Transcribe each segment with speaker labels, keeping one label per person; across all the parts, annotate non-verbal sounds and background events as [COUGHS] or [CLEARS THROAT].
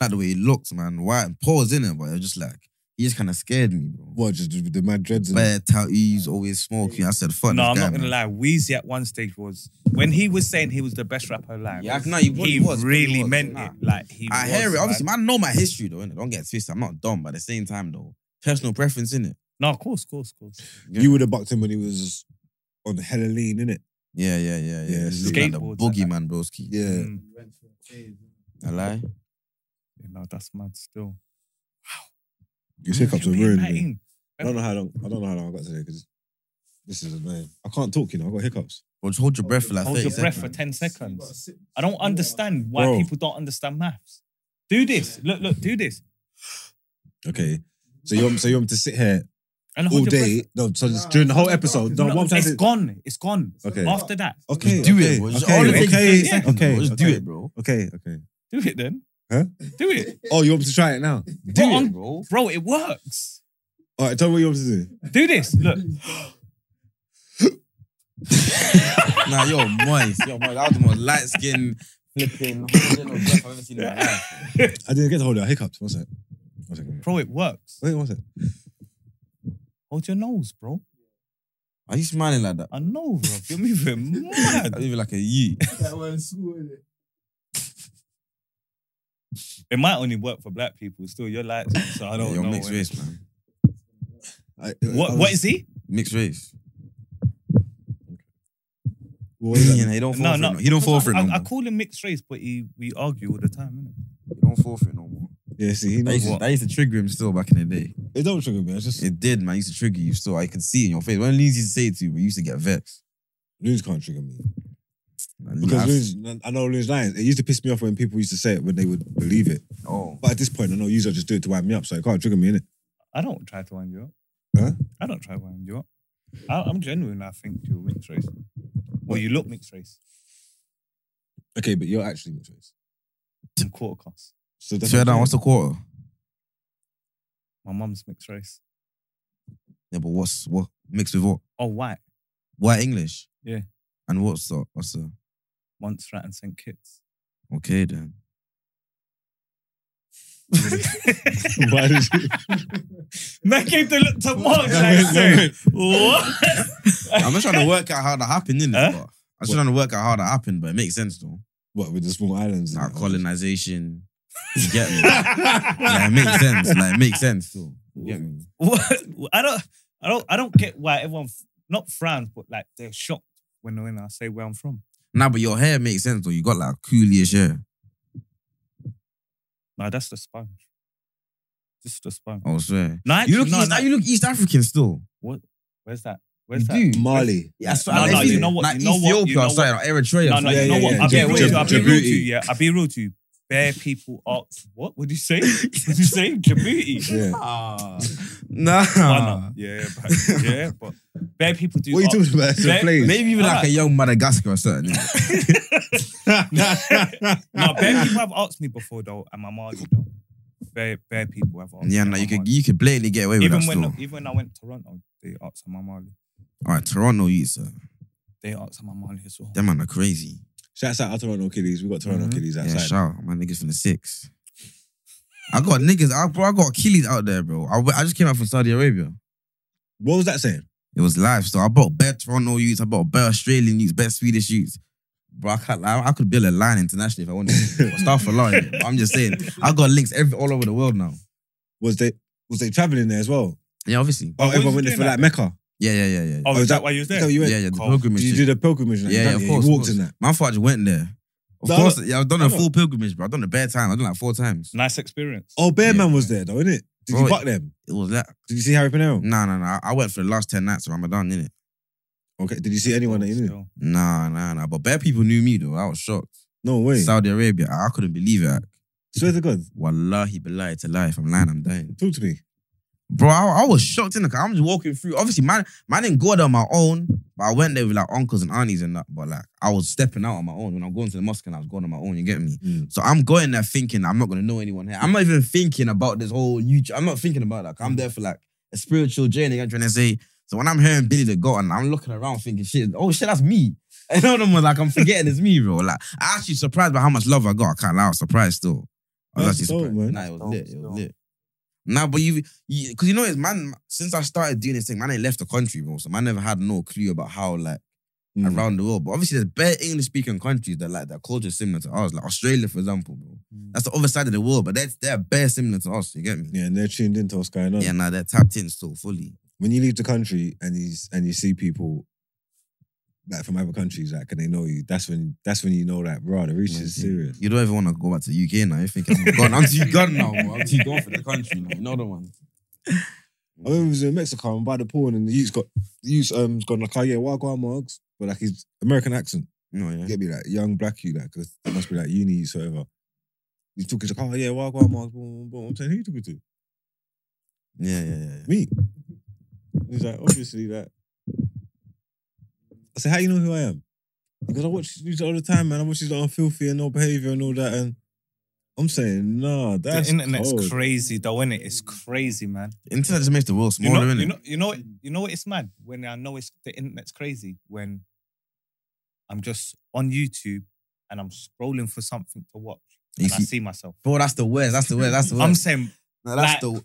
Speaker 1: like the way he looked, man. White and Paul's in it, but you're just like, he just kind of scared me, bro.
Speaker 2: What, just with the mad dreads? And
Speaker 1: Bear tattoos, always smoking. I said, fuck
Speaker 3: No,
Speaker 1: this
Speaker 3: I'm
Speaker 1: guy,
Speaker 3: not gonna
Speaker 1: man.
Speaker 3: lie. Weezy at one stage was when he was saying he was the best rapper alive.
Speaker 1: Yeah, I- no, he was- he was, he
Speaker 3: really
Speaker 1: was.
Speaker 3: meant
Speaker 1: Nah.
Speaker 3: it. Like he.
Speaker 1: I
Speaker 3: was,
Speaker 1: hear it.
Speaker 3: man.
Speaker 1: Obviously, man, I know my history though, innit? Don't get twisted. I'm not dumb, but at the same time though, personal preference, innit?
Speaker 3: No, of course, of course, of course.
Speaker 1: Yeah.
Speaker 2: You would have bucked him when he was on hella lean, innit?
Speaker 1: Yeah, yeah, yeah, yeah.
Speaker 2: Yeah,
Speaker 1: This is like the
Speaker 3: skateboards and
Speaker 1: boogeyman, broski.
Speaker 2: Yeah.
Speaker 3: Mm.
Speaker 1: I lie.
Speaker 3: You know, that's mad still.
Speaker 2: Your hiccups are
Speaker 3: Being
Speaker 2: ruining me.
Speaker 3: 19.
Speaker 2: I don't know how long. I don't know how long I got today because this is annoying. I can't talk, you know. I got hiccups.
Speaker 1: Bro, just hold your breath for like
Speaker 3: Hold
Speaker 1: 30
Speaker 3: your breath for
Speaker 1: seconds.
Speaker 3: 10 seconds. I don't understand why
Speaker 2: Bro.
Speaker 3: people don't understand maths. Do this. Look, look, do this.
Speaker 2: Okay, so you want, so you want me to sit here
Speaker 3: And
Speaker 2: all
Speaker 3: hold your
Speaker 2: day?
Speaker 3: breath.
Speaker 2: No, so just during the whole episode. No,
Speaker 3: No,
Speaker 2: what I'm trying
Speaker 3: it's
Speaker 2: to.
Speaker 3: gone. It's gone.
Speaker 2: Okay.
Speaker 3: After that,
Speaker 2: Okay,
Speaker 1: Just do
Speaker 2: okay,
Speaker 1: it, bro. Just
Speaker 2: okay,
Speaker 1: all it takes is
Speaker 2: okay,
Speaker 1: 10 seconds,
Speaker 2: okay,
Speaker 1: bro. Just do
Speaker 2: okay.
Speaker 1: it, bro.
Speaker 2: okay, okay.
Speaker 3: do it then.
Speaker 2: Huh?
Speaker 3: Do it.
Speaker 2: Oh, you want me to try it now?
Speaker 1: Do
Speaker 3: Bro, I'm-
Speaker 1: it, bro.
Speaker 3: Bro, it works.
Speaker 2: All right, tell me what you want me to do.
Speaker 3: Do this. Look.
Speaker 1: Nah, you're moist. You're moist. That was the most light skinned, [LAUGHS] flipping, holding of breath I've ever seen in my life.
Speaker 2: I didn't get to hold it. I hiccuped. One sec. One second.
Speaker 3: Bro, it works.
Speaker 2: Wait, one sec.
Speaker 3: Hold your nose, bro.
Speaker 1: Are you smiling like
Speaker 3: [CLEARS THROAT]
Speaker 1: that?
Speaker 3: I know, bro.
Speaker 1: [LAUGHS]
Speaker 3: You're moving mad.
Speaker 1: I leave it like a yeet.
Speaker 3: It might only work for black people. Still, you're light, skin, so I don't
Speaker 1: you're
Speaker 3: know.
Speaker 1: mixed
Speaker 3: innit?
Speaker 1: race, man.
Speaker 2: I,
Speaker 3: What?
Speaker 2: I
Speaker 3: What is he?
Speaker 1: Mixed race.
Speaker 2: What is
Speaker 1: Yeah,
Speaker 2: that?
Speaker 1: he don't fall for it. No. He don't fall for it
Speaker 3: I,
Speaker 1: no
Speaker 3: I
Speaker 1: more.
Speaker 3: call him mixed race, but he we argue all the time. Innit?
Speaker 1: He don't fall for it no more.
Speaker 2: Yeah, see, he
Speaker 1: That
Speaker 2: knows.
Speaker 1: used, to,
Speaker 2: It
Speaker 1: that used to trigger him still back in the day.
Speaker 2: don't trigger me. It's just
Speaker 1: It did, man. It used to trigger you still. I could see it in your face. When Leeds used to say it to you, we used to get vexed.
Speaker 2: loons can't trigger me.
Speaker 1: Man, I've-
Speaker 2: Because loons, I know loons lying. It used to piss me off when people used to say it when they would believe it.
Speaker 1: oh,
Speaker 2: But at this point, I know user just do it to wind me up, so it can't trigger me, innit?
Speaker 3: I don't try to wind you up.
Speaker 2: Huh?
Speaker 3: I don't try to wind you up. I, I'm genuine. I think you're mixed race. Well, you look mixed race.
Speaker 2: Okay, but you're actually mixed race.
Speaker 3: I'm quarter caste.
Speaker 2: So that's
Speaker 1: so down. What's the quarter?
Speaker 3: My mum's mixed race.
Speaker 1: Yeah, but what's what mixed with what?
Speaker 3: Oh, white.
Speaker 1: White English.
Speaker 3: Yeah.
Speaker 1: And what's the what's the?
Speaker 3: Montserrat and St
Speaker 1: [LAUGHS]
Speaker 3: Kitts. [LAUGHS]
Speaker 1: Okay then.
Speaker 2: Why did [LAUGHS] you?
Speaker 3: Man gave the look to [LAUGHS] Mark.
Speaker 2: No, wait,
Speaker 3: like,
Speaker 2: no,
Speaker 3: sorry.
Speaker 2: wait.
Speaker 3: What?
Speaker 1: I'm just trying to work out how that happened, innit?
Speaker 3: [LAUGHS] Huh?
Speaker 1: But I'm just trying to work out how that happened, but it makes sense though.
Speaker 2: What with the small islands? and
Speaker 1: Like
Speaker 2: that?
Speaker 3: [LAUGHS]
Speaker 1: colonization. You get me?
Speaker 2: [LAUGHS]
Speaker 1: like it [LAUGHS] makes sense. Like it makes sense though. You get me?
Speaker 3: what? I don't. I don't. I don't get why everyone f- not frowns, but like they're shocked when when I say where I'm from.
Speaker 1: Nah, but your hair makes sense though. You got like coolish hair.
Speaker 3: No, that's the sponge. Just the sponge.
Speaker 1: I swear.
Speaker 3: No,
Speaker 1: You look
Speaker 3: no,
Speaker 1: East,
Speaker 3: no.
Speaker 1: you look East African still.
Speaker 3: Where's that? Where's
Speaker 1: You
Speaker 3: that?
Speaker 1: do.
Speaker 2: Mali.
Speaker 1: Yeah, so
Speaker 3: No,
Speaker 1: like,
Speaker 3: no,
Speaker 1: if
Speaker 3: you know what-
Speaker 1: Like
Speaker 3: you know what-
Speaker 1: Ethiopia,
Speaker 3: you know
Speaker 1: I'm sorry, like Eritrea.
Speaker 3: No, no,
Speaker 2: Yeah,
Speaker 3: you know
Speaker 2: yeah,
Speaker 3: what?
Speaker 2: yeah.
Speaker 3: I'll be
Speaker 2: Djibouti,
Speaker 3: real to you. I'll be real
Speaker 2: Djibouti.
Speaker 3: to you. Yeah, I'll be real to you. Bare people ask, what would you say? Would you say Djibouti?
Speaker 2: Yeah.
Speaker 1: [LAUGHS]
Speaker 3: Ah.
Speaker 1: Nah.
Speaker 3: Ghana. Yeah, but, yeah, but bare people do.
Speaker 2: What are you
Speaker 3: ask-
Speaker 2: talking about? It's a
Speaker 3: Let-
Speaker 2: place.
Speaker 1: Maybe even like
Speaker 3: Alright.
Speaker 1: a young Madagascar or something. innit?
Speaker 3: [LAUGHS] No, bare people have asked me before though, am I Mardi though? Bare, bare people have asked.
Speaker 1: yeah,
Speaker 3: me,
Speaker 1: no,
Speaker 3: am
Speaker 1: you
Speaker 3: I
Speaker 1: could
Speaker 3: Māori?
Speaker 1: you could blatantly get away with
Speaker 3: even
Speaker 1: that
Speaker 3: when
Speaker 1: still.
Speaker 3: even when I went to Toronto, they asked am I Mardi.
Speaker 1: All right, Toronto, you sir.
Speaker 3: They asked am I Mardi as well.
Speaker 1: Them man are crazy.
Speaker 2: Shouts out our Toronto Kiddies. We got Toronto
Speaker 3: Mhm.
Speaker 2: Kiddies
Speaker 1: Mm-hmm. Yeah,
Speaker 2: outside.
Speaker 1: shout out. my niggas from the six. I got niggas, I, bro. I got Achilles out there, bro. I, w- I just came out from Saudi Arabia.
Speaker 2: what was that saying? [LAUGHS]
Speaker 1: It was live, so I brought bare Toronto youths, I brought bare Australian youths, bare Swedish youths. Bro, I, can't, lie, I, could build a line internationally if I wanted. to. Stuff a lot. innit? I'm just saying, I got links every all over the world now.
Speaker 2: Was they was they traveling there as well?
Speaker 1: Yeah, obviously.
Speaker 2: Oh,
Speaker 3: was
Speaker 2: everyone
Speaker 3: you
Speaker 2: went there
Speaker 3: doing
Speaker 2: for like
Speaker 3: that
Speaker 2: Mecca.
Speaker 1: Yeah, yeah, yeah, yeah.
Speaker 3: Oh,
Speaker 2: Oh,
Speaker 3: is
Speaker 2: is
Speaker 3: that
Speaker 2: that-
Speaker 3: why you was
Speaker 2: Is
Speaker 3: there?
Speaker 2: that what you went?
Speaker 1: yeah, yeah, the
Speaker 3: Cold.
Speaker 1: pilgrimage.
Speaker 2: You
Speaker 1: shit.
Speaker 2: did a pilgrimage. and that,
Speaker 1: Yeah,
Speaker 2: done
Speaker 1: yeah, of
Speaker 2: it.
Speaker 1: course,
Speaker 2: You
Speaker 1: of
Speaker 2: walked
Speaker 1: course.
Speaker 2: in that.
Speaker 1: My father went there. Of
Speaker 2: No,
Speaker 1: course, yeah, I've done
Speaker 2: no,
Speaker 1: a
Speaker 2: no.
Speaker 1: full pilgrimage, bro. I've done a bare time. I've done like four times.
Speaker 3: Nice experience.
Speaker 2: Oh, Bear
Speaker 1: Yeah.
Speaker 2: Man was there though, innit? Did
Speaker 1: Bro,
Speaker 2: you buck them?
Speaker 1: It was like,
Speaker 2: Did you see Harry Panel?
Speaker 1: nah, nah, nah. I went for the last 10 nights of Ramadan, innit?
Speaker 2: Okay. Did you see anyone that you knew?
Speaker 3: Still.
Speaker 1: Nah, nah, nah. But bare people knew me, though. I was shocked.
Speaker 2: No way.
Speaker 1: Saudi Arabia, I, I couldn't believe it.
Speaker 2: Swear to God.
Speaker 1: Wallahi, billahi, it's a lie. If I'm lying, I'm dying.
Speaker 2: Talk to me.
Speaker 1: Bro, I, I was shocked, innit? 'Cause I'm just walking through. Obviously, man, man didn't go there on my own, but I went there with like uncles and aunties and that. But like, I was stepping out on my own. When I'm going to the mosque and I was going on my own, you get me? So I'm going there thinking I'm not gonna know anyone here. I'm not even thinking about this whole YouTube. I'm not thinking about that. 'cause I'm there for like a spiritual journey. I'm trying to say. So when I'm hearing Billy the Goat and I'm looking around thinking, shit, oh shit, that's me. [LAUGHS] And all them was like, I'm forgetting it's me, bro. Like, I actually surprised by how much love I got. I can't lie, I was surprised still. I was
Speaker 2: That's
Speaker 1: actually
Speaker 2: dope,
Speaker 1: surprised.
Speaker 2: man.
Speaker 1: Nah, it was
Speaker 3: That's
Speaker 1: lit.
Speaker 3: dope,
Speaker 1: It was
Speaker 3: dope.
Speaker 1: lit. Nah, but you, because you, know, it's man. Since I started doing this thing, man, I left the country, bro. So man, never had no clue about how like
Speaker 2: Mm.
Speaker 1: around the world. But obviously, there's bare English speaking countries that like their culture is similar to ours, like Australia, for example, bro.
Speaker 3: Mm.
Speaker 1: That's the other side of the world, but they're they're bare similar to us. You get me?
Speaker 2: Yeah, and they're tuned into what's going on.
Speaker 1: Yeah, nah, they're tapped in still fully.
Speaker 2: When you leave the country and you s- and you see people like from other countries, like and they know you, that's when that's when you know that, bro, the reach
Speaker 1: Yeah,
Speaker 2: is
Speaker 1: yeah.
Speaker 2: serious.
Speaker 1: You don't even want to go back to the UK now. You think I'm gone. I'm too gone now. Bro. I'm too gone for the country now. You know the one.
Speaker 2: I remember I was in Mexico and by the pool and the youth's got the youth's um gone like, oh yeah, Wagwan Marks, but like his American accent.
Speaker 1: No, yeah.
Speaker 2: You get me like young black you like 'cause it must be like uni or whatever. He's talking like, oh yeah, why why Mark? Boom, boom, boom. I'm saying, who you talking to?
Speaker 1: Yeah, yeah, yeah. yeah.
Speaker 2: Me. He's like, obviously that. I said, how you know who I am? Because I watch news all the time, man. I watch these on filthy and no behavior and all that. And I'm saying, nah, that's
Speaker 3: the internet's
Speaker 2: cold.
Speaker 3: crazy though, innit? It's crazy, man.
Speaker 1: Internet just makes the world
Speaker 3: You
Speaker 1: smaller,
Speaker 3: know,
Speaker 1: innit?
Speaker 3: you know, you know, what- you know what? It's mad when I know it's the internet's crazy when I'm just on YouTube and I'm scrolling for something to watch
Speaker 1: You
Speaker 3: and I
Speaker 1: see-
Speaker 3: see myself.
Speaker 1: bro, that's the worst. That's the worst. That's the worst.
Speaker 3: I'm saying,
Speaker 1: No, that's the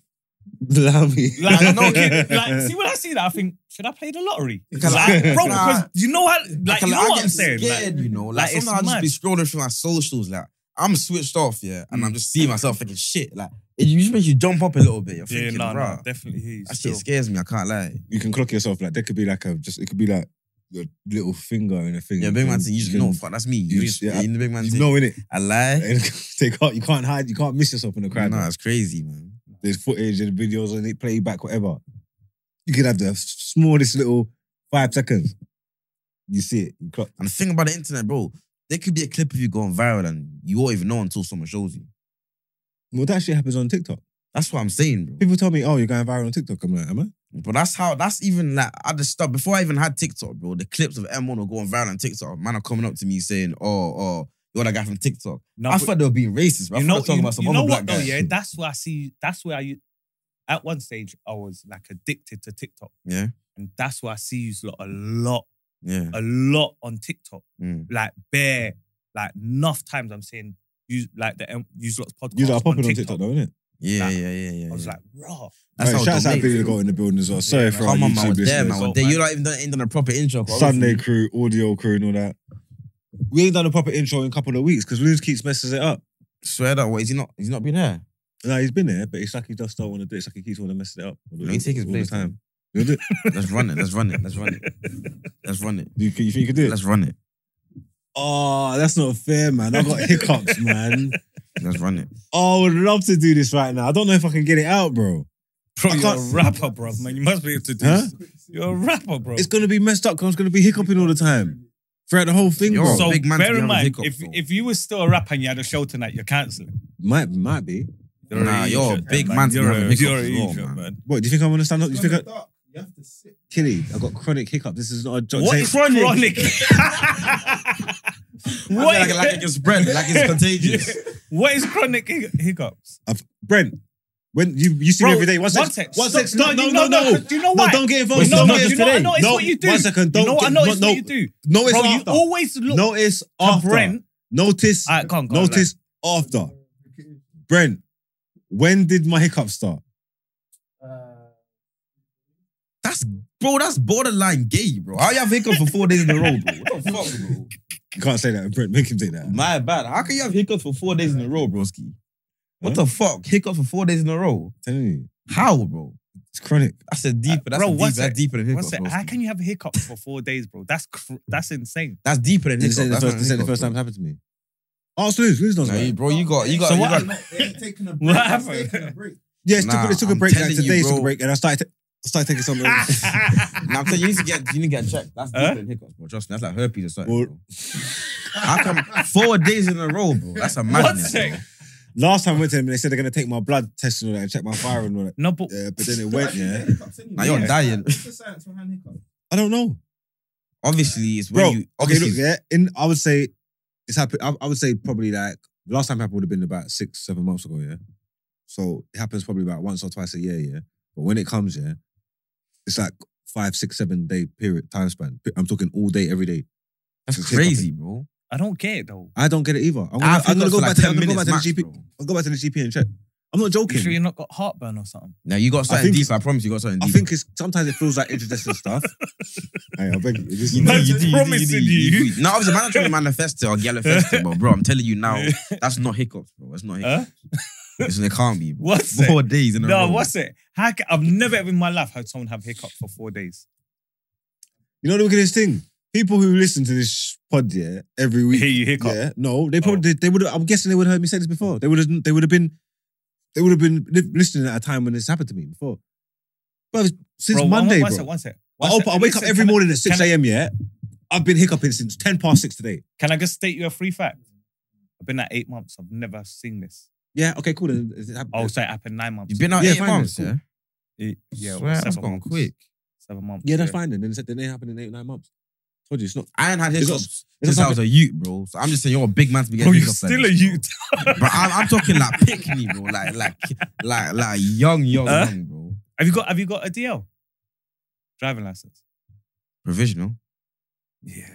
Speaker 2: [LAUGHS] Allow me.
Speaker 3: like, no, kid, like, see when I see that, I think, should I play the lottery?
Speaker 1: Because
Speaker 3: Like,
Speaker 1: I-
Speaker 3: bro,
Speaker 1: nah.
Speaker 3: because you know how, like,
Speaker 1: I
Speaker 3: you
Speaker 1: can-
Speaker 3: know
Speaker 1: I
Speaker 3: what
Speaker 1: get
Speaker 3: I'm saying.
Speaker 1: Scared,
Speaker 3: Like,
Speaker 1: you know, like,
Speaker 3: like, it's
Speaker 1: sometimes I just be scrolling through my socials, like I'm switched off, yeah, and
Speaker 3: Mm.
Speaker 1: I'm just seeing myself thinking shit. Like it just makes you jump up a little bit. You're
Speaker 3: yeah,
Speaker 1: thinking,
Speaker 3: no,
Speaker 1: "Bruh,
Speaker 3: no, definitely hear you.
Speaker 1: that
Speaker 3: still.
Speaker 1: shit scares me. I can't lie.
Speaker 2: You can clock yourself. Like there could be like a just it could be like your little finger in a thing.
Speaker 1: Yeah,
Speaker 2: You
Speaker 1: big
Speaker 2: can-
Speaker 1: man thing. You just
Speaker 2: can-
Speaker 1: know, fuck, that's me. You
Speaker 2: you
Speaker 1: just,
Speaker 2: just- yeah,
Speaker 1: in the big man
Speaker 2: You
Speaker 1: thing.
Speaker 2: know, innit? [LAUGHS]
Speaker 1: I lie.
Speaker 2: they can't, you can't hide, you can't miss yourself in the crowd.
Speaker 1: Nah, it's crazy, man.
Speaker 2: There's footage and videos and it playback, whatever. You could have the smallest little five seconds. You see it. You clock.
Speaker 1: And the thing about the internet, bro, there could be a clip of you going viral and you won't even know until someone shows you.
Speaker 2: Well, that shit happens on TikTok.
Speaker 1: That's what I'm saying, bro.
Speaker 2: People tell me, oh, you're going viral on TikTok. I'm like, am I?
Speaker 1: But that's how that's even like I just stopped before I even had TikTok, bro. The clips of M1 were going viral on TikTok. Man are coming up to me saying, "Oh, oh, you're that guy from TikTok."
Speaker 3: No,
Speaker 1: I
Speaker 3: but-
Speaker 1: thought they were being racist, bro. I thought
Speaker 3: you know,
Speaker 1: they were talking
Speaker 3: you,
Speaker 1: about some
Speaker 3: you
Speaker 1: other
Speaker 3: know
Speaker 1: black
Speaker 3: what though,
Speaker 1: guy.
Speaker 3: yeah. That's where I see. That's where I, at one stage, I was like addicted to TikTok,
Speaker 1: yeah,
Speaker 3: and that's where I see you lot a lot,
Speaker 1: yeah.
Speaker 3: a lot on TikTok.
Speaker 1: Mm.
Speaker 3: Like bare, like enough times I'm seeing you like the um, use lots podcast.
Speaker 2: You lot are
Speaker 3: on
Speaker 2: popping on
Speaker 3: TikTok.
Speaker 2: TikTok, though, innit?
Speaker 1: Yeah,
Speaker 3: Like,
Speaker 1: yeah, yeah, yeah.
Speaker 3: I was
Speaker 1: yeah.
Speaker 3: like, raw.
Speaker 1: that's
Speaker 2: Hey,
Speaker 1: how
Speaker 2: shouts out
Speaker 1: domain-
Speaker 2: Billy the Goat in the building as well. Sorry
Speaker 3: Yeah,
Speaker 2: for our
Speaker 1: Come on, man. I was
Speaker 2: YouTube
Speaker 1: there, man. I
Speaker 2: listeners.
Speaker 1: was
Speaker 3: listeners.
Speaker 1: there. You not even done, ain't done a proper intro. but
Speaker 2: Sunday
Speaker 1: obviously-
Speaker 2: crew, audio crew, and all that. We ain't done a proper intro in a couple of weeks because Loons keeps messing it up.
Speaker 1: Swear that. What is he not? He's not been there.
Speaker 2: No, he's been there, but it's like he just don't want to do it. It's like he keeps wanting to mess it up. all the-
Speaker 1: Let me take his
Speaker 2: all the
Speaker 1: place.
Speaker 2: time.
Speaker 1: Time. Let's run it. Let's run it. Let's run it. Let's run it.
Speaker 2: You, you think you could do it?
Speaker 1: Let's run it.
Speaker 2: Oh, that's not fair, man. I got hiccups, man.
Speaker 1: Let's run it.
Speaker 2: Oh, I would love to do this right now. I don't know if I can get it out, bro.
Speaker 3: Bro,
Speaker 2: I
Speaker 3: you're a
Speaker 2: can't-
Speaker 3: rapper, bro, man. You must be able to do
Speaker 2: Huh?
Speaker 3: this. You're a rapper, bro.
Speaker 2: It's gonna be messed up because I'm gonna be hiccuping all the time throughout the whole thing,
Speaker 1: Yo.
Speaker 2: bro.
Speaker 1: a
Speaker 3: so
Speaker 1: big man to
Speaker 3: bear
Speaker 1: be having
Speaker 3: in mind,
Speaker 1: hiccups,
Speaker 3: if
Speaker 1: though.
Speaker 3: if you were still a rapper and you had a show tonight, you're cancelling.
Speaker 2: might might be.
Speaker 3: You're
Speaker 1: Nah,
Speaker 3: a
Speaker 1: you're a
Speaker 3: idiot,
Speaker 1: big man to be
Speaker 3: You're
Speaker 1: having
Speaker 3: a
Speaker 1: hiccups
Speaker 3: you're a
Speaker 1: as well,
Speaker 3: idiot,
Speaker 1: man.
Speaker 3: man.
Speaker 2: What do you think I'm gonna stand up? You
Speaker 4: It's
Speaker 2: think I,
Speaker 4: not dark. You have to sit.
Speaker 2: Killy? I got chronic hiccup. This is not a joke.
Speaker 3: What
Speaker 2: Say-
Speaker 3: is chronic? [LAUGHS] what,
Speaker 1: Like, like it gets spread. Like it's contagious.
Speaker 3: [LAUGHS] what is chronic hic- hiccups?
Speaker 2: I've- Brent? When you you see me
Speaker 3: Bro,
Speaker 2: every day. One sec.
Speaker 3: one sec.
Speaker 2: One sec.
Speaker 3: Stop.
Speaker 2: No,
Speaker 3: No, you know-
Speaker 2: no, no, no.
Speaker 3: no, do you know
Speaker 2: no
Speaker 3: why?
Speaker 2: don't get
Speaker 1: Wait,
Speaker 2: involved.
Speaker 1: no,
Speaker 2: no,
Speaker 1: no,
Speaker 2: just
Speaker 3: you know, I
Speaker 2: today.
Speaker 3: know it's
Speaker 2: no,
Speaker 3: what you do.
Speaker 2: One second.
Speaker 3: you
Speaker 2: Don't
Speaker 3: know what? I
Speaker 2: get-
Speaker 3: know it's
Speaker 2: no,
Speaker 3: what you do.
Speaker 2: No, it's
Speaker 3: Bro, you
Speaker 2: after.
Speaker 3: always look
Speaker 2: No, it's
Speaker 3: at
Speaker 2: after.
Speaker 3: Brent.
Speaker 2: Notice.
Speaker 3: All right, go on, go on,
Speaker 2: Notice after. Brent, when did my hiccup start?
Speaker 1: That's bro. That's borderline gay, bro. How you have hiccups for four days in a row, bro? What
Speaker 2: [LAUGHS]
Speaker 1: the fuck, bro?
Speaker 2: You can't say that, Brent. Make him take that.
Speaker 1: My bad. How can you have hiccups for four days in a row, broski? What the fuck? Hiccups for four days in a row?
Speaker 2: I'm telling you,
Speaker 1: How, bro?
Speaker 2: it's chronic.
Speaker 1: That's a deeper. That's
Speaker 3: Bro,
Speaker 1: a
Speaker 3: one
Speaker 1: deeper.
Speaker 3: sec.
Speaker 1: That's deeper than
Speaker 3: One
Speaker 1: hiccups.
Speaker 3: sec,
Speaker 1: broski.
Speaker 3: how can you have hiccups for four days, bro? That's cr- that's
Speaker 2: [LAUGHS]
Speaker 3: insane.
Speaker 1: That's deeper than
Speaker 2: This
Speaker 1: hiccups.
Speaker 2: is the
Speaker 1: That's
Speaker 2: first,
Speaker 1: not
Speaker 2: this ain't the
Speaker 1: hiccups,
Speaker 2: first
Speaker 1: bro.
Speaker 2: time it's happened to me. Ask Luz. Luz knows
Speaker 1: Nah,
Speaker 2: about
Speaker 1: you-
Speaker 2: it.
Speaker 1: bro, you got, you got,
Speaker 3: So
Speaker 1: you
Speaker 3: what-
Speaker 1: got.
Speaker 2: [LAUGHS]
Speaker 4: They're taking a break.
Speaker 3: What
Speaker 4: They're
Speaker 3: happened?
Speaker 4: taking a break.
Speaker 2: Yeah, it took,
Speaker 1: Nah,
Speaker 2: it took a
Speaker 1: I'm
Speaker 2: break. Like,
Speaker 1: telling you,
Speaker 2: today it took
Speaker 1: bro.
Speaker 2: a break, and I started, I started taking something. [LAUGHS] else.
Speaker 1: Now I'm telling you, you need to get, you need to get checked. That's deeper
Speaker 3: Huh?
Speaker 1: than hiccups, bro. Trust me, that's like herpes or something.
Speaker 2: Well-
Speaker 1: Bro. How come four days in a row, bro? That's a madness.
Speaker 3: sec.
Speaker 1: bro.
Speaker 2: Last time I went to him, they said they're gonna take my blood test and all that, and check my viral and all that.
Speaker 3: no, but
Speaker 2: Yeah, but then it went. Yeah,
Speaker 1: Now you're dying.
Speaker 4: What's the science behind hiccups?
Speaker 2: I don't know,
Speaker 1: Obviously, it's when
Speaker 2: bro.
Speaker 1: you.
Speaker 2: okay,
Speaker 1: Obviously,
Speaker 2: look, yeah. In I would say it's happened. I, I would say probably like the last time it happened would have been about six, seven months ago. Yeah, so it happens probably about once or twice a year. Yeah, but when it comes, yeah, it's like five, six, seven day period time span. I'm talking all day, every day.
Speaker 1: that's
Speaker 2: it's
Speaker 1: crazy, bro.
Speaker 3: I don't get it though.
Speaker 2: I don't get it either. I'm gonna,
Speaker 1: I
Speaker 2: I'm
Speaker 1: think
Speaker 2: gonna
Speaker 1: that's
Speaker 2: go
Speaker 1: like
Speaker 2: back to
Speaker 1: 10
Speaker 2: I'm gonna go back
Speaker 1: minutes
Speaker 2: to the
Speaker 1: max,
Speaker 2: GP.
Speaker 1: bro.
Speaker 2: I'll go back to the GP and check. I'm not
Speaker 3: You sure
Speaker 2: joking.
Speaker 3: you're not got heartburn or something?
Speaker 1: Now you got something
Speaker 2: think-
Speaker 1: deep. I promise you got something
Speaker 2: I
Speaker 1: deep.
Speaker 2: think it's sometimes it feels like
Speaker 1: [LAUGHS]
Speaker 2: interdimensional stuff. hey, I beg you. This
Speaker 1: You do,
Speaker 2: is-
Speaker 3: Man's
Speaker 1: you do, you do,
Speaker 3: promising
Speaker 1: do, do,
Speaker 3: you.
Speaker 1: do. No, obviously, man, I'm trying to manifest it or manifest it, but bro, I'm telling you
Speaker 2: [LAUGHS]
Speaker 1: now, that's not hiccups, bro.
Speaker 2: Uh,
Speaker 1: It's not hiccups.
Speaker 3: Huh?
Speaker 1: It's, it can't be. Bro.
Speaker 3: What's it?
Speaker 1: Four days in a row.
Speaker 3: No, what's it? How ca- I've never ever in my life had someone have hiccups for four days.
Speaker 2: You know the wickedest thing? People who listen to this sh- pod yeah, every week.
Speaker 3: Hear you hiccup.
Speaker 2: Yeah, no, they probably they, would. I'm guessing they would have heard me say this before. They would have. They would have been. They would have been li- listening at a time when this happened to me before. Bro, it's- since
Speaker 3: Bro, one-
Speaker 2: Monday,
Speaker 3: one
Speaker 2: bro.
Speaker 3: sec, one sec.
Speaker 2: I,
Speaker 3: One
Speaker 2: op-
Speaker 3: sec.
Speaker 2: I wake up
Speaker 3: Listen,
Speaker 2: every
Speaker 3: can I-
Speaker 2: morning at six
Speaker 3: can I-
Speaker 2: a.m. Yeah, I've been hiccuping since ten past six today.
Speaker 3: Can I just state you a free fact? I've been at eight months. I've never seen this.
Speaker 2: Yeah, okay, cool. Then Is it hap-
Speaker 3: Oh, sorry, it happened nine months.
Speaker 1: You've been out
Speaker 2: Yeah,
Speaker 1: eight
Speaker 2: fine,
Speaker 1: months,
Speaker 2: it's cool.
Speaker 1: yeah?
Speaker 3: Eight- yeah,
Speaker 1: Swear,
Speaker 3: well,
Speaker 1: that's
Speaker 3: seven
Speaker 1: gone
Speaker 3: months.
Speaker 1: quick.
Speaker 3: Seven months.
Speaker 2: yeah, that's fine. Then then it didn't happen in eight nine months. Told you it's not.
Speaker 1: I ain't had
Speaker 2: It's
Speaker 1: hiccups
Speaker 2: not
Speaker 1: since I was a youth, bro. So I'm just saying, you're a big man to be getting
Speaker 3: Bro, you're
Speaker 1: hiccups. like
Speaker 3: still a
Speaker 1: this, bro.
Speaker 3: youth.
Speaker 1: But I'm, I'm talking
Speaker 2: [LAUGHS]
Speaker 1: like pick me, bro. Like, like, like, like young, young,
Speaker 2: Uh-huh.
Speaker 3: Huh?
Speaker 1: young, bro.
Speaker 3: Have you got Have you got a DL? Driving license.
Speaker 1: Provisional.
Speaker 3: Yeah.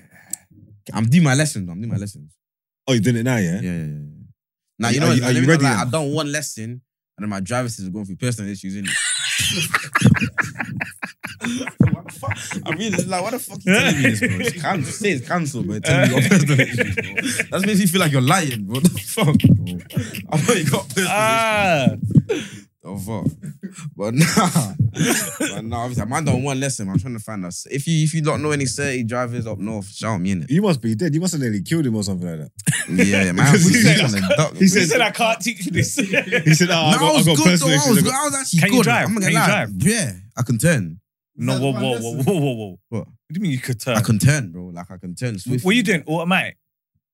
Speaker 1: I'm doing my lessons. I'm doing my lessons.
Speaker 2: Oh, you're doing it now, yeah.
Speaker 1: Yeah, yeah, yeah. yeah. Now
Speaker 2: Are
Speaker 1: you
Speaker 2: you-
Speaker 1: know,
Speaker 2: are
Speaker 1: what,
Speaker 2: you- are
Speaker 1: let
Speaker 2: you
Speaker 1: me not
Speaker 2: ready
Speaker 1: lie,
Speaker 2: now?
Speaker 1: I've done one lesson, and then my driver is going through personal issues. In
Speaker 4: [LAUGHS] What the fuck?
Speaker 1: I really like, why the fuck you telling me this, bro? It's can- say it's cancelled, but tell me your personal issues, bro. That makes me feel like you're lying, bro. The fuck, bro. I know you got personal issues.
Speaker 3: Ah,
Speaker 1: Oh fuck. But nah. but nah, obviously, I'm done one lesson. man. I'm trying to find us. If you if you don't know any 30 drivers up north, shout me in it.
Speaker 2: You must be dead. You must have nearly killed him or something like that. [LAUGHS]
Speaker 1: Yeah, yeah, man.
Speaker 2: Because he said-
Speaker 1: He
Speaker 2: he
Speaker 3: he
Speaker 2: said-
Speaker 3: said I can't teach you this.
Speaker 2: He said, "Oh,
Speaker 1: No, I,
Speaker 2: I got, I
Speaker 1: was
Speaker 2: got
Speaker 1: good though.
Speaker 2: personal
Speaker 1: I was,
Speaker 2: issues. I
Speaker 1: good.
Speaker 2: got-
Speaker 1: I was actually
Speaker 3: Can you
Speaker 1: good.
Speaker 3: drive?
Speaker 1: I'm not gonna
Speaker 3: Can you
Speaker 1: lie.
Speaker 3: drive?
Speaker 1: Yeah, I can turn.
Speaker 3: [LAUGHS] no, whoa, whoa, whoa, whoa, whoa, whoa.
Speaker 1: What?
Speaker 3: What do you mean you could turn?
Speaker 1: I can turn, bro. Like I can turn swiftly.
Speaker 3: what are you doing? Automatic.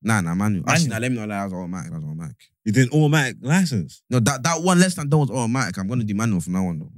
Speaker 1: Nah, nah, manual. Actually,
Speaker 3: Manual.
Speaker 1: nah, let me not lie. I was automatic. I was automatic.
Speaker 2: You did an automatic license.
Speaker 1: No, that, that one less than that was automatic. I'm gonna do manual from now on though.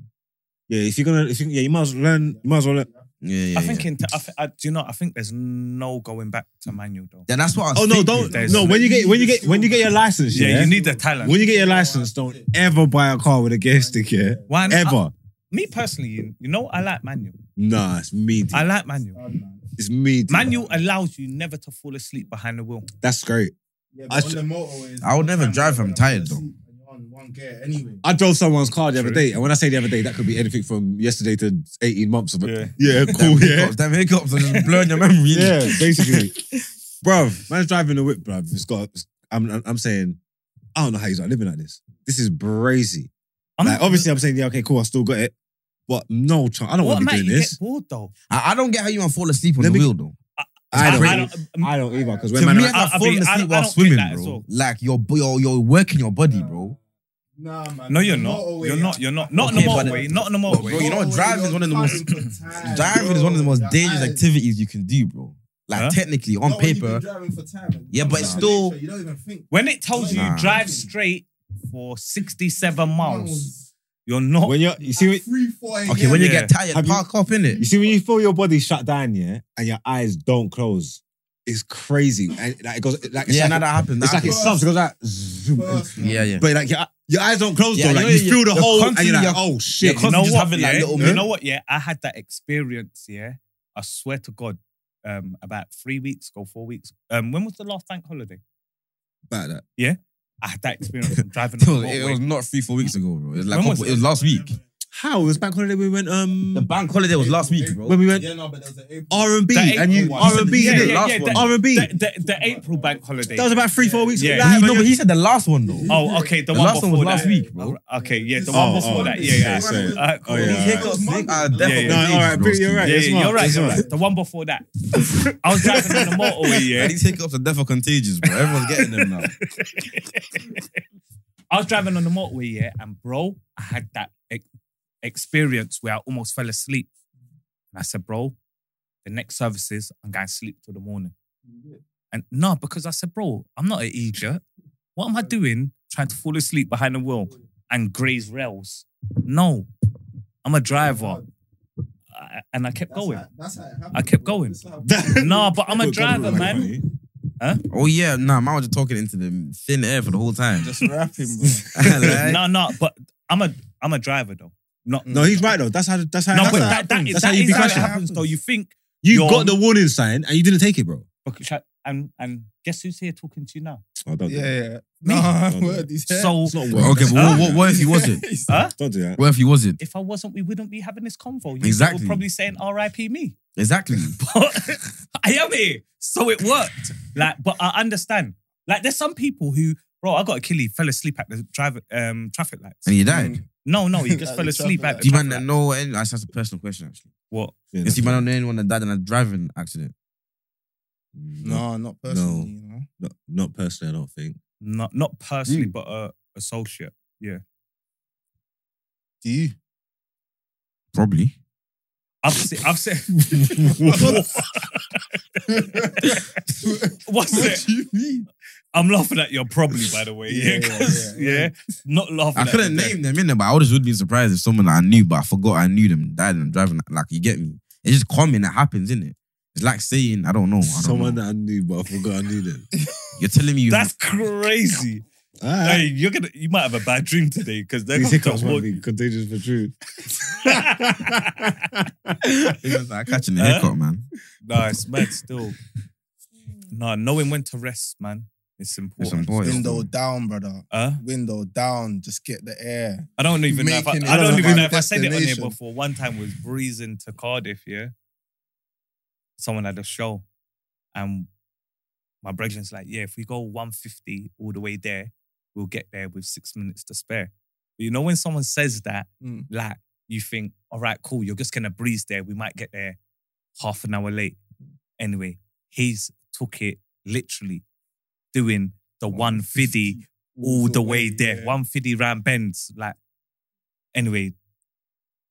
Speaker 2: Yeah, if you're gonna, if you, yeah, you might as well learn. You might as well learn.
Speaker 1: Yeah, yeah.
Speaker 3: I think
Speaker 1: yeah.
Speaker 3: in. T- I, th- I do you know. I think there's no going back to manual though.
Speaker 1: Yeah, that's what I was
Speaker 2: Oh no,
Speaker 1: thinking.
Speaker 2: don't
Speaker 3: there's-
Speaker 2: no. When you get
Speaker 1: [LAUGHS]
Speaker 2: when you get when you get your license,
Speaker 3: Yeah,
Speaker 2: yeah,
Speaker 3: you need the talent.
Speaker 2: when you get your license, don't ever buy a car with a gear stick, yeah,
Speaker 3: Why? not?
Speaker 2: ever.
Speaker 3: me personally, you, you know, what I like manual.
Speaker 2: Nah, it's meaty.
Speaker 3: I like manual.
Speaker 4: Oh, man.
Speaker 2: It's meaty.
Speaker 3: Manual allows you never to fall asleep behind the wheel.
Speaker 2: That's great.
Speaker 4: Yeah,
Speaker 2: I
Speaker 4: but on
Speaker 2: ju-
Speaker 4: the motorways,
Speaker 1: I would never
Speaker 4: sometimes
Speaker 1: drive if
Speaker 4: you're
Speaker 1: I'm
Speaker 4: on
Speaker 1: tired,
Speaker 4: the
Speaker 1: though.
Speaker 4: seat and you're On one gear anyway.
Speaker 2: I drove someone's car the other
Speaker 3: True.
Speaker 2: day, and when I say the other day, that could be anything from yesterday to eighteen months of
Speaker 3: Yeah.
Speaker 2: it.
Speaker 3: [LAUGHS]
Speaker 2: Yeah, cool. yeah,
Speaker 1: Hiccups, them hiccups are just blurring your memory.
Speaker 2: [LAUGHS] yeah,
Speaker 3: [LAUGHS]
Speaker 2: basically, bruv. Man's driving the whip, bruv. It's got. it's- I'm, I'm- I'm saying, I don't know how he's not living like this. This is brazy.
Speaker 3: I'm
Speaker 2: Like, obviously, I'm saying, yeah, okay, cool, I still got it. But no, chance. I don't
Speaker 3: what
Speaker 2: want to be
Speaker 3: mate,
Speaker 2: doing
Speaker 3: you
Speaker 2: this.
Speaker 3: get bored though.
Speaker 1: I, I don't get how you man fall asleep on
Speaker 2: Let
Speaker 1: the
Speaker 2: me-
Speaker 1: wheel though.
Speaker 2: I don't.
Speaker 3: I
Speaker 2: I
Speaker 3: don't, um,
Speaker 2: don't, either. Because when
Speaker 1: to
Speaker 2: man,
Speaker 1: me,
Speaker 2: are-
Speaker 1: I've
Speaker 3: I'll be-
Speaker 1: fallen
Speaker 3: I- I
Speaker 1: asleep while
Speaker 3: don't get
Speaker 1: swimming,
Speaker 3: that as
Speaker 1: bro.
Speaker 3: well.
Speaker 1: Like you're, you're you're working your body, bro.
Speaker 4: Nah, man.
Speaker 3: no, you're not.
Speaker 4: Motorway,
Speaker 3: You're not. You're not. Not in
Speaker 1: Okay,
Speaker 3: the
Speaker 1: but-
Speaker 3: motorway. Not in the
Speaker 1: But,
Speaker 3: motorway.
Speaker 1: bro, you know what?
Speaker 4: Motorway,
Speaker 1: Driving is one of the
Speaker 4: you're
Speaker 1: most-
Speaker 4: fighting for time,
Speaker 1: Driving is one of the most
Speaker 4: bro.
Speaker 1: dangerous
Speaker 4: Your eyes-
Speaker 1: activities you can do, bro. Like
Speaker 3: Huh?
Speaker 1: technically, on
Speaker 4: Not when you've
Speaker 1: paper,
Speaker 4: been driving for time.
Speaker 1: Yeah, but it's
Speaker 4: Nah.
Speaker 1: still-
Speaker 4: You don't even think.
Speaker 3: when it tells you
Speaker 1: Nah.
Speaker 3: drive straight for 67 miles, you're not.
Speaker 2: when you're, you see,
Speaker 4: At
Speaker 2: what-
Speaker 4: three, four a.m.
Speaker 1: okay, when you
Speaker 3: Yeah.
Speaker 1: get tired,
Speaker 2: Have you-
Speaker 1: park up in
Speaker 2: you
Speaker 1: it.
Speaker 2: see when you feel your body shut down, yeah, and your eyes don't close, it's crazy. And like it goes, like it's
Speaker 1: Yeah,
Speaker 2: like,
Speaker 1: now that happens.
Speaker 2: it's
Speaker 1: that
Speaker 2: like it
Speaker 1: happens.
Speaker 2: stops. It goes like, zoom, and-
Speaker 4: First,
Speaker 1: yeah, yeah.
Speaker 2: but like your, your eyes don't close
Speaker 1: Yeah,
Speaker 2: though.
Speaker 1: you
Speaker 2: Like
Speaker 1: know,
Speaker 2: you
Speaker 1: you're-
Speaker 2: feel the
Speaker 1: you're
Speaker 2: hole, and
Speaker 1: constantly-
Speaker 2: you're like,
Speaker 1: you're-
Speaker 2: oh shit.
Speaker 1: you're
Speaker 3: you
Speaker 1: constantly
Speaker 3: know
Speaker 1: just
Speaker 3: what?
Speaker 1: having, like,
Speaker 3: yeah?
Speaker 1: little
Speaker 3: you
Speaker 1: minutes.
Speaker 3: know what? Yeah, I had that experience. Yeah, I swear to God, um, about three weeks ago, four weeks. Um, when was the last bank holiday?
Speaker 2: About
Speaker 1: [LAUGHS]
Speaker 2: that.
Speaker 3: I had that experience from driving.
Speaker 1: It
Speaker 3: on
Speaker 2: [LAUGHS]
Speaker 1: was,
Speaker 3: the
Speaker 1: it
Speaker 3: motorway.
Speaker 1: was not three, four weeks ago, bro. It was like
Speaker 3: When
Speaker 1: couple-
Speaker 3: was
Speaker 1: it was last week.
Speaker 2: How it was back holiday? We went
Speaker 1: The
Speaker 2: um
Speaker 1: bank holiday was last week,
Speaker 2: when
Speaker 1: bro.
Speaker 2: we went
Speaker 4: Yeah, no, but there was an April.
Speaker 2: R and B,
Speaker 3: That
Speaker 2: and you
Speaker 4: April one.
Speaker 2: R and B,
Speaker 3: yeah,
Speaker 1: didn't it?
Speaker 3: yeah,
Speaker 1: Last
Speaker 3: yeah,
Speaker 1: one.
Speaker 3: The,
Speaker 2: R and B.
Speaker 3: the, the, the April bank holiday.
Speaker 2: That was about three, four weeks ago.
Speaker 3: Yeah.
Speaker 2: Like,
Speaker 1: He,
Speaker 2: man,
Speaker 1: no,
Speaker 2: you're-
Speaker 1: but he said the last one though.
Speaker 3: Oh, okay. The,
Speaker 1: The
Speaker 3: one
Speaker 1: last
Speaker 3: before
Speaker 1: one was last
Speaker 3: that.
Speaker 1: week, bro.
Speaker 3: Okay, yeah, the
Speaker 2: Oh,
Speaker 3: one before
Speaker 2: oh,
Speaker 3: that. Yeah,
Speaker 2: yeah,
Speaker 3: yeah. Uh,
Speaker 2: sorry.
Speaker 3: All right, cool.
Speaker 2: Oh, yeah,
Speaker 1: These
Speaker 2: all right.
Speaker 1: hiccups, Nick, are
Speaker 4: Yeah,
Speaker 1: definitely
Speaker 3: yeah.
Speaker 2: No, all right,
Speaker 1: dangerous,
Speaker 2: you're
Speaker 1: bro.
Speaker 2: right.
Speaker 3: Yeah,
Speaker 2: It's
Speaker 3: yeah,
Speaker 2: smart,
Speaker 3: you're right,
Speaker 2: it's
Speaker 3: you're
Speaker 2: smart.
Speaker 3: right. The one before that. I was driving on the motorway,
Speaker 1: Oh, [LAUGHS] Yeah,
Speaker 2: [LAUGHS]
Speaker 3: yeah.
Speaker 1: these hiccups are definitely contagious, bro. Everyone's getting them now.
Speaker 3: I was driving on the motorway, yeah, and bro, I had that ex- experience where I almost fell asleep. And I said, bro, the next services, I'm going to sleep till the morning. And no, because I said, bro, I'm not an idiot. What am I doing trying to fall asleep behind the wheel and graze rails? No, I'm a driver. I- and I kept
Speaker 4: That's
Speaker 3: going.
Speaker 4: how- that's how it happened,
Speaker 3: I kept
Speaker 4: bro.
Speaker 3: going.
Speaker 4: That's how-
Speaker 3: [LAUGHS] Nah, but I'm a driver,
Speaker 2: Like,
Speaker 3: man.
Speaker 2: funny.
Speaker 1: [LAUGHS] Oh yeah, nah, man was just talking into the thin air for the whole time.
Speaker 4: Just rapping, bro.
Speaker 3: [LAUGHS]
Speaker 1: Like,
Speaker 3: no, no, but I'm a I'm a driver though. Not
Speaker 2: [LAUGHS] No, he's right though. That's how. That's how.
Speaker 3: No,
Speaker 2: that's
Speaker 3: but
Speaker 2: how-
Speaker 3: that, that is
Speaker 2: That's how
Speaker 3: that
Speaker 2: you
Speaker 3: is
Speaker 2: be
Speaker 3: how it
Speaker 2: crashing.
Speaker 3: happens though. You think
Speaker 2: You
Speaker 3: You're-
Speaker 2: got the warning sign and you didn't take it, bro.
Speaker 3: because- And and guess who's here talking to you
Speaker 2: [LAUGHS]
Speaker 3: now?
Speaker 2: Oh, don't do that.
Speaker 4: yeah.
Speaker 3: Me.
Speaker 4: No, [LAUGHS]
Speaker 2: Don't do
Speaker 4: word is
Speaker 3: So
Speaker 2: It's not
Speaker 1: Well,
Speaker 2: work.
Speaker 1: [LAUGHS] okay, but
Speaker 3: Huh?
Speaker 1: what, what, what if he
Speaker 4: [LAUGHS]
Speaker 1: wasn't?
Speaker 3: Huh?
Speaker 2: Don't do that.
Speaker 1: What if he wasn't?
Speaker 3: if I wasn't, we wouldn't be having this convo. You
Speaker 1: Exactly.
Speaker 3: We're probably saying R.I.P. me,
Speaker 1: Exactly.
Speaker 3: but [LAUGHS] I am here, so it worked. Like, but I understand. Like, there's some people who, bro, I got a killie, fell asleep at the drive um traffic lights.
Speaker 1: And he died.
Speaker 3: No, no, he just
Speaker 4: At
Speaker 3: fell
Speaker 4: the
Speaker 3: asleep
Speaker 4: traffic
Speaker 3: at
Speaker 1: Do
Speaker 3: the
Speaker 1: you man
Speaker 3: traffic light.
Speaker 1: know? any- That's that's a personal question, actually.
Speaker 3: What?
Speaker 2: Yeah,
Speaker 1: Is he
Speaker 2: no.
Speaker 1: man know anyone that died in a driving accident?
Speaker 4: No, not
Speaker 3: [LAUGHS]
Speaker 4: personally. You know?
Speaker 2: Not, not personally, I don't think.
Speaker 3: Not not personally,
Speaker 1: Mm.
Speaker 3: but uh, associate.
Speaker 4: Do you?
Speaker 1: Probably.
Speaker 3: I've seen. I've seen. [LAUGHS] What's
Speaker 4: What
Speaker 3: it?
Speaker 4: do you mean?
Speaker 3: I'm laughing at your probably, by the way. Yeah, [LAUGHS]
Speaker 4: Yeah, yeah,
Speaker 3: 'cause- yeah,
Speaker 4: yeah, yeah.
Speaker 3: Not laughing.
Speaker 1: I
Speaker 3: at
Speaker 1: couldn't
Speaker 3: the
Speaker 1: name them in there, but I always would be surprised if someone that I knew but I forgot I knew them died in a driving. Like you get me? It's just common. It happens, isn't it? It's like saying I don't know. I don't
Speaker 2: Someone
Speaker 1: know.
Speaker 2: that I knew, but I forgot I knew them.
Speaker 1: You're telling me you
Speaker 3: death.
Speaker 1: [LAUGHS]
Speaker 3: That's crazy.
Speaker 2: All right.
Speaker 3: Hey, you're gonna. You might have a bad dream today because they're
Speaker 2: These
Speaker 3: gonna
Speaker 2: hiccups
Speaker 3: come
Speaker 2: might
Speaker 3: walk-
Speaker 2: be contagious for truth.
Speaker 1: I'm catching the
Speaker 3: Huh?
Speaker 1: hiccup, man.
Speaker 3: Nah, it's mad still. Nah, knowing when to rest, man, it's important.
Speaker 1: It's important.
Speaker 4: Window down, brother.
Speaker 3: Huh?
Speaker 4: Window down. Just get the air.
Speaker 3: I don't even know. If I,
Speaker 4: Making it
Speaker 3: I don't
Speaker 4: about
Speaker 3: even know if I said it on here
Speaker 4: destination.
Speaker 3: before. One time was breezing to Cardiff. Yeah, someone had a show, and my brethren's like, "Yeah, if we go 150 all the way there, we'll get there with six minutes to spare." But you know when someone says that,
Speaker 4: Mm.
Speaker 3: like you think, "All right, cool, you're just gonna breeze there. We might get there half an hour late." Anyway, he's took it literally, doing the 150 all the way there.
Speaker 4: yeah.
Speaker 3: One fifty round bends. Like anyway,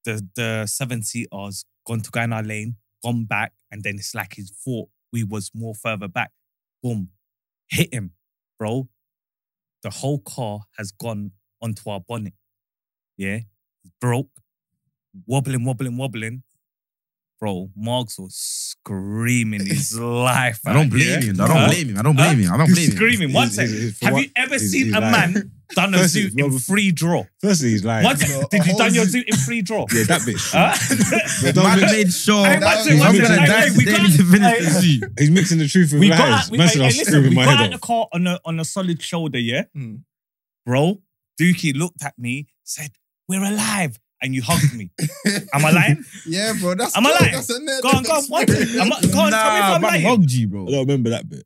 Speaker 3: the the seven seaters gone to go in our lane, gone back, and then it's like his thought we was more further back. Boom, hit him, bro. The whole car has gone onto our bonnet. Yeah, broke, wobbling, wobbling, wobbling. Bro, Margs was screaming [LAUGHS] his life.
Speaker 1: I don't
Speaker 3: out,
Speaker 1: blame
Speaker 3: yeah?
Speaker 1: him. I
Speaker 3: Huh?
Speaker 1: don't blame him. I don't blame him. I don't blame him.
Speaker 3: Screaming. One
Speaker 2: He's-
Speaker 3: second.
Speaker 2: he's-
Speaker 3: [LAUGHS]
Speaker 2: for
Speaker 3: Have
Speaker 2: what-
Speaker 3: you ever
Speaker 2: he's-
Speaker 3: seen
Speaker 2: he's
Speaker 3: a
Speaker 2: lying.
Speaker 3: man done a
Speaker 2: First
Speaker 3: zoo
Speaker 2: he's
Speaker 3: in
Speaker 2: rubber-
Speaker 3: free draw?
Speaker 2: Firstly, he's lying.
Speaker 3: What?
Speaker 4: No,
Speaker 3: Did you
Speaker 4: a
Speaker 3: done your
Speaker 4: whole
Speaker 3: zoo in
Speaker 1: [LAUGHS]
Speaker 3: free draw?
Speaker 2: Yeah, that bitch.
Speaker 3: Huh?
Speaker 2: Don't
Speaker 1: Man
Speaker 2: mix-
Speaker 1: made sure
Speaker 3: Uh, Hey,
Speaker 1: I'm
Speaker 4: one second,
Speaker 1: gonna
Speaker 4: one second.
Speaker 1: die
Speaker 3: Hey, we
Speaker 1: today
Speaker 3: got-
Speaker 1: to finish
Speaker 3: hey.
Speaker 1: the shoot.
Speaker 2: he's mixing the truth with
Speaker 3: we got
Speaker 2: lies.
Speaker 3: out, we,
Speaker 2: Messing
Speaker 3: hey,
Speaker 2: up
Speaker 3: hey, listen,
Speaker 2: screaming
Speaker 3: we
Speaker 2: my
Speaker 3: got out
Speaker 2: head
Speaker 3: the
Speaker 2: off.
Speaker 3: car on a, on a solid shoulder, yeah?
Speaker 4: Mm.
Speaker 3: Bro, Dookie looked at me, said, We're alive. And you hugged me. Am I
Speaker 4: [LAUGHS]
Speaker 3: lying?
Speaker 4: Yeah, bro. That's
Speaker 3: Am I
Speaker 4: good.
Speaker 3: lying?
Speaker 4: That's a near
Speaker 3: Go on, go on. What? Am
Speaker 4: [LAUGHS]
Speaker 3: I, go on, tell me if
Speaker 1: Nah,
Speaker 3: I'm
Speaker 1: man,
Speaker 3: lying.
Speaker 1: hugged you,
Speaker 2: I
Speaker 1: bro.
Speaker 2: don't remember that bit.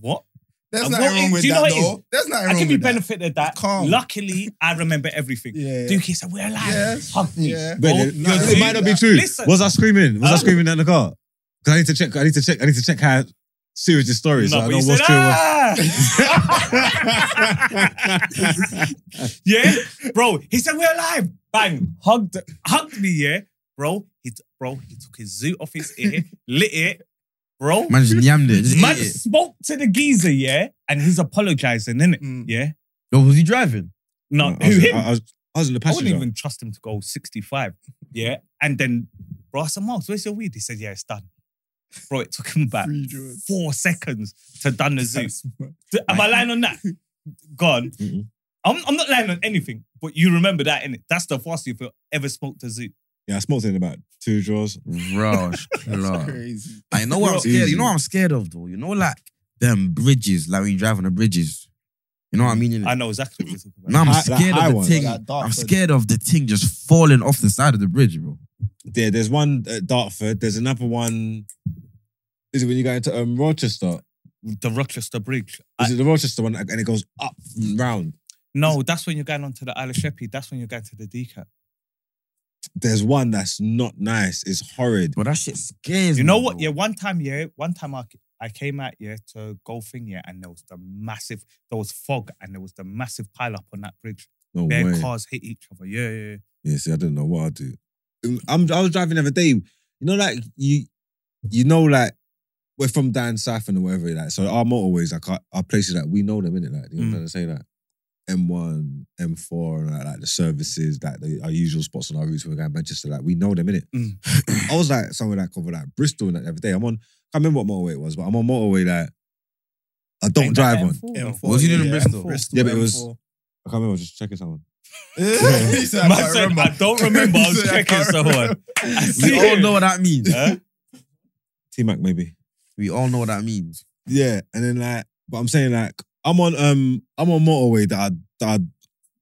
Speaker 3: What?
Speaker 4: There's
Speaker 3: And
Speaker 4: nothing [LAUGHS]
Speaker 3: what is-
Speaker 4: wrong with
Speaker 3: do you know
Speaker 4: that,
Speaker 3: what it is?
Speaker 4: though. There's nothing
Speaker 3: I
Speaker 4: wrong
Speaker 3: give you
Speaker 4: with that.
Speaker 3: benefit of that.
Speaker 4: Calm.
Speaker 3: Luckily, I remember everything.
Speaker 4: [LAUGHS] [LAUGHS] Yeah.
Speaker 3: Dookie said, We're alive.
Speaker 4: Yeah.
Speaker 3: Hug me.
Speaker 4: Yeah.
Speaker 2: But
Speaker 3: Oh,
Speaker 2: it-
Speaker 3: no,
Speaker 2: it
Speaker 3: see,
Speaker 2: might not be true.
Speaker 3: listen.
Speaker 2: Was I screaming? Was I
Speaker 3: Huh?
Speaker 2: screaming down the car? Because I need to check. I need to check. I need to check how serious this story is. so
Speaker 3: No,
Speaker 2: I
Speaker 3: but
Speaker 2: know
Speaker 3: you said,
Speaker 2: what's true. [LAUGHS] and
Speaker 3: [LAUGHS] "Ah!"
Speaker 2: what's-
Speaker 3: yeah, bro. He said we're alive. Bang, hugged, hugged me. Yeah, bro. He t- bro. He took his zoo off his ear, [LAUGHS] lit it, bro. Man,
Speaker 1: Man just yammed it. Just ate it.
Speaker 3: spoke to the geezer, yeah, and he's apologizing, innit?
Speaker 4: Mm.
Speaker 3: [LAUGHS] Yeah,
Speaker 1: Yo, was he driving?
Speaker 3: no,
Speaker 2: I
Speaker 3: who
Speaker 2: was-
Speaker 3: him?
Speaker 2: I, I was, I was in the
Speaker 3: I wouldn't
Speaker 2: Uh, passenger.
Speaker 3: even trust him to go 65. Yeah. And then, bro, I said, Marks, where's your weed? He said, yeah, it's done. Bro, it took him back
Speaker 4: Three drugs.
Speaker 3: four seconds to done the zoo.
Speaker 4: That's [LAUGHS] mad.
Speaker 3: D- Am I lying on that?
Speaker 2: [LAUGHS]
Speaker 3: Gone.
Speaker 2: Mm-mm.
Speaker 3: I'm, I'm not lying on anything, but you remember that, innit? That's the first you've ever spoke to zoo.
Speaker 2: Yeah, I smoked in about two draws.
Speaker 1: Rush,
Speaker 4: That's
Speaker 1: club.
Speaker 3: [LAUGHS]
Speaker 4: crazy.
Speaker 1: I know what I'm
Speaker 2: It's
Speaker 1: scared.
Speaker 2: easy.
Speaker 1: You know what I'm scared of though. You know, like them bridges, like when you drive on the bridges. You know what I mean?
Speaker 3: I know exactly what you're talking about.
Speaker 1: No, I'm
Speaker 2: Like
Speaker 1: scared
Speaker 2: high
Speaker 1: of the
Speaker 2: one.
Speaker 1: thing.
Speaker 4: Like Dartford.
Speaker 1: I'm scared of the thing just falling off the side of the bridge, bro.
Speaker 2: Yeah, there's one at Dartford. There's another one. Is it when you go into um, Rochester?
Speaker 3: The Rochester Bridge.
Speaker 2: Is
Speaker 3: I-
Speaker 2: it the Rochester one? And it goes up and round.
Speaker 3: no, that's when you're going on to the Isle of Sheppey. That's when you're going to the decat.
Speaker 2: There's one that's not nice. It's horrid.
Speaker 1: But that shit scares me.
Speaker 3: You know what?
Speaker 1: bro.
Speaker 3: Yeah, one time, yeah, one time I, I came out yeah to golfing yeah, and there was the massive, there was fog and there was the massive pile up on that bridge.
Speaker 2: No
Speaker 3: Their
Speaker 2: way.
Speaker 3: cars hit each other. Yeah, yeah, yeah.
Speaker 2: Yeah, see, I don't know what I do. Um, I'm, I was driving the other day. You know, like you, you know, like we're from down south and whatever. Like, so our motorways, like our, our places, like we know them, innit? Like, you know what I'm
Speaker 3: Mm.
Speaker 2: trying to say? Like, M1, M4, and like, like the services, like the, our usual spots on our routes. We're going Manchester. Like, we know them, innit?
Speaker 3: Mm.
Speaker 2: [COUGHS] I was like somewhere like over like Bristol like, the other day. I'm on. I can't remember what motorway it was, but I'm on motorway like. I don't
Speaker 3: Ain't that
Speaker 2: drive on.
Speaker 3: M4? [LAUGHS]
Speaker 4: M4, [LAUGHS]
Speaker 1: What was he doing in
Speaker 4: yeah,
Speaker 1: Bristol?
Speaker 4: M4.
Speaker 2: Yeah, but it was- [LAUGHS]
Speaker 4: M4.
Speaker 2: I can't remember. I was just checking someone.
Speaker 4: He said, I
Speaker 3: Man
Speaker 4: can't
Speaker 3: said,
Speaker 4: remember.
Speaker 3: I don't remember. I was
Speaker 4: [LAUGHS] He said, I
Speaker 3: checking
Speaker 4: can't
Speaker 3: someone.
Speaker 2: oh,
Speaker 4: remember.
Speaker 3: [LAUGHS] I see
Speaker 1: We all
Speaker 3: it.
Speaker 1: know what that means.
Speaker 3: Huh?
Speaker 2: T Mac maybe.
Speaker 1: we all know what that means.
Speaker 2: Yeah, and then like, but I'm saying like, I'm on um, I'm on motorway that I that I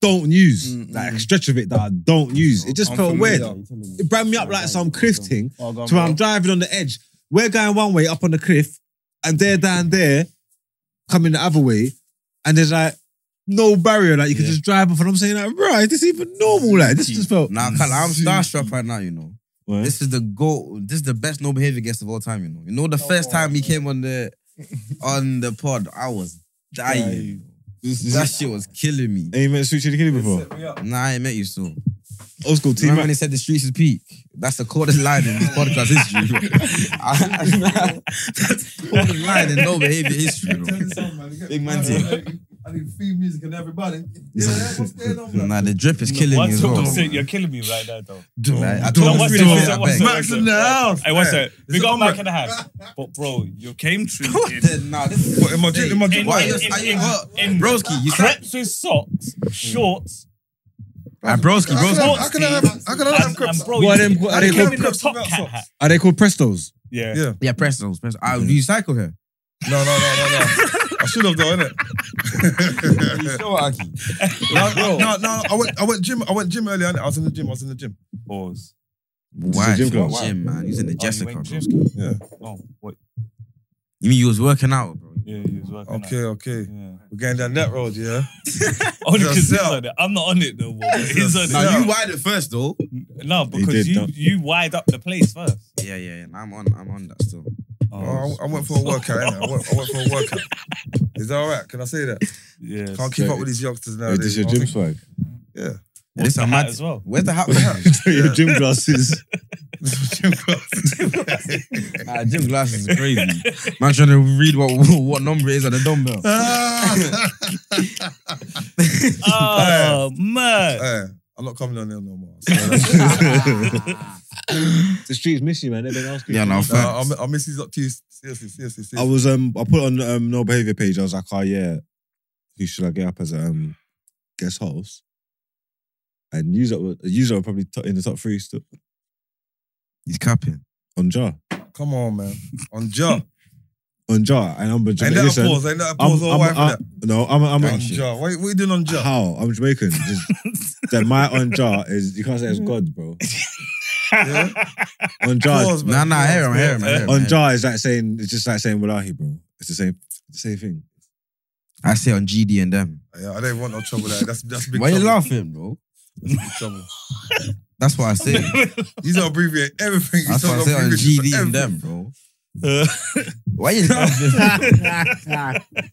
Speaker 2: don't use,
Speaker 4: Mm,
Speaker 2: like
Speaker 4: mm.
Speaker 2: a stretch of it that I don't use. It just felt weird.
Speaker 4: Unfamiliar.
Speaker 2: It brand me up like some cliff thing.
Speaker 4: Oh, go on,
Speaker 2: So
Speaker 4: go
Speaker 2: I'm
Speaker 4: on.
Speaker 2: driving on the edge. We're going one way up on the cliff, and they're down there, coming the other way, and there's like no barrier, like you can
Speaker 1: Yeah.
Speaker 2: just drive off. And I'm saying like, right, is this even normal? Like this just felt
Speaker 1: Nah, Kala,
Speaker 2: [LAUGHS]
Speaker 1: I'm starstruck right now, you know.
Speaker 2: What?
Speaker 1: This is the goal. This is the best no behavior guest of all time, you know. You know, the
Speaker 4: Oh,
Speaker 1: first time he
Speaker 4: man.
Speaker 1: came on the on the pod, I was dying.
Speaker 2: This- this-
Speaker 1: That shit was killing me.
Speaker 2: Ain't you met Sweet Chili Kitty before?
Speaker 1: Nah, I ain't met you so.
Speaker 2: Old school team.
Speaker 1: Remember when they said the streets is peak? That's the coldest line in this podcast history. [LAUGHS] bro. That's the coldest line in no behavior history. Bro. Big man
Speaker 4: [LAUGHS] I need theme music
Speaker 3: [LAUGHS]
Speaker 4: and everybody.
Speaker 1: Nah, the drip is killing me as well.
Speaker 3: You're killing me right there, though.
Speaker 1: Like, I
Speaker 3: Now,
Speaker 1: told
Speaker 3: what's
Speaker 1: you
Speaker 3: it-
Speaker 1: to
Speaker 3: what's
Speaker 1: fit,
Speaker 3: it-
Speaker 1: I
Speaker 3: what's
Speaker 1: beg.
Speaker 3: it-
Speaker 4: Max in the house.
Speaker 3: Hey, what's that? We
Speaker 1: This
Speaker 3: got
Speaker 1: is
Speaker 3: Mac
Speaker 1: like-
Speaker 3: in the house. But, bro, you came through.
Speaker 1: What
Speaker 3: in-
Speaker 1: the- [LAUGHS] Nah, this is
Speaker 2: What, am I doing- am I doing-
Speaker 1: Hey, Why
Speaker 3: in-
Speaker 1: you
Speaker 3: in-
Speaker 1: are you
Speaker 3: in-
Speaker 1: hot?
Speaker 3: in-
Speaker 1: Broski, you said
Speaker 3: Crepes with socks, shorts,
Speaker 1: Ah, broski, broski.
Speaker 4: I can have, I can have
Speaker 3: and,
Speaker 4: crepes.
Speaker 3: and bro,
Speaker 2: What are
Speaker 3: you,
Speaker 2: them- what are they
Speaker 3: you came
Speaker 2: called?
Speaker 3: in the
Speaker 4: Crepes
Speaker 3: top
Speaker 4: without
Speaker 3: cat
Speaker 4: socks.
Speaker 3: hat.
Speaker 2: Are they called Prestos?
Speaker 3: Yeah.
Speaker 4: Yeah.
Speaker 1: Yeah, press those. Press. I do you cycle here.
Speaker 4: No, no, no, no, no. [LAUGHS] I should have done it.
Speaker 2: [LAUGHS]
Speaker 1: sure, Aki?
Speaker 4: [LAUGHS] no, no, no, no. I went, I went gym. I went gym earlier. innit? I was in the gym. I was in the gym.
Speaker 3: Pause.
Speaker 1: Why?
Speaker 2: Gym club.
Speaker 1: Gym, man. He's in the Jessica.
Speaker 3: Oh,
Speaker 1: bro.
Speaker 3: you
Speaker 1: You,
Speaker 3: went gym?
Speaker 4: Yeah.
Speaker 3: Oh, what?
Speaker 1: mean you was working out, bro?
Speaker 3: Yeah, he was working.
Speaker 4: Okay, okay.
Speaker 3: Out. Yeah.
Speaker 5: [LAUGHS]
Speaker 4: We're going down that road,
Speaker 1: [LAUGHS]
Speaker 4: yeah.
Speaker 3: Only
Speaker 4: It's a
Speaker 3: 'cause he's
Speaker 4: sell.
Speaker 3: on it. I'm not on it no more. but He's on
Speaker 4: Nah,
Speaker 3: it.
Speaker 4: you
Speaker 1: wide at first, though.
Speaker 3: No,
Speaker 2: did,
Speaker 3: because you
Speaker 2: don't-
Speaker 3: you wired up the place first.
Speaker 1: Yeah, yeah, yeah. Nah, I'm on. I'm on that still.
Speaker 4: Oh, I, I went for a workout. innit? I, went, I went for a
Speaker 1: [LAUGHS]
Speaker 4: workout. Is that all right? Can I say that?
Speaker 3: Yeah.
Speaker 4: Can't keep up with these youngsters
Speaker 2: Is
Speaker 4: nowadays.
Speaker 2: this your
Speaker 4: I
Speaker 2: gym
Speaker 4: think-
Speaker 2: swag?
Speaker 4: Yeah.
Speaker 1: [LAUGHS]
Speaker 4: [LAUGHS]
Speaker 1: Yeah, this a mad.
Speaker 3: as well.
Speaker 1: [LAUGHS] Where's the hat?
Speaker 2: your gym glasses.
Speaker 4: Gym class.
Speaker 1: nah, gym glasses is crazy. [LAUGHS] Man, trying to read what [LAUGHS] what number it is on the dumbbell.
Speaker 4: [LAUGHS] Ah.
Speaker 3: Oh man.
Speaker 4: Eh, I'm not coming on there
Speaker 1: [LAUGHS]
Speaker 4: no more.
Speaker 2: the streets miss you, man. They've been asking.
Speaker 1: Yeah,
Speaker 4: [LAUGHS]
Speaker 1: no,
Speaker 4: No, I,
Speaker 1: facts.
Speaker 4: mi- I miss these up to you. Seriously, seriously, seriously.
Speaker 2: I was um, I put on the um, no behavior page. I was like, oh yeah, who should I get up as a um, guest host? And user, were- user were probably to- in the top three still
Speaker 1: He's capping.
Speaker 2: on Jar,
Speaker 4: Come on, man. On jump.
Speaker 2: on Jar, and I'm a
Speaker 4: Ain't
Speaker 2: Jamaican.
Speaker 4: that a
Speaker 2: Listen,
Speaker 4: pause? Ain't that a
Speaker 2: I'm,
Speaker 4: pause? All
Speaker 2: I'm-
Speaker 4: right for
Speaker 2: I-
Speaker 4: that.
Speaker 2: no, I'm, I'm,
Speaker 4: On
Speaker 1: Thank
Speaker 2: I'm
Speaker 1: you.
Speaker 4: jar. What, what you doing on jar?
Speaker 2: how I'm Jamaican. Just,
Speaker 4: [LAUGHS]
Speaker 2: that my on Jar is you can't say it's God, bro.
Speaker 4: Yeah?
Speaker 2: On Jar,
Speaker 4: Pause,
Speaker 1: Nah,
Speaker 4: man.
Speaker 1: nah, I hear him, I hear him, I hear him.
Speaker 2: on Jar is like saying it's just like saying Wallahi, bro. It's the same, the same
Speaker 4: [LAUGHS]
Speaker 2: thing.
Speaker 1: I say on GD and them.
Speaker 4: Yeah, I don't want no trouble. Like, that's that's big
Speaker 1: Why you
Speaker 4: trouble.
Speaker 1: laughing, bro?
Speaker 4: Big trouble.
Speaker 1: That's what I
Speaker 4: [LAUGHS]
Speaker 1: say.
Speaker 4: He's abbreviate everything. He's
Speaker 1: That's what I
Speaker 4: talking
Speaker 1: say on
Speaker 4: abbreviations
Speaker 1: GD
Speaker 4: for
Speaker 1: and
Speaker 4: everything.
Speaker 1: them, bro. Why
Speaker 4: [LAUGHS]
Speaker 1: you laughing?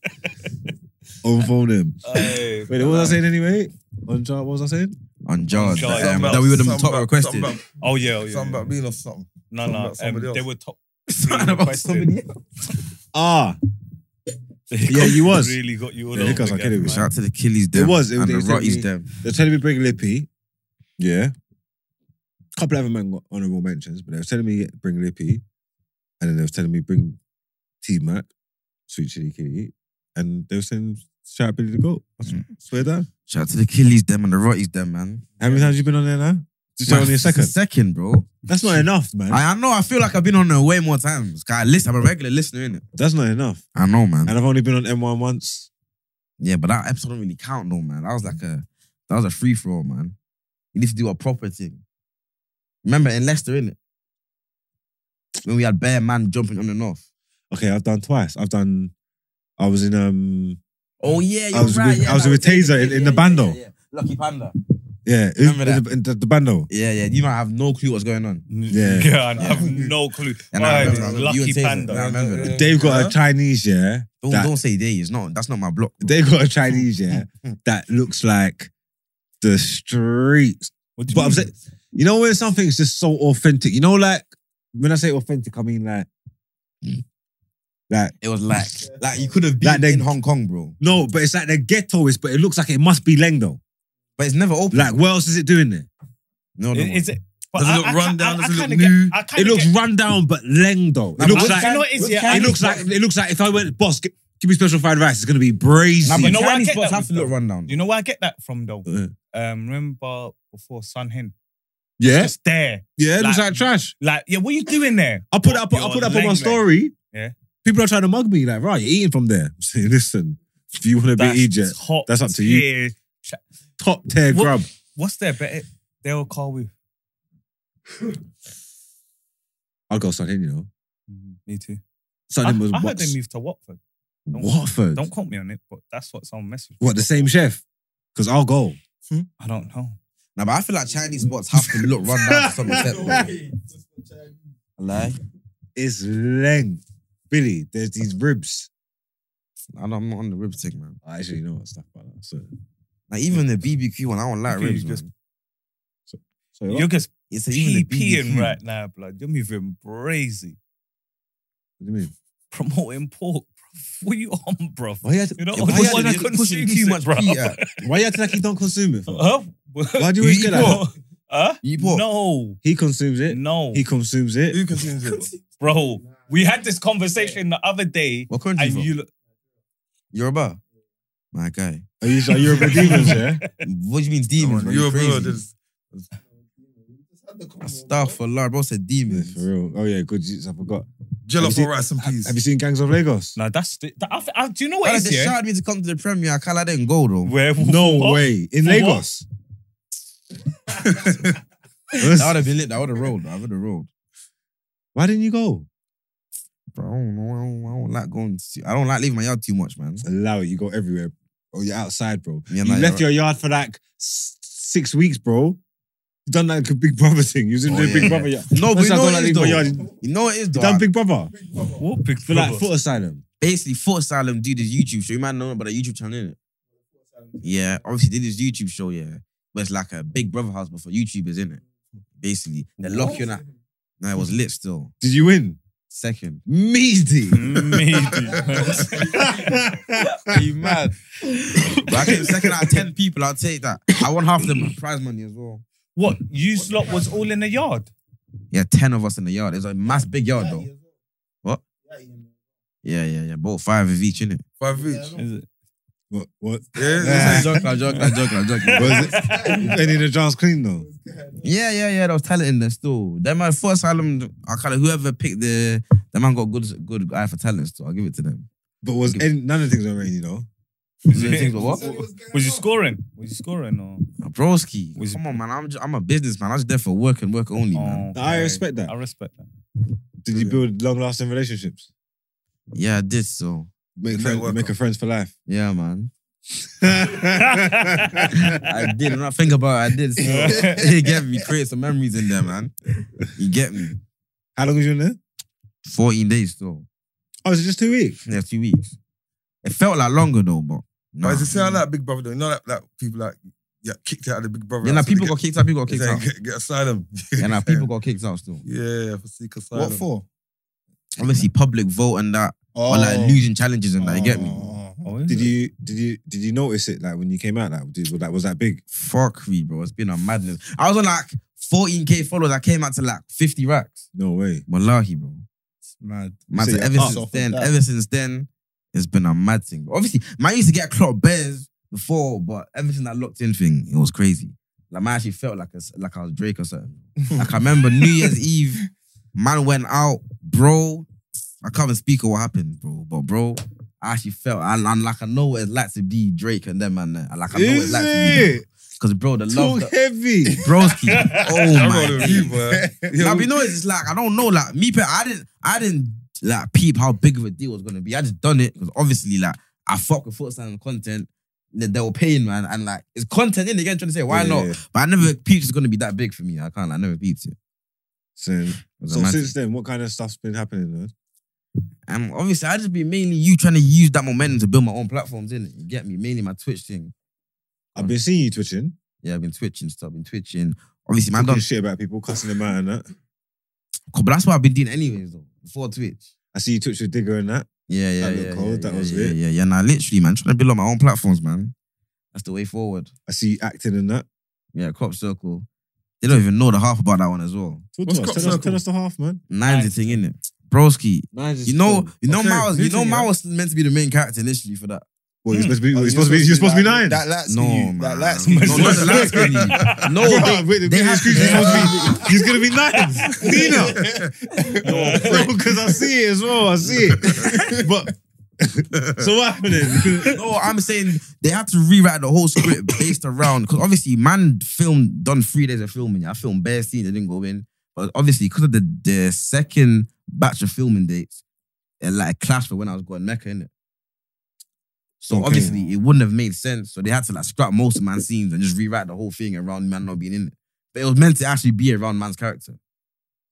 Speaker 2: On phone them.
Speaker 3: Hey,
Speaker 2: Wait, what was I saying anyway? On Jar, what was I saying?
Speaker 1: on Jaws
Speaker 3: Jaws.
Speaker 1: that, um,
Speaker 4: Something
Speaker 1: that we would have
Speaker 4: about-
Speaker 1: been top
Speaker 4: something
Speaker 1: requested.
Speaker 4: about-
Speaker 3: oh yeah, oh, yeah.
Speaker 4: Something about being or something.
Speaker 3: no,
Speaker 4: something
Speaker 3: no.
Speaker 4: about somebody
Speaker 3: um, they
Speaker 4: else.
Speaker 3: were
Speaker 4: [LAUGHS]
Speaker 3: top.
Speaker 1: Something about somebody else.
Speaker 2: Ah,
Speaker 3: yeah,
Speaker 2: you was.
Speaker 3: Really got you all
Speaker 2: Yeah, you guys
Speaker 3: over
Speaker 2: are
Speaker 3: again,
Speaker 2: killing me.
Speaker 3: man.
Speaker 1: Shout out to the Killies them.
Speaker 2: was, it-
Speaker 1: and
Speaker 2: they
Speaker 1: the
Speaker 2: sent
Speaker 1: Rotties
Speaker 2: me-
Speaker 1: them.
Speaker 2: They're telling me bring Lippy. Yeah. Couple other men got honorable mentions, but they were telling me bring Lippy. And then they were telling me bring T Mac, Sweet Chili Kitty. And they were saying, shout out Billy the Goat. I s- swear down.
Speaker 1: Shout out to the Killies them and the Rotties them, man.
Speaker 2: How many times you been on there now? Just
Speaker 1: Man,
Speaker 2: only a
Speaker 1: it's [LAUGHS]
Speaker 2: second.
Speaker 1: second, bro.
Speaker 2: That's not enough, man.
Speaker 1: I, I know. I feel like I've been on there way more times. 'Cause I listen, I'm a regular listener, innit?
Speaker 2: That's not enough.
Speaker 1: I know, man.
Speaker 2: And I've only been on M1 once.
Speaker 1: Yeah, but that episode don't really count, though, man. That was like a that was a free throw, man. You need to do a proper thing. Remember in Leicester, innit? When we had Bear Man jumping on and off.
Speaker 2: Okay, I've done twice. I've done, I was in, um,
Speaker 1: Oh yeah, you're
Speaker 2: was
Speaker 1: right.
Speaker 2: with-
Speaker 1: yeah,
Speaker 2: I was
Speaker 1: that
Speaker 2: with
Speaker 1: it,
Speaker 2: Taser in-
Speaker 1: yeah,
Speaker 2: in the
Speaker 1: yeah,
Speaker 2: bando.
Speaker 1: yeah, yeah. Lucky Panda.
Speaker 2: yeah, it-
Speaker 1: Remember
Speaker 2: in the, in the, the bando.
Speaker 1: Yeah, yeah. You might have no clue what's going on.
Speaker 2: Yeah.
Speaker 3: yeah, I have no clue.
Speaker 1: And I
Speaker 3: Right,
Speaker 1: remember- I remember you
Speaker 3: lucky
Speaker 1: and Taser.
Speaker 3: panda.
Speaker 1: Nah, I remember.
Speaker 4: Yeah.
Speaker 2: They've got
Speaker 4: Huh?
Speaker 2: a Chinese, yeah.
Speaker 1: Don't,
Speaker 2: That-
Speaker 1: don't say they. It's not. That's not my block. bro.
Speaker 2: They got a Chinese, yeah, that looks like the streets.
Speaker 3: What do you
Speaker 2: But I'm
Speaker 3: mean?
Speaker 2: saying, you know, when something's just so authentic, you know, like when I say authentic, I mean like, like
Speaker 1: It was like, like you could have been
Speaker 2: Like they-
Speaker 1: in Hong Kong, bro.
Speaker 2: no, but it's like the ghetto is, but it looks like it must be Lengdo.
Speaker 1: But it's never open.
Speaker 2: Like, what else is it doing there?
Speaker 1: no, no.
Speaker 3: Is- is it? but
Speaker 4: Does it
Speaker 3: I-
Speaker 4: look
Speaker 3: I-
Speaker 4: run
Speaker 3: I-
Speaker 4: down?
Speaker 3: I
Speaker 4: Does it look
Speaker 3: kinda get-
Speaker 4: new?
Speaker 3: I kinda
Speaker 2: It looks
Speaker 3: get-
Speaker 2: run down, but Lengdo.
Speaker 1: Nah,
Speaker 2: It looks
Speaker 1: but-
Speaker 2: like
Speaker 3: You know what it is,
Speaker 1: With
Speaker 3: yeah?
Speaker 1: Chinese-
Speaker 2: it looks like it looks like if I went boss, gi- give me special fried rice. It's gonna be
Speaker 1: Nah,
Speaker 2: brazy.
Speaker 1: but
Speaker 3: You know where I
Speaker 1: Chinese
Speaker 3: get
Speaker 1: spots
Speaker 3: that
Speaker 1: have to
Speaker 3: with,
Speaker 1: look
Speaker 3: though?
Speaker 1: run down.
Speaker 3: You know where I get that from though?
Speaker 2: Uh.
Speaker 3: Um, remember before Sun Hin?
Speaker 2: yeah,
Speaker 3: Just there.
Speaker 2: yeah, it looks
Speaker 3: like-
Speaker 2: like trash.
Speaker 3: Like, yeah, what are you doing there?
Speaker 2: I put that up. I
Speaker 3: Your
Speaker 2: put that up on
Speaker 3: leg,
Speaker 2: my
Speaker 3: mate.
Speaker 2: story.
Speaker 3: Yeah.
Speaker 2: People are trying to mug me, like, right, you're eating from there. [LAUGHS] I'm saying, listen, if you want to be Egypt,
Speaker 3: top
Speaker 2: that's up to you.
Speaker 3: tier.
Speaker 2: top tier
Speaker 3: What-
Speaker 2: grub.
Speaker 3: What's their better? They'll call with.
Speaker 2: I'll go Sun you know.
Speaker 3: Mm-hmm. Me too.
Speaker 2: Sun
Speaker 3: I,
Speaker 2: was
Speaker 3: I
Speaker 2: what?
Speaker 3: heard they moved to Watford. Don't-
Speaker 2: Watford.
Speaker 3: Don't quote me on it, but that's what someone messaged. me.
Speaker 2: What, the same chef? Because I'll go.
Speaker 3: I don't know.
Speaker 1: Nah, but I feel like Chinese spots have to look run down to some extent. though. Like,
Speaker 2: It's length. Billy, there's these ribs.
Speaker 1: I don't- I'm not on the rib thing, man.
Speaker 2: I actually know what stuff about that. So,
Speaker 1: Like even the BBQ one, I don't like
Speaker 3: Okay,
Speaker 1: ribs.
Speaker 3: you just-
Speaker 1: man.
Speaker 2: so
Speaker 3: You're just
Speaker 1: It's even the
Speaker 3: PPing
Speaker 1: BBQ.
Speaker 3: right now, blood. You're moving crazy.
Speaker 2: What do you mean?
Speaker 3: Promoting pork, bro. What you on, bro?
Speaker 2: Why you, had
Speaker 3: You
Speaker 2: to,
Speaker 3: know,
Speaker 2: why,
Speaker 3: pushing-
Speaker 2: you had
Speaker 3: I
Speaker 1: You're
Speaker 3: couldn't
Speaker 1: pushing
Speaker 3: see
Speaker 1: too
Speaker 3: it,
Speaker 1: much
Speaker 3: bro.
Speaker 1: pee out.
Speaker 2: to- why you acting like he don't consume it? For?
Speaker 3: Huh?
Speaker 2: Why do you
Speaker 1: You
Speaker 2: always
Speaker 1: eat
Speaker 2: get
Speaker 1: pork?
Speaker 2: that?
Speaker 3: Huh?
Speaker 1: You bought.
Speaker 3: No,
Speaker 2: He consumes it.
Speaker 3: no,
Speaker 2: [LAUGHS] He consumes it.
Speaker 4: Who consumes it?
Speaker 3: bro. We had this conversation the other day,
Speaker 1: What country?
Speaker 3: and
Speaker 1: You
Speaker 3: you.
Speaker 1: You're about. My guy.
Speaker 2: Are you are you
Speaker 1: [LAUGHS]
Speaker 2: a demons? Yeah.
Speaker 1: What do you mean demons?
Speaker 4: Come
Speaker 1: bro?
Speaker 4: on,
Speaker 1: You
Speaker 4: you're
Speaker 1: crazy?
Speaker 4: bro, this-
Speaker 1: Astaghfirullah, bro said
Speaker 2: yeah,
Speaker 1: demons.
Speaker 2: for real. Oh yeah, good. Jesus, I forgot.
Speaker 4: Jollof
Speaker 2: seen-
Speaker 4: or rice and peas.
Speaker 2: Have you seen Gangs of Lagos?
Speaker 3: No, that's the, the- I, I, do you know what
Speaker 1: Bro,
Speaker 3: it
Speaker 1: they
Speaker 3: is? Yeah?
Speaker 1: shouted me to come to the premiere. I can't let them go though. [LAUGHS]
Speaker 3: Where,
Speaker 2: No
Speaker 3: what?
Speaker 2: way in
Speaker 3: For what?
Speaker 2: Lagos.
Speaker 1: That would have been lit. That would have rolled. I would have rolled.
Speaker 2: Why didn't you go?
Speaker 1: Bro, I don't know. I don't, I don't like going. To, I don't like leaving my yard too much, man.
Speaker 2: Allow it. You go everywhere. Oh, you're outside, bro.
Speaker 1: Yeah,
Speaker 2: you
Speaker 1: nah,
Speaker 2: left
Speaker 1: you're
Speaker 2: your yard for like s- six weeks, bro. You done that like Big Brother thing. You was in
Speaker 1: Oh,
Speaker 2: the
Speaker 1: yeah,
Speaker 2: Big
Speaker 1: yeah.
Speaker 2: Brother yard.
Speaker 1: No, but
Speaker 2: Once
Speaker 1: you
Speaker 2: I
Speaker 1: know
Speaker 2: done
Speaker 1: what
Speaker 2: that
Speaker 1: it is
Speaker 2: Big Brother
Speaker 1: though.
Speaker 2: yard,
Speaker 1: You know what it is
Speaker 2: You
Speaker 1: though.
Speaker 2: done Big Brother
Speaker 3: What big
Speaker 2: for like
Speaker 3: brothers?
Speaker 2: foot asylum.
Speaker 1: basically Foot Asylum do this YouTube show. You might know about a YouTube channel, innit? Yeah, obviously did this YouTube show, yeah. But it's like a big brother house but for YouTubers, innit? Basically. They lock you in that. No, it was lit still.
Speaker 2: Did you win?
Speaker 1: Second.
Speaker 2: Measly. [LAUGHS]
Speaker 1: Are you mad? but I came second out of ten people, I'll take that. I won half the prize money as well.
Speaker 3: [LAUGHS] what? You slot was all in the yard.
Speaker 1: Yeah, ten of us in the yard. It's a mass big yard though. What? Yeah, yeah, yeah. Both five of each, innit?
Speaker 4: Five each.
Speaker 3: Is it?
Speaker 2: What? What?
Speaker 4: Yeah.
Speaker 1: [LAUGHS] I'm joking, I'm joking, I'm joking, I'm joking.
Speaker 2: Was it? Any of the drums clean though?
Speaker 1: Yeah, yeah, yeah. There was talent in there still. That man first asylum, I kind of whoever picked the that man got good good eye for talent still. I'll give it to
Speaker 3: [LAUGHS]
Speaker 1: them.
Speaker 2: But was any, none of the things were rainy though.
Speaker 1: Is it things like what?
Speaker 3: [LAUGHS] Was you scoring? Was you scoring or?
Speaker 1: Broski,
Speaker 3: Was-
Speaker 1: come on, man. I'm just, I'm a businessman. I'm just there for work and work only, man.
Speaker 3: Oh,
Speaker 2: I
Speaker 3: okay.
Speaker 2: respect that.
Speaker 3: I respect that.
Speaker 2: Did you build long lasting relationships?
Speaker 1: Yeah, I did so.
Speaker 2: Make
Speaker 4: Network
Speaker 2: friends, make a
Speaker 4: up.
Speaker 2: friends for life.
Speaker 1: Yeah, man. I
Speaker 2: I
Speaker 3: [LAUGHS]
Speaker 1: did. When I think about it, I did. So. you get me. Create some memories in there, man. You get me.
Speaker 2: How long was you in there?
Speaker 1: 14 days still.
Speaker 2: Oh, it's just two weeks.
Speaker 1: Yeah, two weeks. It felt like longer though, but no.
Speaker 4: But it's the same like Big Brother though. You know that, that people like yeah, kicked out of the Big Brother.
Speaker 1: Yeah, now
Speaker 4: house, so they
Speaker 1: people got kicked out. People got
Speaker 4: they
Speaker 1: kicked
Speaker 4: say,
Speaker 1: out.
Speaker 4: Get, get asylum. [LAUGHS]
Speaker 1: Yeah, now people got kicked out still.
Speaker 4: Yeah, for seek asylum.
Speaker 2: What for?
Speaker 1: Obviously, public vote and that.
Speaker 2: Oh,
Speaker 1: or like losing challenges and that. You get me?
Speaker 3: Oh, is
Speaker 2: Did
Speaker 3: it?
Speaker 2: you did you did you notice it like when you came out? Like, did, was that was that big?
Speaker 1: Fuck me, bro. It's been a madness. I was on like 14k followers. I came out to like 50 racks.
Speaker 2: No way.
Speaker 1: Wallahi, bro.
Speaker 4: Mad.
Speaker 1: Man,
Speaker 2: So
Speaker 1: so
Speaker 2: you're
Speaker 1: ever
Speaker 2: up
Speaker 1: since
Speaker 2: off of
Speaker 1: then,
Speaker 2: that.
Speaker 1: ever since then, it's been a mad thing. Obviously, man used to get clock bears before, but ever since that locked in thing, it was crazy. Like man actually felt like a, like I was Drake or
Speaker 2: [LAUGHS]
Speaker 1: something. like I remember New Year's Eve, man went out, bro. I can't even speak of what happened, bro. But bro, I actually felt and, and like I know what it's like to be Drake and them man. uh, Like I know what it's
Speaker 2: Is
Speaker 1: like to be
Speaker 2: it
Speaker 1: because bro, the
Speaker 2: too [LAUGHS]
Speaker 1: love, that-
Speaker 2: heavy?
Speaker 1: [LAUGHS] broski.
Speaker 2: [LAUGHS]
Speaker 1: Oh
Speaker 4: I
Speaker 1: my
Speaker 4: wrote a review, boy.
Speaker 1: yeah,
Speaker 4: Yeah,
Speaker 1: but you know, it's like I don't know, like me, pe- I didn't, I didn't like peep how big of a deal it was gonna be. I just done it because obviously, like I fuck with foot and content. They, they were paying, man, and like it's content in again. Trying to say why
Speaker 2: Yeah,
Speaker 1: not?
Speaker 2: yeah, yeah.
Speaker 1: But I never peeped it's gonna be that big for me. I can't. I never peeped it.
Speaker 2: So,
Speaker 1: It was a
Speaker 2: so
Speaker 1: mad
Speaker 2: since
Speaker 1: thing.
Speaker 2: then, what kind of stuff's been happening? Man?
Speaker 1: um, obviously, I just been mainly you trying to use that momentum to build my own platforms, innit? You get me? Mainly my Twitch thing.
Speaker 2: I've been seeing you twitching,
Speaker 1: Yeah, I've been twitching stuff. I've been twitching. Obviously, man, I
Speaker 2: talking
Speaker 1: done.
Speaker 2: shit about people, cussing them out and that.
Speaker 1: But that's what I've been doing anyways, though. Before Twitch.
Speaker 2: I see you twitch with Digger and that.
Speaker 1: Yeah, yeah,
Speaker 2: That
Speaker 1: yeah,
Speaker 2: look
Speaker 1: yeah,
Speaker 2: cold,
Speaker 1: yeah,
Speaker 2: that
Speaker 1: yeah,
Speaker 2: was
Speaker 1: yeah,
Speaker 2: lit.
Speaker 1: yeah, yeah. Now, literally, man, trying to build up my own platforms, man. That's the way forward.
Speaker 2: I see you acting and that.
Speaker 1: Yeah, crop circle. They don't even know the half about that one as well.
Speaker 2: Talk
Speaker 4: What's
Speaker 2: to
Speaker 4: crop
Speaker 2: us. Tell, us.
Speaker 4: circle?
Speaker 2: tell us the half, man.
Speaker 1: Nine's the thing, isn't it? Broski. You know, you know,
Speaker 4: Okay,
Speaker 1: Ma was,
Speaker 4: new
Speaker 1: you know, Hmm.
Speaker 4: thing,
Speaker 1: Ma
Speaker 4: yeah.
Speaker 1: was meant to be the main character initially for that.
Speaker 2: Well, you're supposed to be.
Speaker 5: Oh,
Speaker 2: You're supposed to be. You're supposed to be
Speaker 5: like-
Speaker 2: nine.
Speaker 5: That light
Speaker 1: No,
Speaker 5: skin you.
Speaker 1: man.
Speaker 5: That light skin
Speaker 1: no,
Speaker 5: you.
Speaker 1: not the light
Speaker 3: [LAUGHS]
Speaker 1: skin you. No,
Speaker 2: Bro,
Speaker 1: they-
Speaker 2: wait,
Speaker 1: they
Speaker 2: wait,
Speaker 1: have-
Speaker 2: excuse me, he's supposed to be- [LAUGHS] he's gonna be nine.
Speaker 1: [LAUGHS]
Speaker 2: Nina. No, because I see it as well. I
Speaker 1: [LAUGHS]
Speaker 2: see it. But so what happened? then?
Speaker 1: No, I'm saying they had to rewrite the whole script based around because obviously man filmed done three days of filming. yeah. I filmed bare scenes that didn't go in, but obviously because of the, the second batch of filming dates, it like clashed for when I was going Mecca in it. So
Speaker 2: Okay.
Speaker 1: obviously it wouldn't have made sense. So they had to like scrap most of man's scenes and just rewrite the whole thing around man not being in it. But it was meant to actually be around man's character.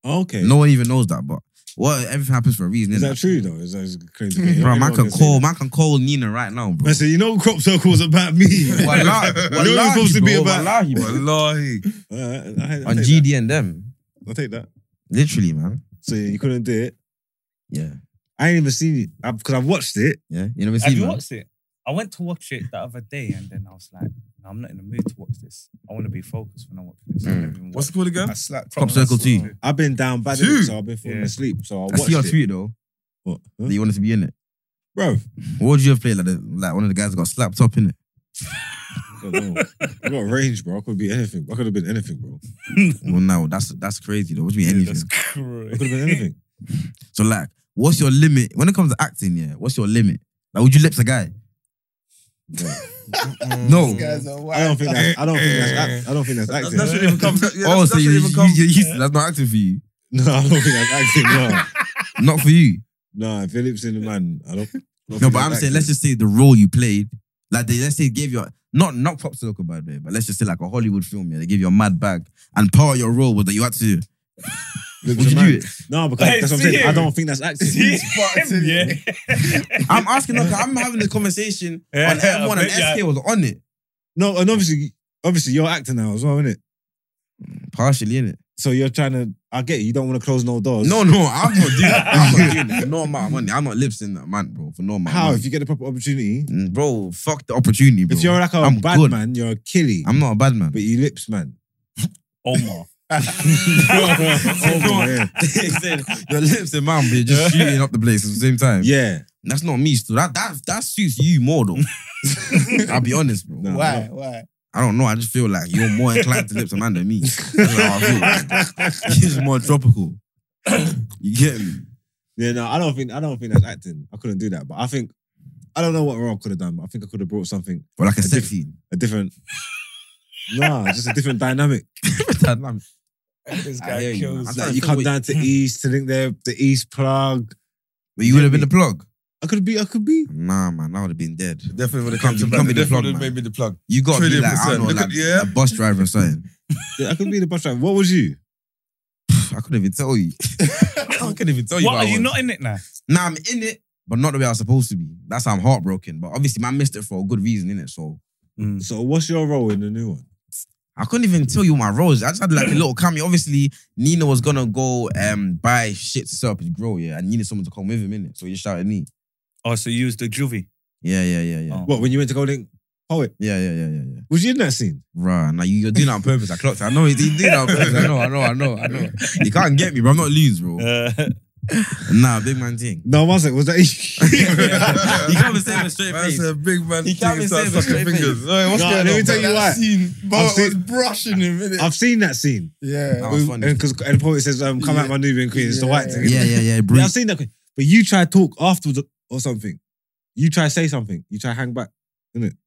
Speaker 2: Okay.
Speaker 1: No one even knows that, but well, everything happens for a reason.
Speaker 2: Is
Speaker 1: innit?
Speaker 2: that true though? Is that is it crazy? to me?
Speaker 1: Bro, man
Speaker 2: Everyone
Speaker 1: can
Speaker 2: say
Speaker 1: call
Speaker 2: that.
Speaker 1: man can call Nina right now, bro.
Speaker 2: Man said, you know, crop circles about me. [LAUGHS]
Speaker 1: Wallahi,
Speaker 2: You know, it's supposed to be
Speaker 1: bro,
Speaker 2: about.
Speaker 1: wallahi, bro.
Speaker 4: Wallahi.
Speaker 2: All right, I- I
Speaker 1: on
Speaker 2: take
Speaker 1: GD and them.
Speaker 2: that. I'll take that.
Speaker 1: Literally, man.
Speaker 2: So you couldn't do it.
Speaker 1: Yeah.
Speaker 2: I ain't even seen it because I've watched it.
Speaker 1: Yeah. You never
Speaker 3: Have
Speaker 1: seen
Speaker 3: you
Speaker 1: man?
Speaker 3: watched it? I went to watch it the other day and then I was like, no, I'm not in the mood to watch this. I want to be focused when I watch this.
Speaker 1: Mm.
Speaker 4: What's it called again?
Speaker 5: I slapped
Speaker 1: Crop circle T.
Speaker 2: I've been down bad,
Speaker 4: Dude.
Speaker 2: innit? so I've been falling
Speaker 3: Yeah.
Speaker 2: asleep. So I
Speaker 1: I
Speaker 2: watched
Speaker 1: see your
Speaker 2: it.
Speaker 1: tweet though.
Speaker 2: What? Huh?
Speaker 1: That you wanted to be in it.
Speaker 2: Bro,
Speaker 1: What would you have played like the, like one of the guys got slapped up in it?
Speaker 2: I don't know. I got range, bro. I could be anything. I could have been anything, bro.
Speaker 1: Well, no, that's that's crazy though. What do you mean anything?
Speaker 2: I
Speaker 1: [LAUGHS]
Speaker 2: could have been
Speaker 3: [LAUGHS]
Speaker 2: anything.
Speaker 1: so like, what's your limit when it comes to acting? Yeah, what's your limit? Like, would you lips a guy? No.
Speaker 5: These guys are
Speaker 2: I don't
Speaker 5: wild.
Speaker 2: think that's. I don't think that's. act- I don't think that's
Speaker 4: That's
Speaker 2: acting.
Speaker 4: that's what even comes. Yeah,
Speaker 1: oh,
Speaker 4: that's,
Speaker 1: so
Speaker 4: that's
Speaker 1: you,
Speaker 4: what
Speaker 1: you,
Speaker 4: even comes.
Speaker 1: you, you- that's not acting for you.
Speaker 2: [LAUGHS] no, I don't think that's acting. No,
Speaker 1: Not for you.
Speaker 2: no. Philip's in the man. I don't.
Speaker 1: No, but I'm saying let's just say the role you played, like they let's say gave you a- not not pop circle by the way, but let's just say like a Hollywood film, yeah, they give you a mad bag, and part of your role was that you had to. Would you do it?
Speaker 2: No, because
Speaker 3: Hey,
Speaker 2: that's what I'm saying.
Speaker 3: see
Speaker 2: I
Speaker 3: him.
Speaker 2: don't think that's acting.
Speaker 3: See
Speaker 5: him,
Speaker 3: yeah.
Speaker 1: I'm asking. Look, I'm having this
Speaker 2: [LAUGHS]
Speaker 1: conversation
Speaker 3: Yeah,
Speaker 1: on everyone, and
Speaker 3: I bet,
Speaker 1: SK was on it
Speaker 2: No, and obviously, obviously you're acting now as well, isn't it?
Speaker 1: partially, innit?
Speaker 2: So you're trying to. I get it. You don't want to close no doors.
Speaker 1: No, no, I'm not doing that. I'm
Speaker 2: [LAUGHS]
Speaker 1: not doing that. For no amount of money, I'm not lips in that man, bro. For no amount,
Speaker 2: How
Speaker 1: Of
Speaker 2: if
Speaker 1: money.
Speaker 2: you get the proper opportunity?
Speaker 1: Mm, bro? Fuck the opportunity, bro.
Speaker 2: If you're like a
Speaker 1: I'm
Speaker 2: bad
Speaker 1: good.
Speaker 2: man, you're a killie,
Speaker 1: I'm not a bad man. [LAUGHS]
Speaker 2: but [LAUGHS] you lips man. [LAUGHS]
Speaker 3: Omar. [LAUGHS]
Speaker 2: Oh, yeah.
Speaker 1: He said, your lips and man, but you're
Speaker 2: [LAUGHS]
Speaker 1: just shooting up the place at the same time.
Speaker 2: yeah.
Speaker 1: That's not me, still. That that that suits you more
Speaker 4: [LAUGHS]
Speaker 1: though. I'll be honest, bro.
Speaker 2: No.
Speaker 5: Why? Why?
Speaker 1: I don't know. I just feel like you're more inclined to lips a man than me. That's how I
Speaker 4: [LAUGHS]
Speaker 1: feel. He's more tropical. You get me?
Speaker 2: Yeah, no, I don't think I don't think that's acting. I couldn't do that, but I think I don't know what Rob could have done. But I think I could have brought something
Speaker 1: But like a
Speaker 2: A diff-
Speaker 4: [LAUGHS]
Speaker 1: sexy.
Speaker 2: a different. nah, just a different dynamic.
Speaker 1: dynamic.
Speaker 5: This
Speaker 1: I hear
Speaker 5: guy
Speaker 1: you, man.
Speaker 5: kills.
Speaker 1: I'm
Speaker 2: It's
Speaker 5: me.
Speaker 2: like you come
Speaker 1: Wait.
Speaker 2: down to East to link there, the East plug.
Speaker 1: But you would have been the plug.
Speaker 2: I could be, I could be.
Speaker 1: Nah, man, I would have been dead.
Speaker 4: Definitely would have
Speaker 1: Come-
Speaker 4: come to
Speaker 1: come
Speaker 4: back.
Speaker 1: with the plug,
Speaker 4: Definitely
Speaker 1: man.
Speaker 4: made me the plug.
Speaker 1: You gotta be
Speaker 4: Trillion
Speaker 1: like, I
Speaker 4: percent.
Speaker 1: don't know,
Speaker 4: Look at-
Speaker 1: like
Speaker 4: yeah.
Speaker 1: a bus driver or
Speaker 4: [LAUGHS]
Speaker 1: something.
Speaker 2: Yeah, I could be the bus driver. What was you?
Speaker 1: I couldn't even tell you. [LAUGHS] I couldn't even tell you.
Speaker 3: what
Speaker 1: I
Speaker 3: are you
Speaker 1: was.
Speaker 3: not in it now?
Speaker 1: Nah, I'm in it, but not the way I was supposed to be. That's how I'm heartbroken. But obviously, man missed it for a good reason, innit? So Mm.
Speaker 2: So what's your role in the new one?
Speaker 1: I couldn't even tell you my roles. I just had like a little cameo. Obviously, Nina was gonna go um buy shit to set up his grow, yeah, and needed someone to come with him, innit? So he shouted me.
Speaker 3: Oh, so you was the juvie.
Speaker 1: Yeah, yeah, yeah, yeah.
Speaker 3: Oh.
Speaker 2: What when you went to go link? Oh wait,
Speaker 1: Yeah, yeah, yeah, yeah, yeah.
Speaker 2: was you in that scene?
Speaker 1: Right. Now you, you're doing that on purpose. I clocked it. I know you you did that on purpose. I know, I know, I know, I know. You can't get me, bro. I'm not loose, bro.
Speaker 3: Uh, [LAUGHS]
Speaker 1: Nah, big man thing.
Speaker 2: No, was it? Was that?
Speaker 1: [LAUGHS] You can't even say it with a straight
Speaker 4: That's
Speaker 1: face.
Speaker 4: a big man.
Speaker 1: He can't
Speaker 4: thing,
Speaker 1: even
Speaker 4: start
Speaker 1: say it with
Speaker 4: sucking
Speaker 1: straight face.
Speaker 4: fingers. Hey, what's
Speaker 2: Nah,
Speaker 4: going
Speaker 2: let me
Speaker 4: on,
Speaker 2: tell
Speaker 4: bro?
Speaker 2: you why.
Speaker 5: Scene,
Speaker 2: I've
Speaker 5: Bart was
Speaker 2: seen-
Speaker 5: brushing him, innit?
Speaker 2: I've seen that scene.
Speaker 5: Yeah.
Speaker 1: That was funny.
Speaker 2: And because and the poet says, um, "Come out my Nubian queen." It's the
Speaker 5: Yeah.
Speaker 2: white thing.
Speaker 1: Yeah, yeah, yeah.
Speaker 2: Yeah,
Speaker 1: Bro.
Speaker 2: I've seen that. But you try to talk afterwards or something. You try to say something. You try to hang back.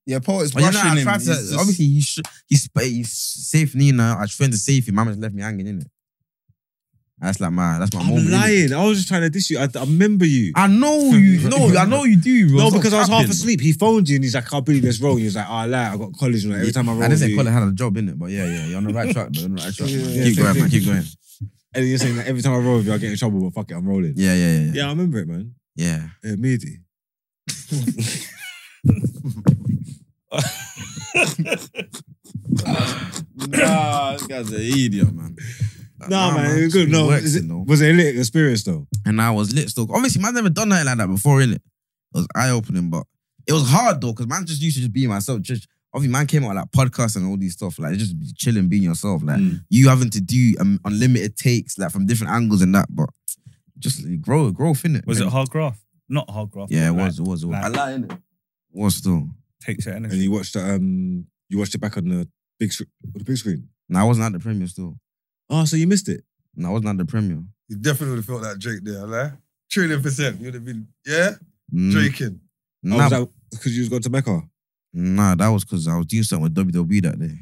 Speaker 5: Yeah, Poet's
Speaker 1: Well, you
Speaker 5: brushing
Speaker 1: know, I
Speaker 5: him.
Speaker 1: tried to,
Speaker 5: He's just-
Speaker 1: obviously, he sh- he sp- he saved Nina. I tried to save him. Mama just left me hanging in it. That's like my, that's my
Speaker 2: I'm
Speaker 1: moment. innit?
Speaker 2: lying. I was just trying to diss you. I, I remember you.
Speaker 1: I know
Speaker 2: [LAUGHS]
Speaker 1: you, no, I know you do, bro.
Speaker 2: no,
Speaker 1: Stop
Speaker 2: because I was half
Speaker 1: capping.
Speaker 2: asleep. He phoned you and he's like, I can't believe this role. And he was like, oh, I lie. I got college. And like, every time I roll,
Speaker 1: I didn't say
Speaker 2: you-
Speaker 1: Colin had a job in it, but yeah, yeah, you're on the right track, bro. You're on the right track.
Speaker 5: Yeah,
Speaker 1: man.
Speaker 5: yeah,
Speaker 1: keep
Speaker 2: yeah.
Speaker 1: going, man. Keep going.
Speaker 2: And you're saying that every time I roll with you, I get in trouble, but fuck it, I'm rolling.
Speaker 1: Yeah,
Speaker 2: Yeah,
Speaker 1: yeah, yeah, yeah.
Speaker 2: I remember it, man.
Speaker 1: yeah.
Speaker 2: Yeah, meaty.
Speaker 1: Nah, this guy's an idiot, man.
Speaker 2: [LAUGHS] Nah, man, it was good. No, is it, was it a lit experience though?
Speaker 1: and I was lit still. Obviously, man's never done nothing like that before, innit? It was eye opening, but it was hard though, because man just used to just being myself. Just obviously, man came out with, like podcasts and all these stuff, like just chilling, being yourself, like
Speaker 3: Hmm.
Speaker 1: you having to do um, unlimited takes, like from different angles and that, but just grow, growth, innit?
Speaker 3: was it
Speaker 1: Like,
Speaker 3: hard graft? Not hard graft.
Speaker 1: Yeah, it
Speaker 3: but like-
Speaker 1: was, it was, it was.
Speaker 3: like-
Speaker 1: I lie, innit? What still?
Speaker 3: Takes your
Speaker 2: And
Speaker 3: energy.
Speaker 2: you watched that. Um, you watched it back on the big sc- the big screen.
Speaker 1: No, I wasn't at the premiere still.
Speaker 2: Oh, so you missed it.
Speaker 1: No, I wasn't at the premiere.
Speaker 4: You definitely would have felt that Drake there, like trillion percent. You would have been, yeah,
Speaker 1: Mm,
Speaker 2: Oh,
Speaker 4: Draking.
Speaker 1: Nah,
Speaker 2: because you was going to Mecca.
Speaker 1: nah, that was because I was doing something with WWE that day.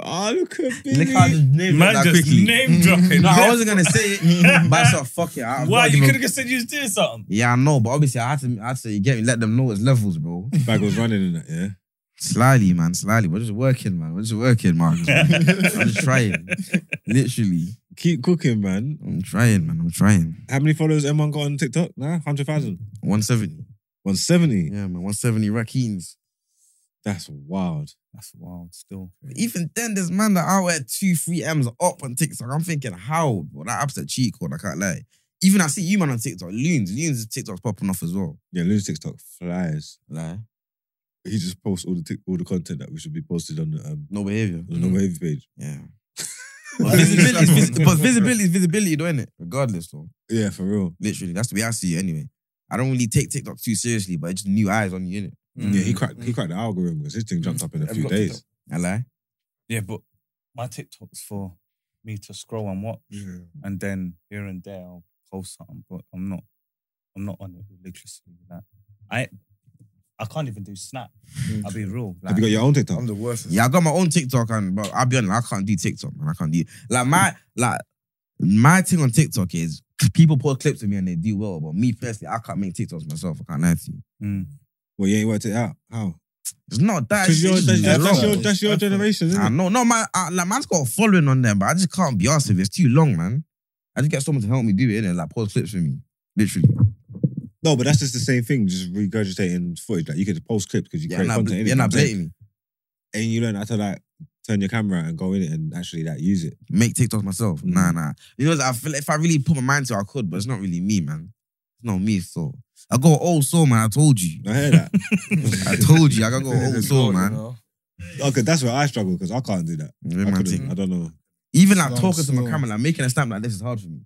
Speaker 2: Oh, look at
Speaker 1: Look how the name
Speaker 3: Man,
Speaker 1: that
Speaker 3: just
Speaker 1: quickly. Mm-hmm.
Speaker 3: name dropping.
Speaker 1: No, I wasn't gonna say it, [LAUGHS] Mm-hmm. but I said, "Fuck it." I,
Speaker 3: Why?
Speaker 1: I
Speaker 3: You
Speaker 1: give a-
Speaker 3: could have said you was doing something.
Speaker 1: Yeah, I know, but obviously I had to, I had to get me, let them know it's levels, bro.
Speaker 2: Bag [LAUGHS] was running in that, yeah.
Speaker 1: Slyly, man, slyly. We're just working, man. We're just working,
Speaker 3: [LAUGHS]
Speaker 1: man. I'm just trying. Literally,
Speaker 2: Keep cooking, man.
Speaker 1: I'm trying, man. I'm trying.
Speaker 2: How many followers M1 got on TikTok? Nah, 100,000.
Speaker 1: 170.
Speaker 2: 170.
Speaker 1: Yeah, man. 170 Rakeens.
Speaker 2: That's wild.
Speaker 3: That's wild. Still,
Speaker 1: Even then, there's man that out at two, three M's up on TikTok. I'm thinking, how? Well, that upset cheat code. I can't lie. Even I see you man on TikTok, Loons. Loons' TikTok's popping off as well.
Speaker 2: Yeah, Loon's TikTok flies.
Speaker 1: Like,
Speaker 2: He just posts all the tic- all the content that we should be posted on the um
Speaker 1: no behavior.
Speaker 2: on the wave page.
Speaker 1: Yeah. [LAUGHS] But visibility, is vis- but visibility is visibility, though, innit? Regardless, though.
Speaker 2: Yeah, for real.
Speaker 1: Literally, that's the way I see it anyway. I don't really take TikTok too seriously, but it's just new eyes on you, innit?
Speaker 2: Yeah,
Speaker 1: Mm.
Speaker 2: he cracked he cracked the algorithm because his thing jumped up in a
Speaker 4: Have
Speaker 2: few
Speaker 4: you got
Speaker 2: days.
Speaker 4: TikTok?
Speaker 1: I lie.
Speaker 3: yeah, but my TikTok's for me to scroll and watch,
Speaker 4: Yeah.
Speaker 3: and then here and there I'll post something, but I'm not, I'm not on it religiously. Like, I, I can't even do Snap. I'll be real. Like,
Speaker 2: Have you got your own
Speaker 4: I'm
Speaker 2: TikTok?
Speaker 4: the worst.
Speaker 1: Yeah, I got my own TikTok, and but I'll be honest, I can't do TikTok, man. I can't do like my like my thing on TikTok is people post clips of me and they do well, but me personally, I can't make TikToks myself. I can't lie to you.
Speaker 3: Mm.
Speaker 2: Well, you ain't worked it out. How?
Speaker 1: It's not that.
Speaker 2: Because
Speaker 1: It's
Speaker 2: that's,
Speaker 1: just
Speaker 2: that's,
Speaker 1: long.
Speaker 2: your, that's your
Speaker 3: Effort.
Speaker 2: generation,
Speaker 1: I
Speaker 2: isn't it?
Speaker 1: know. No, man. I, like, man's got a following on there, but I just can't be asked if it's too long, man. I just get someone to help me do it, innit? Like, post clips for me. Literally.
Speaker 2: No, but that's just the same thing, just regurgitating footage. Like you could post clips because you
Speaker 1: Yeah,
Speaker 2: create
Speaker 1: not,
Speaker 2: content. innit?
Speaker 1: yeah, not
Speaker 2: You know what I'm saying?
Speaker 1: blatantly.
Speaker 2: and you learn how to like turn your camera and go in it and actually like use it.
Speaker 1: make TikToks myself.
Speaker 2: Mm.
Speaker 1: Nah, nah. You know, I feel if I really put my mind to it, I could, but it's not really me, man. It's not me, so. I got an old soul, man. I told you.
Speaker 2: I hear that.
Speaker 1: [LAUGHS] I told you. I
Speaker 2: [LAUGHS]
Speaker 1: got an old soul, man.
Speaker 2: okay, Oh, that's where I struggle because I can't do that.
Speaker 1: You
Speaker 2: I,
Speaker 1: know, my
Speaker 2: couldn't.
Speaker 1: thing.
Speaker 2: I don't know.
Speaker 1: Even like
Speaker 5: Long
Speaker 1: talking to my
Speaker 5: soul.
Speaker 1: camera, like making a snap like this is hard for me.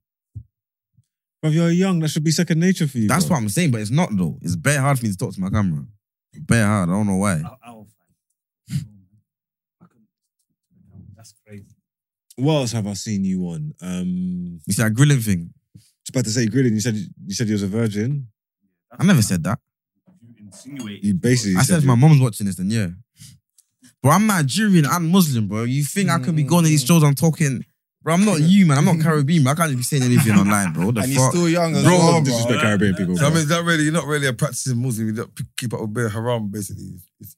Speaker 2: But you're young. That should be second nature for you.
Speaker 1: That's
Speaker 2: bro.
Speaker 1: what I'm saying, but it's not though. It's very hard for me to talk to my camera. Very hard. I don't know why.
Speaker 3: I'll, I'll find. I couldn't- That's crazy.
Speaker 2: What else have I seen you on? Um,
Speaker 1: You see that grilling thing?
Speaker 2: just about to say grilling. You said you said you was a virgin.
Speaker 1: I never said that.
Speaker 3: You insinuate.
Speaker 2: You basically.
Speaker 1: I said if
Speaker 2: you- [LAUGHS]
Speaker 1: my mom's watching this, then yeah. Bro, I'm Nigerian and Muslim, bro. You think I could be going to these shows? I'm talking, bro. I'm not you, man. I'm not Caribbean. Bro. I can't just be saying anything online, bro. What the
Speaker 5: [LAUGHS] and he's
Speaker 1: fuck?
Speaker 5: still young as
Speaker 2: Bro,
Speaker 5: well, bro.
Speaker 2: disrespect Caribbean people.
Speaker 4: So
Speaker 2: bro.
Speaker 4: I mean, is that really, you're not really a practicing Muslim. You don't p- keep up with being haram, basically. It's,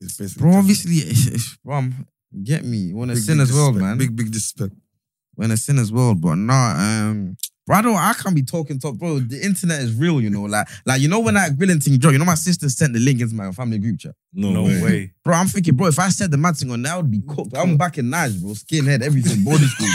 Speaker 4: it's basically
Speaker 1: Bro, obviously, it's, it's, bro, I'm- get me. When I
Speaker 4: Big,
Speaker 1: sin
Speaker 4: big
Speaker 1: as well,
Speaker 4: disrespect.
Speaker 1: man.
Speaker 4: Big, big disrespect.
Speaker 1: When I sin as well, but nah, um, bro, I don't, I can't be talking top, bro. The internet is real, you know. Like, like you know when that grilling thing dropped, you know my sister sent the link into my family group chat.
Speaker 2: no,
Speaker 3: No
Speaker 2: way.
Speaker 3: way.
Speaker 1: Bro, I'm thinking, bro, if I said the mad thing on, that would be cooked. I'm back in Nige, bro. Skinhead, everything, boarding school,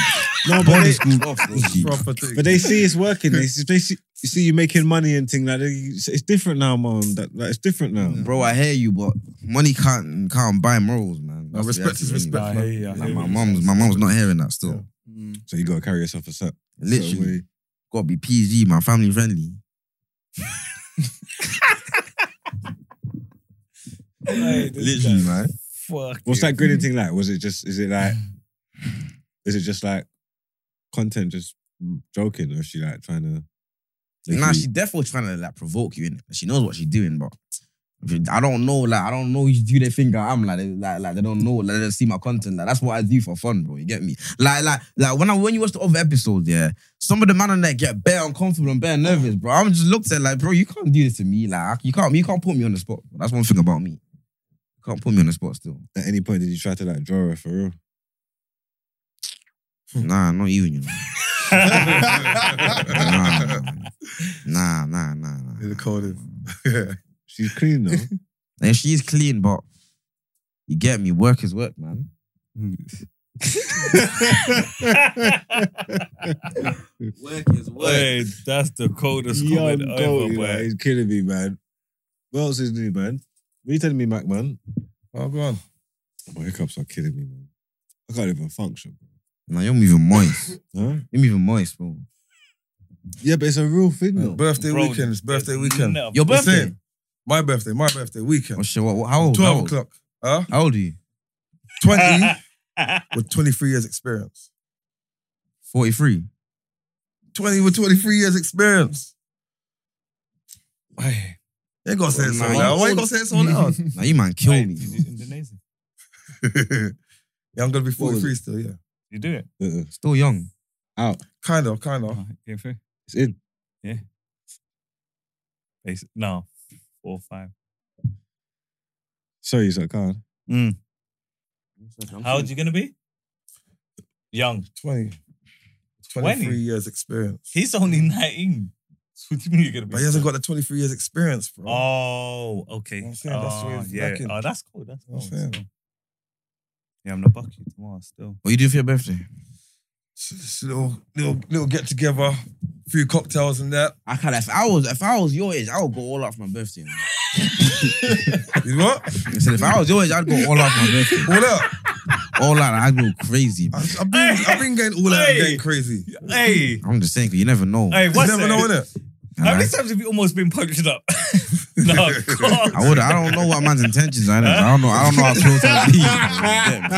Speaker 2: No, but
Speaker 1: boarding
Speaker 2: they,
Speaker 1: school
Speaker 2: [LAUGHS]
Speaker 1: off, bro.
Speaker 4: Proper thing.
Speaker 2: but they see it's working. They see, they see, you see you making money and thing like they, it's it's different now, mom. That like, it's different now.
Speaker 1: Bro, I hear you, but money can't can't buy morals, man.
Speaker 4: No,
Speaker 1: That's the
Speaker 4: respect is
Speaker 1: reality,
Speaker 4: respect,
Speaker 3: Nah,
Speaker 4: man.
Speaker 3: yeah, yeah.
Speaker 1: innit? Like, my mom's my mom's not hearing that still. Mm.
Speaker 2: So you gotta carry yourself a set.
Speaker 1: Literally. Gotta be PG, man. Family friendly. Literally, man.
Speaker 3: Fuck.
Speaker 2: What's that
Speaker 3: Mm.
Speaker 2: grilling thing like? Was it just? Is
Speaker 3: [SIGHS]
Speaker 2: it like? is it just like content? Just joking, or is she like trying to? make
Speaker 1: Nah,
Speaker 2: you-
Speaker 1: she definitely trying to like provoke you in She knows what she's doing, but I don't know, like I don't know you do they think I am like they, like, like they don't know, like they don't see my content. Like that's what I do for fun, bro. You get me? Like like like when I when you watch the other episodes, yeah, some of the man on there get bare uncomfortable and bare nervous, bro. I'm just looked at like, bro, you can't do this to me. Like I- you can't you can't put me on the spot. That's one thing about me. You can't put me on the spot still.
Speaker 2: At any point, did you try to like draw her for real?
Speaker 4: Hmm.
Speaker 1: Nah, not even, you know.
Speaker 3: [LAUGHS]
Speaker 1: [LAUGHS] Nah,
Speaker 4: yeah.
Speaker 1: nah, nah, nah, nah. nah.
Speaker 4: You're the coldest.
Speaker 2: She's clean
Speaker 4: [LAUGHS]
Speaker 2: though.
Speaker 1: And she's clean, but you get me. Work is work, man. Work is
Speaker 3: Wait, that's the coldest
Speaker 2: Young
Speaker 3: comment
Speaker 2: goat,
Speaker 3: ever,
Speaker 2: you know,
Speaker 3: boy.
Speaker 2: he's killing me, man. What else is new, man? What are you telling me, Mac, man?
Speaker 4: Oh, go on.
Speaker 2: My hiccups are killing me, man. I can't even function.
Speaker 1: Nah, you're moving moist.
Speaker 2: Huh?
Speaker 1: You're moving moist, bro.
Speaker 2: Yeah, but it's a real thing though.
Speaker 4: Birthday
Speaker 3: Bro,
Speaker 4: weekends. Birthday
Speaker 3: there's
Speaker 4: weekend.
Speaker 3: never-
Speaker 1: Your
Speaker 4: The
Speaker 1: birthday?
Speaker 4: same. My birthday, my birthday
Speaker 1: Oh
Speaker 4: weekend.
Speaker 1: shit! What, what- how old? how
Speaker 4: 12
Speaker 1: old?
Speaker 4: o'clock. Huh?
Speaker 1: How old are you?
Speaker 4: [LAUGHS] 20 with 23 years experience.
Speaker 1: Forty-three.
Speaker 4: 20 with 23 years experience. Why? You ain't gonna say it so
Speaker 1: Nah, you
Speaker 4: loud. Why you
Speaker 1: old.
Speaker 4: gonna say it so
Speaker 2: [LAUGHS]
Speaker 4: loud?
Speaker 1: Now you man kill
Speaker 3: [LAUGHS] Wait,
Speaker 1: me.
Speaker 3: did you do Indonesian?
Speaker 4: yeah, I'm gonna be
Speaker 2: What was
Speaker 4: 43 still, yeah.
Speaker 3: You do it?
Speaker 2: Uh-uh.
Speaker 1: Still young.
Speaker 4: Kind of, kind of.
Speaker 3: Oh, yeah, fair.
Speaker 2: It's in.
Speaker 3: Basi- No, four, five.
Speaker 2: Sorry, sir, can't.
Speaker 3: How old you gonna be? Young.
Speaker 4: 20.
Speaker 3: 20?
Speaker 4: 23 years experience.
Speaker 3: He's only [LAUGHS] nineteen. What do you mean you're gonna be?
Speaker 4: But he hasn't got the 23 years experience, bro.
Speaker 3: Oh, okay.
Speaker 4: I'm saying that's
Speaker 3: oh,
Speaker 4: what he's
Speaker 3: yeah.
Speaker 4: lacking.
Speaker 3: Oh, that's cool. That's
Speaker 4: I'm
Speaker 3: cool.
Speaker 4: saying.
Speaker 3: So- Yeah, I'm the bucket tomorrow still.
Speaker 1: What you do for your birthday?
Speaker 4: It's just a little, little, little get together, few cocktails and that.
Speaker 1: I can't. If I was, if I was your age, I would go all out for my birthday. [LAUGHS] Man.
Speaker 4: You know what?
Speaker 1: I said, if I was your age, I'd go all out for my birthday.
Speaker 4: All out.
Speaker 1: All out. I'd go crazy.
Speaker 4: I,
Speaker 1: Man.
Speaker 4: I've been, I've been getting all out and
Speaker 3: Hey.
Speaker 4: getting crazy. You
Speaker 3: Hey,
Speaker 1: I'm just saying, 'cause you never know.
Speaker 3: hey, what's
Speaker 4: never
Speaker 3: that?
Speaker 4: know, innit?
Speaker 1: And I,
Speaker 3: times have you almost been punched up? [LAUGHS]
Speaker 4: [LAUGHS]
Speaker 3: no, God.
Speaker 1: I would. I don't know what man's intentions are. innit? I don't know. I don't know how close I'd be. [LAUGHS] man.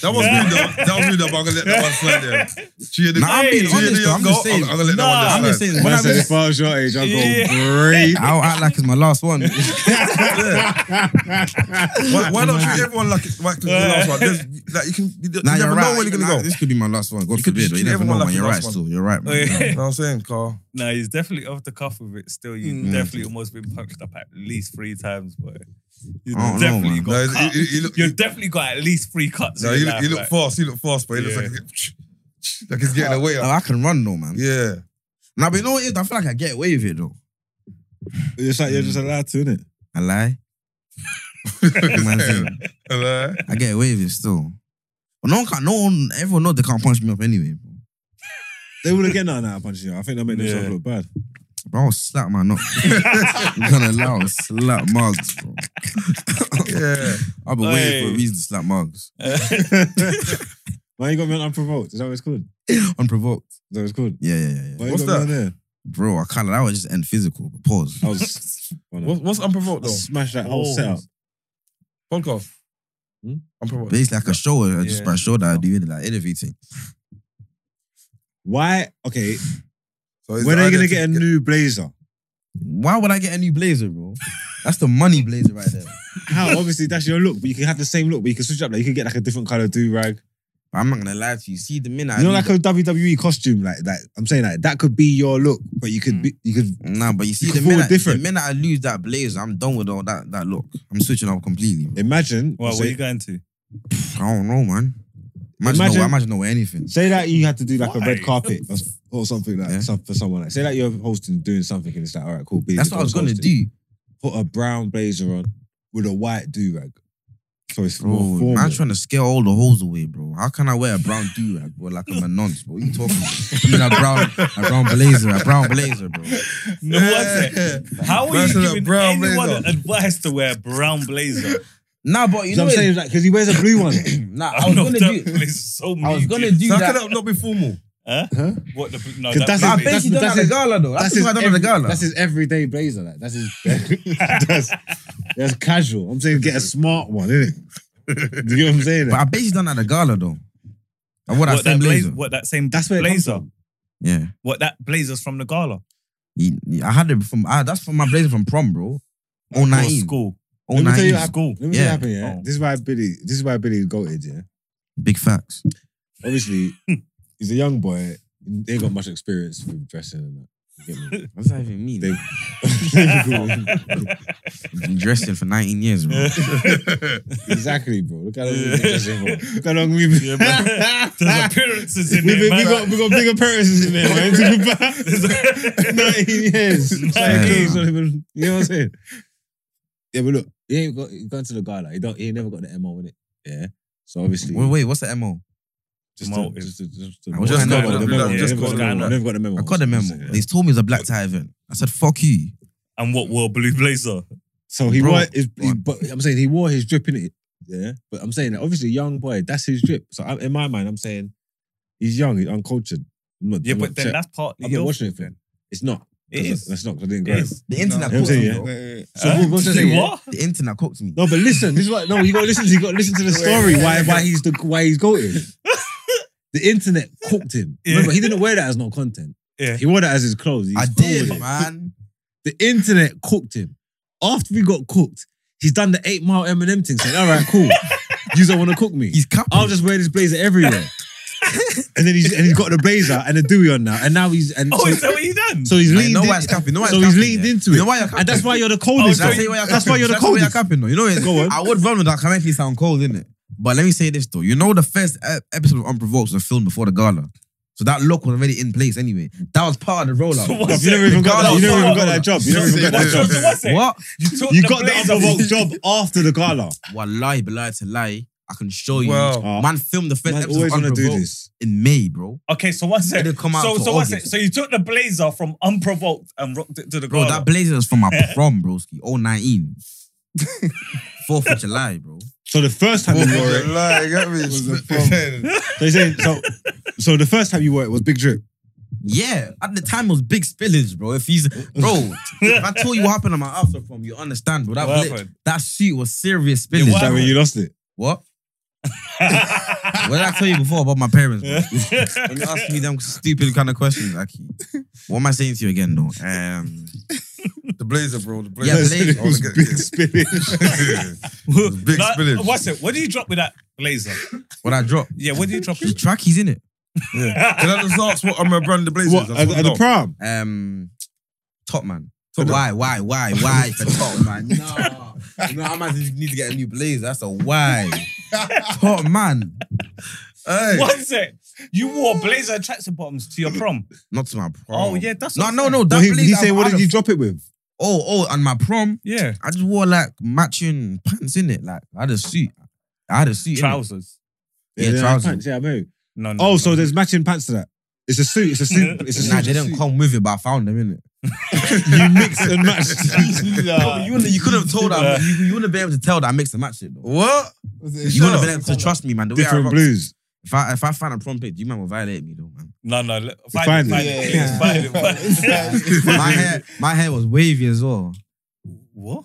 Speaker 4: That was me though. That was me though, but I'm gonna let that one slide there. She had the-
Speaker 1: Nah, I'm being
Speaker 4: she had the
Speaker 1: honest, though.
Speaker 4: young
Speaker 1: I'm just
Speaker 4: girl.
Speaker 1: saying-
Speaker 4: I'm, I'm gonna let
Speaker 3: Nah,
Speaker 4: that
Speaker 1: I'm
Speaker 4: one
Speaker 1: just
Speaker 4: just slide.
Speaker 1: saying. When
Speaker 2: Man
Speaker 1: I
Speaker 2: said,
Speaker 1: be,
Speaker 2: if I was your age, I'd
Speaker 3: Yeah.
Speaker 2: go great.
Speaker 1: I'll act like it's my last [LAUGHS] one.
Speaker 4: [LAUGHS] Why, why not treat everyone like it's like the last
Speaker 2: [LAUGHS]
Speaker 4: one? There's, like you can, you, d- you
Speaker 1: Now
Speaker 4: never
Speaker 1: you're
Speaker 4: know
Speaker 1: right.
Speaker 4: where you're
Speaker 1: Nah,
Speaker 4: gonna go.
Speaker 1: This could be my last one. God
Speaker 4: You could
Speaker 1: forbid.
Speaker 4: just
Speaker 1: But you
Speaker 4: treat
Speaker 1: never know, man.
Speaker 4: everyone like
Speaker 1: You're
Speaker 4: your
Speaker 1: right.
Speaker 4: last one.
Speaker 1: Still, you're right, [LAUGHS] man.
Speaker 3: Yeah.
Speaker 4: You know what I'm saying, Carl?
Speaker 3: No, he's definitely off the cuff with it still. You
Speaker 1: Mm.
Speaker 3: definitely almost been punched up at least three times, boy. You
Speaker 1: I don't know,
Speaker 3: definitely
Speaker 1: man.
Speaker 3: got
Speaker 4: No,
Speaker 3: cut.
Speaker 4: he- he- he look-
Speaker 3: you
Speaker 4: he-
Speaker 3: definitely got at least three cuts.
Speaker 4: No,
Speaker 3: in
Speaker 4: you
Speaker 3: your
Speaker 4: look,
Speaker 3: life,
Speaker 4: you look
Speaker 3: like.
Speaker 4: fast. You look fast, but he looks
Speaker 3: Yeah.
Speaker 4: like he's, like he's getting away.
Speaker 1: No, Oh, I can run though, man.
Speaker 4: Yeah.
Speaker 1: Now, but you know what it is? I feel like I get away with it though.
Speaker 2: It's like you're just allowed to, innit?
Speaker 1: I
Speaker 4: [LAUGHS]
Speaker 1: lie. Man, saying,
Speaker 4: Hello?
Speaker 1: I get away with it still. But no one can. No one. Everyone knows they can't punch me up anyway. Bro.
Speaker 2: They would have get nothing out of punching you. I think that made themselves
Speaker 3: Yeah.
Speaker 2: look bad.
Speaker 1: Bro, I'll slap man
Speaker 4: [LAUGHS]
Speaker 1: up. I'm gonna allow I'll slap mugs, bro.
Speaker 4: Yeah.
Speaker 1: I've been waiting for
Speaker 3: Hey.
Speaker 1: a reason to slap mugs.
Speaker 2: Why you got me on unprovoked? Is that what it's called?
Speaker 1: Unprovoked.
Speaker 2: Is that what it's called?
Speaker 1: Yeah, yeah, yeah. yeah.
Speaker 2: Why you
Speaker 4: What's
Speaker 2: got
Speaker 4: that?
Speaker 2: me on there?
Speaker 1: Bro, I can't. That would just end physical. But pause.
Speaker 2: I was. Oh, no.
Speaker 4: What, what's unprovoked
Speaker 2: I
Speaker 4: though?
Speaker 2: smashed that whole
Speaker 3: Balls.
Speaker 2: setup.
Speaker 4: Podcast.
Speaker 2: Hmm?
Speaker 4: Unprovoked.
Speaker 1: Basically, like a show. I just
Speaker 3: Yeah.
Speaker 1: by show that I do it, like innovating.
Speaker 2: Why? Okay,
Speaker 4: So is
Speaker 2: when
Speaker 4: the
Speaker 2: are you
Speaker 4: idea
Speaker 2: gonna
Speaker 4: to
Speaker 2: get a new blazer?
Speaker 1: Why would I get a new blazer, bro? That's the money blazer right there.
Speaker 2: How? Obviously, that's your look, but you can have the same look, but you can switch it up. Like you can get like a different color do rag.
Speaker 1: But I'm not gonna lie to you. See the minute
Speaker 2: You know,
Speaker 1: I
Speaker 2: like
Speaker 1: do
Speaker 2: a WWE costume, like that. I'm saying like that could be your look, but you could be, you could.
Speaker 1: that- Nah, but you see
Speaker 2: You
Speaker 1: the
Speaker 2: can fall
Speaker 1: minute, the
Speaker 2: different.
Speaker 1: minute I lose that blazer, I'm done with all that that look. I'm switching up completely. Bro.
Speaker 2: Imagine,
Speaker 3: well, what are
Speaker 2: say,
Speaker 3: you going to?
Speaker 1: I don't know, man. Imagine,
Speaker 2: Imagine-
Speaker 1: no, imagine no way anything.
Speaker 2: say that you had to do like a red
Speaker 3: Why?
Speaker 2: carpet or, or something like
Speaker 1: Yeah.
Speaker 2: some, for someone. Like say that you're hosting, doing something, and it's like, all right, cool. be
Speaker 1: That's
Speaker 2: the
Speaker 1: what I was gonna
Speaker 2: hosting.
Speaker 1: do.
Speaker 2: Put a brown blazer on with a white do rag, so it's more
Speaker 1: Bro,
Speaker 2: formal.
Speaker 1: man, trying to scare all the holes away, bro. How can I wear a brown do rag, bro? Like I'm a nonce, bro. What you talking? About? You know, a brown, a brown blazer, a brown blazer, bro.
Speaker 3: No,
Speaker 4: [LAUGHS]
Speaker 3: what's it? How are you
Speaker 4: Versus a
Speaker 3: giving
Speaker 4: brown
Speaker 3: anyone
Speaker 4: blazer.
Speaker 3: [LAUGHS] advice to wear a brown blazer?
Speaker 1: Nah, but you
Speaker 2: You know
Speaker 1: know,
Speaker 2: what I'm saying? Like, because he wears a blue one.
Speaker 1: it- nah, I was
Speaker 3: No,
Speaker 1: gonna
Speaker 3: that
Speaker 1: do.
Speaker 3: place is so
Speaker 1: I was
Speaker 3: mean,
Speaker 1: gonna
Speaker 3: dude.
Speaker 1: do
Speaker 4: So how
Speaker 1: that.
Speaker 4: could that not be formal?
Speaker 3: Huh?
Speaker 2: Huh?
Speaker 3: What the? No,
Speaker 2: 'Cause
Speaker 3: that
Speaker 2: that's
Speaker 1: Nah, I
Speaker 2: his-
Speaker 1: bet
Speaker 3: place
Speaker 2: that's-
Speaker 1: you done
Speaker 2: that's
Speaker 1: at the
Speaker 2: his-
Speaker 1: gala though. That's, what I done at the gala.
Speaker 2: That's his everyday blazer. Like that's his. [LAUGHS] that's, that's casual. I'm saying get a smart one, isn't it? Do you know what I'm saying?
Speaker 1: But I bet you done at the gala though. I wore that
Speaker 3: what
Speaker 1: same
Speaker 3: that blazer?
Speaker 1: blazer.
Speaker 3: What that same?
Speaker 2: That's where it comes
Speaker 3: blazer.
Speaker 1: Yeah.
Speaker 3: What that blazer's from the gala?
Speaker 1: He- he- I had it from I, that's from my blazer from prom, bro. Oh
Speaker 3: Or
Speaker 1: nine.
Speaker 3: school?
Speaker 1: Oh
Speaker 2: Let me tell you
Speaker 1: nine.
Speaker 2: what happened.
Speaker 3: School.
Speaker 2: Let me
Speaker 1: Yeah.
Speaker 2: tell you what happened, yeah.
Speaker 3: Oh.
Speaker 2: This is why Billy. This is why Billy goated, yeah.
Speaker 1: Big facts.
Speaker 2: Obviously, he's a young boy. They got much experience with dressing and that. You get me?
Speaker 1: What's that even mean?
Speaker 2: They-
Speaker 1: been dressing for 19 years, bro.
Speaker 2: exactly, bro. Look how long we've
Speaker 3: Yeah.
Speaker 2: been dressing for. Look how long we've
Speaker 3: Yeah,
Speaker 2: been.
Speaker 3: but There's appearances in
Speaker 2: we, we,
Speaker 3: there, man.
Speaker 2: got, we got bigger appearances in
Speaker 3: [LAUGHS]
Speaker 2: there, man.
Speaker 3: There's a-
Speaker 2: 19 years.
Speaker 3: Nice.
Speaker 2: Like, it's not even- you know what I'm saying? Yeah, but look, he ain't got he gone to the gala. He don't he ain't never got the MO in it. Yeah. So obviously
Speaker 1: Wait, wait, what's the MO?
Speaker 2: just, to,
Speaker 3: Motive.
Speaker 2: just, to, just, to,
Speaker 1: I was just
Speaker 2: never
Speaker 1: gonna
Speaker 2: got the
Speaker 1: do
Speaker 2: memo.
Speaker 4: that,
Speaker 2: Yeah,
Speaker 4: just
Speaker 2: never got the
Speaker 4: gonna
Speaker 2: memo.
Speaker 4: do that.
Speaker 2: Never got the memo.
Speaker 1: I got the memo. They told me it's a black tie event. I said, fuck you.
Speaker 3: And what wore blue blazer?
Speaker 2: So he
Speaker 1: Bro,
Speaker 2: wore his
Speaker 1: go
Speaker 2: he,
Speaker 1: on.
Speaker 2: but I'm saying he wore his drip in it. Yeah. But I'm saying that obviously young boy, that's his drip. So I'm, in my mind, I'm saying he's young, he's uncultured. I'm not,
Speaker 3: Yeah,
Speaker 2: I'm
Speaker 3: but
Speaker 2: not
Speaker 3: then
Speaker 2: check-
Speaker 3: that's part.
Speaker 2: I'm not watching it for him. It's not.
Speaker 3: It is.
Speaker 2: That's not because I didn't
Speaker 3: It
Speaker 2: grow up.
Speaker 3: is.
Speaker 1: The internet
Speaker 2: No,
Speaker 1: cooked
Speaker 2: I'm
Speaker 1: me. bro.
Speaker 2: saying, So what- what
Speaker 3: Huh?
Speaker 2: was I saying?
Speaker 3: What?
Speaker 1: The internet cooked me.
Speaker 2: No, but listen. This is what. No, you got to listen. You got to listen to the story. Why? Why he's the? Why he's goated? The internet cooked him.
Speaker 3: Yeah.
Speaker 2: Remember, he didn't wear that as no content.
Speaker 3: Yeah.
Speaker 2: He wore that as his clothes. He's
Speaker 1: I
Speaker 2: cool
Speaker 1: did,
Speaker 2: with it.
Speaker 1: man.
Speaker 2: The internet cooked him. After we got cooked, he's done the eight mile Eminem thing. Said, "All right, cool. you don't want to cook me.
Speaker 1: He's capping.
Speaker 2: I'll just wear this blazer everywhere." and then he's and he's got the blazer and the dewy on now, and now he's and
Speaker 3: Oh,
Speaker 2: so,
Speaker 3: is that what you done?
Speaker 2: so he's
Speaker 1: Like, you
Speaker 2: leaned.
Speaker 1: know
Speaker 2: in-
Speaker 1: why it's capping. You know why
Speaker 2: so
Speaker 1: it's
Speaker 2: he's
Speaker 1: capping,
Speaker 2: leaned
Speaker 1: yeah?
Speaker 2: into
Speaker 1: You
Speaker 2: it,
Speaker 1: know why you're capping.
Speaker 2: and that's why you're the coldest.
Speaker 3: Oh,
Speaker 1: Should I
Speaker 2: though.
Speaker 1: tell you why you're
Speaker 2: That's
Speaker 1: capping?
Speaker 2: why you're the
Speaker 1: Should I tell you
Speaker 2: coldest.
Speaker 1: capping, though. You know, it's-
Speaker 2: Go on.
Speaker 1: I would run with that. Can actually sound cold, innit? But let me say this though. You know, the first ep- episode of Unprovoked was filmed before the gala, so that look was already in place anyway. That was part of the
Speaker 2: [LAUGHS]
Speaker 1: rollout.
Speaker 3: So
Speaker 2: Bruv,
Speaker 3: what's
Speaker 2: You never
Speaker 3: it?
Speaker 2: even got that. You
Speaker 1: Gala's
Speaker 2: never even
Speaker 1: not
Speaker 2: got
Speaker 1: on.
Speaker 2: that job. You never
Speaker 4: Sorry,
Speaker 2: even got that
Speaker 4: yeah.
Speaker 2: job.
Speaker 3: So what's it?
Speaker 1: What?
Speaker 3: You took
Speaker 2: You
Speaker 3: the
Speaker 2: got that
Speaker 3: blazer
Speaker 2: other
Speaker 3: off.
Speaker 2: job after the gala.
Speaker 1: Wallahi, lie to lie, I can show you.
Speaker 4: Wow.
Speaker 2: Oh,
Speaker 1: Man, filmed the first
Speaker 2: man,
Speaker 1: episode of Unprovoked
Speaker 2: this.
Speaker 1: in May, bro.
Speaker 3: Okay, so what's
Speaker 1: It
Speaker 3: it?
Speaker 1: didn't come out
Speaker 3: So,
Speaker 1: till
Speaker 3: so what's it?
Speaker 1: August.
Speaker 3: So you took the blazer from unprovoked and rocked it to the
Speaker 1: Bro,
Speaker 3: ground.
Speaker 1: that blazer is from my prom, broski. 019. 4th of July, bro.
Speaker 2: So the first time
Speaker 1: Oh,
Speaker 4: Fourth
Speaker 2: you
Speaker 4: of
Speaker 2: wore it,
Speaker 4: July, you get me?
Speaker 5: Was a
Speaker 2: so, you're saying, so so the first time you wore it was big drip.
Speaker 1: Yeah, at the time it was big spillage, bro. If he's
Speaker 4: [LAUGHS]
Speaker 1: bro, if I told you what happened on my after prom, you understand, bro. That
Speaker 3: What
Speaker 1: bla-
Speaker 3: happened?
Speaker 1: that suit was serious spillage.
Speaker 2: Is that
Speaker 1: bro.
Speaker 2: when you lost it?
Speaker 4: [LAUGHS]
Speaker 1: what? What did I tell you before about my parents? Bro?
Speaker 4: [LAUGHS]
Speaker 1: when you ask me them stupid kind of questions, like, what am I saying to you again, though? Um,
Speaker 4: The blazer, bro. The
Speaker 1: Yeah, Oh, blazer.
Speaker 4: blazer.
Speaker 2: [LAUGHS] It
Speaker 4: I
Speaker 2: was
Speaker 4: wanna get-
Speaker 2: big
Speaker 1: [LAUGHS]
Speaker 2: spillage.
Speaker 4: Big
Speaker 3: Like,
Speaker 4: spillage.
Speaker 3: What's it? What do you drop with that blazer?
Speaker 1: what I dropped?
Speaker 3: Yeah, what do you drop?
Speaker 1: [LAUGHS] The track he's in it.
Speaker 4: Can I just ask what I'm a brand the blazer?
Speaker 2: What at, at the prom?
Speaker 1: Um, top man. why, why, why, why for [LAUGHS] top man? No, no, I might need to get a new blazer. That's a why. [LAUGHS] top man.
Speaker 4: Hey.
Speaker 3: What's it? You wore blazer and tracksuit bottoms to your prom.
Speaker 1: Not to my prom.
Speaker 3: Oh, yeah, that's
Speaker 1: No,
Speaker 3: what-
Speaker 1: no, no. That
Speaker 2: Well, he, he
Speaker 1: blazer
Speaker 2: said,
Speaker 1: I'm
Speaker 2: "What
Speaker 1: out
Speaker 2: did you
Speaker 1: of-
Speaker 2: drop it with?"
Speaker 1: Oh, oh, on my prom,
Speaker 3: Yeah,
Speaker 1: I just wore like matching pants in it. Like I had a suit. I had a suit. innit?
Speaker 3: trousers.
Speaker 1: Yeah, trousers.
Speaker 2: pants, yeah, I know.
Speaker 3: No, no.
Speaker 2: Oh,
Speaker 3: no.
Speaker 2: so there's matching pants to that. It's a suit. It's a suit. It's a suit.
Speaker 1: Nah, they didn't come with it, but I found them [LAUGHS] in it.
Speaker 2: You mix and match.
Speaker 3: Nah.
Speaker 1: You, wouldn't- you could have told that. You, you wouldn't have been able to tell that I mixed and matched it though.
Speaker 4: What?
Speaker 5: Was it
Speaker 1: You
Speaker 5: short?
Speaker 1: wouldn't have been able to trust me, man. The way I [LAUGHS]
Speaker 2: [LAUGHS] Different
Speaker 1: rock-
Speaker 2: blues.
Speaker 1: If I if I find a prom pic, you man will violate me though, [LAUGHS] man.
Speaker 3: No, no. look,
Speaker 2: Find
Speaker 3: Find it.
Speaker 2: it.
Speaker 3: Find it.
Speaker 5: Yeah.
Speaker 3: Find it. [LAUGHS]
Speaker 5: [LAUGHS]
Speaker 3: Find it.
Speaker 1: my hair, my hair was wavy as well.
Speaker 3: What?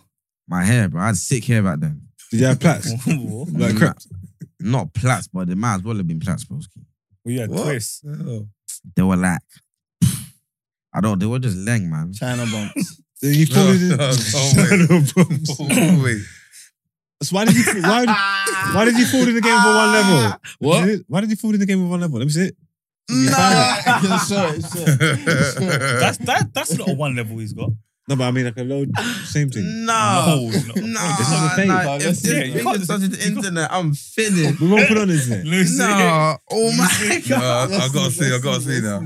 Speaker 1: My hair, bro. I had sick hair back then.
Speaker 2: Did you have
Speaker 1: [LAUGHS]
Speaker 2: plaits?
Speaker 3: What?
Speaker 2: Like
Speaker 1: Nah,
Speaker 2: crap.
Speaker 1: Not plaits, but they might as well have been plaits, broski.
Speaker 3: We had
Speaker 4: What? Uh.
Speaker 3: twists.
Speaker 1: They were like, I don't. They were just leng, man.
Speaker 5: China bumps.
Speaker 2: You probably did.
Speaker 4: [LAUGHS]
Speaker 2: [LAUGHS]
Speaker 4: No, no Oh, wait.
Speaker 2: So why did you? Why? Why did you fall in the game with one level?
Speaker 4: Ah.
Speaker 1: What?
Speaker 2: Why did you fall in the game with one level? Let me see it.
Speaker 5: Nah. short, short.
Speaker 3: That's that. That's not a one level he's got.
Speaker 2: No, but I mean like a low, same thing.
Speaker 4: Oh,
Speaker 1: No.
Speaker 3: No, no.
Speaker 1: Nah,
Speaker 2: This is a thing,
Speaker 1: nah,
Speaker 5: fam.
Speaker 1: if
Speaker 5: This is
Speaker 3: a
Speaker 1: this
Speaker 3: thing.
Speaker 1: thing is on the internet, I'm [LAUGHS] finished.
Speaker 2: We won't put on this
Speaker 4: [LAUGHS]
Speaker 2: thing.
Speaker 3: Lucy.
Speaker 1: Nah, oh [LAUGHS] my
Speaker 4: No,
Speaker 1: god.
Speaker 4: I, Uh, I gotta see. I gotta see now.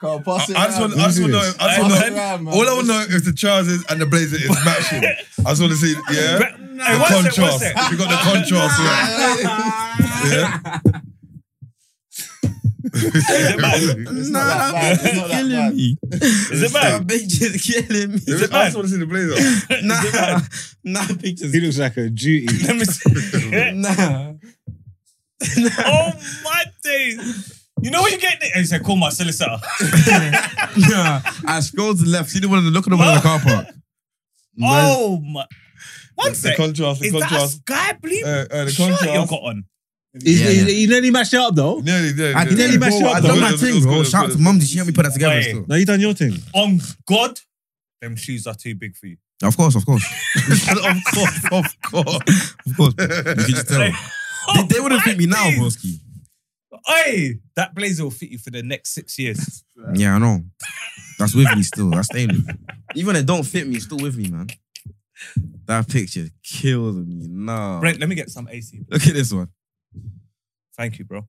Speaker 5: Can't pass
Speaker 4: I,
Speaker 5: it
Speaker 4: I just want. I just want to know. I just want to know. All I want to know if the trousers and the blazer is matching. I just want to see. Yeah.
Speaker 3: But-
Speaker 4: The
Speaker 3: Hey, what's it?
Speaker 4: contrast.
Speaker 3: What's it?
Speaker 4: You got the contrast.
Speaker 3: [LAUGHS]
Speaker 4: Yeah. yeah.
Speaker 3: Is it
Speaker 4: [LAUGHS]
Speaker 3: bad?
Speaker 5: It's
Speaker 1: Nah,
Speaker 5: not that bad. It's not that
Speaker 1: killing
Speaker 5: bad.
Speaker 1: me.
Speaker 3: Is it bad?
Speaker 1: That picture's killing me.
Speaker 4: I
Speaker 3: it
Speaker 4: just
Speaker 3: bad?
Speaker 4: want to see
Speaker 2: [LAUGHS]
Speaker 4: the blazer.
Speaker 3: it
Speaker 1: Nah,
Speaker 3: bad?
Speaker 1: [LAUGHS] nah, pictures.
Speaker 2: He looks like a duty.
Speaker 3: Let me
Speaker 4: [LAUGHS]
Speaker 3: see.
Speaker 1: Nah.
Speaker 3: oh my days. You know what you get? there? He said, "Call my solicitor."
Speaker 1: nah. I scrolled to the left. See the one the look at the one in the car park.
Speaker 3: oh my! One
Speaker 4: The
Speaker 3: sec.
Speaker 4: contrast. The
Speaker 3: Is that a
Speaker 4: contrast.
Speaker 3: sky bleep?
Speaker 4: Uh, uh, the
Speaker 3: Shirt you
Speaker 4: contrast.
Speaker 3: got on.
Speaker 2: He's,
Speaker 1: Yeah, yeah.
Speaker 2: He, he nearly matched it up though.
Speaker 4: Nearly,
Speaker 1: [LAUGHS]
Speaker 4: nearly.
Speaker 1: I did
Speaker 4: nearly.
Speaker 1: not
Speaker 2: bro,
Speaker 1: I
Speaker 2: I
Speaker 1: done
Speaker 2: done
Speaker 1: my
Speaker 4: it,
Speaker 1: thing,
Speaker 4: it's
Speaker 1: bro.
Speaker 4: good,
Speaker 1: Shout out
Speaker 4: it's
Speaker 1: to
Speaker 4: good.
Speaker 1: mum. Did she help me put that together
Speaker 3: Wait.
Speaker 1: still?
Speaker 2: No, you done your thing.
Speaker 3: On God, them shoes are too big for you.
Speaker 1: Of course, of [LAUGHS] course.
Speaker 4: of course, of course.
Speaker 1: Of course. bro. You can just tell.
Speaker 3: Like,
Speaker 1: They, they wouldn't fit me now,
Speaker 3: Almighty.
Speaker 1: broski.
Speaker 3: Oh, Hey, that blazer will fit you for the next six
Speaker 4: [LAUGHS]
Speaker 3: years.
Speaker 1: Yeah, I know. That's with me still. That's staying with me. Even if it don't fit me, it's still with me, man. That picture kills me. Nah.
Speaker 3: Brent, let me get some AC.
Speaker 1: Look at this one.
Speaker 3: Thank you, bro.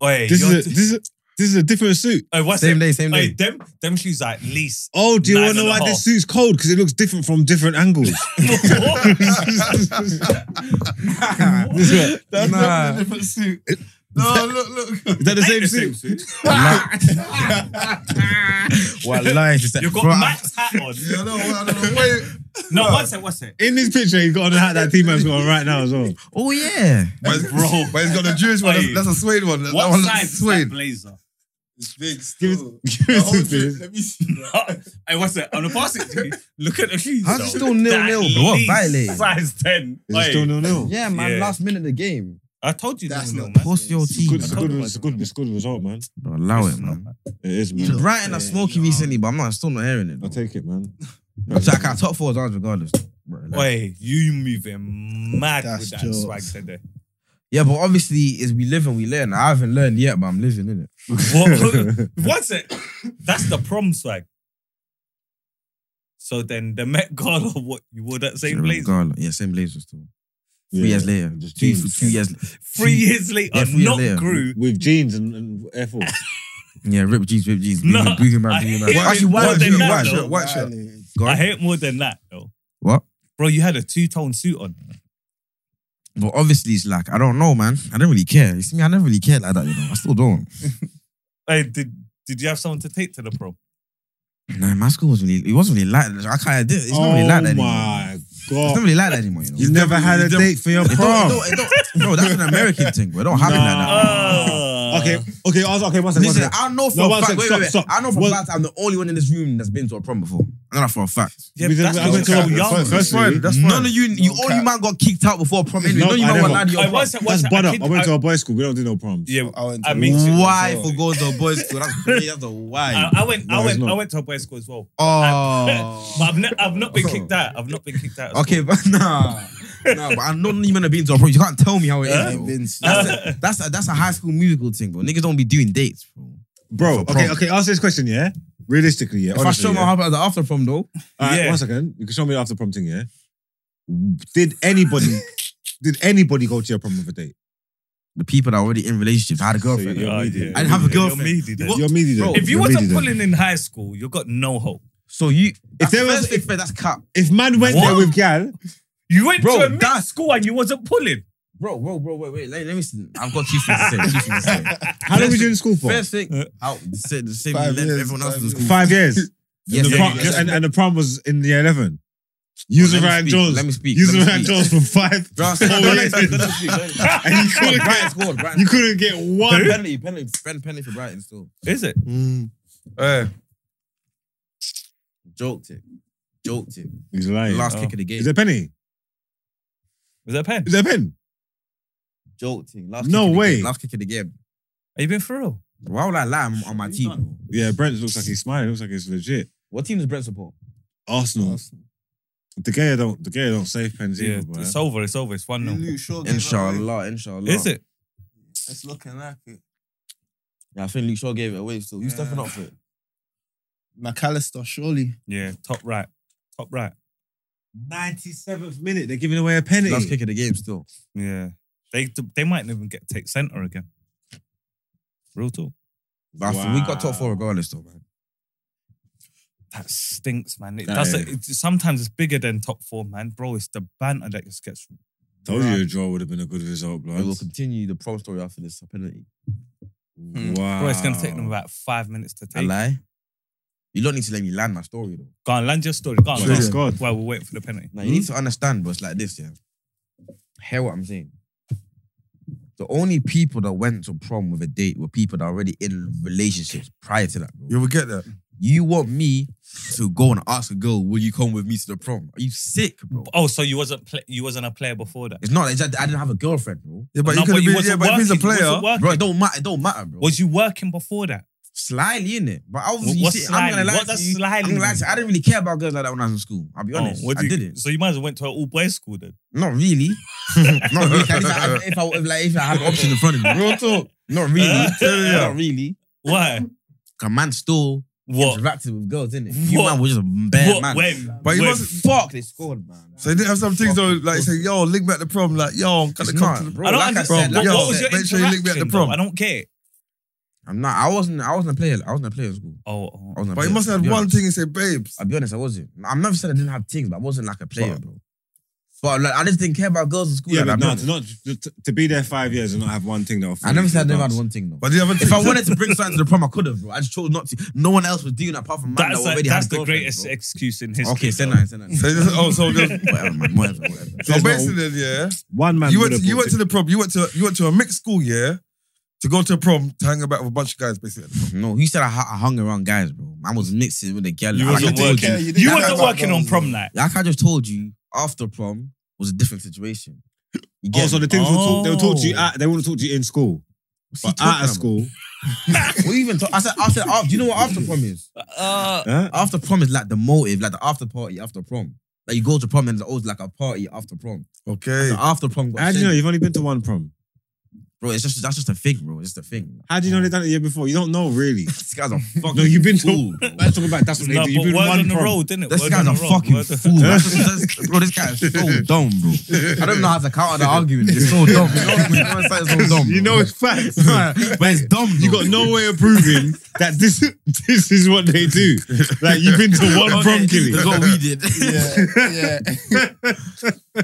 Speaker 3: Oi,
Speaker 2: This
Speaker 3: you're
Speaker 2: is a, this is a, this is a different suit.
Speaker 3: Oi, what's
Speaker 1: Same
Speaker 3: it?
Speaker 1: day, same
Speaker 3: Oi,
Speaker 1: day.
Speaker 3: them, them shoes are at
Speaker 2: [LAUGHS]
Speaker 3: least. [LAUGHS]
Speaker 2: Oh, do you
Speaker 3: Nine
Speaker 2: want to know
Speaker 3: and a
Speaker 2: why
Speaker 3: half.
Speaker 2: this suit's cold? Because it looks different from different [LAUGHS] angles. is
Speaker 1: That's
Speaker 3: [LAUGHS]
Speaker 4: That's
Speaker 1: Nah.
Speaker 4: definitely a different suit. No, [LAUGHS] look, look.
Speaker 2: that the same
Speaker 3: the
Speaker 2: suit?
Speaker 3: suit.
Speaker 1: What lies is that?
Speaker 3: You've got
Speaker 1: Bro, I-
Speaker 3: Max hat on.
Speaker 4: Yeah, I know, I know. Wait.
Speaker 3: No, what's it? What's it?
Speaker 2: In this picture, he's got on the hat that T-Man's got on right now as well.
Speaker 1: Oh yeah.
Speaker 4: But it's, but it's got the Jewish one. That's, that's a suede one. That, that
Speaker 3: What
Speaker 4: one looks
Speaker 3: size is that
Speaker 4: suede.
Speaker 3: blazer? [LAUGHS]
Speaker 5: It's big.
Speaker 2: Give us-
Speaker 5: still.
Speaker 2: give
Speaker 5: The
Speaker 2: us
Speaker 5: whole
Speaker 2: a bit.
Speaker 5: trip, Let me see. that.
Speaker 3: I was on the passing to you. Look at the shoes.
Speaker 1: How's it
Speaker 3: though.
Speaker 1: still nil
Speaker 3: That
Speaker 1: nil?
Speaker 3: least
Speaker 1: What, violated?
Speaker 3: Size 10.
Speaker 2: Is
Speaker 3: Oi,
Speaker 2: it still nil nil?
Speaker 1: Yeah, man.
Speaker 3: Yeah.
Speaker 1: Last minute of the game.
Speaker 3: I told you
Speaker 5: That's
Speaker 3: nil nil,
Speaker 5: not
Speaker 3: man.
Speaker 1: Post your
Speaker 2: It's a good,
Speaker 1: team.
Speaker 2: it's a good, it's a good, it's a good result, man.
Speaker 1: Bro, allow it,
Speaker 3: It's not,
Speaker 1: man.
Speaker 2: It is,
Speaker 1: He's
Speaker 2: man.
Speaker 1: bright and a smoky recently, but I'm not still not hearing it.
Speaker 2: I'll take
Speaker 1: [LAUGHS]
Speaker 2: it, man.
Speaker 1: So
Speaker 2: [LAUGHS]
Speaker 1: I can't top four is ours regardless. Bro, like-
Speaker 3: Oi, you moving mad with
Speaker 5: That's
Speaker 3: that
Speaker 5: jokes.
Speaker 3: swag today.
Speaker 1: yeah, but obviously, as we live and we learn. I haven't learned yet, but I'm living in it.
Speaker 3: What, what's it? That's the prom swag. So then the Met Gala, [LAUGHS] what you wore that same blazer?
Speaker 1: Regardless. Yeah, same blazer still. Three
Speaker 2: Yeah.
Speaker 1: years later.
Speaker 2: Just
Speaker 1: Two,
Speaker 2: jeans.
Speaker 1: two years later.
Speaker 3: Three years later,
Speaker 1: Yeah, three years
Speaker 3: not
Speaker 1: later.
Speaker 3: grew.
Speaker 2: With jeans and, and Air Force.
Speaker 1: Yeah, rip jeans, rip jeans.
Speaker 3: No,
Speaker 1: No, boogie
Speaker 3: I
Speaker 2: [LAUGHS]
Speaker 1: man, boogie man.
Speaker 3: hate
Speaker 1: Actually,
Speaker 3: it more
Speaker 1: why
Speaker 3: than
Speaker 1: shirt,
Speaker 3: that,
Speaker 1: white
Speaker 3: though.
Speaker 1: shirt, white shirt.
Speaker 5: Violated.
Speaker 1: Go
Speaker 3: I
Speaker 1: on.
Speaker 3: hate more than that though.
Speaker 1: What?
Speaker 3: Bro, you had a two-tone suit on.
Speaker 1: But obviously, it's like, I don't know, man. I don't really care. You see me, I never really cared like that, you know. I still don't.
Speaker 3: Hey, did did you have someone to take to the prom?
Speaker 1: Nah, my school was really, it wasn't really like that. I can't, [LAUGHS] it's not really like that anymore.
Speaker 2: Oh my
Speaker 1: It's not
Speaker 2: god!
Speaker 1: really like that anymore, you know.
Speaker 2: You never had a
Speaker 1: you don't-
Speaker 2: date for your
Speaker 1: It don't, it
Speaker 2: prom.
Speaker 1: don't, it don't, no, that's an American thing, bro. It don't happen like that.
Speaker 3: Ah.
Speaker 2: Okay, okay, I was- okay. One second, one
Speaker 1: Listen,
Speaker 2: second.
Speaker 1: I know for
Speaker 2: No,
Speaker 1: a
Speaker 2: one
Speaker 1: fact.
Speaker 2: sec,
Speaker 1: wait,
Speaker 2: stop,
Speaker 1: wait, wait.
Speaker 2: stop.
Speaker 1: I know for
Speaker 2: Well-
Speaker 1: a fact I'm the only one in this room that's been to a prom before. I know that for a fact.
Speaker 3: Yeah,
Speaker 2: Because
Speaker 3: that's
Speaker 2: I went
Speaker 3: not
Speaker 2: to
Speaker 3: so
Speaker 2: a-
Speaker 3: young.
Speaker 2: first- first- Firstly,
Speaker 4: that's
Speaker 1: None of you, you
Speaker 4: No
Speaker 1: only
Speaker 4: cap.
Speaker 1: man got kicked out before prom. Anyway,
Speaker 2: No,
Speaker 1: none of you
Speaker 2: I
Speaker 1: man were
Speaker 2: never.
Speaker 1: allowed to your
Speaker 3: I
Speaker 1: prom.
Speaker 3: was at what's
Speaker 2: That's bad
Speaker 3: I,
Speaker 2: up.
Speaker 3: kid-
Speaker 2: I went to
Speaker 3: I-
Speaker 2: a Oh, boys' school. We don't do no proms.
Speaker 3: yeah,
Speaker 5: I went
Speaker 3: I
Speaker 5: to-
Speaker 3: mean,
Speaker 1: Why for goes to boys school? That's crazy. That's a
Speaker 3: I,
Speaker 1: why.
Speaker 3: I went,
Speaker 2: No,
Speaker 3: I
Speaker 2: it's
Speaker 3: went,
Speaker 2: not.
Speaker 3: I went to a boys' school as well.
Speaker 1: Oh.
Speaker 3: But I've, ne- I've not
Speaker 2: Oh.
Speaker 3: been kicked out. I've not been kicked out. of
Speaker 1: Okay, but [LAUGHS] nah. nah, but I know none of you men have been to a prom. You can't tell me how it
Speaker 3: Huh?
Speaker 1: is, bro.
Speaker 5: Vince.
Speaker 1: That's
Speaker 3: [LAUGHS]
Speaker 1: a, that's a that's a high school musical thing, bro. Niggas don't be doing dates, bro.
Speaker 2: bro.
Speaker 1: For
Speaker 2: Okay,
Speaker 1: prom.
Speaker 2: okay. Ask this question, yeah. Realistically, yeah.
Speaker 1: If I
Speaker 2: honestly,
Speaker 1: show
Speaker 2: yeah.
Speaker 1: my heart at the after prom though,
Speaker 2: All right,
Speaker 3: Yeah.
Speaker 2: One second. You can show me the after prom thing, yeah? Did
Speaker 1: [LAUGHS]
Speaker 2: anybody did anybody go to your prom with a date?
Speaker 1: the people that are already in relationships I had a girlfriend.
Speaker 2: So
Speaker 3: school.
Speaker 2: you're
Speaker 3: Ah,
Speaker 2: media.
Speaker 3: yeah,
Speaker 1: I didn't have a
Speaker 3: yeah, you're
Speaker 1: girlfriend.
Speaker 3: media then.
Speaker 1: What?
Speaker 2: You're media.
Speaker 1: Bro,
Speaker 2: then.
Speaker 3: If you
Speaker 2: You're
Speaker 3: wasn't
Speaker 2: media then.
Speaker 3: pulling in high school, you got no hope.
Speaker 1: So you, if
Speaker 2: there
Speaker 1: there
Speaker 2: was-
Speaker 1: was, if that's cap,
Speaker 2: if man went there
Speaker 3: What?
Speaker 2: with gal,
Speaker 3: You went
Speaker 1: Bro,
Speaker 3: to a mid
Speaker 1: that's-
Speaker 3: school and you wasn't pulling.
Speaker 1: bro, bro, bro, wait, wait, let, let me. See. I've got two things to say. Two things to say.
Speaker 2: how
Speaker 1: First
Speaker 2: long was you
Speaker 1: thing-
Speaker 2: in school for? Uh,
Speaker 1: First thing, out the same, the same
Speaker 5: Five
Speaker 1: length
Speaker 5: years,
Speaker 1: everyone else
Speaker 5: five
Speaker 1: in school.
Speaker 2: Five years.
Speaker 1: [LAUGHS] Yes,
Speaker 2: and, the
Speaker 1: yeah,
Speaker 2: prom,
Speaker 1: yeah,
Speaker 3: yes.
Speaker 2: and, and the prom was in the eleven. Using
Speaker 1: let me
Speaker 2: Ryan
Speaker 1: speak,
Speaker 2: Jones.
Speaker 1: let me speak,
Speaker 2: Using
Speaker 1: let me
Speaker 2: Ryan
Speaker 1: speak.
Speaker 2: Jones
Speaker 1: [LAUGHS]
Speaker 2: for five.
Speaker 1: Bro, I'm
Speaker 2: four
Speaker 1: saying- don't let
Speaker 2: years.
Speaker 1: me speak, don't let me speak, don't let me [LAUGHS] speak.
Speaker 2: and you couldn't
Speaker 1: Brighton
Speaker 2: get
Speaker 1: scored. Brighton.
Speaker 2: you couldn't get one.
Speaker 1: Penalty, penalty, pen- penalty for Brighton still.
Speaker 3: Is it?
Speaker 2: Mm.
Speaker 3: Eh,
Speaker 4: Hey,
Speaker 1: Joked it. Joked it.
Speaker 2: He's lying.
Speaker 1: Last
Speaker 3: oh.
Speaker 1: kick of the
Speaker 2: Is
Speaker 1: game.
Speaker 2: there a penny?
Speaker 3: Was that a pen?
Speaker 2: Is there a pen?
Speaker 1: Jolting. Last
Speaker 2: No
Speaker 1: kick of the
Speaker 2: way.
Speaker 1: Game. Last kick of the game.
Speaker 3: Are you being for real?
Speaker 1: Why would I lie? I'm on my team.
Speaker 2: Yeah, Brent looks like he's smiling. Looks like it's legit.
Speaker 1: What team does Brent support?
Speaker 2: Arsenal. The gay don't the gay don't save pens
Speaker 3: Yeah,
Speaker 2: either, bro.
Speaker 3: it's over. It's over. It's one no.
Speaker 5: Luke Shaw gave it away.
Speaker 1: Inshallah, inshallah.
Speaker 3: Is it?
Speaker 5: It's looking like it.
Speaker 1: Yeah, I think Luke Shaw gave it away still. You
Speaker 5: Yeah.
Speaker 1: stepping up for it?
Speaker 5: McAllister, surely.
Speaker 3: Yeah, top right, top right.
Speaker 2: 97th minute, they're giving away a penalty.
Speaker 1: Last kick of the game still.
Speaker 3: Yeah, they they might even get take center again. Real talk.
Speaker 1: But I think we got top four regardless though, man.
Speaker 3: That stinks, man. It
Speaker 2: That
Speaker 3: does.
Speaker 2: is.
Speaker 3: It, sometimes it's bigger than top four, man, bro. It's the banter that just gets.
Speaker 2: Told you a draw would have been a good result,
Speaker 1: We will
Speaker 2: blood.
Speaker 1: continue the prom story after this penalty. Hmm.
Speaker 2: Wow.
Speaker 3: Bro, it's gonna take them about five minutes to
Speaker 1: I
Speaker 3: take.
Speaker 1: lie. You don't need to let me land my story though.
Speaker 3: Go on, land your story. Go on,
Speaker 2: Sure.
Speaker 3: go on.
Speaker 2: God.
Speaker 3: While we're waiting for the penalty.
Speaker 1: Now you
Speaker 4: Hmm?
Speaker 1: need to understand, bro. It's like this, yeah. Hear what I'm saying. The only people that went to prom with a date were people that are already in relationships prior to that, bro.
Speaker 4: you will get that.
Speaker 1: You want me to go and ask a girl, will you come with me to the prom? Are you sick, bro?
Speaker 3: Oh, so you wasn't pla you wasn't a player before that.
Speaker 1: It's not like that I didn't have a girlfriend, bro.
Speaker 4: Yeah, but
Speaker 3: No,
Speaker 4: you could
Speaker 3: you
Speaker 4: be.
Speaker 3: wasn't
Speaker 4: Yeah, but if he's a
Speaker 3: working, you
Speaker 4: player,
Speaker 3: wasn't working.
Speaker 1: Bro, it don't matter. It don't matter, bro.
Speaker 3: Was you working before that?
Speaker 1: slyly in it, but obviously
Speaker 3: What's
Speaker 1: you see, I'm gonna
Speaker 3: slyly?
Speaker 1: lie
Speaker 3: What
Speaker 1: to
Speaker 3: does
Speaker 1: you.
Speaker 3: slyly
Speaker 1: I'm gonna lie to you.
Speaker 3: mean?
Speaker 1: I didn't really care about girls like that when I was in school. I'll be
Speaker 3: Oh,
Speaker 1: honest.
Speaker 3: what
Speaker 1: I
Speaker 3: do you-
Speaker 1: didn't.
Speaker 3: So you might as well went to an all boys school then.
Speaker 1: Not really. [LAUGHS] Not really. At least I- if I if, like, if I had an option in front of me, real talk. Not really. [LAUGHS] Not really. [LAUGHS]
Speaker 3: Why?
Speaker 1: A man still
Speaker 3: What?
Speaker 1: interacted with girls, didn't it? You
Speaker 3: What?
Speaker 1: man was just a bad
Speaker 3: what?
Speaker 1: man.
Speaker 3: When?
Speaker 4: But you
Speaker 3: when?
Speaker 4: must-
Speaker 1: Fuck, they scored, man.
Speaker 4: so you didn't have some things though. Like you say, yo, link back the prom. Like yo,
Speaker 1: It's
Speaker 4: gotta come
Speaker 1: not,
Speaker 4: to the
Speaker 1: bro.
Speaker 3: I don't
Speaker 1: like
Speaker 3: understand.
Speaker 1: I said, like
Speaker 3: what,
Speaker 1: I
Speaker 3: what was
Speaker 1: said,
Speaker 3: your
Speaker 4: make sure you link me at the
Speaker 3: interaction? though?
Speaker 4: prom.
Speaker 3: I don't care.
Speaker 1: I'm not. I wasn't. I wasn't a player. I wasn't a player in school.
Speaker 3: Oh, oh.
Speaker 1: I wasn't. a
Speaker 4: But
Speaker 1: player.
Speaker 4: you must have
Speaker 1: I'll
Speaker 4: had
Speaker 1: be
Speaker 4: one
Speaker 1: honest.
Speaker 4: thing and say, babes.
Speaker 1: I'll be honest. I wasn't. I've never said I didn't have things, but I wasn't like a player, bro. But like, I just didn't care about girls in school.
Speaker 2: Yeah,
Speaker 1: like
Speaker 2: but
Speaker 1: that, bro.
Speaker 2: no, to not to, to be there five years and not have one thing that
Speaker 1: I never said I never had one thing though.
Speaker 4: But do you have a
Speaker 1: If I wanted to bring something to the prom, I could have, bro. I just chose not to. No one else was doing that apart from man
Speaker 3: That's,
Speaker 1: that
Speaker 3: a,
Speaker 1: already had
Speaker 3: that's
Speaker 1: a
Speaker 3: the
Speaker 1: girlfriend,
Speaker 3: greatest
Speaker 1: bro.
Speaker 3: excuse in history.
Speaker 1: Okay, send
Speaker 3: though.
Speaker 1: [LAUGHS] that, send that.
Speaker 4: So you just, oh, so
Speaker 1: [LAUGHS]
Speaker 4: just
Speaker 1: Whatever, man. Whatever, whatever.
Speaker 4: so
Speaker 2: There's no-
Speaker 4: basically, yeah.
Speaker 2: One man.
Speaker 4: You
Speaker 2: would
Speaker 4: went, to,
Speaker 2: have
Speaker 4: you
Speaker 2: bought
Speaker 4: went to
Speaker 2: it.
Speaker 4: the prom. You went to you went to a mixed school, yeah, to go to a prom to hang about with a bunch of guys, basically.
Speaker 1: No, he said I, hu- I hung around guys, bro. I was mixing with a girl.
Speaker 3: You
Speaker 1: Like I
Speaker 3: wasn't
Speaker 1: told
Speaker 3: working.
Speaker 5: Yeah,
Speaker 1: You,
Speaker 5: you didn't
Speaker 3: You
Speaker 5: have
Speaker 3: wasn't
Speaker 5: that
Speaker 3: working on
Speaker 5: one.
Speaker 3: prom night.
Speaker 1: like I just told you, after prom was a different situation. You
Speaker 2: Oh, so
Speaker 1: me?
Speaker 2: the things will talk, they'll talk to you.
Speaker 3: Oh.
Speaker 2: At, they want to talk to you in school,
Speaker 1: What's he
Speaker 2: but
Speaker 1: talking
Speaker 2: out of
Speaker 1: about?
Speaker 2: school.
Speaker 1: What even? Talk? I said. I said. After, you know what after prom is?
Speaker 3: Uh,
Speaker 2: Huh?
Speaker 1: After prom is like the motive, like the after party after prom. Like you go to prom and it's always like a party after prom.
Speaker 4: Okay.
Speaker 1: The after prom got
Speaker 2: How do you
Speaker 1: said-
Speaker 2: know you've only been to one prom?
Speaker 1: bro. It's just that's just a thing, bro. It's just a thing.
Speaker 2: How do you know they've done it the year before? You don't know [LAUGHS] really.
Speaker 1: This guy's a fucking.
Speaker 2: No, you've been
Speaker 1: fool,
Speaker 2: to.
Speaker 1: bro.
Speaker 2: Let's talk about that's what
Speaker 3: no,
Speaker 2: they do. You've
Speaker 3: but
Speaker 2: been
Speaker 3: word
Speaker 2: one
Speaker 3: on the
Speaker 2: prom.
Speaker 3: road, didn't it?
Speaker 1: This
Speaker 3: Word
Speaker 1: guy's
Speaker 3: on
Speaker 1: a
Speaker 3: the road,
Speaker 1: fucking
Speaker 3: word on-
Speaker 1: fool. That's just- that's- bro, this guy is
Speaker 2: [LAUGHS]
Speaker 1: so dumb, bro. I don't know how to counter the argument. It's so dumb. You know, you know it's so dumb.
Speaker 2: You
Speaker 1: bro.
Speaker 2: know it's [LAUGHS] facts.
Speaker 1: but it's dumb.
Speaker 2: You got no way of proving that this this is what they do. Like you've been to one prom
Speaker 1: That's
Speaker 2: killing.
Speaker 1: what we did.
Speaker 5: Yeah,
Speaker 4: [LAUGHS]
Speaker 5: yeah.
Speaker 1: [LAUGHS]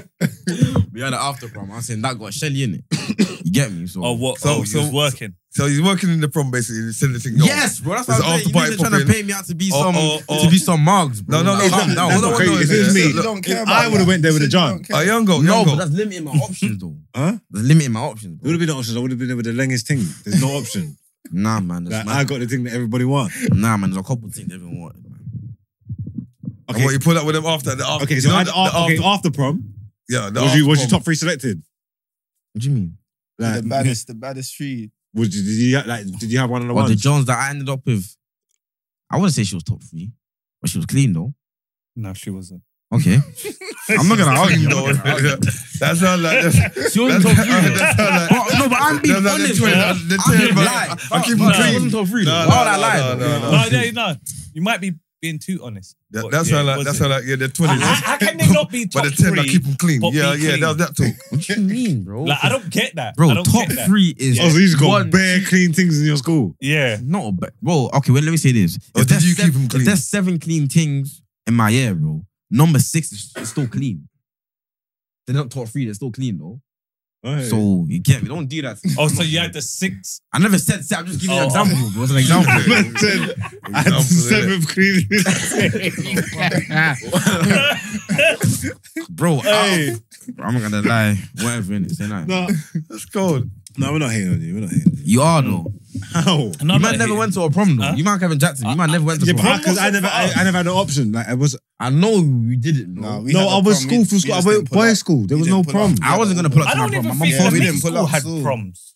Speaker 1: we had an after prom. I'm saying that got Shelly in it. You get me? So.
Speaker 3: Oh, what?
Speaker 4: So-
Speaker 3: oh, you
Speaker 4: so-
Speaker 3: was working.
Speaker 4: So he's working in the prom, basically, and sending thing. yo.
Speaker 1: Yes, bro. That's what
Speaker 4: There's
Speaker 1: I'm
Speaker 4: an
Speaker 1: saying.
Speaker 4: after
Speaker 1: You're
Speaker 4: party
Speaker 1: trying to pay
Speaker 4: popping.
Speaker 1: me out to be
Speaker 4: Oh,
Speaker 1: some
Speaker 4: oh, oh.
Speaker 1: to be some mugs, bro.
Speaker 4: No, no,
Speaker 1: Like,
Speaker 4: no,
Speaker 1: calm
Speaker 4: no,
Speaker 1: down.
Speaker 4: no,
Speaker 1: What do I
Speaker 4: no,
Speaker 1: want to
Speaker 2: okay,
Speaker 1: know
Speaker 2: if
Speaker 1: is
Speaker 2: it was
Speaker 1: that-
Speaker 2: me,
Speaker 5: You don't care
Speaker 2: If
Speaker 5: about
Speaker 2: I would've
Speaker 5: that.
Speaker 2: went there with
Speaker 5: You
Speaker 2: a
Speaker 5: said you
Speaker 2: John.
Speaker 5: don't care.
Speaker 4: Oh, young go,
Speaker 1: No,
Speaker 4: young
Speaker 1: but
Speaker 4: go.
Speaker 1: that's limiting my options, though.
Speaker 2: Huh?
Speaker 1: That's limiting my options,
Speaker 2: It would
Speaker 1: bro.
Speaker 2: have been options. I would have been there with the longest thing. There's no [LAUGHS] option.
Speaker 1: Nah, man.
Speaker 2: Like,
Speaker 1: That's
Speaker 2: I
Speaker 1: mad.
Speaker 2: got the thing that everybody wants.
Speaker 1: Nah, man. There's a couple things everyone wanted, man.
Speaker 4: And what, you pull up with them after the after.
Speaker 2: Okay,
Speaker 4: you
Speaker 2: so
Speaker 4: know,
Speaker 2: I'd-
Speaker 4: the-
Speaker 2: af-
Speaker 4: the
Speaker 2: okay,
Speaker 4: after-
Speaker 2: after prom,
Speaker 4: Yeah, the
Speaker 2: was you
Speaker 4: after
Speaker 2: was your
Speaker 4: prom.
Speaker 2: top three selected?
Speaker 1: What do you mean?
Speaker 2: Like, [LAUGHS]
Speaker 5: The baddest, the baddest tree.
Speaker 2: would you, did you like did you have one on the
Speaker 1: Or the
Speaker 2: one?
Speaker 1: Johns that I ended up with. I wouldn't say she was top three, but she was clean though.
Speaker 3: No, she wasn't.
Speaker 1: Okay. I'm not gonna argue.
Speaker 4: [LAUGHS] No,
Speaker 1: I'm not gonna argue.
Speaker 4: That sound like that's-
Speaker 1: She
Speaker 4: that's-
Speaker 1: wasn't top three. though.
Speaker 4: that sound
Speaker 3: [LAUGHS]
Speaker 4: like
Speaker 1: But, no, but I'm being
Speaker 4: That's not the
Speaker 1: honest.
Speaker 4: truth.
Speaker 1: bro.
Speaker 4: That's the
Speaker 1: I'm
Speaker 4: truth,
Speaker 1: being
Speaker 4: but
Speaker 1: lying.
Speaker 4: I- I keep
Speaker 1: Nah,
Speaker 4: it clean.
Speaker 1: she wasn't top three.
Speaker 4: No,
Speaker 1: though.
Speaker 4: no,
Speaker 1: Why would I
Speaker 4: no,
Speaker 1: lie?
Speaker 4: no,
Speaker 1: though?
Speaker 4: no,
Speaker 3: No, no, no. You might be being too honest.
Speaker 4: That,
Speaker 3: But
Speaker 4: that
Speaker 3: yeah,
Speaker 4: sound
Speaker 3: it
Speaker 4: like that
Speaker 3: wasn't.
Speaker 4: sound like yeah, they're twenty.
Speaker 3: How, how can they not be top
Speaker 4: But the ten, I
Speaker 3: three?
Speaker 4: keep them clean.
Speaker 3: but
Speaker 4: Yeah,
Speaker 3: be
Speaker 4: yeah,
Speaker 3: clean.
Speaker 4: that was that talk.
Speaker 1: What do you mean, bro?
Speaker 3: Like, I don't get that. I
Speaker 1: bro,
Speaker 3: don't
Speaker 1: top
Speaker 3: get that.
Speaker 1: three is
Speaker 2: Oh, so you just
Speaker 1: one-
Speaker 2: got bare clean things in your school.
Speaker 3: Yeah.
Speaker 1: not a ba- bro. Okay, well, let me say this.
Speaker 4: Or
Speaker 1: If
Speaker 4: did
Speaker 1: there's
Speaker 4: you keep 'em
Speaker 1: if
Speaker 4: clean?
Speaker 1: there's seven clean things in my ear, bro. Number six is is still clean. They're not top three. They're still clean though. [LAUGHS] So you get me. Don't do that. to me.
Speaker 3: Oh, so you had the six.
Speaker 1: I never said. I'm just giving you an
Speaker 3: Oh.
Speaker 1: example, bro. It's an example.
Speaker 2: [LAUGHS] Man said, I had
Speaker 4: Example, innit?
Speaker 2: seventh clean.
Speaker 4: [LAUGHS]
Speaker 1: Bro,
Speaker 2: Hey.
Speaker 1: I, am not gonna lie. Whatever in it, say nothing.
Speaker 2: No,
Speaker 4: That's cold.
Speaker 2: no, we're not hating on you. We're not hating. On you.
Speaker 1: You are though.
Speaker 3: Mm.
Speaker 2: How?
Speaker 3: No,
Speaker 1: you
Speaker 3: no,
Speaker 1: might never
Speaker 3: he-
Speaker 1: went to a prom though.
Speaker 3: Huh?
Speaker 1: You might Kevin Jackson. You might never went to
Speaker 2: Yeah,
Speaker 1: a prom.
Speaker 2: because I never, I, I never had an option. Like I was,
Speaker 1: I know you did it.
Speaker 5: No,
Speaker 1: No,
Speaker 5: we
Speaker 2: no,
Speaker 5: had
Speaker 2: I
Speaker 5: a
Speaker 2: was
Speaker 5: prom,
Speaker 2: school
Speaker 5: we-
Speaker 2: for
Speaker 5: we
Speaker 2: school. I
Speaker 5: just
Speaker 2: went
Speaker 5: didn't pull
Speaker 2: boy
Speaker 5: up.
Speaker 2: school. There
Speaker 5: We
Speaker 2: was
Speaker 5: didn't
Speaker 2: no
Speaker 5: pull
Speaker 2: prom.
Speaker 5: up.
Speaker 1: I wasn't gonna pull up
Speaker 3: I
Speaker 1: to my
Speaker 3: don't
Speaker 1: prom.
Speaker 3: even
Speaker 1: My mom
Speaker 3: think
Speaker 5: Yeah,
Speaker 1: told
Speaker 5: we
Speaker 1: me.
Speaker 5: didn't pull
Speaker 3: school
Speaker 5: up,
Speaker 3: had
Speaker 5: so-
Speaker 3: proms.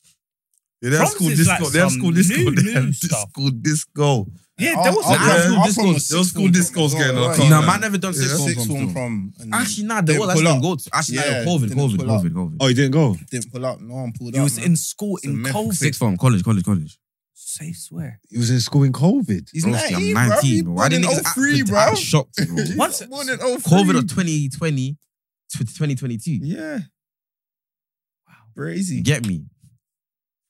Speaker 4: Yeah, they have
Speaker 3: Proms
Speaker 4: school
Speaker 3: is like
Speaker 4: disco. They have
Speaker 3: some
Speaker 4: school disco.
Speaker 3: new-
Speaker 4: They have
Speaker 3: new stuff.
Speaker 4: school disco.
Speaker 3: Yeah, there was
Speaker 1: I'll-
Speaker 3: a
Speaker 1: I'll-
Speaker 3: prom.
Speaker 1: school discos.
Speaker 4: There was school discos going on.
Speaker 1: No,
Speaker 4: Nah,
Speaker 1: man, never done
Speaker 4: Yeah.
Speaker 1: six
Speaker 5: Six
Speaker 1: form prom.
Speaker 5: form prom. and
Speaker 1: Actually, nah, there
Speaker 5: Didn't
Speaker 1: was. I
Speaker 5: pull
Speaker 1: didn't
Speaker 5: up.
Speaker 1: go to. Actually,
Speaker 5: Yeah,
Speaker 1: nah, COVID,
Speaker 5: didn't
Speaker 1: COVID,
Speaker 5: pull up.
Speaker 1: COVID, COVID.
Speaker 2: Oh, you didn't go.
Speaker 5: Didn't pull up. No one pulled up.
Speaker 3: You was
Speaker 5: man.
Speaker 3: in school
Speaker 5: a
Speaker 3: in
Speaker 5: myth.
Speaker 1: Sixth
Speaker 3: COVID.
Speaker 1: form, college, college, college.
Speaker 3: Say swear.
Speaker 2: He was in school in COVID.
Speaker 5: He's
Speaker 1: Broski,
Speaker 5: 19,
Speaker 1: I'm
Speaker 5: bro.
Speaker 1: 19, bro. Why
Speaker 5: Born in
Speaker 1: didn't niggas act-
Speaker 5: 03,
Speaker 1: act
Speaker 5: bro.
Speaker 1: shocked,
Speaker 5: [LAUGHS]
Speaker 1: bro?
Speaker 5: He's
Speaker 3: Once-
Speaker 5: born in 03.
Speaker 1: COVID of 2020 to 2022.
Speaker 5: Yeah. Wow.
Speaker 1: You
Speaker 5: Crazy.
Speaker 1: get me?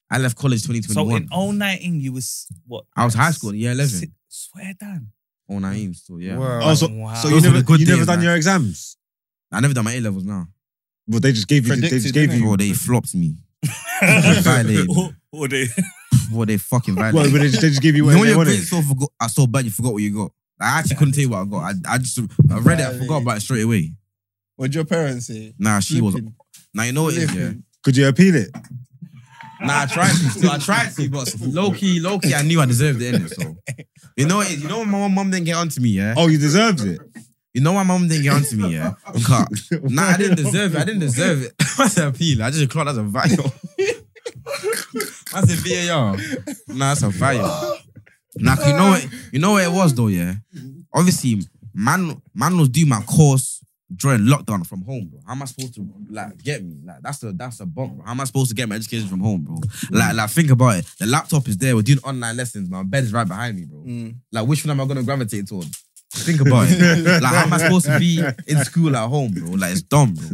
Speaker 1: I left college
Speaker 3: So
Speaker 1: 2021.
Speaker 3: in 019, you was what?
Speaker 1: I was high school in year 11.
Speaker 3: Si- Swear down.
Speaker 1: Oh, 19, so yeah.
Speaker 4: Wow.
Speaker 2: Oh, so,
Speaker 3: Wow.
Speaker 2: so you
Speaker 1: Those were
Speaker 2: never,
Speaker 1: the good
Speaker 2: you never
Speaker 1: days,
Speaker 2: done
Speaker 1: man.
Speaker 2: your exams.
Speaker 1: I never done my A levels now.
Speaker 2: Well, they just gave you. They just
Speaker 5: Predicted,
Speaker 2: gave
Speaker 5: didn't
Speaker 2: you.
Speaker 1: Bro, they flopped me. Violated.
Speaker 3: or, or they,
Speaker 1: Bro, they fucking
Speaker 2: Well,
Speaker 1: violated.
Speaker 2: but they just, they just gave you
Speaker 1: You [LAUGHS] know
Speaker 2: whatever
Speaker 1: when
Speaker 2: they
Speaker 1: your grades
Speaker 2: wanted.
Speaker 1: so forgot, I so bad you forgot what you got. I actually couldn't tell you what I got. I, I just I read it, I forgot about it straight away.
Speaker 5: What'd your parents say?
Speaker 1: Nah, she was.
Speaker 5: Flipping.
Speaker 1: Now you know what it is, yeah.
Speaker 5: Flipping.
Speaker 2: Could you
Speaker 1: [LAUGHS]
Speaker 2: appeal it?
Speaker 1: Nah, I tried to. still. I tried to, but low key, low key, I knew I deserved it. Innit? So you know, what it is? you know, when my mom didn't get onto me, yeah.
Speaker 2: Oh, you deserved it.
Speaker 1: You know, why my mom didn't get onto me,
Speaker 5: [LAUGHS]
Speaker 1: yeah. Because nah, I didn't deserve it. I didn't deserve it. [LAUGHS] That's an appeal. I just clocked that's a vial. [LAUGHS] that's a VAR. Nah, that's a vial. Nah, 'cause you know what? You know what it was though, yeah. Obviously, man, man was doing my course during lockdown from home, bro. How am I supposed to like get me? Like that's a that's a bump, bro. How am I supposed to get my education from home, bro? Like, like think about it. The laptop is there. We're doing online lessons. My bed is right behind me, bro.
Speaker 5: Mm.
Speaker 1: Like, which one am I gonna gravitate toward? Think about it. [LAUGHS] like, how am I supposed to be in school at home, bro? Like, it's dumb, bro.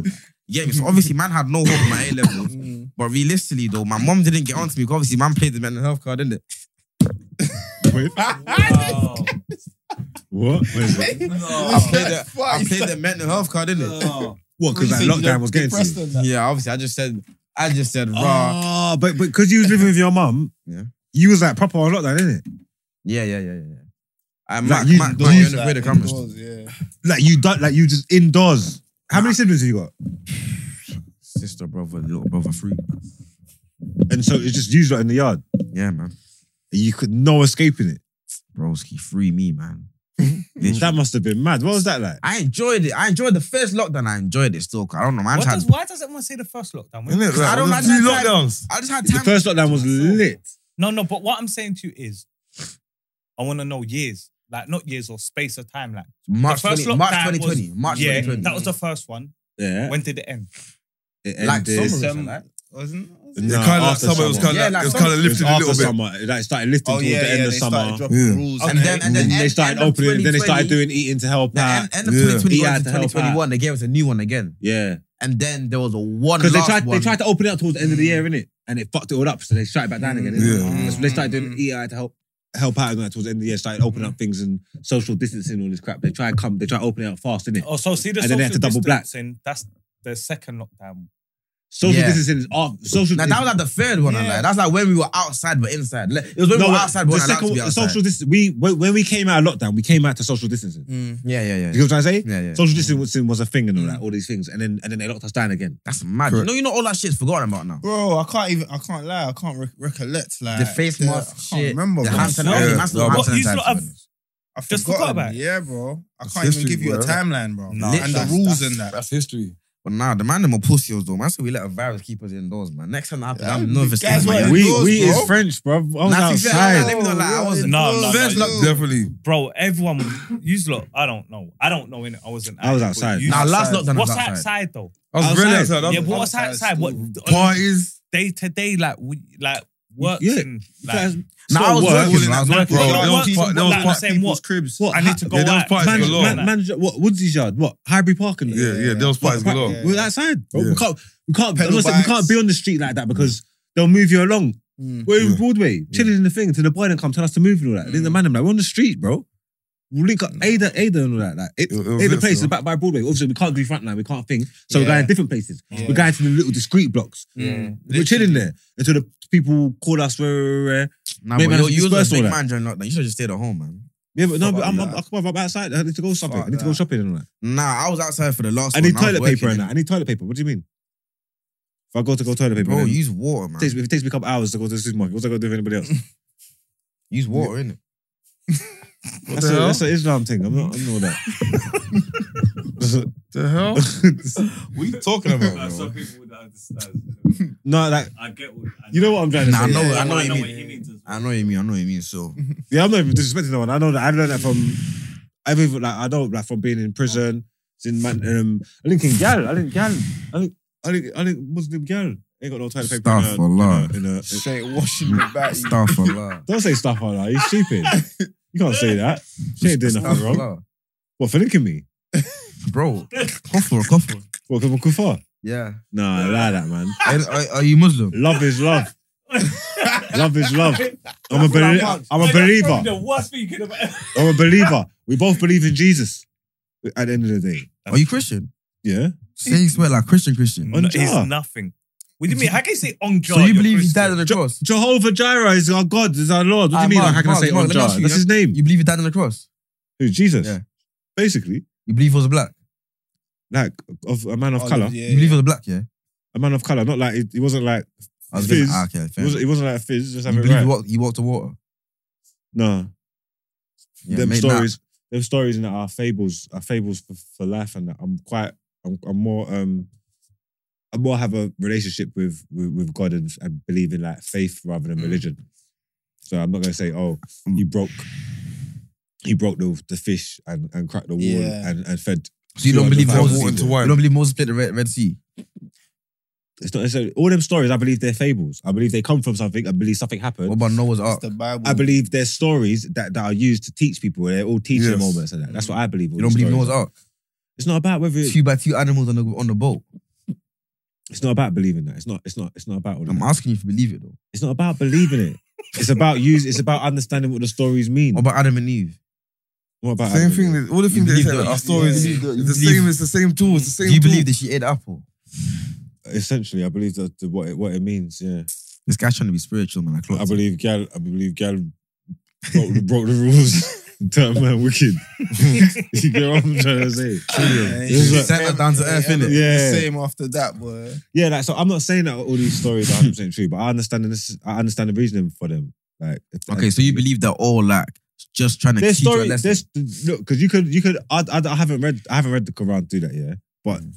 Speaker 1: You get me? So obviously, man had no hope in my A [LAUGHS] levels.
Speaker 5: Mm. [LAUGHS]
Speaker 1: But realistically, though, my mom didn't get onto me because obviously, man played the mental health card, didn't it?
Speaker 3: wow.
Speaker 2: [LAUGHS] What? What? is
Speaker 5: [LAUGHS]
Speaker 2: it?
Speaker 1: I played the,
Speaker 5: Fuck,
Speaker 1: I
Speaker 5: he's
Speaker 1: played
Speaker 5: [LAUGHS] like-
Speaker 1: the mental health card, didn't it?
Speaker 5: Oh.
Speaker 2: What? Because
Speaker 5: You
Speaker 2: that
Speaker 5: said you
Speaker 2: lockdown was getting
Speaker 5: depressed
Speaker 2: to you.
Speaker 5: on that.
Speaker 1: Yeah, obviously, I just said, I just said,
Speaker 3: Uh.
Speaker 1: raw.
Speaker 2: Ah, but but because you was living with your mum,
Speaker 1: Yeah.
Speaker 2: you was like proper on lockdown, isn't it?
Speaker 1: Yeah, yeah, yeah, yeah. yeah. I
Speaker 2: Like,
Speaker 1: Mac,
Speaker 2: you-
Speaker 1: Mac,
Speaker 2: those
Speaker 1: Mac, you're in
Speaker 5: Doors
Speaker 1: the
Speaker 5: that
Speaker 1: way the cameras.
Speaker 5: indoors, Yeah.
Speaker 2: Like you done, like you just indoors. How many siblings have you got?
Speaker 1: Sister, brother, little brother, three.
Speaker 2: And so it's just used right in the yard.
Speaker 1: Yeah, man.
Speaker 2: And you could no escaping it.
Speaker 1: Broski, free me, man.
Speaker 2: That must have been mad. What was that like?
Speaker 1: I enjoyed it. I enjoyed the first lockdown. I enjoyed it still. 'cause I don't know, man. I
Speaker 3: What
Speaker 1: just had
Speaker 3: does, why does everyone say the first lockdown? When-
Speaker 4: Isn't it? Like,
Speaker 1: I don't
Speaker 4: there's
Speaker 1: like
Speaker 4: two
Speaker 1: that type.
Speaker 4: lockdowns.
Speaker 1: I just had
Speaker 2: The
Speaker 1: time.
Speaker 2: first lockdown was lit.
Speaker 3: No, no, but what I'm saying to you is, I want to know years, like not years or space of time. Like
Speaker 1: March,
Speaker 3: the first
Speaker 1: 20, March
Speaker 3: lockdown
Speaker 1: 2020.
Speaker 3: was-
Speaker 1: March
Speaker 3: yeah,
Speaker 1: 2020.
Speaker 3: that was the first one.
Speaker 2: Yeah.
Speaker 3: When did it
Speaker 1: [LAUGHS]
Speaker 3: end?
Speaker 2: It
Speaker 1: like
Speaker 2: ended-
Speaker 1: summer,
Speaker 5: December.
Speaker 1: right?
Speaker 5: Wasn't was it?
Speaker 2: No,
Speaker 4: it kind of like
Speaker 2: after
Speaker 4: summer, it was
Speaker 2: summer.
Speaker 4: kind of
Speaker 1: Yeah,
Speaker 4: like,
Speaker 1: like
Speaker 4: it was
Speaker 1: summer.
Speaker 4: kind of
Speaker 2: It was
Speaker 4: lifted a
Speaker 2: after
Speaker 4: little bit.
Speaker 2: summer. It like, started lifting
Speaker 5: Oh
Speaker 2: towards
Speaker 5: yeah,
Speaker 2: the end
Speaker 5: yeah.
Speaker 2: of
Speaker 5: They started
Speaker 2: summer.
Speaker 5: dropping
Speaker 4: Yeah.
Speaker 5: rules.
Speaker 1: And then- and
Speaker 2: And they
Speaker 1: end-
Speaker 2: started
Speaker 1: end of
Speaker 2: opening. Then they
Speaker 1: 2020.
Speaker 2: started doing eating to help
Speaker 1: The
Speaker 2: out.
Speaker 1: end, end of
Speaker 4: Yeah.
Speaker 1: 2021
Speaker 2: Yeah,
Speaker 1: to
Speaker 2: to help out.
Speaker 1: 2021, they gave us a new one again.
Speaker 2: Yeah,
Speaker 1: And then there was a one
Speaker 2: because
Speaker 1: last
Speaker 2: they tried.
Speaker 1: one. Mm.
Speaker 2: They tried to open it up towards the end of the year, innit? And it fucked it all up. So they shut it back down again. innit?
Speaker 4: Yeah.
Speaker 2: So They started doing EI to help help out and that towards the end of the year. Started opening
Speaker 1: Mm.
Speaker 2: up things and social distancing, all this crap. They try and come. They try to open it up fast, innit?
Speaker 3: Oh, so see the
Speaker 2: And then they had
Speaker 3: social
Speaker 2: to double black.
Speaker 3: distancing. That's the second lockdown.
Speaker 2: Social
Speaker 1: Yeah.
Speaker 2: distancing is off. Social.
Speaker 1: Now, that was like the third one.
Speaker 3: Yeah.
Speaker 1: Like, that's like when we were outside but inside. Like, It was when we were
Speaker 2: but
Speaker 1: outside but
Speaker 2: the
Speaker 1: weren't allowed to
Speaker 2: second-
Speaker 1: be
Speaker 2: the
Speaker 1: outside.
Speaker 2: social distance. We when, when we came out of lockdown, we came out to social distancing.
Speaker 5: Mm.
Speaker 1: yeah, yeah, yeah.
Speaker 2: You know what I'm trying to say?
Speaker 1: Yeah, Mm. yeah.
Speaker 2: Social distancing was a thing and all that, all these things, and then and then they locked us down again.
Speaker 1: That's mad.
Speaker 4: Correct.
Speaker 1: No, you know all that shit's forgotten about now.
Speaker 5: Bro, I can't even. I can't lie. I can't re- recollect. Like
Speaker 1: The face
Speaker 5: the-
Speaker 1: mask
Speaker 5: I can't
Speaker 1: shit.
Speaker 5: remember.
Speaker 1: the
Speaker 5: bro.
Speaker 1: hand sanitizer.
Speaker 3: Yeah.
Speaker 1: Yeah. Massive
Speaker 4: Yeah.
Speaker 1: hand
Speaker 3: What, you
Speaker 1: sanitizer,
Speaker 3: lot have-
Speaker 1: man.
Speaker 5: I've
Speaker 3: Just
Speaker 5: forgotten.
Speaker 3: forgot about it.
Speaker 5: Yeah, bro. I
Speaker 4: It's
Speaker 5: can't even
Speaker 4: history,
Speaker 5: give you a
Speaker 4: bro.
Speaker 5: timeline, bro.
Speaker 3: No,
Speaker 5: and the
Speaker 1: that's-
Speaker 5: rules and that.
Speaker 4: That's history.
Speaker 1: But nah, the man them are pussies though. Man, so we let a virus keep us indoors, man. Next time that happens,
Speaker 5: Yeah.
Speaker 1: I'm nervous. man.
Speaker 5: Guys, what
Speaker 1: Yeah.
Speaker 5: is-
Speaker 2: We
Speaker 5: indoors,
Speaker 2: we
Speaker 5: bro.
Speaker 2: is French, bro. I was
Speaker 1: Nah, to be fair,
Speaker 2: outside.
Speaker 1: like, let me know, like, I wasn't.
Speaker 3: No, no, no,
Speaker 4: First
Speaker 3: no.
Speaker 4: lock, definitely.
Speaker 3: Bro, everyone, you lot, I don't know. I don't know. In I wasn't.
Speaker 2: I
Speaker 3: out,
Speaker 2: was
Speaker 3: but
Speaker 2: outside.
Speaker 3: you-
Speaker 1: Nah, last lockdown
Speaker 5: outside.
Speaker 1: I was
Speaker 3: What's
Speaker 1: outside.
Speaker 3: outside though?
Speaker 4: I was
Speaker 2: Outside.
Speaker 4: really outside. I was-
Speaker 3: yeah, but
Speaker 5: outside
Speaker 3: what's outside? What
Speaker 4: Parties.
Speaker 3: day to day, like we, like work
Speaker 2: Yeah.
Speaker 3: and
Speaker 2: Like,
Speaker 3: like,
Speaker 1: Nah, I
Speaker 2: so
Speaker 1: was
Speaker 2: work
Speaker 1: working.
Speaker 2: is-
Speaker 1: man. I was working.
Speaker 4: Bro,
Speaker 3: Bro,
Speaker 4: there
Speaker 3: what-
Speaker 4: was part-
Speaker 3: what-
Speaker 4: there was
Speaker 3: like,
Speaker 4: part-
Speaker 3: saying what?
Speaker 5: People's cribs.
Speaker 2: What,
Speaker 3: I need to go
Speaker 4: there was
Speaker 3: out.
Speaker 4: parties
Speaker 2: man,
Speaker 4: galore.
Speaker 2: man, man, what Woodsy's yard? What Highbury Park and
Speaker 4: Yeah, yeah, there was
Speaker 2: What,
Speaker 4: parties galore.
Speaker 5: yeah.
Speaker 2: we We're outside. Bro.
Speaker 4: Yeah.
Speaker 2: We can't, we can't,
Speaker 5: Pedal
Speaker 2: I'm saying, we can't
Speaker 5: bikes.
Speaker 2: be on the street like that because they'll move you along.
Speaker 5: Mm.
Speaker 2: We're in
Speaker 4: Yeah.
Speaker 2: Broadway, chilling in the thing until the boy then come tell us to move and all that. Then the man, I'm like, we're on the street, bro. We'll link up Ada, Ada and all that. Like, it,
Speaker 4: It- it was
Speaker 2: Ada
Speaker 4: lit,
Speaker 2: place
Speaker 4: so.
Speaker 2: is back by Broadway. Obviously, we can't do front line, we can't think. So we're
Speaker 5: Yeah.
Speaker 2: going different places.
Speaker 5: Yeah.
Speaker 2: We're going to the little discreet blocks. We're chilling there until the people call us. Where, where, where.
Speaker 1: Nah,
Speaker 2: Mate,
Speaker 1: but
Speaker 2: man,
Speaker 1: you're,
Speaker 2: it's
Speaker 1: you was a
Speaker 2: dispersed
Speaker 1: big
Speaker 2: all that.
Speaker 1: man during lockdown. You should have just stayed at home, man.
Speaker 2: Yeah, but no,
Speaker 5: Fuck
Speaker 2: but I'm, I'm,
Speaker 5: that.
Speaker 2: I'm, come on, I'm outside. I need to go shopping.
Speaker 5: Fuck
Speaker 2: I need to go
Speaker 5: that.
Speaker 2: shopping and all that.
Speaker 1: Nah, I was outside for the last
Speaker 2: I
Speaker 1: one.
Speaker 2: need
Speaker 1: was
Speaker 2: toilet paper
Speaker 1: working.
Speaker 2: and that. I need toilet paper. What do you mean? If I go to go toilet paper,
Speaker 1: Bro,
Speaker 2: then
Speaker 1: use water, man.
Speaker 2: it takes, me- if it takes me a couple hours to go to the supermarket, what's I gonna do with
Speaker 1: [LAUGHS]
Speaker 2: anybody else?
Speaker 1: Use water, innit?
Speaker 2: That's, a,
Speaker 4: the hell?
Speaker 2: that's an Islam thing. I'm not, I'm not that.
Speaker 4: The hell?
Speaker 5: [LAUGHS]
Speaker 1: What are you talking about, bro?
Speaker 6: people would understand.
Speaker 2: [LAUGHS] no, like
Speaker 6: I get what
Speaker 2: you know what I'm trying to
Speaker 1: Nah, I
Speaker 2: say.
Speaker 1: know,
Speaker 2: yeah.
Speaker 1: I know what you
Speaker 6: what
Speaker 1: mean.
Speaker 6: he means as well.
Speaker 1: I know what you mean. I know what you mean. So
Speaker 2: I'm not even disrespecting no one. I know that. I learned that from everything. Like I know, like from being in prison. It's in man, um, I think in Gal, I think Gal, I think I think I think Muslim Gal ain't got no toilet paper. in her-
Speaker 1: Astaghfirullah.
Speaker 2: in her- in her-
Speaker 5: Straight
Speaker 1: [LAUGHS]
Speaker 5: washing the back.
Speaker 1: stuff a lot.
Speaker 2: [LAUGHS] Don't say stuff like that. You're stupid. you can't say that. She ain't doing nothing wrong. What for linking me?
Speaker 1: Bro, kufur, kufur.
Speaker 2: What because kufar?
Speaker 1: Yeah.
Speaker 2: Nah, lie that man.
Speaker 1: And uh, are, are you Muslim?
Speaker 2: Love is
Speaker 1: [LAUGHS]
Speaker 2: love. love is love. I'm a,
Speaker 5: what I
Speaker 2: beli-
Speaker 5: want.
Speaker 2: I'm a
Speaker 6: Like, that's probably
Speaker 2: believer.
Speaker 6: The worst thing you could
Speaker 2: [LAUGHS]
Speaker 6: have.
Speaker 2: I'm a believer. We both believe in Jesus. At the end of the day,
Speaker 1: Are you Christian?
Speaker 2: yeah.
Speaker 1: Say you swear like Christian, Christian.
Speaker 2: On
Speaker 3: no, it's
Speaker 2: jar.
Speaker 3: nothing. What do you mean? How can you say on jar?
Speaker 1: So you
Speaker 3: you're
Speaker 1: believe he
Speaker 3: Christian?
Speaker 1: died on the cross?
Speaker 2: Jehovah Jireh is our God, is our Lord. What do you
Speaker 1: Ah,
Speaker 2: mean?
Speaker 1: Mark,
Speaker 2: like, how can
Speaker 1: Mark,
Speaker 2: I say
Speaker 1: Mark,
Speaker 2: on
Speaker 1: let me
Speaker 2: jar?
Speaker 1: ask you,
Speaker 2: That's
Speaker 1: yeah.
Speaker 2: his name.
Speaker 1: You believe he died on the cross?
Speaker 2: Who, Jesus.
Speaker 1: Yeah.
Speaker 2: Basically,
Speaker 1: You believe he was black?
Speaker 2: like of a man of
Speaker 5: Oh,
Speaker 2: color,
Speaker 5: yeah,
Speaker 1: You believe he
Speaker 5: yeah.
Speaker 1: was black, yeah?
Speaker 2: a man of color. Not like he, he wasn't like
Speaker 1: I was gonna,
Speaker 2: Fizz.
Speaker 1: ah, okay,
Speaker 2: he
Speaker 1: fair.
Speaker 2: wasn't, he wasn't like fizz. Just have
Speaker 1: you
Speaker 2: it
Speaker 1: believe
Speaker 2: right.
Speaker 1: he, walked, he walked to water?
Speaker 2: No,
Speaker 1: Yeah,
Speaker 2: them
Speaker 1: mate, nah.
Speaker 2: stories, them stories, and our fables, are fables for, for life, and that I'm quite, I'm, I'm more, um, I more have a relationship with with, with God and, and believe in like faith rather
Speaker 1: Mm.
Speaker 2: than religion. So I'm not gonna say, oh, he broke, he broke the, the fish and, and cracked the wall
Speaker 5: Yeah.
Speaker 2: and, and fed.
Speaker 1: So you don't believe Moses?
Speaker 2: 200,000
Speaker 4: water into
Speaker 2: people.
Speaker 1: You
Speaker 4: wine.
Speaker 1: don't believe Moses split the Red, Red Sea?
Speaker 2: It's not necessarily all them stories. I believe they're fables. I believe they come from something. I believe something happened.
Speaker 1: What about Noah's
Speaker 5: It's
Speaker 1: Ark?
Speaker 5: the Bible.
Speaker 2: I
Speaker 1: Mm.
Speaker 2: believe they're stories that, that are used to teach people. They're all teaching
Speaker 4: Yes.
Speaker 2: moments and that. That's what I believe. all
Speaker 1: You don't
Speaker 2: these
Speaker 1: believe
Speaker 2: stories
Speaker 1: Noah's
Speaker 2: are.
Speaker 1: Ark?
Speaker 2: It's not about whether it's,
Speaker 1: Two by two animals on the on the boat.
Speaker 2: it's not about believing that. It's not. It's not. It's not about all of that.
Speaker 1: I'm asking you if you believe it though.
Speaker 2: It's not about believing it. It's about use. It's about understanding what the stories mean.
Speaker 1: What about Adam and Eve?
Speaker 2: What about
Speaker 4: Same
Speaker 2: Adam?
Speaker 4: thing. that- All the things they
Speaker 1: believe
Speaker 4: said,
Speaker 1: that-
Speaker 4: our stories,
Speaker 5: yeah,
Speaker 4: it's
Speaker 5: you believe
Speaker 4: the
Speaker 1: that- you
Speaker 4: same. It's the same tool. It's the same.
Speaker 1: Do you
Speaker 4: tool.
Speaker 1: believe that she ate apple?
Speaker 2: Essentially, I believe that the, what it, what it means. Yeah,
Speaker 1: This guy's trying to be spiritual, man. I,
Speaker 2: I believe Gal. I believe Gal [LAUGHS] broke, broke the rules. [LAUGHS] That man wicked. [LAUGHS] you get what I'm trying to say? This is
Speaker 1: Sent us down to earth,
Speaker 5: Ain't
Speaker 1: innit?
Speaker 5: ever
Speaker 2: Yeah.
Speaker 5: the Same after that, boy.
Speaker 2: Yeah, like so. I'm not saying that all these stories are 100 percent true, but I understand this. I understand the reasoning for them. Like, if-
Speaker 1: Okay, so you believe they're all like just trying to
Speaker 2: there's
Speaker 1: teach you a
Speaker 2: story.
Speaker 1: lesson.
Speaker 2: There's look because you could you could. I, I, I haven't read I haven't read the Quran do that. Yeah, but
Speaker 1: Mm.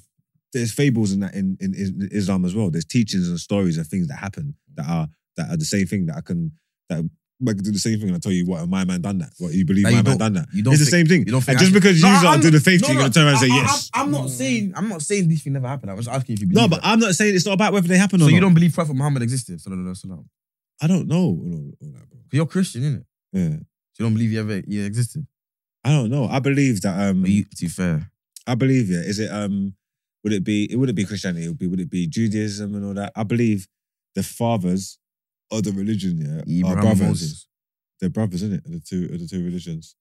Speaker 2: there's fables in that in, in in Islam as well. There's teachings and stories and things that happen that are that are the same thing that I can that. I could do the same thing and I tell you what my man done that. What you believe
Speaker 1: Like,
Speaker 2: my
Speaker 1: you don't-
Speaker 2: man done that.
Speaker 1: you don't
Speaker 2: it's the
Speaker 1: think-
Speaker 2: same thing.
Speaker 1: you don't
Speaker 2: and
Speaker 1: think
Speaker 2: just
Speaker 1: I-
Speaker 2: because you
Speaker 1: No,
Speaker 2: don't
Speaker 1: I'm-
Speaker 2: do the faith
Speaker 1: No,
Speaker 2: thing,
Speaker 1: no,
Speaker 2: you're gonna turn around and say
Speaker 1: I- I-
Speaker 2: yes.
Speaker 1: I'm, I'm not saying I'm not saying these things never happened. I was asking if you believe.
Speaker 2: no, but
Speaker 1: it.
Speaker 2: I'm not saying it's not about whether they happen
Speaker 1: so
Speaker 2: or
Speaker 1: you
Speaker 2: not.
Speaker 1: don't believe Prophet Muhammad existed? Sallallahu alaihi wasallam. 'Cause
Speaker 2: I don't know. all of- all that, bro.
Speaker 1: You're Christian, innit?
Speaker 2: Yeah,
Speaker 1: So you don't believe he ever he existed.
Speaker 2: I don't know. I believe that. Um,
Speaker 1: But you, to be fair,
Speaker 2: I believe yeah. Is it um would it be it would it be Christianity? It would be would it be Judaism and all that? I believe the fathers of the religion, yeah,
Speaker 1: Abraham
Speaker 2: are
Speaker 1: and
Speaker 2: brothers.
Speaker 1: Moses.
Speaker 2: They're brothers, isn't it? The two of the two religions.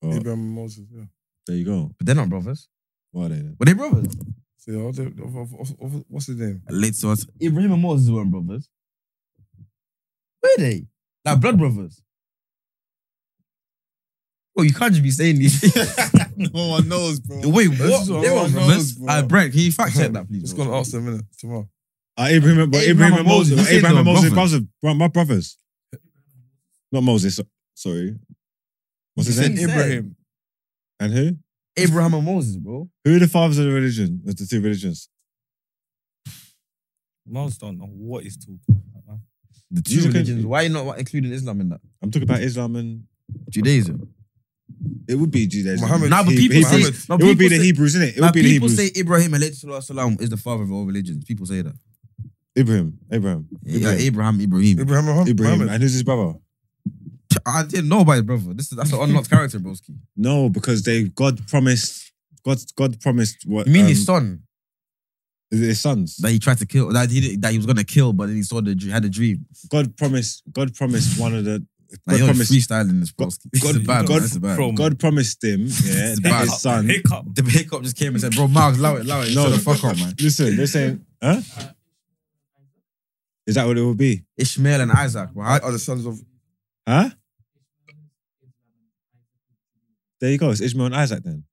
Speaker 2: Well,
Speaker 4: Abraham and Moses, yeah.
Speaker 2: there you go.
Speaker 1: But they're not brothers.
Speaker 2: What are they then?
Speaker 1: Were they brothers?
Speaker 4: So, yeah, the- the- what's- what's- what's his name?
Speaker 1: Late to us. Ibrahim and Moses weren't brothers. Were they? Like blood brothers. Well, you can't just be saying these.
Speaker 2: [LAUGHS]
Speaker 5: No one knows, bro.
Speaker 1: Wait, what?
Speaker 4: is what
Speaker 1: They
Speaker 4: I
Speaker 1: were
Speaker 4: know,
Speaker 1: brothers.
Speaker 5: bro.
Speaker 1: Uh, Brent, can you fact check that, please?
Speaker 4: Just
Speaker 1: bro?
Speaker 4: gonna ask them a minute tomorrow.
Speaker 2: Uh, Abraham, but Abraham, and Moses.
Speaker 1: You said
Speaker 2: Abraham
Speaker 1: they
Speaker 2: and
Speaker 1: were
Speaker 2: Moses,
Speaker 1: brothers.
Speaker 2: brothers. bro- my brothers. Not Moses. so- Sorry. What's his
Speaker 1: You
Speaker 2: name?
Speaker 1: said-
Speaker 4: Abraham.
Speaker 2: And who?
Speaker 1: Abraham and Moses, bro.
Speaker 2: Who are the fathers of the religion? Of the two religions?
Speaker 3: Miles don't know what he's talking about. Man.
Speaker 1: The two
Speaker 2: These are
Speaker 1: religions.
Speaker 2: countries.
Speaker 1: Why you not including Islam in that?
Speaker 2: I'm talking about Islam and
Speaker 1: Judaism.
Speaker 2: it would be Judaism.
Speaker 4: Muhammad.
Speaker 1: Nah, but
Speaker 2: He-
Speaker 1: people
Speaker 2: he-
Speaker 1: say
Speaker 2: Muhammad.
Speaker 1: no,
Speaker 2: it would be
Speaker 1: people
Speaker 2: the
Speaker 1: say-
Speaker 2: Hebrews, isn't it? It
Speaker 1: nah,
Speaker 2: would be the
Speaker 1: people
Speaker 2: Hebrews.
Speaker 1: say Ibrahim alayhi salatu wasalam, is the father of all religions. People say that.
Speaker 2: Abraham, Abraham,
Speaker 1: Yeah,
Speaker 2: Abraham,
Speaker 1: Abraham, Ibrahim.
Speaker 4: Abraham and
Speaker 2: Abraham,
Speaker 4: Muhammad.
Speaker 2: and who's his brother?
Speaker 1: I didn't know about his brother. This is that's an unlocked character, broski.
Speaker 2: No, because they God promised. God, God promised what?
Speaker 1: You mean
Speaker 2: um,
Speaker 1: his son
Speaker 2: is it his sons.
Speaker 1: that he tried to kill that he didn't, that he was gonna kill, but then he saw the dr- had a dream.
Speaker 2: God promised. God promised one of the.
Speaker 1: Like,
Speaker 2: God
Speaker 1: yo,
Speaker 2: promised.
Speaker 1: freestyling this
Speaker 2: God-
Speaker 1: broski. This
Speaker 2: God-
Speaker 1: is bad.
Speaker 2: God-
Speaker 1: man. This is bad.
Speaker 3: Bro,
Speaker 2: God promised him. Yeah, that
Speaker 1: bad.
Speaker 2: his son.
Speaker 3: Hiccup.
Speaker 1: The hiccup just came and said, "Bro, Mark, allow it, allow it.
Speaker 2: No,
Speaker 1: No, the fuck up, man."
Speaker 2: Listen, they're saying, huh? Is that what it would be?
Speaker 1: Ishmael and Isaac, bro. I,
Speaker 4: Are the sons of
Speaker 2: Huh? There you go. It's Ishmael and Isaac. Then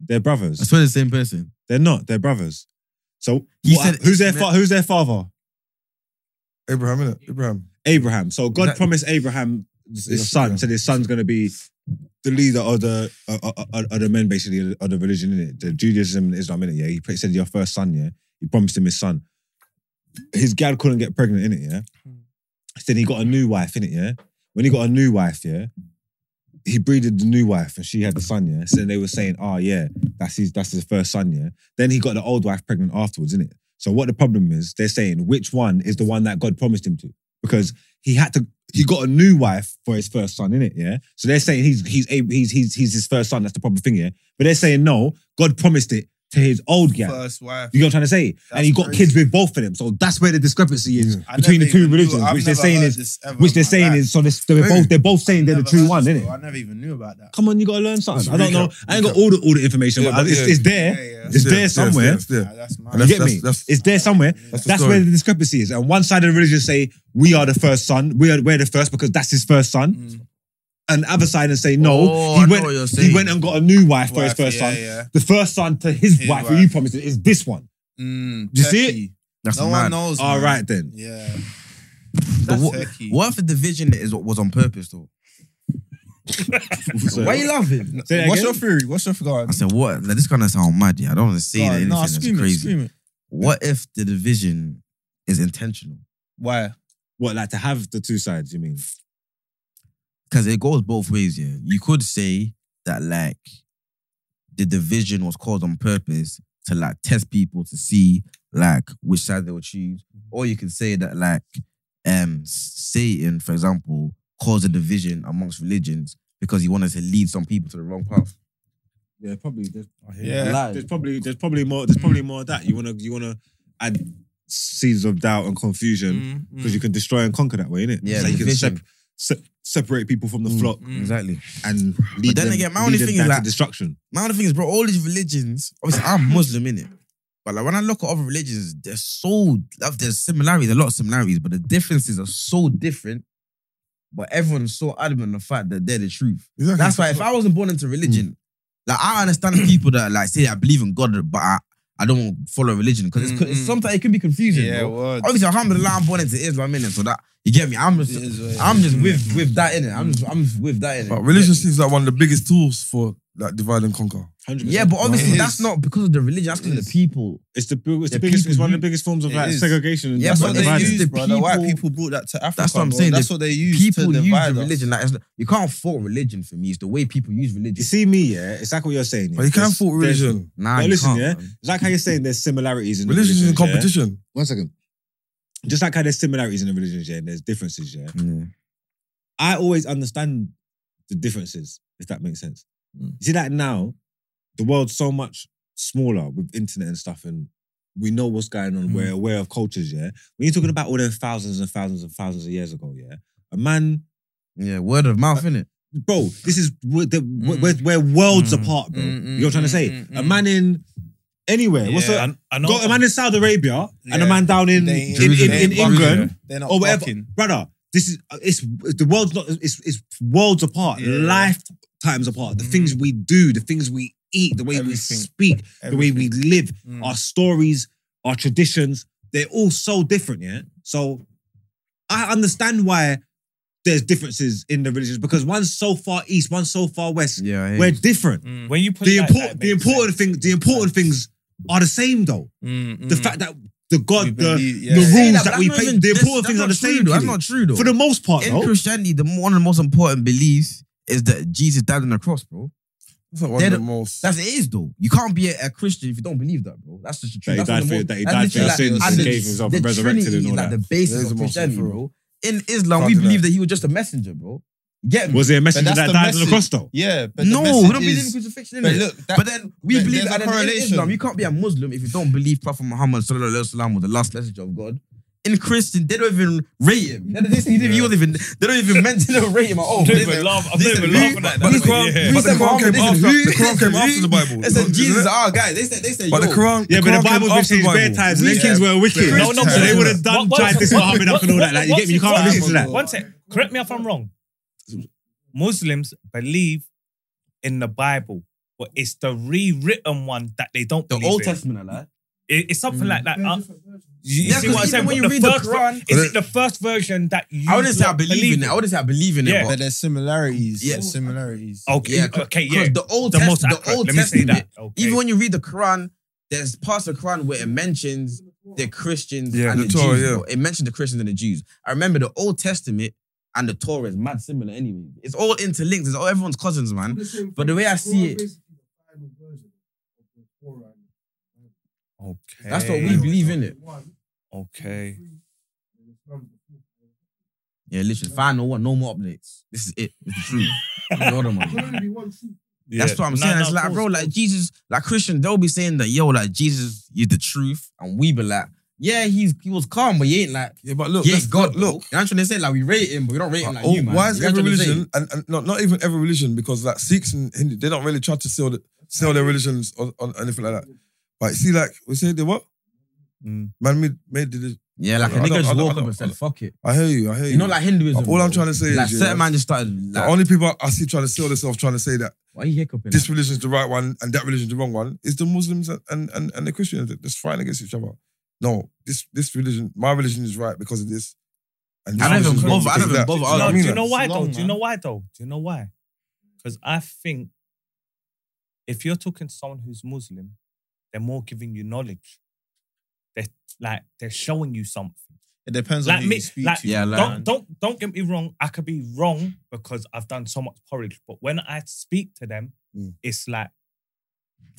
Speaker 2: they're
Speaker 1: I
Speaker 2: brothers.
Speaker 1: swear, the same person.
Speaker 2: They're not. They're brothers. So
Speaker 1: He
Speaker 2: what-
Speaker 1: said
Speaker 2: who's their
Speaker 1: Ishmael-
Speaker 2: fa- who's their father?
Speaker 4: Abraham, innit? Abraham.
Speaker 2: Abraham. So God
Speaker 1: Exactly.
Speaker 2: promised Abraham his
Speaker 4: Yes,
Speaker 2: son.
Speaker 4: yeah.
Speaker 2: Said his son's going to be the leader of the uh, uh, uh, of the men, basically, of the religion in it, the Judaism and Islam in it. Yeah, he pr- said your first son. Yeah, he promised him his son. His gal couldn't get pregnant in it. Yeah, then he got a new wife in it. Yeah, when he got a new wife, yeah. He breeded the new wife and she had the son, yeah. So then they were saying, oh yeah, that's his that's his first son, yeah. Then he got the old wife pregnant afterwards, innit? So what the problem is, they're saying which one is the one that God promised him to? Because he had to he got a new wife for his first son, innit? Yeah. So they're saying he's he's Ab- he's he's he's his first son. That's the proper thing, yeah. But they're saying no, God promised it to his old guy.
Speaker 5: First wife.
Speaker 2: You know what I'm trying to say? and
Speaker 5: That's
Speaker 2: he got
Speaker 5: crazy.
Speaker 2: kids with both of them. So that's where the discrepancy is
Speaker 5: I
Speaker 2: between the
Speaker 5: never
Speaker 2: two
Speaker 5: even knew-
Speaker 2: religions,
Speaker 5: I've
Speaker 2: which they're
Speaker 5: never
Speaker 2: saying
Speaker 5: heard
Speaker 2: is
Speaker 5: this ever
Speaker 2: which
Speaker 5: in
Speaker 2: they're
Speaker 5: my
Speaker 2: saying
Speaker 5: life.
Speaker 2: is so this, they're both they're both saying they're the
Speaker 5: Never
Speaker 2: true
Speaker 5: heard
Speaker 2: one,
Speaker 5: this,
Speaker 2: innit?
Speaker 5: bro. I never even knew about that.
Speaker 2: Come on, you gotta learn something. I don't know. I ain't got
Speaker 4: recap.
Speaker 2: all the all the information,
Speaker 4: Yeah,
Speaker 2: but
Speaker 4: but
Speaker 2: it's,
Speaker 4: yeah.
Speaker 2: it's there.
Speaker 5: Yeah, yeah.
Speaker 2: It's there
Speaker 4: Yes, yes,
Speaker 2: somewhere.
Speaker 4: yes, yes.
Speaker 5: Nah, that's mad.
Speaker 4: And that's-
Speaker 2: you get me?
Speaker 4: that's-
Speaker 2: it's there somewhere.
Speaker 4: That's
Speaker 2: That's,
Speaker 4: the story.
Speaker 2: where the discrepancy is. And one side of the religion say we are the first son, we are we're the first because that's his first son.
Speaker 5: Mm.
Speaker 2: And the other side and say no,
Speaker 1: Oh, I
Speaker 2: he
Speaker 1: know
Speaker 2: went
Speaker 1: what you're
Speaker 2: he
Speaker 1: saying.
Speaker 2: went and got a new wife, for his
Speaker 5: Wife,
Speaker 2: first
Speaker 5: yeah,
Speaker 2: son.
Speaker 5: yeah.
Speaker 2: The first son to his,
Speaker 5: His
Speaker 2: wife, who you
Speaker 5: wife.
Speaker 2: promised it, is this one.
Speaker 5: Mm,
Speaker 2: You see it?
Speaker 5: techie.
Speaker 1: That's
Speaker 5: No
Speaker 1: mad.
Speaker 5: one knows.
Speaker 2: All
Speaker 5: man.
Speaker 2: right then. [LAUGHS]
Speaker 5: Yeah.
Speaker 1: But
Speaker 5: That's
Speaker 1: what,
Speaker 5: techie.
Speaker 1: what if the division is was on purpose though?
Speaker 2: So-
Speaker 1: Why you laughing?
Speaker 2: Say that
Speaker 5: What's
Speaker 2: again?
Speaker 5: your theory? What's your theory?
Speaker 1: I said, what? Like, this kind of sound mad, yeah. I don't want to say that anything
Speaker 5: Nah,
Speaker 1: that's
Speaker 5: scream it,
Speaker 1: crazy.
Speaker 5: scream it.
Speaker 1: What if the division is intentional?
Speaker 5: Why?
Speaker 2: what like to have the two sides? You mean?
Speaker 1: Because it goes both ways, yeah. You could say that like the division was caused on purpose to like test people to see like which side they would choose. Or you could say that like um Satan, for example, caused a division amongst religions because he wanted to lead some people to the wrong path.
Speaker 2: Yeah, probably. There's,
Speaker 5: Yeah.
Speaker 2: there's probably there's probably more there's probably more of that you wanna you wanna add seeds of doubt and confusion.
Speaker 5: mm.
Speaker 2: because you can destroy and conquer that way, innit?
Speaker 1: Mm. Yeah,
Speaker 2: so you can
Speaker 1: division.
Speaker 2: sep- se- separate people from the
Speaker 1: Mm.
Speaker 2: flock
Speaker 1: Exactly.
Speaker 2: and lead
Speaker 1: then
Speaker 2: them,
Speaker 1: again, my
Speaker 2: lead
Speaker 1: only
Speaker 2: them
Speaker 1: thing is
Speaker 2: down
Speaker 1: like-
Speaker 2: to destruction.
Speaker 1: My other thing is, bro, all these religions, obviously I'm Muslim in it. But like when I look at other religions, they're so like, there's similarities, a lot of similarities, but the differences are so different But everyone's so adamant on the fact that they're the truth.
Speaker 4: Exactly.
Speaker 1: That's why if I wasn't born into religion, like I understand people that like say I believe in God, but I, I don't follow religion because it's, it's sometimes it can be confusing.
Speaker 5: Yeah,
Speaker 1: bro.
Speaker 5: word.
Speaker 1: Obviously, alhamdulillah, I'm born into Islam in so that you get me. I'm
Speaker 5: It
Speaker 1: just,
Speaker 5: is what it
Speaker 1: I'm
Speaker 5: is.
Speaker 1: just with with that in it. I'm just, I'm just with that in it.
Speaker 4: But religion seems like one of the biggest tools for like divide and conquer.
Speaker 1: Yeah, but obviously
Speaker 5: It is.
Speaker 1: that's not because of the religion. That's because of the people.
Speaker 2: It's the, big- it's the
Speaker 1: The
Speaker 2: biggest. It's
Speaker 1: people
Speaker 2: one of
Speaker 1: you-
Speaker 2: the biggest forms of
Speaker 5: It
Speaker 2: like
Speaker 5: is.
Speaker 2: segregation. and
Speaker 1: Yeah,
Speaker 2: that's
Speaker 5: That's
Speaker 1: but
Speaker 2: what
Speaker 5: what they
Speaker 1: divided.
Speaker 2: divides.
Speaker 5: used,
Speaker 1: The
Speaker 5: bro. The white
Speaker 1: people-
Speaker 5: people brought that to Africa.
Speaker 1: That's what I'm
Speaker 5: bro.
Speaker 1: saying.
Speaker 5: That's
Speaker 1: The
Speaker 5: what they used.
Speaker 1: People
Speaker 5: to
Speaker 1: use
Speaker 5: divide
Speaker 1: the
Speaker 5: us.
Speaker 1: religion. Like it's not, you can't fault religion for me. It's the way people use religion.
Speaker 2: You see me, yeah. It's like what you're saying.
Speaker 4: But you can't fault
Speaker 2: fault
Speaker 4: religion.
Speaker 1: Nah,
Speaker 2: But
Speaker 1: you
Speaker 2: listen,
Speaker 1: can't,
Speaker 2: yeah?
Speaker 1: man.
Speaker 2: It's like how you're saying there's similarities in the
Speaker 4: Religion is in
Speaker 2: religions, yeah?
Speaker 4: competition.
Speaker 2: One second. Just like how there's similarities in the religions, yeah, and there's differences, yeah.
Speaker 1: Yeah.
Speaker 2: I always understand the differences, if that makes sense.
Speaker 5: Mm.
Speaker 2: You see that now, the world's so much smaller with internet and stuff, and we know what's going
Speaker 5: Mm.
Speaker 2: on. We're aware of cultures, yeah. When you're talking about all them thousands and thousands and thousands of years ago, yeah, a man,
Speaker 1: Yeah, word of mouth, innit?
Speaker 2: bro, this is we're, the, we're, we're worlds apart, bro.
Speaker 5: Mm, mm,
Speaker 2: you know what I'm trying to say?
Speaker 5: mm, mm,
Speaker 2: a
Speaker 5: mm.
Speaker 2: man in anywhere,
Speaker 3: Yeah,
Speaker 2: what's the,
Speaker 3: I, I know.
Speaker 2: got a man in Saudi Arabia and a man down in
Speaker 5: They-
Speaker 2: in, in,
Speaker 5: they
Speaker 2: in
Speaker 5: ain't
Speaker 2: England
Speaker 5: bucking. They're not
Speaker 2: or whatever,
Speaker 5: bucking.
Speaker 2: brother. This is it's the world's not it's it's worlds apart,
Speaker 5: Yeah.
Speaker 2: lifetimes apart. The
Speaker 3: Mm-hmm.
Speaker 2: things we do, the things we eat, the way we
Speaker 5: Everything.
Speaker 2: speak, the way we live,
Speaker 3: Mm-hmm.
Speaker 5: Mm.
Speaker 2: our stories, our traditions, they're all so different. Yeah, so I understand why there's differences in the religions because one's so far east, one's so far west.
Speaker 1: Yeah, I hear
Speaker 2: We're
Speaker 1: you.
Speaker 2: different.
Speaker 5: Mm,
Speaker 3: when you put
Speaker 2: The
Speaker 3: it like
Speaker 2: important
Speaker 3: that,
Speaker 2: the
Speaker 3: makes
Speaker 2: important
Speaker 3: sense.
Speaker 2: things the important things are the same though
Speaker 5: mm, mm.
Speaker 2: the fact that the
Speaker 5: We
Speaker 2: God, the,
Speaker 5: believe- yeah.
Speaker 2: the
Speaker 1: Say but
Speaker 2: rules that
Speaker 1: that's
Speaker 2: we
Speaker 1: not
Speaker 2: play,
Speaker 1: even-
Speaker 2: the
Speaker 1: that's-
Speaker 2: important things
Speaker 1: that's
Speaker 2: are the
Speaker 1: not true,
Speaker 2: same.
Speaker 1: though. That's
Speaker 2: kid.
Speaker 1: not true though.
Speaker 2: For the most part,
Speaker 1: in
Speaker 2: though.
Speaker 1: Christianity, the one of the most important beliefs is that Jesus died on the cross, bro.
Speaker 4: That's like one of
Speaker 1: They're
Speaker 4: the
Speaker 1: the-
Speaker 4: most.
Speaker 1: That's it is though. You can't be a, a Christian if you don't believe that, bro. That's just the truth.
Speaker 2: That he
Speaker 1: That's one
Speaker 2: died
Speaker 1: of the
Speaker 2: for-
Speaker 1: most-
Speaker 2: that he
Speaker 1: that's
Speaker 2: died for your
Speaker 1: literally
Speaker 2: sins
Speaker 1: like-
Speaker 2: and
Speaker 1: the-
Speaker 2: gave himself
Speaker 1: the
Speaker 2: and resurrected
Speaker 1: Trinity
Speaker 2: and all
Speaker 1: is like
Speaker 2: that.
Speaker 1: the basis
Speaker 4: That is
Speaker 1: of
Speaker 4: the most
Speaker 1: Christianity,
Speaker 4: true.
Speaker 1: bro. In Islam,
Speaker 4: Can't
Speaker 1: we
Speaker 4: do
Speaker 1: believe
Speaker 4: that.
Speaker 1: that he was just a messenger, bro. Get me?
Speaker 2: Was there a message
Speaker 5: But
Speaker 2: that
Speaker 5: that's
Speaker 2: died
Speaker 5: the
Speaker 2: on the
Speaker 5: message.
Speaker 2: cross though?
Speaker 5: Yeah, but the
Speaker 1: no,
Speaker 5: message
Speaker 1: we don't believe in
Speaker 5: is-
Speaker 1: crucifixion.
Speaker 5: But
Speaker 1: innit?
Speaker 5: look, that,
Speaker 1: but then we
Speaker 5: there-
Speaker 1: believe
Speaker 5: there's
Speaker 1: that
Speaker 5: a
Speaker 1: in
Speaker 5: correlation.
Speaker 1: Islam, you can't be a Muslim if you don't believe Prophet Muhammad sallallahu alaihi wasallam was the last messenger of God. In Christian, they don't even rate him. They don't, they, they, he wasn't even, they don't even mention or rate him at all.
Speaker 3: I'm not
Speaker 1: They-
Speaker 3: even laugh- I'm not
Speaker 1: listen,
Speaker 3: even
Speaker 1: who-
Speaker 3: laughing at
Speaker 1: but
Speaker 3: that.
Speaker 1: the Quran-
Speaker 3: but yeah.
Speaker 1: who
Speaker 4: But the
Speaker 1: said
Speaker 4: Quran came
Speaker 1: Muhammad
Speaker 4: after.
Speaker 1: didn't-
Speaker 4: The Quran came
Speaker 1: who-
Speaker 4: after the Bible.
Speaker 1: They said
Speaker 4: Isn't
Speaker 1: Jesus is
Speaker 4: it?
Speaker 1: our guy. They said they said
Speaker 4: But the
Speaker 1: yo.
Speaker 4: Quran.
Speaker 2: Yeah, but the
Speaker 4: Quran
Speaker 2: Bible
Speaker 4: came
Speaker 2: gives
Speaker 4: after
Speaker 2: his
Speaker 4: the
Speaker 2: bare
Speaker 4: Bible.
Speaker 2: times. and These
Speaker 5: Yeah.
Speaker 2: kings were wicked.
Speaker 4: No, no,
Speaker 2: so they
Speaker 4: but-
Speaker 2: would have done
Speaker 3: What-
Speaker 2: tried this
Speaker 3: what-
Speaker 2: Muhammad up and all that. Like, you
Speaker 3: what-
Speaker 2: get me? You can't
Speaker 3: what-
Speaker 2: listen to that.
Speaker 3: One sec. Correct me if I'm wrong. Muslims believe in the Bible, but it's the rewritten one that they don't
Speaker 1: The
Speaker 3: believe
Speaker 1: Old
Speaker 3: in.
Speaker 1: Testament, like that.
Speaker 3: It- it's something like that. Uh, you you
Speaker 1: Mm. Yeah,
Speaker 3: see what I'm
Speaker 1: 'cause even when
Speaker 3: saying? But
Speaker 1: you read
Speaker 3: the
Speaker 1: the
Speaker 3: first ver-
Speaker 1: Quran-
Speaker 3: is it the first version that you
Speaker 1: I wouldn't say I
Speaker 3: lot
Speaker 1: believe in it. I wouldn't say I believe in
Speaker 3: Yeah.
Speaker 1: it,
Speaker 5: But
Speaker 1: but
Speaker 5: there's similarities.
Speaker 1: Yeah.
Speaker 5: There's similarities.
Speaker 3: Okay,
Speaker 1: Yeah, 'cause-
Speaker 3: okay, yeah.
Speaker 1: because the Old
Speaker 3: The
Speaker 1: Test-
Speaker 3: most
Speaker 1: the
Speaker 3: accurate.
Speaker 1: Old
Speaker 3: Let me say
Speaker 1: Testament.
Speaker 3: that. Okay.
Speaker 1: Even when you read the Quran, there's parts of the Quran where it mentions the Christians
Speaker 4: Yeah,
Speaker 1: and
Speaker 4: the
Speaker 1: the,
Speaker 4: Torah,
Speaker 1: Jews.
Speaker 4: yeah.
Speaker 1: bro. It mentioned the Christians and the Jews. I remember the Old Testament and the Torah is mad similar anyway. It's all interlinked. It's all everyone's cousins, man. But the way I see it,
Speaker 3: okay,
Speaker 1: that's what we believe in it.
Speaker 3: Okay,
Speaker 1: Yeah, literally. Final one, no more updates. This is it. It's the
Speaker 3: [LAUGHS]
Speaker 1: truth. The order, man. That's what I'm saying. it's like, bro, like Jesus, like Christian, they'll be saying that, yo, like Jesus is the truth, and we be like, yeah, he's he was calm, but he ain't like,
Speaker 4: Yeah, but look,
Speaker 1: he
Speaker 4: let's
Speaker 1: ain't God. Look,
Speaker 4: look.
Speaker 1: Uh, I'm trying to say like we rate him, but we don't rate him like
Speaker 4: Oh,
Speaker 1: you, man.
Speaker 4: Why is
Speaker 1: You know what
Speaker 4: every
Speaker 1: I'm trying to say?
Speaker 4: religion and, and not, not even every religion because like Sikhs and Hindu they don't really try to sell the, sell their religions on, on anything like that. But see, like we say, they what?
Speaker 3: Mm.
Speaker 4: Man made made the.
Speaker 1: Yeah, like a
Speaker 4: I
Speaker 1: nigga
Speaker 4: don't- I
Speaker 1: just
Speaker 4: don't-
Speaker 1: woke
Speaker 4: I
Speaker 1: up
Speaker 4: don't-
Speaker 1: and said, fuck it.
Speaker 4: I hear you. I hear you.
Speaker 1: You know, like Hinduism.
Speaker 4: all I'm
Speaker 1: bro.
Speaker 4: trying to say
Speaker 1: like
Speaker 4: is yeah,
Speaker 1: certain man just started
Speaker 4: the
Speaker 1: like,
Speaker 4: only people I see trying to sell themselves, trying to say that
Speaker 1: why you hiccuping?
Speaker 4: this religion is the right one and that religion is the wrong one is the Muslims and, and, and, and the Christians that's fighting against each other. No, this this religion, my religion is right because of this. And this
Speaker 1: I don't
Speaker 4: religion
Speaker 1: even
Speaker 4: is wrong
Speaker 1: bother- I
Speaker 4: because
Speaker 1: don't even
Speaker 4: of that.
Speaker 1: bother
Speaker 4: Do you know what I
Speaker 1: arguing.
Speaker 3: No, do you know why
Speaker 5: It's
Speaker 4: mean? Like,
Speaker 3: though?
Speaker 5: long,
Speaker 3: Do you know
Speaker 5: man.
Speaker 3: why though? Do you know why? Because I think if you're talking to someone who's Muslim, they're more giving you knowledge. They're like they're showing you something.
Speaker 5: It depends on
Speaker 3: Like
Speaker 5: who
Speaker 3: me,
Speaker 5: you speak
Speaker 3: like,
Speaker 5: to.
Speaker 1: yeah, like-
Speaker 5: man.
Speaker 3: Don't don't don't get me wrong. I could be wrong because I've done so much porridge, but when I speak to them,
Speaker 4: Mm.
Speaker 3: it's like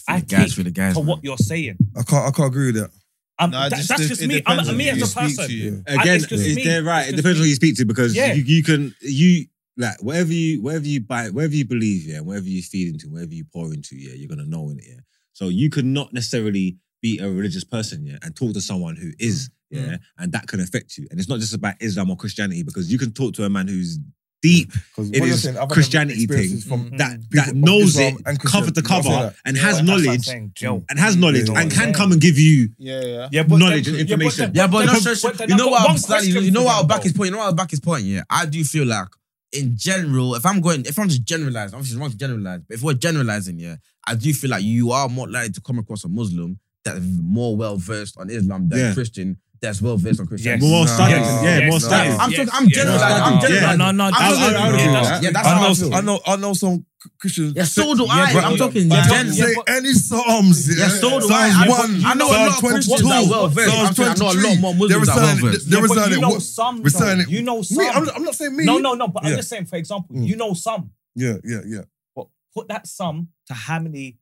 Speaker 1: For
Speaker 3: I
Speaker 1: the guys,
Speaker 3: take
Speaker 1: for the guys.
Speaker 3: to
Speaker 1: man.
Speaker 3: what you're saying.
Speaker 4: I can't I can't agree with that.
Speaker 3: I'm,
Speaker 5: Nah,
Speaker 3: that-
Speaker 5: just-
Speaker 3: that's
Speaker 5: it-
Speaker 3: just
Speaker 5: it
Speaker 3: me. I'm,
Speaker 5: depends on
Speaker 3: me
Speaker 5: who you
Speaker 3: as a
Speaker 5: speak
Speaker 3: person.
Speaker 5: to, yeah.
Speaker 2: Again,
Speaker 3: it's just
Speaker 2: it's
Speaker 3: me.
Speaker 2: they're right.
Speaker 3: It's
Speaker 2: It
Speaker 3: just
Speaker 2: depends on who
Speaker 3: me.
Speaker 2: you speak to because
Speaker 3: Yeah.
Speaker 2: you, you can you like whatever you whatever you buy whatever you believe yeah, and whatever you feed into, whatever you pour into yeah, you're gonna know in it yeah. So you could not necessarily be a religious person yeah and talk to someone who is
Speaker 3: Mm,
Speaker 2: yeah, and that can affect you. And it's not just about Islam or Christianity because you can talk to a man who's deep
Speaker 4: Because
Speaker 2: It
Speaker 4: what you're
Speaker 2: is
Speaker 4: saying, I've had
Speaker 2: Christianity thing.
Speaker 4: experiences
Speaker 1: Mm.
Speaker 4: From
Speaker 2: that
Speaker 4: People
Speaker 2: that
Speaker 4: of
Speaker 2: knows
Speaker 4: Islam
Speaker 2: it
Speaker 4: and
Speaker 2: cover to
Speaker 4: Christianity. I'll say
Speaker 2: cover
Speaker 4: that.
Speaker 2: and
Speaker 3: Mm. Yeah,
Speaker 2: has
Speaker 3: that's what I'm
Speaker 2: knowledge
Speaker 3: saying,
Speaker 1: Mm.
Speaker 3: Joe.
Speaker 2: and has knowledge
Speaker 4: Yeah.
Speaker 2: and can come and give you
Speaker 5: Yeah, yeah.
Speaker 3: Yeah, but
Speaker 2: knowledge
Speaker 3: then-
Speaker 2: and information.
Speaker 1: Yeah, but,
Speaker 3: then-
Speaker 1: no,
Speaker 3: but
Speaker 1: sure,
Speaker 3: then
Speaker 1: you
Speaker 3: I've
Speaker 1: know
Speaker 3: got
Speaker 1: what?
Speaker 3: one
Speaker 1: I'm slightly,
Speaker 3: question
Speaker 1: you know
Speaker 3: for
Speaker 1: what? I'll
Speaker 3: them,
Speaker 1: back
Speaker 3: though.
Speaker 1: his point. You know what? I'll back his point. Yeah, I do feel like in general, if I'm going, if I'm just generalizing, obviously it's wrong to generalize, but if we're generalizing, yeah, I do feel like you are more likely to come across a Muslim that's more well versed on Islam than
Speaker 2: Yeah.
Speaker 1: a Christian that's well versed on Christianity.
Speaker 2: More
Speaker 4: No.
Speaker 2: studied.
Speaker 4: Yes.
Speaker 2: Yeah, more
Speaker 4: Yes.
Speaker 2: studied.
Speaker 1: I'm,
Speaker 3: Yes,
Speaker 1: talking, I'm
Speaker 3: yes.
Speaker 1: generalizing. I'm
Speaker 2: Yeah.
Speaker 1: generalizing.
Speaker 3: No, no, no,
Speaker 1: I'm
Speaker 3: that-
Speaker 1: generalizing.
Speaker 4: I would agree with
Speaker 1: Yeah,
Speaker 4: that.
Speaker 1: that's
Speaker 4: I
Speaker 1: how I
Speaker 4: know,
Speaker 1: feel.
Speaker 4: I know, I know some Christians.
Speaker 1: Yeah, so do I.
Speaker 4: but-
Speaker 1: I'm talking.
Speaker 5: but-
Speaker 1: gen-
Speaker 4: Don't say any psalms.
Speaker 1: Yeah, so do
Speaker 4: Psalms
Speaker 1: I. I-
Speaker 4: one,
Speaker 1: I know a
Speaker 4: Psalm
Speaker 1: lot of Christians
Speaker 4: 22,
Speaker 1: that are well-versed.
Speaker 4: Psalm
Speaker 1: I'm saying I know a lot
Speaker 4: 23.
Speaker 1: more Muslims
Speaker 4: They were
Speaker 1: that are
Speaker 4: saying-
Speaker 1: well-versed.
Speaker 4: They
Speaker 3: Yeah,
Speaker 4: were
Speaker 3: but
Speaker 4: saying
Speaker 3: you
Speaker 4: it.
Speaker 3: know
Speaker 4: what-
Speaker 3: some.
Speaker 4: we're saying
Speaker 3: though.
Speaker 4: it-
Speaker 3: You know some.
Speaker 4: Me, I'm, I'm not saying me.
Speaker 3: no, no, no. But I'm
Speaker 4: Yeah.
Speaker 3: just saying, for example,
Speaker 4: Mm.
Speaker 3: you know some.
Speaker 4: Yeah, yeah, yeah.
Speaker 3: But put that sum to how many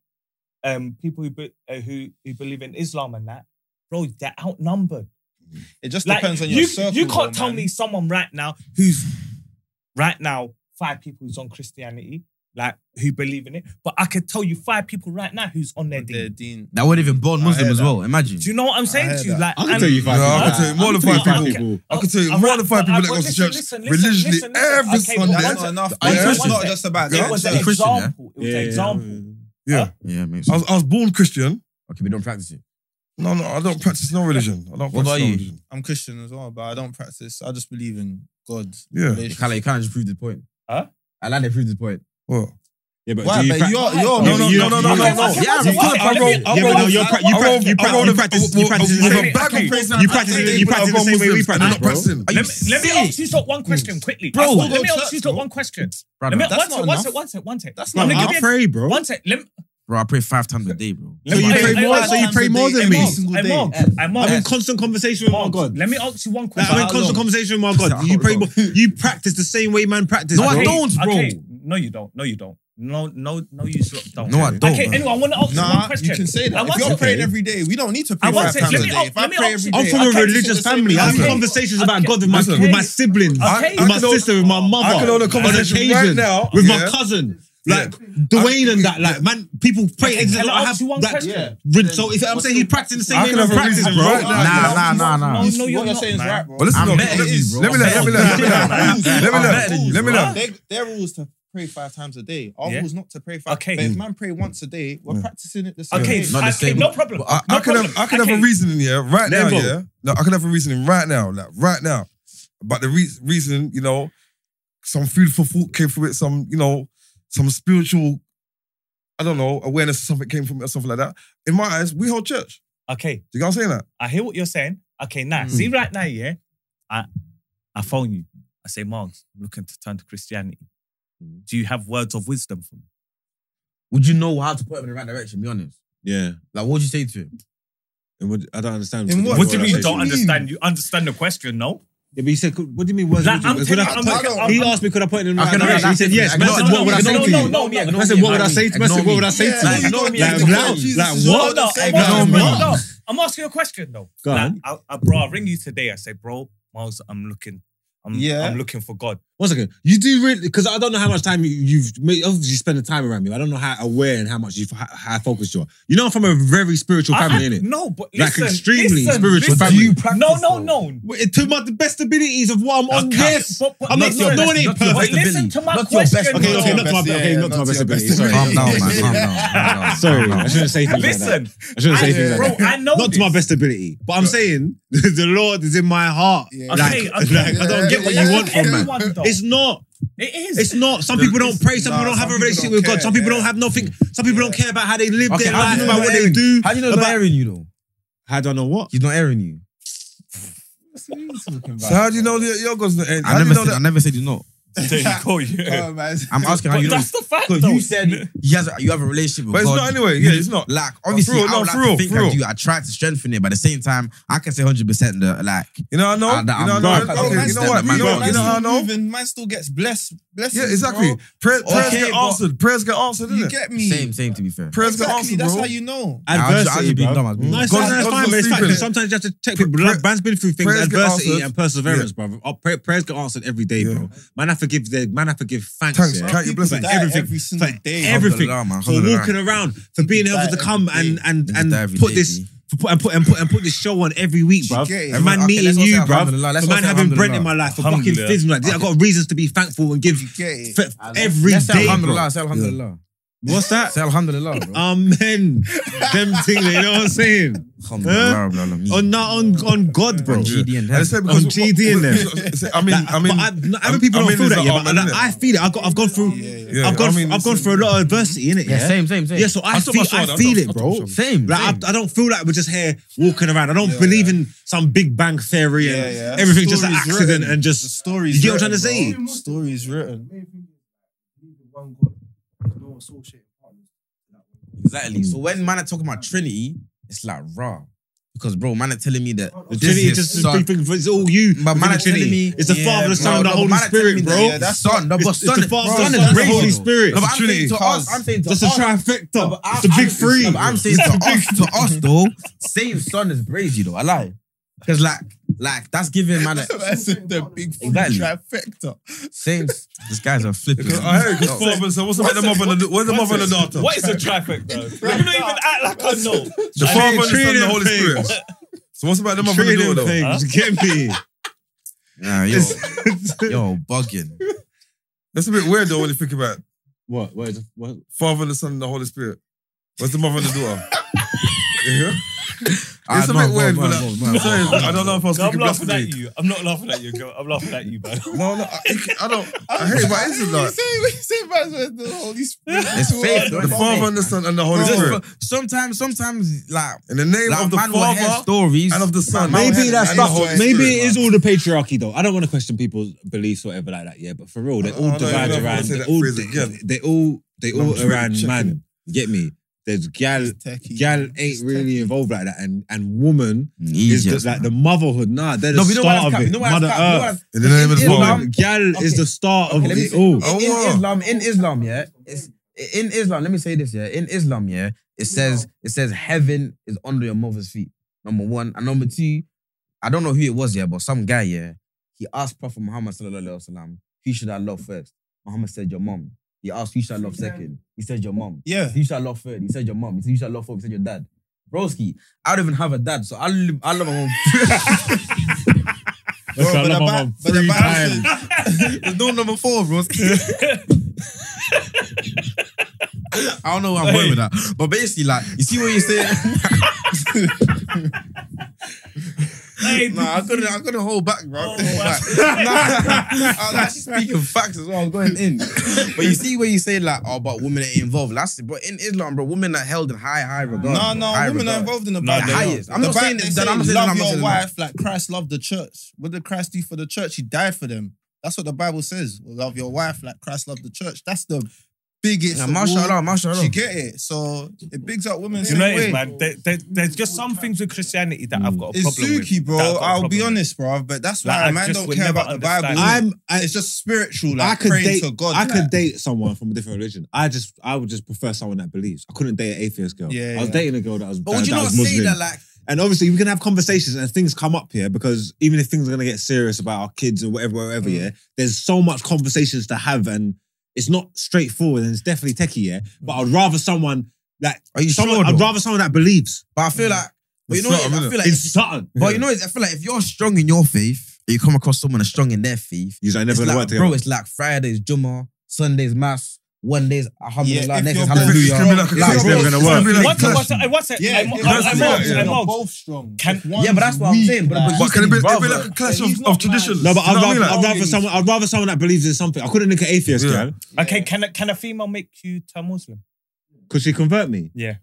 Speaker 3: um, people who be, uh, who who believe in Islam and that, bro, they're outnumbered.
Speaker 5: It just
Speaker 3: Like
Speaker 5: depends on your
Speaker 3: you,
Speaker 5: circle.
Speaker 3: you can't
Speaker 5: though,
Speaker 3: tell
Speaker 5: man.
Speaker 3: me someone right now who's right now five people who's on Christianity, like who believe in it. But I could tell you five people right now who's on their
Speaker 5: The
Speaker 3: deen.
Speaker 5: dean.
Speaker 1: That would even born
Speaker 5: I
Speaker 1: Muslim
Speaker 5: hear
Speaker 1: as
Speaker 5: that.
Speaker 1: well. Imagine.
Speaker 3: Do you know what I'm saying
Speaker 5: hear
Speaker 3: to you?
Speaker 5: that.
Speaker 3: Like,
Speaker 2: I can
Speaker 3: and-
Speaker 2: tell you five
Speaker 4: No,
Speaker 2: people.
Speaker 4: I can
Speaker 2: that-
Speaker 4: tell you more
Speaker 2: I
Speaker 4: than
Speaker 2: can
Speaker 3: five
Speaker 2: tell you
Speaker 3: people.
Speaker 4: I can tell you
Speaker 3: Oh,
Speaker 4: more
Speaker 3: right,
Speaker 4: than five
Speaker 3: but-
Speaker 4: people that
Speaker 3: but
Speaker 4: go to
Speaker 3: listen,
Speaker 4: church
Speaker 3: listen, listen,
Speaker 4: religiously
Speaker 3: listen, listen.
Speaker 4: every
Speaker 3: Okay,
Speaker 4: Sunday.
Speaker 3: but
Speaker 5: That's
Speaker 3: one-
Speaker 5: not enough.
Speaker 1: Are you
Speaker 5: man. It's
Speaker 1: Christian?
Speaker 5: not just about
Speaker 3: It was an
Speaker 5: that.
Speaker 1: Christian, yeah?
Speaker 3: example. It was an example.
Speaker 4: Yeah,
Speaker 1: Yeah, makes
Speaker 4: I was, I was born Christian.
Speaker 1: Okay, we don't practice it.
Speaker 4: No, no, I don't practice no religion. I don't
Speaker 1: What
Speaker 4: practice
Speaker 1: about
Speaker 4: no
Speaker 1: you?
Speaker 4: religion.
Speaker 5: I'm Christian as well, but I don't practice. I just believe in God.
Speaker 4: Yeah.
Speaker 1: You can't, you can't just prove the point.
Speaker 3: Huh?
Speaker 1: I like they proved the point.
Speaker 4: What?
Speaker 2: Yeah, but
Speaker 5: Why?
Speaker 2: do you
Speaker 5: But
Speaker 2: prac-
Speaker 5: you're,
Speaker 3: Why?
Speaker 5: you're,
Speaker 4: No, no,
Speaker 2: you
Speaker 4: no, no,
Speaker 2: don't-
Speaker 4: no,
Speaker 2: you
Speaker 4: no,
Speaker 2: don't-
Speaker 4: no.
Speaker 1: Yeah,
Speaker 3: What's
Speaker 1: you
Speaker 3: it- what's
Speaker 1: flip,
Speaker 3: it-
Speaker 1: I
Speaker 3: let me-
Speaker 1: wrote- I
Speaker 2: Yeah, but no, you're pra- you
Speaker 4: I
Speaker 2: practice.
Speaker 4: wrote-
Speaker 2: You
Speaker 4: I wrote
Speaker 2: practice. You
Speaker 4: a-
Speaker 2: practice.
Speaker 4: I
Speaker 2: You
Speaker 4: wrote-
Speaker 2: practice.
Speaker 4: I
Speaker 2: the same-
Speaker 4: wrote a Bible.
Speaker 2: You practice. You practice the same way we
Speaker 4: I
Speaker 2: practice,
Speaker 4: don't
Speaker 2: bro.
Speaker 4: practice him.
Speaker 3: Let me, let me ask you sort one question quickly. Bro,
Speaker 5: Bro,
Speaker 3: let me
Speaker 5: go
Speaker 3: ask you
Speaker 5: church,
Speaker 3: sort
Speaker 5: bro.
Speaker 3: one question.
Speaker 1: Brother,
Speaker 3: Let me,
Speaker 5: That's
Speaker 3: one,
Speaker 5: not
Speaker 3: sec, one
Speaker 5: enough.
Speaker 3: sec, one sec, one sec.
Speaker 5: That's
Speaker 3: I'm
Speaker 5: not
Speaker 3: gonna
Speaker 2: I
Speaker 5: enough.
Speaker 3: give you
Speaker 2: pray, bro.
Speaker 4: [LAUGHS]
Speaker 3: a- One sec. Let me,
Speaker 1: bro, I pray five times a day, bro.
Speaker 2: So you
Speaker 3: Hey,
Speaker 2: pray
Speaker 3: hey,
Speaker 2: more.
Speaker 3: hey,
Speaker 2: So you
Speaker 5: hey,
Speaker 2: pray
Speaker 5: hey,
Speaker 2: more than
Speaker 5: hey,
Speaker 2: me.
Speaker 5: Mark. single
Speaker 3: hey,
Speaker 5: day.
Speaker 3: Mark, hey, Mark,
Speaker 2: I'm in constant conversation with my
Speaker 3: Mark,
Speaker 2: God.
Speaker 3: Let me ask you one
Speaker 2: Like,
Speaker 3: question.
Speaker 2: I'm in
Speaker 1: How long?
Speaker 2: constant conversation with my God.
Speaker 1: How
Speaker 2: You pray more.
Speaker 1: long?
Speaker 2: You practice the same way man practice.
Speaker 1: No, I
Speaker 2: bro.
Speaker 3: Okay,
Speaker 1: don't, bro.
Speaker 3: okay. No, you don't. No, you don't. No, no, no, you sort of don't.
Speaker 1: No, I don't.
Speaker 3: Okay,
Speaker 1: man.
Speaker 3: anyway, I want to ask you one
Speaker 5: Nah,
Speaker 3: question.
Speaker 5: you can say
Speaker 3: I
Speaker 5: that. If
Speaker 3: want
Speaker 5: you're
Speaker 3: to-
Speaker 5: praying every day, we don't need to pray
Speaker 3: I want
Speaker 5: five
Speaker 3: to-
Speaker 5: times
Speaker 3: let
Speaker 5: a
Speaker 3: me-
Speaker 5: day. If I
Speaker 3: let me
Speaker 5: pray
Speaker 3: ask
Speaker 5: every
Speaker 3: you-
Speaker 2: I'm
Speaker 5: day,
Speaker 2: from
Speaker 5: I
Speaker 2: a
Speaker 5: practice it
Speaker 2: religious
Speaker 5: the same
Speaker 2: family.
Speaker 5: way.
Speaker 2: I have
Speaker 3: Okay.
Speaker 2: conversations about
Speaker 3: Okay.
Speaker 2: God with my
Speaker 4: Listen.
Speaker 2: with my siblings,
Speaker 3: Okay.
Speaker 2: with my
Speaker 4: I can
Speaker 2: sister, with my mother.
Speaker 4: I can hold a
Speaker 2: on
Speaker 4: conversation right
Speaker 2: occasion,
Speaker 4: now,
Speaker 2: with
Speaker 4: yeah.
Speaker 2: my cousin,
Speaker 4: Yeah.
Speaker 2: like Dwayne and that. Like man, people pray.
Speaker 3: Okay,
Speaker 2: it's
Speaker 3: can
Speaker 2: like,
Speaker 3: I
Speaker 2: I
Speaker 3: ask
Speaker 2: have
Speaker 3: you one
Speaker 2: like,
Speaker 3: question?
Speaker 5: Yeah.
Speaker 2: re- So if I'm saying he's practicing the same
Speaker 4: I
Speaker 2: way
Speaker 4: can
Speaker 2: man
Speaker 4: have a
Speaker 2: practicing,
Speaker 4: reason
Speaker 2: bro.
Speaker 4: right now.
Speaker 1: Nah, nah, nah, nah.
Speaker 3: No,
Speaker 5: He's-
Speaker 3: no, you're
Speaker 5: what you're
Speaker 3: not,
Speaker 5: saying is
Speaker 3: man.
Speaker 5: right, bro.
Speaker 4: But listen,
Speaker 1: I'm
Speaker 4: though,
Speaker 1: better
Speaker 4: let
Speaker 1: than
Speaker 4: me-
Speaker 1: you, bro.
Speaker 4: Let me learn. Let me learn. Let me learn.
Speaker 1: I'm
Speaker 4: Let me
Speaker 1: better than
Speaker 4: learn.
Speaker 1: you,
Speaker 4: Let me
Speaker 1: bro.
Speaker 4: learn.
Speaker 5: Their, their rules to pray five times a day. Our
Speaker 3: Yeah.
Speaker 5: rules not to pray five.
Speaker 3: Okay.
Speaker 5: But if man pray once a day, we're
Speaker 4: Yeah.
Speaker 5: practicing it the same.
Speaker 3: Okay,
Speaker 5: way.
Speaker 1: Not the
Speaker 3: okay,
Speaker 1: same.
Speaker 3: no problem.
Speaker 4: I,
Speaker 3: no
Speaker 4: I can
Speaker 3: problem.
Speaker 4: have, I can
Speaker 3: okay.
Speaker 4: have a reasoning, yeah, right now,
Speaker 2: Never.
Speaker 4: yeah. No, I can have a reasoning right now, like right now. But the re- reason, you know, some food for thought came from it, some, you know, some spiritual, I don't know, awareness or something came from it or something like that. In my eyes, we hold church.
Speaker 3: Okay,
Speaker 4: Do you know what I'm saying? That
Speaker 3: I hear what you're saying. Okay, now
Speaker 2: Hmm.
Speaker 5: Mm.
Speaker 3: see right now, yeah. I I phone you. I say, Marks, I'm looking to turn to Christianity.
Speaker 2: Hmm.
Speaker 3: Do you have words of wisdom for me?
Speaker 1: Would you know how to put him in the right direction? Be honest.
Speaker 2: Yeah,
Speaker 1: Like, what would you say to him?
Speaker 2: and what, I don't understand.
Speaker 5: In
Speaker 3: What,
Speaker 5: What
Speaker 3: do you
Speaker 5: do
Speaker 3: mean
Speaker 5: I
Speaker 3: you don't
Speaker 5: mean?
Speaker 3: understand? You understand the question, no?
Speaker 2: Yeah, but he said, could- "What do you mean? Words
Speaker 3: Like,
Speaker 2: would you-
Speaker 3: I'm
Speaker 2: could
Speaker 3: telling
Speaker 2: I
Speaker 3: you,
Speaker 2: put-
Speaker 3: I'm-
Speaker 5: I don't-
Speaker 2: He asked me, "Could I put it in the
Speaker 1: I
Speaker 2: right
Speaker 1: can
Speaker 2: direction?" He
Speaker 1: understand.
Speaker 2: said, "Yes." Man
Speaker 1: Ignore-
Speaker 2: said,
Speaker 1: no,
Speaker 2: "What would I
Speaker 1: ignore
Speaker 2: say to
Speaker 1: me.
Speaker 2: you?"
Speaker 3: No, no,
Speaker 2: I said, "What would I say to?" Man said, "What would I say to?"
Speaker 1: Like, no,
Speaker 5: you don't
Speaker 1: me,
Speaker 5: need
Speaker 1: like,
Speaker 5: to
Speaker 1: no,
Speaker 5: call
Speaker 2: like,
Speaker 5: Jesus
Speaker 2: like,
Speaker 5: is
Speaker 2: what?
Speaker 5: all
Speaker 3: No,
Speaker 5: the
Speaker 3: no,
Speaker 5: same.
Speaker 3: I'm asking,
Speaker 2: No,
Speaker 3: no,
Speaker 2: man.
Speaker 3: no, I'm asking you a question though.
Speaker 2: Go
Speaker 3: Like,
Speaker 2: on.
Speaker 3: I, I, bro, I ring you today. I say, bro, Miles, I'm looking. I'm,
Speaker 5: Yeah.
Speaker 3: I'm looking for God.
Speaker 2: One second. You do really because I don't know how much time you, you've made, obviously you spend the time around me. I don't know how aware and how much you how, how focused you are. You know, I'm from a very spiritual
Speaker 3: I-
Speaker 2: family,
Speaker 3: I-
Speaker 2: innit?
Speaker 3: No, but
Speaker 2: Like,
Speaker 3: listen,
Speaker 2: extremely
Speaker 3: listen,
Speaker 2: spiritual
Speaker 3: listen.
Speaker 2: family.
Speaker 3: No, no, no.
Speaker 2: Wait, To my the best abilities of what I'm
Speaker 3: [LAUGHS]
Speaker 2: on. Yes,
Speaker 3: But- but-
Speaker 2: I'm not.
Speaker 3: but
Speaker 2: No,
Speaker 3: listen-
Speaker 2: one ain't
Speaker 1: not your
Speaker 2: perfect.
Speaker 1: best
Speaker 3: Listen
Speaker 1: ability.
Speaker 3: to my
Speaker 1: Not your best
Speaker 3: question.
Speaker 1: ability.
Speaker 2: Okay, okay, not to my
Speaker 5: Best,
Speaker 2: okay,
Speaker 5: yeah,
Speaker 2: not to my
Speaker 5: not
Speaker 2: best
Speaker 5: your best
Speaker 2: abilities. Sorry,
Speaker 1: Calm down, [LAUGHS] man. Calm down.
Speaker 2: [LAUGHS] sorry. I shouldn't say things like that.
Speaker 3: Listen,
Speaker 2: I shouldn't say things
Speaker 3: I,
Speaker 2: like
Speaker 3: bro,
Speaker 2: that.
Speaker 3: I know
Speaker 2: Not
Speaker 3: this.
Speaker 2: to my best ability, but I'm saying [LAUGHS] the Lord is in my heart.
Speaker 5: Yeah.
Speaker 2: Like,
Speaker 3: Okay, uh, okay.
Speaker 2: like, I don't get what
Speaker 3: That's
Speaker 2: you want
Speaker 3: not
Speaker 2: from me.
Speaker 3: everyone, though.
Speaker 2: It's not.
Speaker 3: It is.
Speaker 2: [LAUGHS] It's not. Some people don't pray. Some
Speaker 5: nah,
Speaker 2: people don't
Speaker 5: some
Speaker 2: have a
Speaker 5: people
Speaker 2: relationship
Speaker 5: don't
Speaker 2: with
Speaker 5: care,
Speaker 2: God. Some people
Speaker 5: yeah.
Speaker 2: don't have nothing. Some people don't care about how they live
Speaker 1: Okay,
Speaker 2: their
Speaker 1: how do
Speaker 2: life,
Speaker 1: you
Speaker 2: about
Speaker 1: know
Speaker 2: what
Speaker 1: they're
Speaker 2: they
Speaker 1: airing?
Speaker 2: do.
Speaker 1: How do you know
Speaker 2: about-
Speaker 1: they're airing you though?
Speaker 2: How do I know what?
Speaker 1: He's not airing you.
Speaker 4: so how do you know that your God's not end? How
Speaker 1: I
Speaker 4: do you
Speaker 1: never
Speaker 4: know
Speaker 1: said. I
Speaker 4: that?
Speaker 1: never said you know.
Speaker 3: [LAUGHS] there you go, yeah.
Speaker 5: Oh, man.
Speaker 1: I'm asking how
Speaker 3: But
Speaker 1: you know.
Speaker 3: that's the fact,
Speaker 1: Because
Speaker 3: though.
Speaker 1: you said he has. You have a relationship with
Speaker 4: But it's
Speaker 1: God.
Speaker 4: not anyway. Yeah, it's not.
Speaker 1: Like obviously,
Speaker 4: real,
Speaker 1: I
Speaker 4: no,
Speaker 1: would
Speaker 4: for
Speaker 1: like
Speaker 4: real,
Speaker 1: to think
Speaker 4: for
Speaker 1: I
Speaker 4: real.
Speaker 1: do. I tried to strengthen it, but at the same time, I can say hundred percent that like
Speaker 4: You know how I know.
Speaker 1: Ah,
Speaker 4: You know
Speaker 1: that
Speaker 4: how I
Speaker 1: I'm
Speaker 4: know.
Speaker 1: broke.
Speaker 4: Okay,
Speaker 1: Okay,
Speaker 4: You know what?
Speaker 1: man,
Speaker 4: You know
Speaker 1: man,
Speaker 4: you know how I
Speaker 5: Oh, still
Speaker 4: know.
Speaker 5: moving, man still gets blessed. blessed
Speaker 4: Yeah, exactly. Pray- Prayers
Speaker 1: Okay,
Speaker 4: get
Speaker 1: but-
Speaker 4: answered. Prayers get answered.
Speaker 5: You
Speaker 4: innit?
Speaker 5: get me.
Speaker 1: same, same. To be fair,
Speaker 4: Prayers get
Speaker 5: Exactly.
Speaker 4: answered,
Speaker 5: That's how
Speaker 4: bro.
Speaker 5: you know.
Speaker 1: Adversity,
Speaker 2: Adversity,
Speaker 1: bro.
Speaker 2: bro.
Speaker 1: Mm.
Speaker 2: No, it's
Speaker 4: God's-
Speaker 2: fine, it's
Speaker 4: God's
Speaker 2: fine, but it's fact.
Speaker 4: not sleeping.
Speaker 2: Sometimes you have to check.
Speaker 4: Pr- pr-
Speaker 2: Man's been through things,
Speaker 4: prayers get
Speaker 2: adversity
Speaker 4: answered.
Speaker 2: and perseverance, brother. Oh, pray- Prayers get answered every day,
Speaker 4: Yeah.
Speaker 2: bro. Man, I forgive. their- Man, I forgive thanks.
Speaker 4: Thanks,
Speaker 2: yeah.
Speaker 4: count your blessings.
Speaker 5: die
Speaker 2: everything,
Speaker 5: every single
Speaker 2: for
Speaker 5: day.
Speaker 2: Everything.
Speaker 1: Alhamdulillah, man,
Speaker 2: For
Speaker 1: alhamdulillah.
Speaker 2: walking around, for being
Speaker 5: People
Speaker 2: able
Speaker 5: die
Speaker 2: to come
Speaker 5: every
Speaker 2: and
Speaker 5: day.
Speaker 2: and
Speaker 1: People
Speaker 2: and
Speaker 1: die every
Speaker 2: put
Speaker 1: day,
Speaker 2: this.
Speaker 1: B.
Speaker 2: for Put, and put and put and put this show on every week,
Speaker 5: You
Speaker 2: bruv.
Speaker 5: get it.
Speaker 2: For
Speaker 1: Okay,
Speaker 2: man
Speaker 1: let's
Speaker 2: meeting
Speaker 1: all say
Speaker 2: you, bruv.
Speaker 1: alhamdulillah. Let's
Speaker 2: For
Speaker 1: all
Speaker 2: man
Speaker 1: say
Speaker 2: having bread
Speaker 1: alhamdulillah.
Speaker 2: in my life. For fucking
Speaker 3: Alhamdulillah.
Speaker 2: things like this. I got reasons to be thankful and give
Speaker 5: You get it.
Speaker 2: for every
Speaker 1: Let's say
Speaker 2: day,
Speaker 1: alhamdulillah.
Speaker 2: bro.
Speaker 1: Say alhamdulillah.
Speaker 2: What's that?
Speaker 1: Say alhamdulillah,
Speaker 2: Uh,
Speaker 1: bro.
Speaker 2: Amen. Them thing, you know what I'm saying?
Speaker 1: Alhamdulillah, bro. Alameen.
Speaker 2: On not on on God, bro.
Speaker 1: On GD and
Speaker 4: And
Speaker 1: heaven.
Speaker 4: it's because
Speaker 2: On GD in
Speaker 5: [LAUGHS]
Speaker 4: there. I mean,
Speaker 2: Like,
Speaker 4: I mean,
Speaker 2: but I've, not, other
Speaker 4: I'm-
Speaker 2: people
Speaker 4: I'm
Speaker 2: don't
Speaker 4: in
Speaker 2: feel
Speaker 4: is
Speaker 2: that,
Speaker 4: a
Speaker 2: yeah,
Speaker 4: Amen,
Speaker 2: but like,
Speaker 4: innit?
Speaker 2: I feel it. I've got, I've gone through,
Speaker 4: yeah,
Speaker 2: I've gone,
Speaker 4: I mean,
Speaker 2: I've gone
Speaker 4: it's-
Speaker 2: through a lot of adversity in it.
Speaker 1: Yeah,
Speaker 2: Yeah,
Speaker 1: same, same, same.
Speaker 2: Yeah, so I
Speaker 4: I'll stop
Speaker 2: feel,
Speaker 4: my shoulder,
Speaker 2: I
Speaker 4: I'll
Speaker 2: feel
Speaker 4: stop-
Speaker 2: it,
Speaker 4: I'll
Speaker 2: bro.
Speaker 4: stop my
Speaker 1: Same.
Speaker 2: Like, I, I don't feel like we're just here walking around. I don't
Speaker 5: Yeah,
Speaker 2: believe in some big bang theory and everything just an
Speaker 5: Story's
Speaker 2: accident
Speaker 5: written.
Speaker 2: and
Speaker 5: The
Speaker 2: just.
Speaker 5: story's
Speaker 2: You get what I'm
Speaker 5: written,
Speaker 2: trying to
Speaker 5: bro. Story's written.
Speaker 1: Exactly. So when man are talking about Trinity, it's like raw. Because bro, man are telling me that
Speaker 2: The
Speaker 1: this
Speaker 2: Trinity
Speaker 1: is
Speaker 2: just
Speaker 1: son.
Speaker 2: big, big, it's all you.
Speaker 1: But
Speaker 2: within
Speaker 1: man
Speaker 2: the
Speaker 1: are telling me
Speaker 2: It's the
Speaker 5: Yeah,
Speaker 2: Father, the Son,
Speaker 5: bro,
Speaker 2: and the
Speaker 5: no,
Speaker 2: Holy
Speaker 1: man are telling me
Speaker 2: Spirit,
Speaker 1: that-
Speaker 2: bro.
Speaker 1: yeah, that's son. No, but
Speaker 2: It's, it's
Speaker 1: son,
Speaker 2: the Father,
Speaker 1: bro,
Speaker 2: Son,
Speaker 1: son
Speaker 2: and the
Speaker 1: is
Speaker 2: Holy
Speaker 1: Holy
Speaker 2: Spirit.
Speaker 1: No, but I'm
Speaker 4: Trinity,
Speaker 1: saying to us, I'm saying to
Speaker 2: That's a
Speaker 1: us.
Speaker 2: trifecta.
Speaker 1: No, but
Speaker 2: it's
Speaker 1: I'm-
Speaker 2: the big
Speaker 1: I'm-
Speaker 2: three.
Speaker 1: no, but I'm saying to us, to us though, same son is brazy though. I lie. Because like, like that's giving man a
Speaker 5: That's the big
Speaker 1: Exactly.
Speaker 5: trifecta.
Speaker 1: same. These guys are flipping.
Speaker 4: Because
Speaker 1: [LAUGHS]
Speaker 4: I heard because father said, "What's about the mother and the where's the mother and the daughter?"
Speaker 6: What is the trifecta? Like, you don't even act like I know.
Speaker 4: The
Speaker 2: I
Speaker 4: father
Speaker 2: mean,
Speaker 4: and the son and the Holy
Speaker 2: three
Speaker 4: Spirit.
Speaker 2: things.
Speaker 4: So what's about the mother and the
Speaker 2: Trinity
Speaker 4: daughter? though?
Speaker 2: things. Get me.
Speaker 1: Nah, yo, yo, bugging.
Speaker 4: That's a bit weird though when you think about it.
Speaker 2: What? What? is- What?
Speaker 4: father and the son and the Holy Spirit. Where's the mother and the daughter? Yeah.
Speaker 1: Ah,
Speaker 4: It's a
Speaker 1: no,
Speaker 4: bit
Speaker 1: bro,
Speaker 4: weird,
Speaker 1: bro,
Speaker 4: but
Speaker 1: bro,
Speaker 4: like,
Speaker 1: bro, bro.
Speaker 4: sorry, I don't know if I was
Speaker 6: No, I'm
Speaker 4: speaking
Speaker 6: laughing at
Speaker 4: blasphemy.
Speaker 6: you. I'm not laughing at you, girl. I'm laughing at you, man.
Speaker 4: No, no, I, I don't. I hate it, but it's just like
Speaker 5: the Holy Spirit.
Speaker 1: It's [LAUGHS] faith, though.
Speaker 4: the Father and the Son and the Holy Spirit.
Speaker 1: Sometimes, sometimes, like,
Speaker 4: In the name
Speaker 1: like
Speaker 4: of the
Speaker 1: man will hear
Speaker 4: Father
Speaker 1: stories
Speaker 4: and of the Son.
Speaker 1: Man,
Speaker 2: Maybe
Speaker 1: man,
Speaker 2: that's
Speaker 1: man,
Speaker 2: stuff.
Speaker 1: man.
Speaker 2: Maybe it is all the patriarchy, though. I don't want to question people's beliefs or whatever like that. Yeah, but for real, they
Speaker 4: I
Speaker 2: all
Speaker 4: don't
Speaker 2: divide
Speaker 4: even know if I
Speaker 2: around.
Speaker 4: wanna say
Speaker 2: They
Speaker 4: that
Speaker 2: all,
Speaker 4: phrase
Speaker 2: they,
Speaker 4: again.
Speaker 2: they all, they
Speaker 4: I'm
Speaker 2: all
Speaker 4: checking
Speaker 2: around.
Speaker 4: it.
Speaker 2: Man, you get me. There's gal,
Speaker 5: Techie.
Speaker 2: gal ain't really involved like that, and and woman is
Speaker 1: Easier.
Speaker 2: just like the motherhood. Nah, they're the
Speaker 1: No, we know
Speaker 2: start
Speaker 1: what
Speaker 2: of
Speaker 1: that's
Speaker 2: it.
Speaker 1: no,
Speaker 2: Mother Earth.
Speaker 1: that's
Speaker 4: In the name of the
Speaker 1: Islam-
Speaker 4: Father.
Speaker 2: Woman, gal is
Speaker 1: Okay.
Speaker 2: the start of
Speaker 1: Okay, let me
Speaker 2: it
Speaker 1: see.
Speaker 2: all.
Speaker 1: In,
Speaker 4: Oh,
Speaker 1: in
Speaker 4: wow.
Speaker 1: Islam, in Islam, yeah, it's in Islam. Let me say this, yeah, in Islam, yeah, it says it says heaven is under your mother's feet. Number one and number two, I don't know who it was, yeah, but some guy, yeah, he asked Prophet Muhammad sallallahu alaihi wasallam, who should I love first? Muhammad said your mom. He asked who should I love second? He said your mom.
Speaker 5: Yeah.
Speaker 1: You shall love third. He said your mom. He said you shall love fourth. He said your dad. Broski, I don't even have a dad, so I live, I love my mom.
Speaker 2: That's why I
Speaker 5: Bro,
Speaker 2: love
Speaker 5: but
Speaker 2: my
Speaker 5: the
Speaker 2: mum
Speaker 5: Bi- but the
Speaker 2: three
Speaker 5: Bible
Speaker 2: times.
Speaker 5: says-
Speaker 1: There's no number four, broski. I don't know where I'm going with that, but basically, like, you see what you
Speaker 5: [LAUGHS]
Speaker 1: saying?
Speaker 6: Hey,
Speaker 1: nah, [LAUGHS] I couldn't, I couldn't hold back,
Speaker 5: Oh,
Speaker 1: bro. I couldn't hold back. I was actually speaking facts as well. I was going in, but you see where you say like, oh, but women ain't involved. That's but in Islam, bro, women are held in high, high regard.
Speaker 5: No,
Speaker 1: bro.
Speaker 5: no,
Speaker 1: High
Speaker 5: women are
Speaker 1: regard.
Speaker 5: involved in the
Speaker 6: No,
Speaker 5: Bible.
Speaker 6: they are.
Speaker 1: Highest. I'm not
Speaker 5: Bi-
Speaker 1: saying
Speaker 5: they
Speaker 1: that- that
Speaker 5: say
Speaker 1: I'm saying that
Speaker 5: love
Speaker 1: I'm not
Speaker 5: your
Speaker 1: saying that.
Speaker 5: wife like Christ loved the church. What did Christ do for the church? He died for them. That's what the Bible says. Love your wife like Christ loved the church. That's the biggest.
Speaker 1: Yeah,
Speaker 5: of all.
Speaker 1: mashallah,
Speaker 5: Do
Speaker 1: mashallah.
Speaker 5: you get it? So it bigs up women.
Speaker 6: You know
Speaker 5: same
Speaker 6: it is,
Speaker 5: way.
Speaker 6: man. There, there, there's just some things with Christianity that I've got a
Speaker 5: It's
Speaker 6: problem
Speaker 5: Zuki,
Speaker 6: with.
Speaker 5: bro.
Speaker 6: that I've got a
Speaker 5: I'll be
Speaker 6: problem with.
Speaker 5: honest, bro. But that's
Speaker 6: Like,
Speaker 5: why
Speaker 6: I
Speaker 5: man
Speaker 6: just
Speaker 5: don't
Speaker 6: would
Speaker 5: care
Speaker 6: never
Speaker 5: about the Bible.
Speaker 6: understand.
Speaker 2: I'm. I,
Speaker 5: it's just spiritual,
Speaker 2: I
Speaker 5: like
Speaker 2: could
Speaker 5: praying
Speaker 2: date.
Speaker 5: to God.
Speaker 2: I could
Speaker 5: like.
Speaker 2: date someone from a different religion. I just, I would just prefer someone that believes. I couldn't date an atheist girl.
Speaker 5: Yeah,
Speaker 2: I was
Speaker 5: yeah.
Speaker 2: dating a girl that was.
Speaker 1: But would
Speaker 2: that,
Speaker 1: you
Speaker 2: that
Speaker 1: not
Speaker 2: was
Speaker 1: say
Speaker 2: Muslim.
Speaker 1: that like?
Speaker 2: And obviously, we can have conversations and things come up here because even if things are going to get serious about our kids or whatever, whatever, yeah, there's so much conversations to have and it's not straightforward and it's definitely techie, yeah. But I'd rather someone that
Speaker 1: Are you
Speaker 2: someone,
Speaker 1: sure?
Speaker 2: I'd
Speaker 1: though?
Speaker 2: rather someone that believes
Speaker 1: But I feel like, but you
Speaker 4: It's
Speaker 1: know, what,
Speaker 4: not,
Speaker 1: it is? I
Speaker 4: innit?
Speaker 1: feel like,
Speaker 2: in
Speaker 1: if-
Speaker 2: something.
Speaker 1: but you know, it's- I feel like if you're strong in your faith, and you come across someone that's strong in their faith.
Speaker 2: You're never
Speaker 1: It's
Speaker 2: going to work
Speaker 1: like,
Speaker 2: together.
Speaker 1: bro, it's like Fridays Jummah, Sundays mass, one day's alhamdulillah,
Speaker 5: if
Speaker 1: next is
Speaker 5: you're both
Speaker 1: hallelujah.
Speaker 4: strong- It's gonna be like a
Speaker 1: Like,
Speaker 4: clash.
Speaker 1: bro,
Speaker 4: It's never gonna
Speaker 1: it's
Speaker 4: work.
Speaker 1: like-
Speaker 6: What's it? What's it? What's it?
Speaker 5: Yeah,
Speaker 6: I'm,
Speaker 5: if
Speaker 6: I'm,
Speaker 4: that's
Speaker 6: I'm,
Speaker 4: it,
Speaker 6: old,
Speaker 4: yeah.
Speaker 6: I'm
Speaker 5: You're
Speaker 6: old.
Speaker 5: both strong.
Speaker 6: Can-
Speaker 5: If one's
Speaker 1: Yeah, but that's what I'm
Speaker 5: weak,
Speaker 1: saying, but-
Speaker 5: like-
Speaker 1: but
Speaker 4: But can it be, it be
Speaker 1: brother.
Speaker 4: like a clash
Speaker 5: He's
Speaker 4: of,
Speaker 5: not
Speaker 4: of traditions?
Speaker 2: no, but I'd
Speaker 4: You know what I
Speaker 2: rather,
Speaker 4: mean? Like,
Speaker 2: I'd rather someone, I'd rather someone that believes in something. I couldn't look at atheist
Speaker 4: Yeah.
Speaker 2: girl.
Speaker 6: Okay, can a- can a female make you turn Muslim?
Speaker 2: Could she convert me?
Speaker 6: Yeah.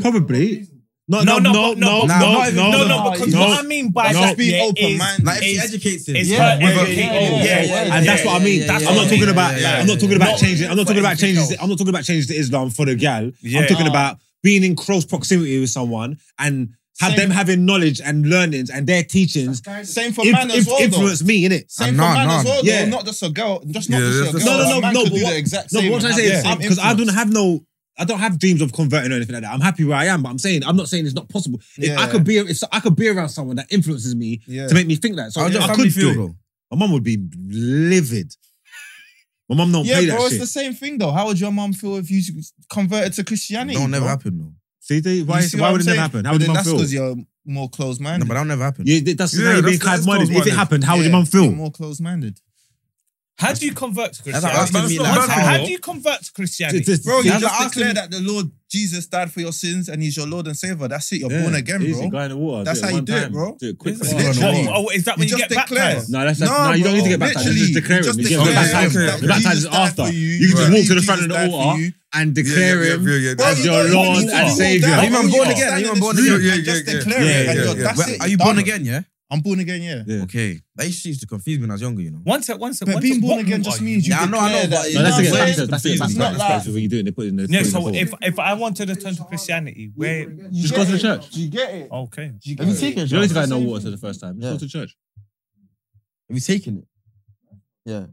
Speaker 2: Probably. No,
Speaker 6: No,
Speaker 2: no,
Speaker 6: no,
Speaker 2: no,
Speaker 6: but- no,
Speaker 2: no, no,
Speaker 1: but- Nah,
Speaker 2: no,
Speaker 1: not even-
Speaker 6: No, no,
Speaker 5: no,
Speaker 6: because
Speaker 5: no.
Speaker 6: what I mean by
Speaker 2: No.
Speaker 6: that
Speaker 5: Be
Speaker 6: yeah, is-
Speaker 5: open-minded.
Speaker 1: Like, if she
Speaker 6: It's-
Speaker 1: educates
Speaker 6: It's
Speaker 1: him.
Speaker 6: yeah,
Speaker 2: E. Yeah,
Speaker 6: her
Speaker 4: but-
Speaker 6: educating.
Speaker 1: yeah,
Speaker 6: Yeah,
Speaker 1: yeah, yeah,
Speaker 2: And that's
Speaker 1: yeah,
Speaker 2: what I mean.
Speaker 1: yeah,
Speaker 2: That's-
Speaker 1: yeah,
Speaker 2: I'm not
Speaker 1: yeah,
Speaker 2: talking
Speaker 1: yeah,
Speaker 2: about.
Speaker 1: yeah,
Speaker 2: like,
Speaker 1: yeah,
Speaker 2: I'm not talking
Speaker 6: yeah.
Speaker 2: about
Speaker 6: Not
Speaker 2: changing. I'm not
Speaker 6: for
Speaker 2: talking about
Speaker 6: anything
Speaker 2: changes.
Speaker 6: else.
Speaker 2: I'm not talking about changes to Islam for the gal.
Speaker 6: Yeah.
Speaker 2: I'm talking about being in close proximity with someone and have them having knowledge and learnings and their teachings
Speaker 5: Same for
Speaker 2: inf-
Speaker 5: man as
Speaker 2: inf-
Speaker 5: well. though.
Speaker 2: influence me in it.
Speaker 5: Same
Speaker 1: Nah,
Speaker 5: for man
Speaker 1: nah.
Speaker 5: as well.
Speaker 2: Yeah.
Speaker 5: Yeah. Not just a girl. Just not
Speaker 4: Yeah,
Speaker 5: just a girl.
Speaker 4: that's-
Speaker 2: No, no,
Speaker 5: A
Speaker 2: no,
Speaker 5: man
Speaker 2: no,
Speaker 5: could
Speaker 2: but
Speaker 5: do
Speaker 2: what-
Speaker 5: the exact
Speaker 2: No,
Speaker 5: same.
Speaker 2: but what I'm trying to say is
Speaker 5: and have the same
Speaker 2: because I don't
Speaker 5: influence.
Speaker 2: have no. I don't have dreams of converting or anything like that. I'm happy where I am, but I'm saying I'm not saying it's not possible. If
Speaker 5: Yeah.
Speaker 2: I could be, if I could be around someone that influences me
Speaker 5: Yeah.
Speaker 2: to make me think that, so
Speaker 1: How does
Speaker 2: I
Speaker 1: family
Speaker 2: could
Speaker 1: feel,
Speaker 2: do it.
Speaker 1: though?
Speaker 2: My mum would be livid. My mum don't play
Speaker 5: Yeah,
Speaker 2: that
Speaker 5: bro, it's
Speaker 2: shit.
Speaker 5: the same thing though. How would your mum feel if you converted to Christianity?
Speaker 1: Don't never
Speaker 5: bro?
Speaker 1: happen, though.
Speaker 2: See, they, why,
Speaker 5: You see
Speaker 2: why
Speaker 5: what
Speaker 2: would it
Speaker 5: I'm
Speaker 2: never
Speaker 5: saying?
Speaker 2: happen? How
Speaker 5: But
Speaker 2: would your
Speaker 5: then
Speaker 2: mum
Speaker 5: that's
Speaker 2: feel?
Speaker 5: because you're more closed-minded.
Speaker 1: No, but that'll never happen.
Speaker 2: Yeah, that's
Speaker 4: Yeah,
Speaker 2: now you're being
Speaker 4: that's-
Speaker 2: kind
Speaker 4: that's
Speaker 2: minded. If it
Speaker 4: close-minded.
Speaker 2: happened, how would your mum
Speaker 5: Yeah,
Speaker 2: feel?
Speaker 5: More closed-minded.
Speaker 6: How do you convert to
Speaker 1: That's like
Speaker 6: Christianity?
Speaker 1: asking
Speaker 4: that's
Speaker 1: me
Speaker 4: not
Speaker 1: like
Speaker 4: bad
Speaker 1: how-
Speaker 4: for
Speaker 6: How
Speaker 4: bro.
Speaker 6: do you convert to Christianity?
Speaker 2: Just- just-
Speaker 5: Bro,
Speaker 1: See,
Speaker 5: you
Speaker 1: that's
Speaker 5: just
Speaker 1: like asking-
Speaker 5: declare that the Lord Jesus died for your sins and he's your Lord and Savior. That's it. You're
Speaker 2: yeah,
Speaker 5: born again,
Speaker 2: easy,
Speaker 5: bro.
Speaker 2: Guy in the water.
Speaker 5: That's
Speaker 2: it
Speaker 5: how you
Speaker 2: one
Speaker 5: do it,
Speaker 2: time.
Speaker 5: bro.
Speaker 2: Do it quick.
Speaker 5: It's
Speaker 2: Oh,
Speaker 5: literally-
Speaker 2: no.
Speaker 6: Oh, oh, is that when
Speaker 5: You
Speaker 6: you,
Speaker 5: just
Speaker 6: get
Speaker 5: declare.
Speaker 6: baptized?
Speaker 2: No, that's, that's no,
Speaker 5: No,
Speaker 2: you don't need to
Speaker 5: bro,
Speaker 2: get baptized. You just
Speaker 5: literally,
Speaker 2: declare
Speaker 5: you
Speaker 2: him. You
Speaker 5: just
Speaker 2: get
Speaker 4: declare
Speaker 2: baptized.
Speaker 4: him.
Speaker 2: The
Speaker 5: Jesus
Speaker 2: baptized is
Speaker 5: died for
Speaker 2: after. You
Speaker 5: you.
Speaker 2: can just
Speaker 5: Right.
Speaker 2: walk to the
Speaker 5: Jesus
Speaker 2: front of the
Speaker 5: died for
Speaker 2: altar
Speaker 5: you.
Speaker 2: and
Speaker 4: Yeah,
Speaker 2: declare
Speaker 4: yeah, yeah,
Speaker 2: him
Speaker 4: yeah,
Speaker 2: as your
Speaker 4: yeah.
Speaker 5: you don't
Speaker 2: Lord
Speaker 5: need to
Speaker 2: and
Speaker 5: fall
Speaker 2: Savior.
Speaker 1: Are
Speaker 5: down.
Speaker 1: you man
Speaker 5: All
Speaker 1: born
Speaker 5: got
Speaker 1: again? Are
Speaker 5: to
Speaker 1: you
Speaker 5: stand
Speaker 1: man
Speaker 5: in
Speaker 1: born
Speaker 5: this
Speaker 1: again?
Speaker 5: room
Speaker 4: Yeah,
Speaker 5: and
Speaker 4: yeah,
Speaker 5: just
Speaker 4: yeah,
Speaker 5: declare
Speaker 1: Yeah,
Speaker 5: it, and
Speaker 1: yeah,
Speaker 5: you're-
Speaker 1: yeah.
Speaker 5: that's
Speaker 1: Well,
Speaker 5: it,
Speaker 1: Are you
Speaker 5: done.
Speaker 1: born again? Yeah.
Speaker 5: I'm born again, yeah.
Speaker 2: Yeah.
Speaker 1: Okay. That used to confuse me when I was younger. You know.
Speaker 6: One sec, one sec.
Speaker 5: But
Speaker 6: one
Speaker 5: being
Speaker 6: sec.
Speaker 5: born
Speaker 6: What
Speaker 5: again
Speaker 6: room
Speaker 5: just
Speaker 6: are you?
Speaker 5: means you
Speaker 1: Yeah, I know, I know,
Speaker 5: declare
Speaker 1: but
Speaker 5: that
Speaker 1: it's
Speaker 2: No, that's
Speaker 1: not
Speaker 2: again.
Speaker 1: way
Speaker 2: That's it. That's it. That's
Speaker 1: confusing.
Speaker 5: It's not
Speaker 2: that's it. When you do it, they put it in the.
Speaker 6: Yeah,
Speaker 2: put it in
Speaker 6: so
Speaker 2: the
Speaker 6: if
Speaker 2: form.
Speaker 6: if I wanted to turn to Christianity, where?
Speaker 5: You
Speaker 2: Just
Speaker 5: get
Speaker 2: go to the
Speaker 5: it.
Speaker 2: church.
Speaker 5: Do you get it?
Speaker 6: Okay.
Speaker 5: Do you
Speaker 1: Have you
Speaker 5: get it?
Speaker 1: taken it?
Speaker 2: you don't need to go
Speaker 1: Sean?
Speaker 2: in no water for the first time. Just Go to church.
Speaker 1: Have you taken it? Yeah.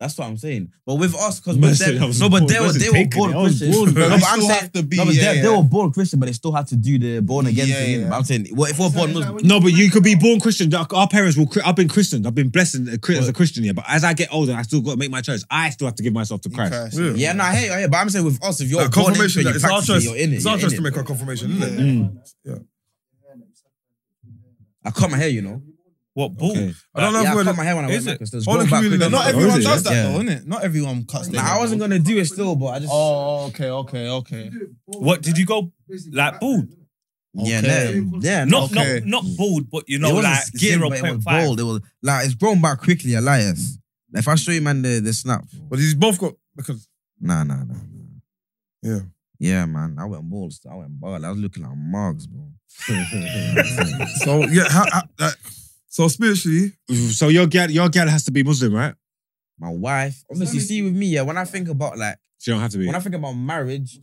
Speaker 1: That's what I'm saying. But with us, because
Speaker 2: Mercy,
Speaker 1: no,
Speaker 2: I was
Speaker 1: but
Speaker 2: born-
Speaker 1: they were
Speaker 2: Mercy's
Speaker 1: they were
Speaker 2: taking
Speaker 1: born
Speaker 2: it. I was
Speaker 1: Christians.
Speaker 2: born,
Speaker 1: no,
Speaker 5: But
Speaker 1: but
Speaker 5: we
Speaker 1: I'm
Speaker 5: still
Speaker 1: saying
Speaker 5: have to be.
Speaker 1: no, but
Speaker 5: yeah,
Speaker 1: they,
Speaker 5: yeah.
Speaker 1: they were born Christian, but they still had to do the born again
Speaker 5: Yeah,
Speaker 1: thing.
Speaker 5: yeah.
Speaker 1: But I'm saying, well, if we're born Muslim,
Speaker 2: No, but you could be born Christian. Our our parents will. I've been christened. I've been blessed as a Chri- as a Christian here. But as I get older, I still got to make my choice. I still have to give myself to Christ.
Speaker 5: Christ.
Speaker 4: Yeah.
Speaker 1: yeah, no, I hear you, I hear you. But I'm saying with us, if you're
Speaker 4: That
Speaker 1: born into
Speaker 4: confirmation.
Speaker 1: it, you
Speaker 4: that it's our
Speaker 1: practice it,
Speaker 4: choice.
Speaker 1: you're in it.
Speaker 4: It's
Speaker 1: you're
Speaker 4: our
Speaker 1: in
Speaker 4: choice
Speaker 1: it.
Speaker 4: to make our confirmation, isn't it?
Speaker 2: Mm.
Speaker 1: I cut my hair, you know.
Speaker 6: What ball?
Speaker 2: Okay.
Speaker 4: I don't know
Speaker 1: yeah,
Speaker 4: if
Speaker 1: I
Speaker 4: we're
Speaker 1: cut my hair when I
Speaker 4: Is
Speaker 1: went
Speaker 4: it?
Speaker 1: back. It was
Speaker 4: All the
Speaker 1: going back
Speaker 4: community-
Speaker 1: quicker.
Speaker 5: Not
Speaker 4: Oh,
Speaker 5: everyone
Speaker 4: is it?
Speaker 5: does that
Speaker 1: Yeah.
Speaker 5: though, innit? Not everyone cuts their
Speaker 1: Nah, I
Speaker 5: hair.
Speaker 1: wasn't gonna do it still, but I just
Speaker 5: Oh, okay, okay, okay.
Speaker 6: What did you go like bald?
Speaker 1: yeah,
Speaker 5: okay.
Speaker 1: no, yeah, no,
Speaker 6: Not
Speaker 5: Okay.
Speaker 6: not not bald, but you
Speaker 1: it
Speaker 6: know
Speaker 1: wasn't
Speaker 6: like
Speaker 1: skin,
Speaker 6: zero
Speaker 1: but it
Speaker 6: point
Speaker 1: was
Speaker 6: five.
Speaker 1: bold. It was like it's grown back quickly, Elias. If I show you, man, the the snap,
Speaker 4: But he's both got because
Speaker 1: nah, nah, nah.
Speaker 4: yeah.
Speaker 1: Yeah, man, I went balls. I went bald. I was looking like mugs, bro.
Speaker 4: So yeah, how, how, like, so spiritually,
Speaker 2: So your gal, your gal has to be Muslim, right?
Speaker 1: My wife, obviously, see with me, yeah. When I think about like,
Speaker 2: She don't have to be.
Speaker 1: when I think about marriage,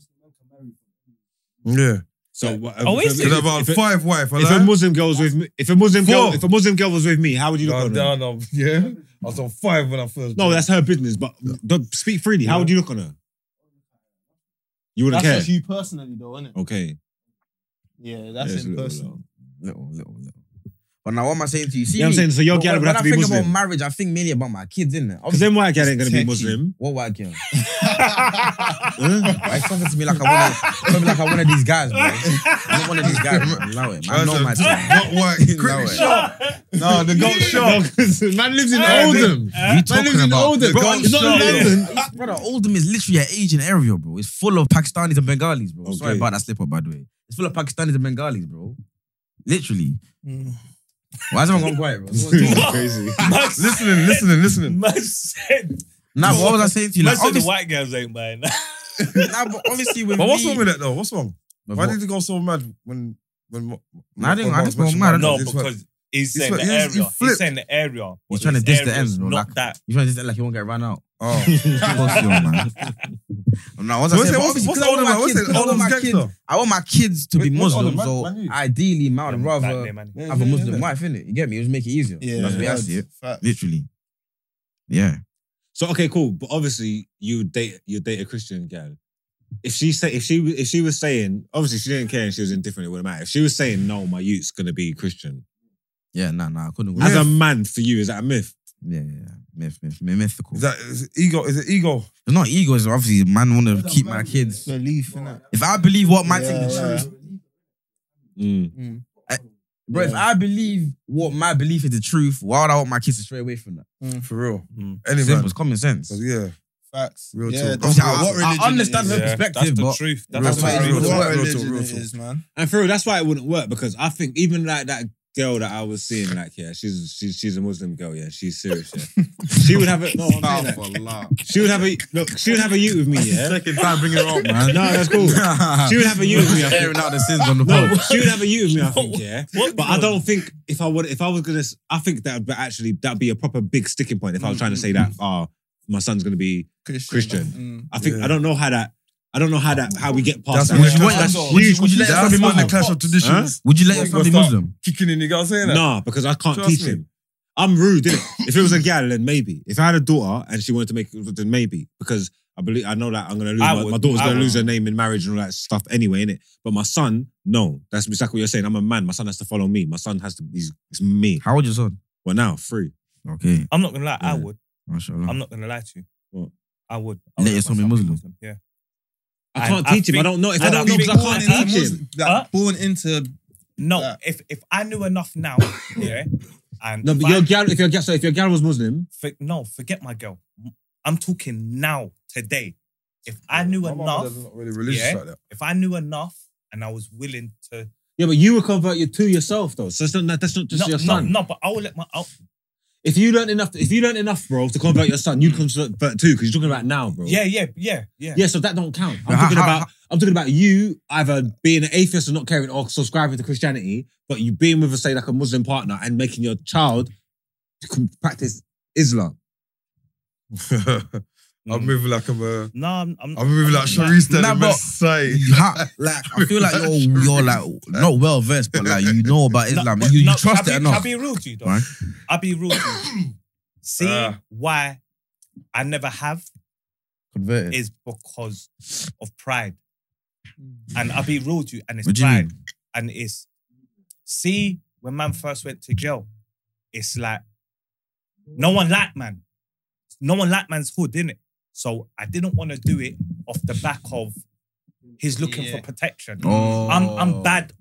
Speaker 4: yeah.
Speaker 2: So what-
Speaker 6: Oh,
Speaker 2: if-
Speaker 6: is
Speaker 2: if-
Speaker 4: Could have had
Speaker 2: if-
Speaker 4: five wife.
Speaker 2: If a
Speaker 4: alive.
Speaker 2: Muslim girl was with me, if a Muslim girl,
Speaker 4: Four.
Speaker 2: if a Muslim girl was with me, how would you look
Speaker 4: Gone
Speaker 2: on her?
Speaker 4: down, um, yeah. I was on five when I first.
Speaker 2: No, that's her business. But don't speak freely. How would you look on her? You wouldn't
Speaker 5: That's just
Speaker 2: care.
Speaker 5: you personally though, innit?
Speaker 2: okay.
Speaker 5: Yeah, that's
Speaker 2: Yes,
Speaker 5: in
Speaker 2: little,
Speaker 5: person.
Speaker 2: little.
Speaker 1: little, little, little. But now, what am I saying to you? See,
Speaker 2: You know what I'm
Speaker 1: me,
Speaker 2: saying? So your
Speaker 1: when,
Speaker 2: gal would
Speaker 1: when
Speaker 2: have
Speaker 1: I
Speaker 2: to be
Speaker 1: think
Speaker 2: Muslim.
Speaker 1: about marriage, I think mainly about my kids, innit?
Speaker 2: Because
Speaker 1: Obviously,
Speaker 2: then white gal ain't gonna be
Speaker 5: Techie.
Speaker 2: Muslim.
Speaker 1: what white
Speaker 2: [LAUGHS]
Speaker 1: girl?
Speaker 2: Huh?
Speaker 1: Why you talking to me like I'm one of, talking like I'm one of these guys, bro? I'm not one of these guys, man. Allow it. man. I know my time.
Speaker 4: Not white. Critic
Speaker 1: it.
Speaker 4: shot. No, the goat shot.
Speaker 2: No, 'cause [LAUGHS] man lives in
Speaker 6: Hey,
Speaker 2: Oldham.
Speaker 1: We
Speaker 2: Man lives
Speaker 1: talking
Speaker 2: in
Speaker 1: about
Speaker 2: Oldham.
Speaker 4: Bro,
Speaker 2: It's not in
Speaker 4: shut up.
Speaker 2: London.
Speaker 1: Brother, Oldham is literally an Asian area, bro. It's full of Pakistanis and Bengalis, bro. Sorry
Speaker 2: Okay.
Speaker 1: about that slip up, by the way. It's full of Pakistanis and Bengalis, bro. Literally. Why is everyone gone quiet, bro?
Speaker 2: Crazy.
Speaker 6: [LAUGHS]
Speaker 4: Listening, listening, listening.
Speaker 6: Most
Speaker 1: nah, but what was I saying to you? Like,
Speaker 6: of the
Speaker 1: obviously,
Speaker 6: white girls ain't buying.
Speaker 1: nah, but obviously with
Speaker 4: [LAUGHS] But what's
Speaker 1: me,
Speaker 4: wrong with that though? What's wrong?
Speaker 1: with
Speaker 4: Why
Speaker 1: what-
Speaker 4: did he go so mad when when? when
Speaker 1: Nah, I didn't-
Speaker 4: when
Speaker 1: I
Speaker 4: Mark
Speaker 1: just got
Speaker 4: mentioned
Speaker 1: mad, I
Speaker 4: that?
Speaker 1: don't
Speaker 6: No,
Speaker 4: He's went-
Speaker 6: because he's saying
Speaker 4: what-
Speaker 6: the
Speaker 4: he's- he
Speaker 6: area. He's
Speaker 4: flipped.
Speaker 6: saying the area. but
Speaker 1: trying to
Speaker 6: this
Speaker 1: diss the
Speaker 6: area's
Speaker 1: ends, bro,
Speaker 6: Not
Speaker 1: like-
Speaker 6: that.
Speaker 1: you trying to say like you won't get run
Speaker 4: [LAUGHS]
Speaker 1: out?
Speaker 4: Oh.
Speaker 1: Of course you are, man. Nah, what was I
Speaker 4: What's
Speaker 1: saying?
Speaker 4: it-
Speaker 1: But
Speaker 4: What's
Speaker 1: obviously,
Speaker 4: what's
Speaker 1: 'cause I want
Speaker 4: Oldham?
Speaker 1: my
Speaker 4: What's
Speaker 1: kids-
Speaker 4: it?
Speaker 1: I want
Speaker 4: Oldham's
Speaker 1: my kids-
Speaker 4: gangster.
Speaker 1: I want my kids to be
Speaker 4: Wait, what's
Speaker 1: Muslim,
Speaker 4: Oldham?
Speaker 1: so
Speaker 4: Man- Man U?
Speaker 1: ideally, man, I'd rather
Speaker 6: rather.
Speaker 1: have a Muslim
Speaker 4: Yeah.
Speaker 1: wife, innit? You get me? It would make it easier.
Speaker 5: Yeah,
Speaker 1: That's the way I
Speaker 5: that's
Speaker 1: see it.
Speaker 5: fact.
Speaker 1: Literally. Yeah.
Speaker 2: So okay, cool. But obviously, you would date you would date a Christian girl. If she say if she if she was saying obviously she didn't care and she was indifferent, it wouldn't matter. If she was saying no, my youth's gonna be Christian
Speaker 1: Yeah, nah, nah, I couldn't go.
Speaker 2: as a man for you is that a myth?
Speaker 1: yeah, yeah, yeah. Myth, myth, myth, mythical.
Speaker 4: Is that is it ego? Is it ego?
Speaker 1: it's not ego, it's obviously man wanna keep my kids.
Speaker 5: Belief, innit?
Speaker 1: If I believe what my thing
Speaker 5: Yeah,
Speaker 1: is
Speaker 5: yeah.
Speaker 1: true,
Speaker 5: Mm.
Speaker 1: bro, if
Speaker 5: Yeah.
Speaker 1: I believe what my belief is the truth, why would I want my kids to stray away from that?
Speaker 4: For real.
Speaker 6: Mm.
Speaker 4: Any
Speaker 1: Simple,
Speaker 4: man.
Speaker 1: it's common sense.
Speaker 4: So, Yeah.
Speaker 5: Facts.
Speaker 4: Real
Speaker 5: yeah,
Speaker 4: talk.
Speaker 5: that's
Speaker 1: Obviously,
Speaker 5: what,
Speaker 1: I-
Speaker 5: what
Speaker 1: I
Speaker 5: religion
Speaker 1: understand
Speaker 5: it
Speaker 1: her
Speaker 5: is.
Speaker 1: perspective,
Speaker 6: that's the
Speaker 1: but-
Speaker 6: truth.
Speaker 4: Real
Speaker 6: That's
Speaker 5: That's
Speaker 6: the
Speaker 4: talk,
Speaker 5: what, it
Speaker 6: truth.
Speaker 5: is.
Speaker 4: real
Speaker 5: what
Speaker 4: talk, real
Speaker 5: religion
Speaker 4: talk, real
Speaker 5: it
Speaker 4: talk.
Speaker 3: [LAUGHS]
Speaker 5: is, man.
Speaker 2: And for real, that's why it wouldn't work because I think even like that girl that I was seeing, like yeah, she's she's she's a Muslim girl, yeah, she's serious, [LAUGHS] yeah. she would have a no, I'm saying that. she would have a look, she would have a youth with me, yeah.
Speaker 1: Second time bringing her [LAUGHS] up, man.
Speaker 2: No, that's cool. She would have a youth with me. I think.
Speaker 1: airing out the sins on the
Speaker 2: [LAUGHS] No,
Speaker 1: pod.
Speaker 2: she would have a you with me. I think, yeah.
Speaker 6: What-
Speaker 2: But I don't think if I would, if I was gonna, s- I think that would be actually that'd be a proper big sticking point if I was trying to say [LAUGHS] that. Oh, my son's gonna be.
Speaker 5: Christian.
Speaker 2: Christian.
Speaker 5: Mm.
Speaker 2: I think
Speaker 4: Yeah.
Speaker 2: I don't know how that. I don't know how that how we get past
Speaker 4: That's
Speaker 2: that.
Speaker 4: what you want.
Speaker 2: That's
Speaker 5: Would
Speaker 1: you- would you let
Speaker 2: huge.
Speaker 1: her
Speaker 4: That's
Speaker 1: be
Speaker 4: when the
Speaker 1: Muslim?
Speaker 4: clash of traditions.
Speaker 1: Would you let your son
Speaker 4: What's
Speaker 1: be
Speaker 4: that?
Speaker 1: Muslim?
Speaker 4: Kicking in, you gotta say that.
Speaker 2: Nah, because I can't
Speaker 4: Trust
Speaker 2: teach
Speaker 4: me.
Speaker 2: him. I'm rude, innit? if it was a gal, then maybe. If I had a daughter and she wanted to make, then maybe because I believe I know that I'm gonna lose.
Speaker 6: I
Speaker 2: My,
Speaker 6: would-
Speaker 2: my daughter's
Speaker 6: I
Speaker 2: gonna
Speaker 6: would.
Speaker 2: lose her name in marriage and all that stuff anyway, innit? But my son, no, that's exactly what you're saying. I'm a man. My son has to follow me. My son has to. He's it's me.
Speaker 1: How old your son?
Speaker 2: Well, now free.
Speaker 1: Okay,
Speaker 6: I'm not gonna lie. I
Speaker 1: Yeah.
Speaker 6: would.
Speaker 1: mashallah.
Speaker 6: I'm not gonna lie to you.
Speaker 2: What?
Speaker 6: I would. I
Speaker 1: Let
Speaker 6: would
Speaker 1: your
Speaker 6: let
Speaker 1: son be
Speaker 6: my son
Speaker 1: Muslim.
Speaker 6: Yeah.
Speaker 2: I
Speaker 6: I-
Speaker 2: can't
Speaker 6: I
Speaker 2: teach him. I
Speaker 6: think-
Speaker 2: don't know. If I,
Speaker 6: I
Speaker 2: don't know,
Speaker 6: think-
Speaker 2: because I
Speaker 5: Born
Speaker 2: can't
Speaker 5: into,
Speaker 2: teach
Speaker 5: Mus-
Speaker 2: him.
Speaker 5: like,
Speaker 6: Huh?
Speaker 5: born into
Speaker 6: No,
Speaker 5: Yeah.
Speaker 6: if if I knew enough now, yeah,
Speaker 3: And
Speaker 2: No, but
Speaker 3: if I-
Speaker 2: your gal, if your gal, sorry, if your gal was Muslim,
Speaker 3: for- no, forget my girl. I'm talking now, today. If I knew
Speaker 4: My mama
Speaker 3: enough,
Speaker 4: doesn't- not really religious
Speaker 3: Yeah.
Speaker 4: like that.
Speaker 3: if I knew enough, and I was willing to,
Speaker 2: yeah, but you were converted to yourself though. So it's not, that's not just
Speaker 3: no,
Speaker 2: your
Speaker 3: no,
Speaker 2: son.
Speaker 3: no, but I will let my. I'll,
Speaker 2: If you learned enough, if you learned enough, bro, to convert your son, you'd convert too, because you're talking about now, bro.
Speaker 3: yeah, yeah, yeah, yeah,
Speaker 2: Yeah, so that don't count. I'm
Speaker 1: But how-
Speaker 2: talking
Speaker 1: how-
Speaker 2: about I'm talking about you either being an atheist and not caring or subscribing to Christianity, but you being with a say like a Muslim partner and making your child to com- practice Islam.
Speaker 4: [LAUGHS]
Speaker 3: Mm.
Speaker 4: I'm moving like I'm a.
Speaker 3: No, I'm. I'm,
Speaker 4: I'm moving like
Speaker 3: not-
Speaker 4: Charisse
Speaker 1: Nah,
Speaker 4: nah,
Speaker 1: but-
Speaker 4: Messiah.
Speaker 1: You ha- like I feel like
Speaker 3: [LAUGHS]
Speaker 1: you're you're like not well versed, but like you know about Islam.
Speaker 3: but
Speaker 1: you you
Speaker 3: no,
Speaker 1: trust
Speaker 3: I'll
Speaker 1: it
Speaker 3: be, I'll
Speaker 1: enough.
Speaker 3: be real to you, though.
Speaker 1: Right. Uh.
Speaker 3: I'll be real to
Speaker 1: [COUGHS]
Speaker 3: you. See
Speaker 4: Ah.
Speaker 3: why I never have
Speaker 1: Converted.
Speaker 3: is because of pride. And I'll be real to you, and it's
Speaker 1: What do you
Speaker 3: pride.
Speaker 1: mean?
Speaker 3: And it's see, when man first went to jail, it's like no one liked man. No one liked man's hood, didn't it? So I didn't want to do it off the back of he's looking
Speaker 5: Yeah.
Speaker 3: for protection.
Speaker 1: Oh,
Speaker 3: I'm I'm bad.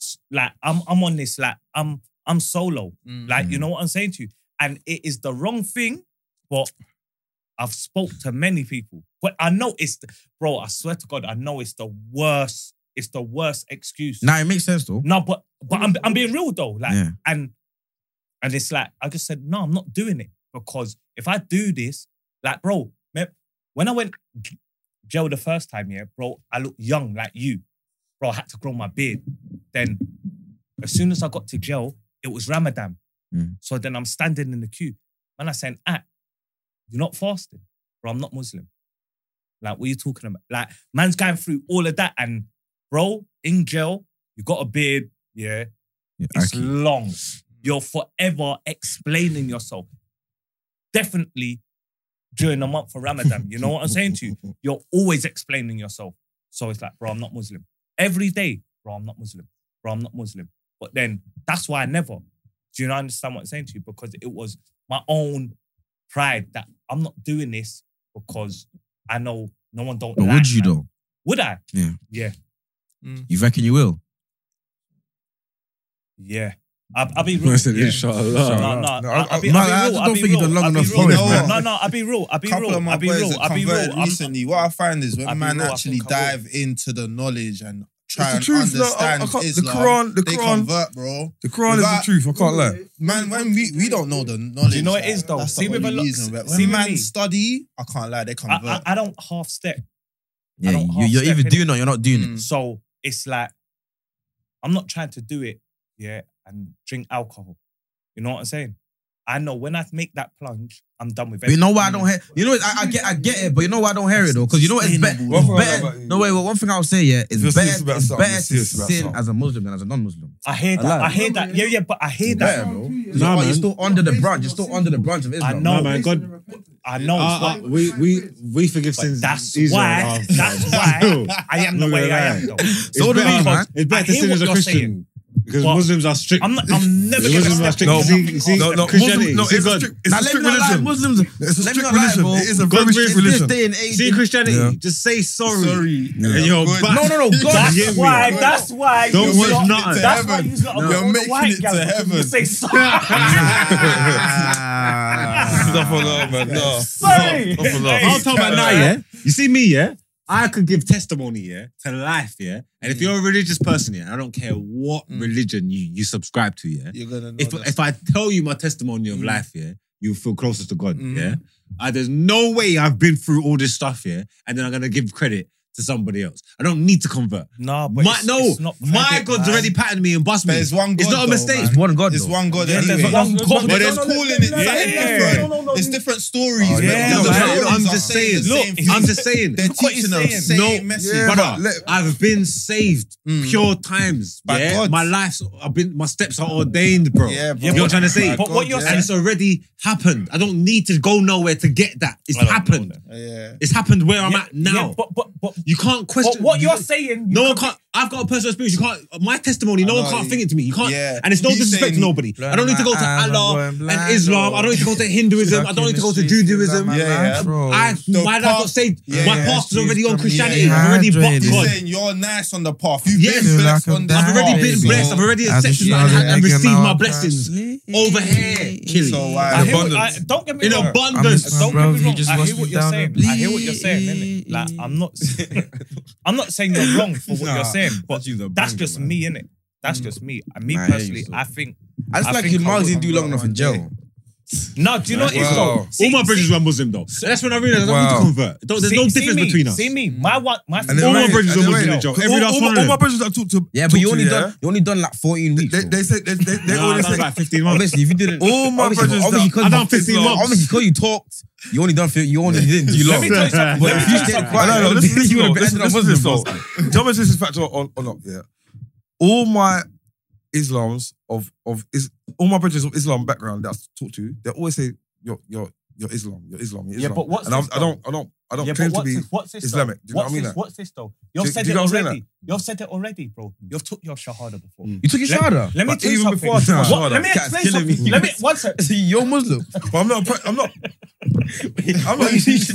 Speaker 3: S- Like I'm I'm on this. Like I'm I'm solo.
Speaker 5: Mm.
Speaker 3: Like
Speaker 1: Mm.
Speaker 3: you know what I'm saying to you. And it is the wrong thing, but I've spoke to many people. But I know it's the, bro. I swear to God, I know it's the worst. It's the worst excuse.
Speaker 1: Nah, it makes sense though.
Speaker 3: No, but but I'm I'm being real though. Like
Speaker 1: Yeah.
Speaker 3: and and it's like I just said no, I'm not doing it because if I do this, like bro, me- when I went j- jail the first time, yeah, bro, I looked young like you, bro. I had to grow my beard. Then as soon as I got to jail, it was Ramadan,
Speaker 1: Mm.
Speaker 3: so then I'm standing in the queue, and I saying, "Ah, you're not fasting, bro. I'm not Muslim." Like, what are you talking about? Like, man's going through all of that, and bro, in jail, you got a beard, yeah,
Speaker 1: Yeah,
Speaker 3: it's
Speaker 1: okay.
Speaker 3: long. You're forever explaining yourself. Definitely during the month of Ramadan. You know what I'm saying
Speaker 1: [LAUGHS]
Speaker 3: to you? You're always explaining yourself. So it's like, bro, I'm not Muslim. Every day, bro, I'm not Muslim. Bro, I'm not Muslim. But then that's why I never. Do you not understand what I'm saying to you? Because it was my own pride that I'm not doing this because I know no one don't.
Speaker 1: But
Speaker 3: like
Speaker 1: would you
Speaker 3: that.
Speaker 1: though?
Speaker 3: Would I?
Speaker 1: You reckon you will?
Speaker 3: Yeah. I'll,
Speaker 1: [LAUGHS]
Speaker 3: I'll be real. [LAUGHS] Yeah. No, no,
Speaker 4: No,
Speaker 3: I- I'll
Speaker 4: I-
Speaker 3: be,
Speaker 1: no, I
Speaker 3: I'll be real.
Speaker 1: just
Speaker 3: I'll
Speaker 1: don't
Speaker 3: be
Speaker 1: think you've
Speaker 3: real.
Speaker 1: done long
Speaker 3: I'll be
Speaker 1: enough
Speaker 3: real.
Speaker 5: for it, man.
Speaker 3: No, no, I'll be real. I'll be
Speaker 5: couple of
Speaker 3: real.
Speaker 5: my
Speaker 3: I'll be
Speaker 5: boys
Speaker 3: real.
Speaker 5: that
Speaker 3: I'll be
Speaker 5: converted
Speaker 3: real. I'll be-
Speaker 5: recently. What I find is when
Speaker 3: I'll be
Speaker 5: man
Speaker 3: real, I
Speaker 5: actually
Speaker 3: think I will.
Speaker 5: dive into the knowledge and
Speaker 4: It's
Speaker 5: try
Speaker 4: the
Speaker 5: and
Speaker 4: truth. no, I- I
Speaker 5: understand
Speaker 4: can't- the
Speaker 5: Islam,
Speaker 4: Quran, the
Speaker 5: they
Speaker 4: Quran,
Speaker 5: convert, bro.
Speaker 4: the Quran is the
Speaker 5: Without-
Speaker 4: truth. I can't lie.
Speaker 5: Man, when we, we don't know the knowledge.
Speaker 3: Do you know what
Speaker 5: like,
Speaker 3: it is, though?
Speaker 5: That's
Speaker 3: See,
Speaker 5: the
Speaker 3: with
Speaker 5: only
Speaker 3: a lot-
Speaker 5: reason. When
Speaker 3: see, with
Speaker 5: man
Speaker 3: me-
Speaker 5: study, I can't lie, they
Speaker 3: I,
Speaker 5: convert.
Speaker 3: I, I don't half step.
Speaker 1: Yeah,
Speaker 3: don't
Speaker 1: you,
Speaker 3: half
Speaker 1: you're
Speaker 3: step,
Speaker 1: either
Speaker 3: innit?
Speaker 1: doing it or you're not doing it.
Speaker 5: Mm.
Speaker 3: So it's like, I'm not trying to do it, yeah, and drink alcohol. You know what I'm saying? I know when I make that plunge, I'm done with
Speaker 1: But
Speaker 3: it.
Speaker 1: you know why I don't hear? You know, what, I, I get, I get it, but you know why I don't hear it though, because you know what, it's better.
Speaker 5: Sustainable.
Speaker 1: It's
Speaker 4: Well, well,
Speaker 1: better.
Speaker 4: well,
Speaker 1: No wait, well, one thing I'll say, yeah, it's
Speaker 4: You're
Speaker 1: better.
Speaker 4: serious about
Speaker 1: It's
Speaker 4: something,
Speaker 1: better
Speaker 4: you're
Speaker 1: to
Speaker 4: serious about
Speaker 1: sin
Speaker 4: something.
Speaker 1: as a Muslim than as a non-Muslim.
Speaker 3: I hear that.
Speaker 2: Alive.
Speaker 3: I hear that. Yeah, yeah, but I hear that.
Speaker 1: Better, bro.
Speaker 2: Nah,
Speaker 1: Nah, you're
Speaker 2: man.
Speaker 1: still under the branch. You're still under the branch of Islam.
Speaker 3: I know.
Speaker 2: No, man, God.
Speaker 3: I know. it's
Speaker 2: Uh,
Speaker 3: not-
Speaker 2: uh, we, we, we forgive
Speaker 3: But
Speaker 2: sins.
Speaker 3: that's
Speaker 2: easier
Speaker 3: why- [LAUGHS]
Speaker 2: than half. [LAUGHS]
Speaker 3: that's why
Speaker 2: Still,
Speaker 3: I am the
Speaker 2: Look at
Speaker 3: way I
Speaker 2: that.
Speaker 3: am, though.
Speaker 2: It's
Speaker 1: So do
Speaker 2: better-
Speaker 1: we, man.
Speaker 2: It's
Speaker 3: I
Speaker 2: better to
Speaker 3: hear
Speaker 2: sin as
Speaker 3: what
Speaker 2: a
Speaker 3: you're saying.
Speaker 2: Christian. Because
Speaker 3: But
Speaker 2: Muslims are strict.
Speaker 3: I'm, not, I'm never going to
Speaker 2: Muslims are
Speaker 3: step
Speaker 2: strict.
Speaker 4: No,
Speaker 3: down.
Speaker 2: See-
Speaker 3: I'm
Speaker 2: see-
Speaker 4: No, no,
Speaker 2: Christianity.
Speaker 4: Muslim, no, it's
Speaker 2: See,
Speaker 4: a
Speaker 2: God-
Speaker 4: strict, it's a
Speaker 1: Now, let me
Speaker 4: strict
Speaker 1: not lie,
Speaker 4: religion.
Speaker 1: Muslims.
Speaker 4: It's a
Speaker 1: let me
Speaker 4: strict
Speaker 1: not lie,
Speaker 4: religion.
Speaker 1: bro.
Speaker 4: It is a
Speaker 1: God,
Speaker 4: very
Speaker 1: it's
Speaker 4: strict
Speaker 1: This
Speaker 4: religion.
Speaker 1: day and age,
Speaker 2: See Christianity,
Speaker 4: Yeah.
Speaker 2: just say sorry.
Speaker 5: Sorry.
Speaker 2: And you're
Speaker 5: Good.
Speaker 2: back.
Speaker 1: No, no, no, God.
Speaker 2: You hear
Speaker 3: That's
Speaker 2: me?
Speaker 3: why. That's why.
Speaker 2: Don't
Speaker 3: you
Speaker 2: wish
Speaker 3: lot-
Speaker 2: nothing.
Speaker 3: That's why
Speaker 5: Heaven.
Speaker 3: you got
Speaker 5: No. You're making it to heaven.
Speaker 3: Say
Speaker 2: [LAUGHS]
Speaker 3: sorry.
Speaker 5: Ah,
Speaker 3: Ah.
Speaker 4: Stuff on that, man. No.
Speaker 3: Sorry.
Speaker 4: Stuff on that.
Speaker 2: I'll tell about now, yeah. You see me, yeah. I could give testimony, yeah, to life, yeah. And if you're a religious person, yeah, I don't care what
Speaker 5: Mm.
Speaker 2: religion you you subscribe to, yeah.
Speaker 5: You're gonna know
Speaker 2: If
Speaker 5: that.
Speaker 2: if I tell you my testimony of
Speaker 5: Mm.
Speaker 2: life, yeah, you feel closer to God,
Speaker 5: Mm.
Speaker 3: Mm-hmm.
Speaker 2: yeah. Uh, there's no way I've been through all this stuff, yeah, and then I'm gonna give credit to somebody else. I don't need to convert.
Speaker 3: No, but
Speaker 2: My,
Speaker 3: it's,
Speaker 2: no,
Speaker 3: it's not
Speaker 2: my
Speaker 3: credit,
Speaker 2: God's
Speaker 3: man.
Speaker 2: already patterned me and bust me.
Speaker 5: There's one God.
Speaker 2: It's not a
Speaker 5: though,
Speaker 2: mistake.
Speaker 5: man.
Speaker 1: It's one God.
Speaker 5: It's
Speaker 1: though.
Speaker 5: one God
Speaker 3: Yeah, there's
Speaker 5: anyway.
Speaker 3: one God.
Speaker 5: But there's
Speaker 3: No, no,
Speaker 5: calling it
Speaker 3: no, no,
Speaker 5: something
Speaker 3: no,
Speaker 5: different.
Speaker 3: no, no, no.
Speaker 5: It's different stories.
Speaker 4: Oh,
Speaker 5: man.
Speaker 3: yeah,
Speaker 5: Different
Speaker 3: man.
Speaker 5: stories
Speaker 2: I'm
Speaker 5: are
Speaker 2: just saying.
Speaker 5: the same
Speaker 3: Look,
Speaker 5: thing.
Speaker 2: I'm just saying.
Speaker 5: They're
Speaker 3: Look what he's
Speaker 5: teaching the
Speaker 3: saying.
Speaker 5: same
Speaker 2: No,
Speaker 5: message.
Speaker 4: Yeah,
Speaker 2: Brother,
Speaker 4: but let-
Speaker 2: I've been saved
Speaker 5: Mm.
Speaker 2: pure times.
Speaker 5: By
Speaker 2: yeah?
Speaker 5: God.
Speaker 2: My life's I've been my steps are ordained, bro.
Speaker 5: Yeah, bro.
Speaker 2: You know what I'm trying to say?
Speaker 5: By
Speaker 3: But what
Speaker 5: God,
Speaker 3: you're
Speaker 5: yeah.
Speaker 2: And it's already happened. I don't need to go nowhere to get that. It's
Speaker 3: I don't know
Speaker 2: happened.
Speaker 3: that.
Speaker 5: Yeah.
Speaker 2: It's happened where I'm
Speaker 3: Yeah,
Speaker 2: at now.
Speaker 3: yeah, but but but
Speaker 2: you can't
Speaker 3: but
Speaker 2: question
Speaker 3: what
Speaker 2: you-
Speaker 3: you're saying. you
Speaker 2: No one
Speaker 3: could-
Speaker 2: can't.
Speaker 7: I've got a personal experience. You can't. My testimony. No
Speaker 5: I
Speaker 7: one
Speaker 5: know,
Speaker 7: can't
Speaker 5: you-
Speaker 7: think it to me. You can't.
Speaker 5: Yeah.
Speaker 7: And it's no
Speaker 5: You
Speaker 7: disrespect to
Speaker 5: saying-
Speaker 7: nobody. I don't need to go to Allah and Islam. I don't need to go to Hinduism. I don't need to go to Judaism.
Speaker 5: Yeah, yeah.
Speaker 7: I,
Speaker 5: The
Speaker 7: my life got
Speaker 5: path-
Speaker 7: saved.
Speaker 5: Yeah,
Speaker 7: my
Speaker 5: yeah,
Speaker 7: past is
Speaker 1: she's
Speaker 7: already on
Speaker 1: coming-
Speaker 7: Christianity.
Speaker 1: yeah,
Speaker 7: I've already blocked
Speaker 1: hydrated.
Speaker 7: God.
Speaker 5: You're saying you're nice on the path. You've
Speaker 7: Yes.
Speaker 5: been
Speaker 7: Feel
Speaker 5: blessed on the
Speaker 7: I've
Speaker 5: path.
Speaker 7: already been
Speaker 5: so-
Speaker 7: blessed. I've already accepted and, and, received my blessings over here, Killy.
Speaker 5: So
Speaker 3: I
Speaker 5: why?
Speaker 3: hear what, I,
Speaker 7: Abundance.
Speaker 3: don't get me
Speaker 7: in
Speaker 3: wrong.
Speaker 7: abundance.
Speaker 3: Don't
Speaker 1: Bro,
Speaker 3: get
Speaker 1: you
Speaker 3: me wrong.
Speaker 1: just
Speaker 3: I
Speaker 1: washed
Speaker 3: hear what
Speaker 1: me
Speaker 3: you're
Speaker 1: down
Speaker 3: saying.
Speaker 1: and
Speaker 3: I hear what you're saying. Innit? Like I'm not, [LAUGHS] I'm not saying you're wrong for what
Speaker 1: Nah,
Speaker 3: you're saying, but that's
Speaker 1: banger,
Speaker 3: just
Speaker 1: man.
Speaker 3: me, innit? That's just me. And me
Speaker 1: Nah, I hear you,
Speaker 3: personally,
Speaker 1: so.
Speaker 3: I think.
Speaker 1: I just
Speaker 3: I
Speaker 1: like
Speaker 3: think
Speaker 1: your
Speaker 3: I
Speaker 1: mouth
Speaker 3: would-
Speaker 1: didn't do long enough in jail.
Speaker 3: No, do you know what it is
Speaker 4: Wow.
Speaker 3: though? See-
Speaker 7: All my bridges
Speaker 3: see-
Speaker 7: were Muslim though. So that's when I realized I
Speaker 4: Wow.
Speaker 7: don't need to convert. Don't- there's
Speaker 3: see-
Speaker 7: no
Speaker 3: see
Speaker 7: difference
Speaker 3: me,
Speaker 7: between us.
Speaker 3: See me, my one, my
Speaker 4: And then
Speaker 7: all my
Speaker 4: wait,
Speaker 7: bridges
Speaker 4: and
Speaker 7: are
Speaker 4: then
Speaker 7: Muslim,
Speaker 4: wait.
Speaker 7: Joe.
Speaker 4: All-
Speaker 7: Every last
Speaker 4: all-
Speaker 7: one of
Speaker 4: All
Speaker 7: them.
Speaker 4: my brothers I talked to.
Speaker 1: Yeah, but
Speaker 4: talked
Speaker 1: you
Speaker 4: to,
Speaker 1: only
Speaker 4: yeah,
Speaker 1: done you only done like 14 weeks.
Speaker 4: They,
Speaker 1: bro.
Speaker 4: they said they, they, they
Speaker 7: Nah,
Speaker 4: always
Speaker 7: that's
Speaker 4: say
Speaker 7: like 15
Speaker 1: [LAUGHS]
Speaker 7: months.
Speaker 1: Obviously, if you didn't,
Speaker 4: All my
Speaker 1: obviously,
Speaker 4: brothers
Speaker 1: obviously,
Speaker 4: done-
Speaker 1: because
Speaker 7: I've
Speaker 1: you-
Speaker 7: done 15
Speaker 1: Islam.
Speaker 7: months.
Speaker 1: Obviously, because you talked, you only done. You only didn't do
Speaker 3: Let
Speaker 1: long.
Speaker 3: me tell you something.
Speaker 1: But if you
Speaker 3: Let me tell
Speaker 1: stayed
Speaker 3: you
Speaker 1: quiet,
Speaker 4: No, no,
Speaker 1: you
Speaker 4: listen, listen,
Speaker 1: would
Speaker 4: no,
Speaker 1: have
Speaker 4: listen,
Speaker 1: ended up
Speaker 4: listen,
Speaker 1: Muslim.
Speaker 4: listen, listen. Tell me if this is factual or, or not. Yeah, all my Islam's of of is all my brothers of Islam background that I talk to, they always say you're you're you're Islam, you're Islam, you're
Speaker 3: Yeah,
Speaker 4: Islam.
Speaker 3: but what's
Speaker 4: and I'm,
Speaker 3: this
Speaker 4: I don't I don't I don't
Speaker 3: Yeah,
Speaker 4: claim
Speaker 3: but what's
Speaker 4: to be
Speaker 3: this? What's this? though?
Speaker 4: Islamic. Do you know
Speaker 3: what's
Speaker 4: what I mean?
Speaker 3: this?
Speaker 4: Like,
Speaker 3: What's this though? You've
Speaker 4: Do-
Speaker 3: said
Speaker 4: do you
Speaker 3: it
Speaker 4: know what I'm saying,
Speaker 3: already. You've said it already, bro. You've took your shahada before.
Speaker 1: You took your
Speaker 3: Let-
Speaker 1: shoulder.
Speaker 3: Let me
Speaker 4: But
Speaker 3: tell you
Speaker 4: even
Speaker 3: something.
Speaker 4: before I took my
Speaker 3: What- Let
Speaker 4: shahada,
Speaker 3: me
Speaker 1: cat's
Speaker 3: explain
Speaker 1: killing
Speaker 3: something.
Speaker 1: me.
Speaker 3: Let me one sec.
Speaker 1: You're Muslim.
Speaker 4: but I'm not a pra-
Speaker 7: [LAUGHS]
Speaker 4: I'm not I'm
Speaker 3: [LAUGHS]
Speaker 7: He's
Speaker 3: Let me
Speaker 4: not I'm not I'm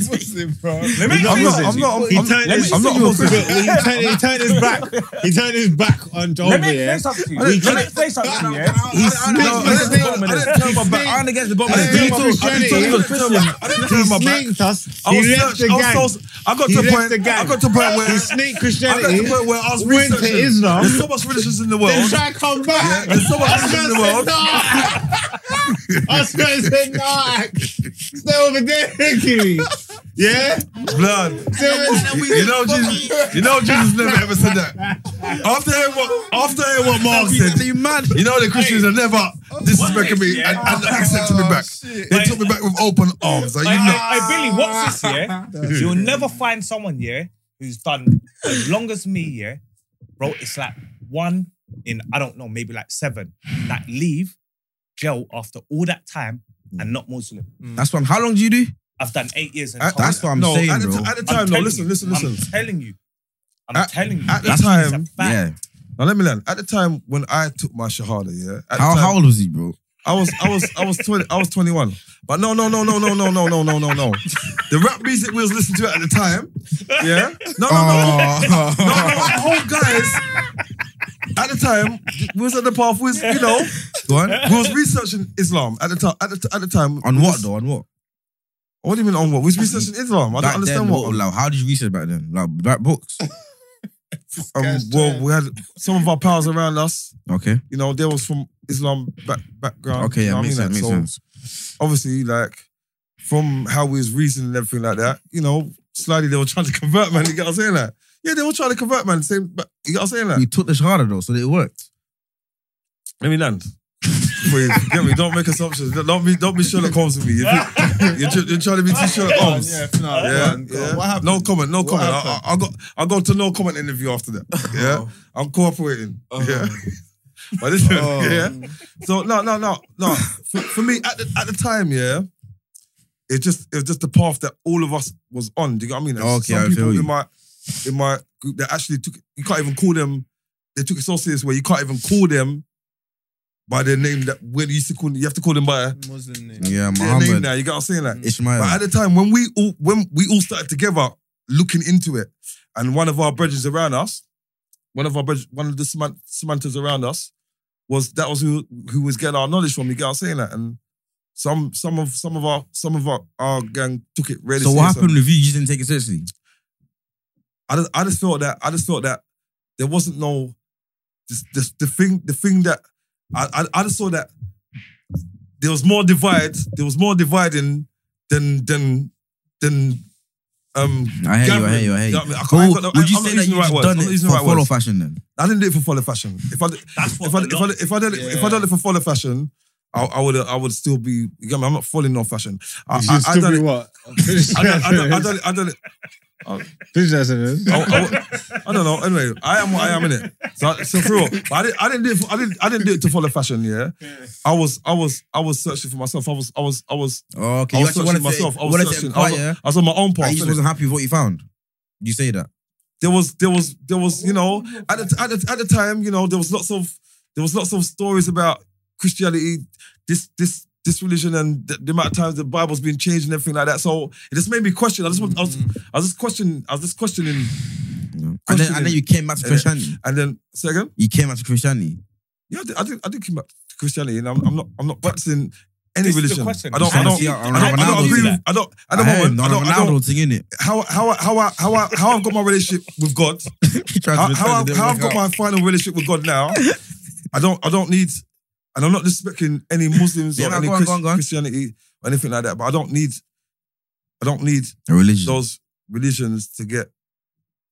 Speaker 7: Muslim.
Speaker 4: not
Speaker 7: He
Speaker 4: I'm,
Speaker 7: turned
Speaker 4: I'm,
Speaker 7: his-
Speaker 4: I'm not a
Speaker 7: Look,
Speaker 4: Muslim.
Speaker 7: He turned he turned his back. He turned his back on Jehovah.
Speaker 3: Let me
Speaker 7: yeah.
Speaker 3: explain something to you.
Speaker 7: We can-
Speaker 3: Let me explain something to you. yeah?
Speaker 7: He
Speaker 1: No, I didn't- I didn't turn my back. I ain't against the bottom.
Speaker 7: Hey,
Speaker 1: I
Speaker 7: Beatles, Johnny,
Speaker 1: thought you was Christian.
Speaker 4: I didn't turn my back.
Speaker 7: snaked us.
Speaker 4: I was
Speaker 7: He left
Speaker 4: searched-
Speaker 7: the
Speaker 4: I was
Speaker 7: gang.
Speaker 4: so- I got
Speaker 7: He
Speaker 4: to a
Speaker 7: left
Speaker 4: point.
Speaker 7: the gang.
Speaker 4: I got to a point where
Speaker 7: He snaked
Speaker 4: I got
Speaker 7: Christianity.
Speaker 4: to a point where I was
Speaker 7: Went to
Speaker 4: researching.
Speaker 7: Islam.
Speaker 4: There's so much religions in the world.
Speaker 7: Then try to come back.
Speaker 4: There's so much religion in the world.
Speaker 7: I swear it's in dark. Stay over there, Kiwi. Yeah?
Speaker 4: blood. You know Jesus. You know Jesus never ever said that. After hearing what, after hearing what Mark said, you know the Christians have never disrespected me and, and accepted me back.
Speaker 5: Oh,
Speaker 4: They took me back with open arms. Are you
Speaker 3: Hey,
Speaker 4: not?
Speaker 3: hey, hey, Billy, what's this, yeah? You'll never find someone, yeah, who's done as long as me, yeah, bro. It's like one in, I don't know, maybe like seven that leave jail after all that time and not Muslim.
Speaker 1: That's what. I'm- How long do you do?
Speaker 3: I've done eight years. And
Speaker 4: At-
Speaker 1: That's what I'm
Speaker 4: no,
Speaker 1: saying,
Speaker 4: at the,
Speaker 1: bro.
Speaker 4: t- At the time, no, listen, listen, listen.
Speaker 3: I'm telling you. I'm
Speaker 4: At-
Speaker 3: telling you.
Speaker 4: at the
Speaker 3: this is a
Speaker 4: time,
Speaker 3: fact.
Speaker 1: Yeah.
Speaker 4: Now let me learn. At the time when I took my shahada, yeah. At
Speaker 1: How
Speaker 4: the time,
Speaker 1: how old was he, bro?
Speaker 4: I was I was I was twenty I was twenty one. But no no no no no no no no no no no. The rap music we was listening to at the time. Yeah. No no no. No, no, I hold guys. At the time, we was at the path. We was, you know,
Speaker 1: Go on.
Speaker 4: we was researching Islam at the time. At the, t- at the time,
Speaker 1: On what though? On what?
Speaker 4: What do you mean on what? We was researching Islam. I don't
Speaker 1: Back
Speaker 4: understand
Speaker 1: then,
Speaker 4: what.
Speaker 1: Like, how did you research back then? Like, back books.
Speaker 4: Um, well, we had some of our pals around us.
Speaker 1: Okay.
Speaker 4: You know, they was from Islam back, background.
Speaker 1: Okay.
Speaker 4: you
Speaker 1: Yeah.
Speaker 4: know what
Speaker 1: Makes
Speaker 4: I
Speaker 1: sense. Makes
Speaker 4: mean? Like,
Speaker 1: sense.
Speaker 4: so obviously, like from how we was reasoning and everything like that. You know, slightly they were trying to convert man. You get what I'm saying? That yeah, they were trying to convert man. Same, but you get what I'm saying? That
Speaker 1: You took the shahada though, so that it worked.
Speaker 4: Let me land. [LAUGHS] Please, get me. Don't make assumptions. Don't- Don't be. Don't be Sherlock Holmes with me. You're, you're, tr- you're trying to be too Sherlock Holmes.
Speaker 5: Yeah, no,
Speaker 4: Oh. Yeah,
Speaker 5: go on,
Speaker 4: yeah.
Speaker 5: go on. What happened?
Speaker 4: No comment. No
Speaker 5: What
Speaker 4: comment. I,
Speaker 5: happened?
Speaker 4: I, I got. I go to no comment interview
Speaker 5: [LAUGHS]
Speaker 4: after that. Yeah, I'm cooperating. Yeah. [LAUGHS] But listen,
Speaker 5: Uh-huh. Oh.
Speaker 4: yeah. So no, no, no, no. For, for me, at the, at the time, yeah, it just it was just the path that all of us was on. Do you get what I mean? There's
Speaker 1: Okay,
Speaker 4: some
Speaker 1: I
Speaker 4: people
Speaker 1: feel you.
Speaker 4: in my in my group that actually took you can't even call them. They took it so serious where you can't even call them by their name that when you used to call you have to call them by
Speaker 5: Muslim name.
Speaker 1: Yeah,
Speaker 4: their name
Speaker 1: Muhammad.
Speaker 4: now. You get what I'm saying? Like
Speaker 1: Ishmael.
Speaker 4: but at the time when we all when we all started together looking into it, and one of our brothers around us, one of our brothers, one of the Samant- Samantas around us, was that was who who was getting our knowledge from. You get what I'm saying that? And some some of some of our some of our, our gang took it really.
Speaker 1: So what
Speaker 4: serious.
Speaker 1: happened with you? You just didn't take it seriously.
Speaker 4: I just, I just felt that I just felt that there wasn't no this, this the thing the thing that I, I I just saw that there was more divide there was more dividing than than than um
Speaker 1: I hear you. I
Speaker 4: Gathering.
Speaker 1: hear you. I hear you.
Speaker 4: Yeah, I mean, I can't- I ain't got no-
Speaker 1: would you
Speaker 4: I'm not
Speaker 1: say
Speaker 4: using
Speaker 1: that
Speaker 4: the
Speaker 1: you
Speaker 4: right
Speaker 1: just
Speaker 4: words. I'm
Speaker 1: done
Speaker 4: not
Speaker 1: it
Speaker 4: using
Speaker 1: for
Speaker 4: the right
Speaker 1: follow
Speaker 4: words.
Speaker 1: fashion then?
Speaker 4: I didn't do it for follow fashion if I
Speaker 6: That's
Speaker 4: if
Speaker 6: what
Speaker 4: I,
Speaker 6: a
Speaker 4: if
Speaker 6: lot
Speaker 4: I, if I done it if I done it for follow fashion I, I would I would still be you get me I'm not following no fashion I,
Speaker 7: You
Speaker 4: I,
Speaker 7: should
Speaker 4: I
Speaker 7: still
Speaker 4: done
Speaker 7: be
Speaker 4: it
Speaker 7: what?
Speaker 4: [LAUGHS] I done,
Speaker 5: [LAUGHS]
Speaker 4: I done, I done it I done it
Speaker 7: Finish that sentence.
Speaker 4: I, Oh, I- I don't know. Anyway, I am what I am in it. So, so for real, but I didn't. I didn't do it. For, I didn't. I didn't do it to follow fashion. Yeah, I was. I was. I was searching for myself. I was. I was. I was.
Speaker 1: Oh, okay.
Speaker 4: I
Speaker 1: You
Speaker 4: was
Speaker 1: actually wanted
Speaker 4: searching myself.
Speaker 1: To, Ah,
Speaker 4: I was
Speaker 1: wanted to
Speaker 4: searching. I
Speaker 1: inquire,
Speaker 4: was, I was on my own path.
Speaker 1: and you just
Speaker 4: innit?
Speaker 1: wasn't happy with what you found. You say that.
Speaker 4: there was there was there was you know
Speaker 1: Oh.
Speaker 4: at the, at the, at the time you know there was lots of there was lots of stories about Christianity this this this religion and the, the amount of times the Bible's been changed and everything like that. So it just made me question. I just want, I was
Speaker 1: Mm-hmm.
Speaker 4: I was just questioning I was just questioning
Speaker 1: And then, and then you came back to
Speaker 4: And then-
Speaker 1: Christianity.
Speaker 4: and then second
Speaker 1: You came back to Christianity.
Speaker 4: yeah I did I did, I did come back to Christianity and I'm, I'm not I'm not practicing any
Speaker 3: This is the
Speaker 4: religion.
Speaker 3: question.
Speaker 4: I don't I
Speaker 1: And
Speaker 4: don't.
Speaker 1: see,
Speaker 4: I don't, I don't
Speaker 1: Ronaldo's
Speaker 4: agree
Speaker 1: in
Speaker 4: with, I don't, at the
Speaker 1: I heard
Speaker 4: moment, I
Speaker 1: Ronaldo
Speaker 4: don't, I don't,
Speaker 1: singing it.
Speaker 4: how, how, how, I- how, I- how I've got my relationship with God,
Speaker 1: He tried
Speaker 4: how,
Speaker 1: to
Speaker 4: how,
Speaker 1: pretend it
Speaker 4: I've,
Speaker 1: didn't
Speaker 4: how I've
Speaker 1: work
Speaker 4: got
Speaker 1: out.
Speaker 4: my final relationship with God now, I don't, I don't need, and I'm not disrespecting any Muslims
Speaker 1: Yeah,
Speaker 4: or
Speaker 1: no,
Speaker 4: any
Speaker 1: go on,
Speaker 4: Chris-
Speaker 1: go on, go on.
Speaker 4: Christianity or anything like that, but I don't need, I don't need
Speaker 1: a religion
Speaker 4: those religions to get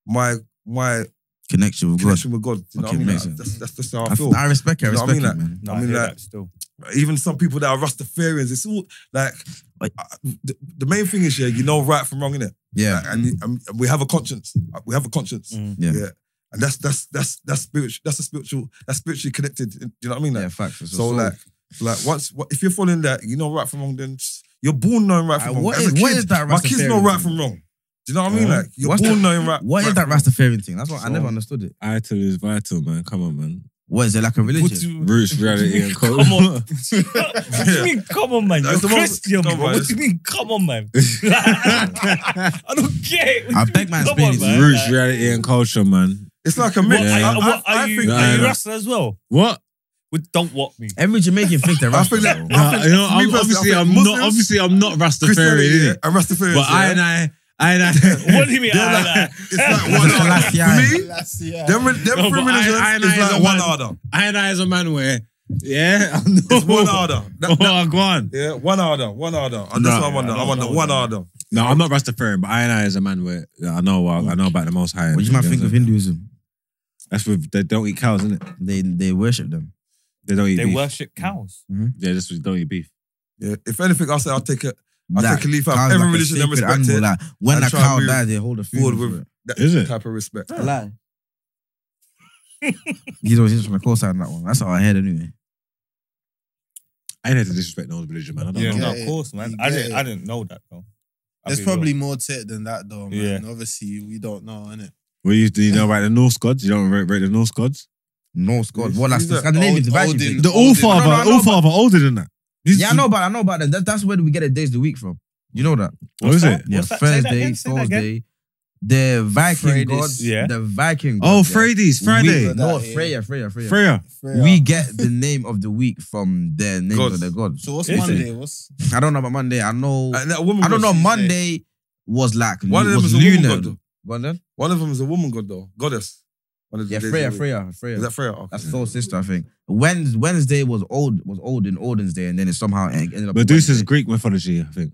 Speaker 4: my, my
Speaker 1: connection with God.
Speaker 4: connection with God. You know
Speaker 1: Okay,
Speaker 4: what I mean?
Speaker 1: makes
Speaker 4: Like,
Speaker 1: sense.
Speaker 4: that's, that's just how I
Speaker 1: I,
Speaker 4: feel.
Speaker 1: I respect it. I
Speaker 4: You know
Speaker 1: respect
Speaker 4: what I mean,
Speaker 1: it,
Speaker 4: like-
Speaker 1: man.
Speaker 4: I mean, like,
Speaker 3: still.
Speaker 4: even some people that are Rastafarians, it's all like,
Speaker 1: Like-
Speaker 4: I, the, the main thing is, yeah, you know right from wrong, innit?
Speaker 1: Yeah,
Speaker 4: and, and- and we have a conscience. We have a conscience.
Speaker 3: Mm.
Speaker 1: Yeah.
Speaker 4: And that's that's that's that's spiritual. That's a spiritual. That's spiritually connected. Do you know what I mean? Like,
Speaker 1: yeah, facts. It's
Speaker 4: so,
Speaker 1: a soul.
Speaker 4: like, like once what, if you're following that, you know right from wrong. Then s- you're born knowing right
Speaker 1: Uh,
Speaker 4: from wrong.
Speaker 1: what
Speaker 4: As
Speaker 1: is-
Speaker 4: a kid,
Speaker 1: what is that
Speaker 4: my kids know
Speaker 1: Rastafarian
Speaker 4: right
Speaker 1: thing?
Speaker 4: from wrong. Do you know what I mean?
Speaker 2: Yeah.
Speaker 4: Like you're
Speaker 1: What's
Speaker 4: born
Speaker 1: that-
Speaker 4: knowing right.
Speaker 1: what
Speaker 4: right
Speaker 1: is that
Speaker 4: from wrong.
Speaker 1: Rastafarian thing? That's what I
Speaker 2: So-
Speaker 1: never understood it.
Speaker 2: Ital is vital, man. Come on, man.
Speaker 1: What is it like a religion?
Speaker 2: Roots, reality,
Speaker 6: [LAUGHS]
Speaker 2: and
Speaker 6: Come
Speaker 2: code.
Speaker 6: on. What do you
Speaker 4: Yeah.
Speaker 6: mean, come on, man? You're
Speaker 4: That's the most-
Speaker 6: Christian,
Speaker 4: no,
Speaker 6: bro.
Speaker 4: man.
Speaker 6: What do you mean, come on, man? I don't get it. What
Speaker 1: I
Speaker 6: do you
Speaker 1: beg
Speaker 6: mean,
Speaker 1: man's
Speaker 6: come
Speaker 1: business.
Speaker 6: on, man?
Speaker 2: Roots,
Speaker 6: Like,
Speaker 2: reality, and culture, man.
Speaker 4: It's like a
Speaker 6: What,
Speaker 4: mix.
Speaker 6: are,
Speaker 4: I,
Speaker 6: you- what,
Speaker 4: I,
Speaker 6: are
Speaker 4: I
Speaker 6: you,
Speaker 4: think
Speaker 2: Nah,
Speaker 6: are you
Speaker 2: nah.
Speaker 6: wrestler as well?
Speaker 2: What?
Speaker 6: With don't what me.
Speaker 1: Every Jamaican thinks
Speaker 2: [LAUGHS]
Speaker 1: they're
Speaker 4: I
Speaker 1: Rasta.
Speaker 4: think that-
Speaker 1: bro.
Speaker 2: Nah, you know,
Speaker 4: for me
Speaker 2: I'm,
Speaker 4: personally,
Speaker 2: obviously,
Speaker 4: I
Speaker 2: I'm
Speaker 4: think
Speaker 2: not.
Speaker 4: Muslims,
Speaker 2: Obviously, I'm not Rastafarian,
Speaker 4: Christianity yeah,
Speaker 2: innit?
Speaker 4: and Rastafarian.
Speaker 2: But I and I, I and I.
Speaker 6: What do you mean?
Speaker 4: They're
Speaker 6: I-
Speaker 4: like-
Speaker 6: I-
Speaker 4: it's like
Speaker 1: It's
Speaker 4: one
Speaker 1: like, yeah.
Speaker 4: order. For me,
Speaker 5: Last year.
Speaker 4: Oh, them, re- them
Speaker 2: No,
Speaker 4: three
Speaker 2: but I-
Speaker 4: religions
Speaker 2: I and I
Speaker 4: is
Speaker 2: is a
Speaker 4: like one
Speaker 2: man.
Speaker 4: order.
Speaker 2: I and I is a man where, yeah, [LAUGHS]
Speaker 4: It's one order. That- that-
Speaker 2: oh, [LAUGHS] go on.
Speaker 4: yeah, one order, one order. And
Speaker 2: Nah,
Speaker 4: that's what I'm on. the-
Speaker 2: I
Speaker 4: I'm
Speaker 2: don't
Speaker 4: on the
Speaker 2: know
Speaker 4: one
Speaker 2: that.
Speaker 4: order.
Speaker 2: No, I'm not Rastafarian, but I and I is a man where yeah, I know uh, I know about the Most High.
Speaker 1: What do you might think of Hinduism?
Speaker 2: That's with they don't eat cows, isn't it?
Speaker 1: They they worship them. Mm-hmm.
Speaker 2: They don't eat
Speaker 6: They
Speaker 2: beef.
Speaker 6: worship cows.
Speaker 2: Yeah, just don't eat beef.
Speaker 4: Yeah, if anything, I'll say I'll take it. I'll
Speaker 1: That
Speaker 4: take a leaf out
Speaker 1: cow
Speaker 4: of
Speaker 1: is
Speaker 4: every
Speaker 1: like a
Speaker 4: religion and
Speaker 1: sacred
Speaker 4: respect
Speaker 1: animal,
Speaker 4: it.
Speaker 1: like, when
Speaker 4: and
Speaker 1: a
Speaker 4: try and
Speaker 1: cow
Speaker 4: move
Speaker 1: dies, they hold a
Speaker 4: Forward
Speaker 1: funeral for
Speaker 4: with
Speaker 1: it.
Speaker 4: that
Speaker 2: Is it?
Speaker 4: type of respect.
Speaker 1: Lie. [LAUGHS] He's always from the call side on that one. That's all I heard anyway.
Speaker 2: I ain't had to disrespect no one's religion, man. I don't
Speaker 5: Yeah.
Speaker 2: know.
Speaker 5: Yeah.
Speaker 6: no, of course, man.
Speaker 5: You
Speaker 6: I
Speaker 5: get
Speaker 6: didn't,
Speaker 5: it.
Speaker 6: I didn't know that, though. I'll
Speaker 5: There's
Speaker 6: be
Speaker 5: probably more to it than that, though, man.
Speaker 6: Yeah.
Speaker 5: Obviously, we don't know, innit?
Speaker 2: Well, you, do you know about the Norse gods? You don't rate, rate the Norse gods?
Speaker 1: Norse god. What that's
Speaker 4: He's
Speaker 1: the
Speaker 4: a-
Speaker 1: Scandinavian
Speaker 5: Old-
Speaker 1: divine
Speaker 5: Odin.
Speaker 1: thing.
Speaker 2: The
Speaker 5: Older.
Speaker 2: All Father,
Speaker 1: No, no, no,
Speaker 2: All Father, older than that. These-
Speaker 1: Yeah, I know about I know about that. that. That's where we get the days of the week from. You know that?
Speaker 2: What is it?
Speaker 6: that? What's that? Say that
Speaker 1: Thursday,
Speaker 6: again, say that again.
Speaker 1: Thursday, the Viking
Speaker 5: Freydis.
Speaker 1: gods.
Speaker 6: Yeah.
Speaker 1: The Viking.
Speaker 2: Oh,
Speaker 1: gods, yeah.
Speaker 2: Freddy's Friday.
Speaker 1: We, no,
Speaker 5: That, yeah.
Speaker 1: Freya, Freya, Freya.
Speaker 2: Freya.
Speaker 5: Freya.
Speaker 1: We get the name of the week from their names
Speaker 4: Gods.
Speaker 1: of the gods.
Speaker 5: So what's
Speaker 6: Is it?
Speaker 5: Monday? What's
Speaker 1: I don't know about Monday. I know.
Speaker 4: And that woman
Speaker 1: I don't
Speaker 4: was-
Speaker 1: know.
Speaker 5: Tuesday.
Speaker 1: Monday was like
Speaker 4: One of them
Speaker 1: was
Speaker 4: is a woman
Speaker 1: lunar.
Speaker 4: god. though.
Speaker 1: Go on then.
Speaker 4: One of them is a woman god though, goddess. One of the
Speaker 1: Yeah,
Speaker 4: days
Speaker 1: Freya,
Speaker 4: of the week.
Speaker 1: Freya,
Speaker 4: Is
Speaker 1: Freya.
Speaker 4: that Freya? Okay.
Speaker 1: That's Thor's sister, I think. Wednes Wednesday was old was old in Odin's day, and then it somehow en- ended up.
Speaker 2: Medusa's
Speaker 1: Wednesday.
Speaker 2: Greek mythology, I think.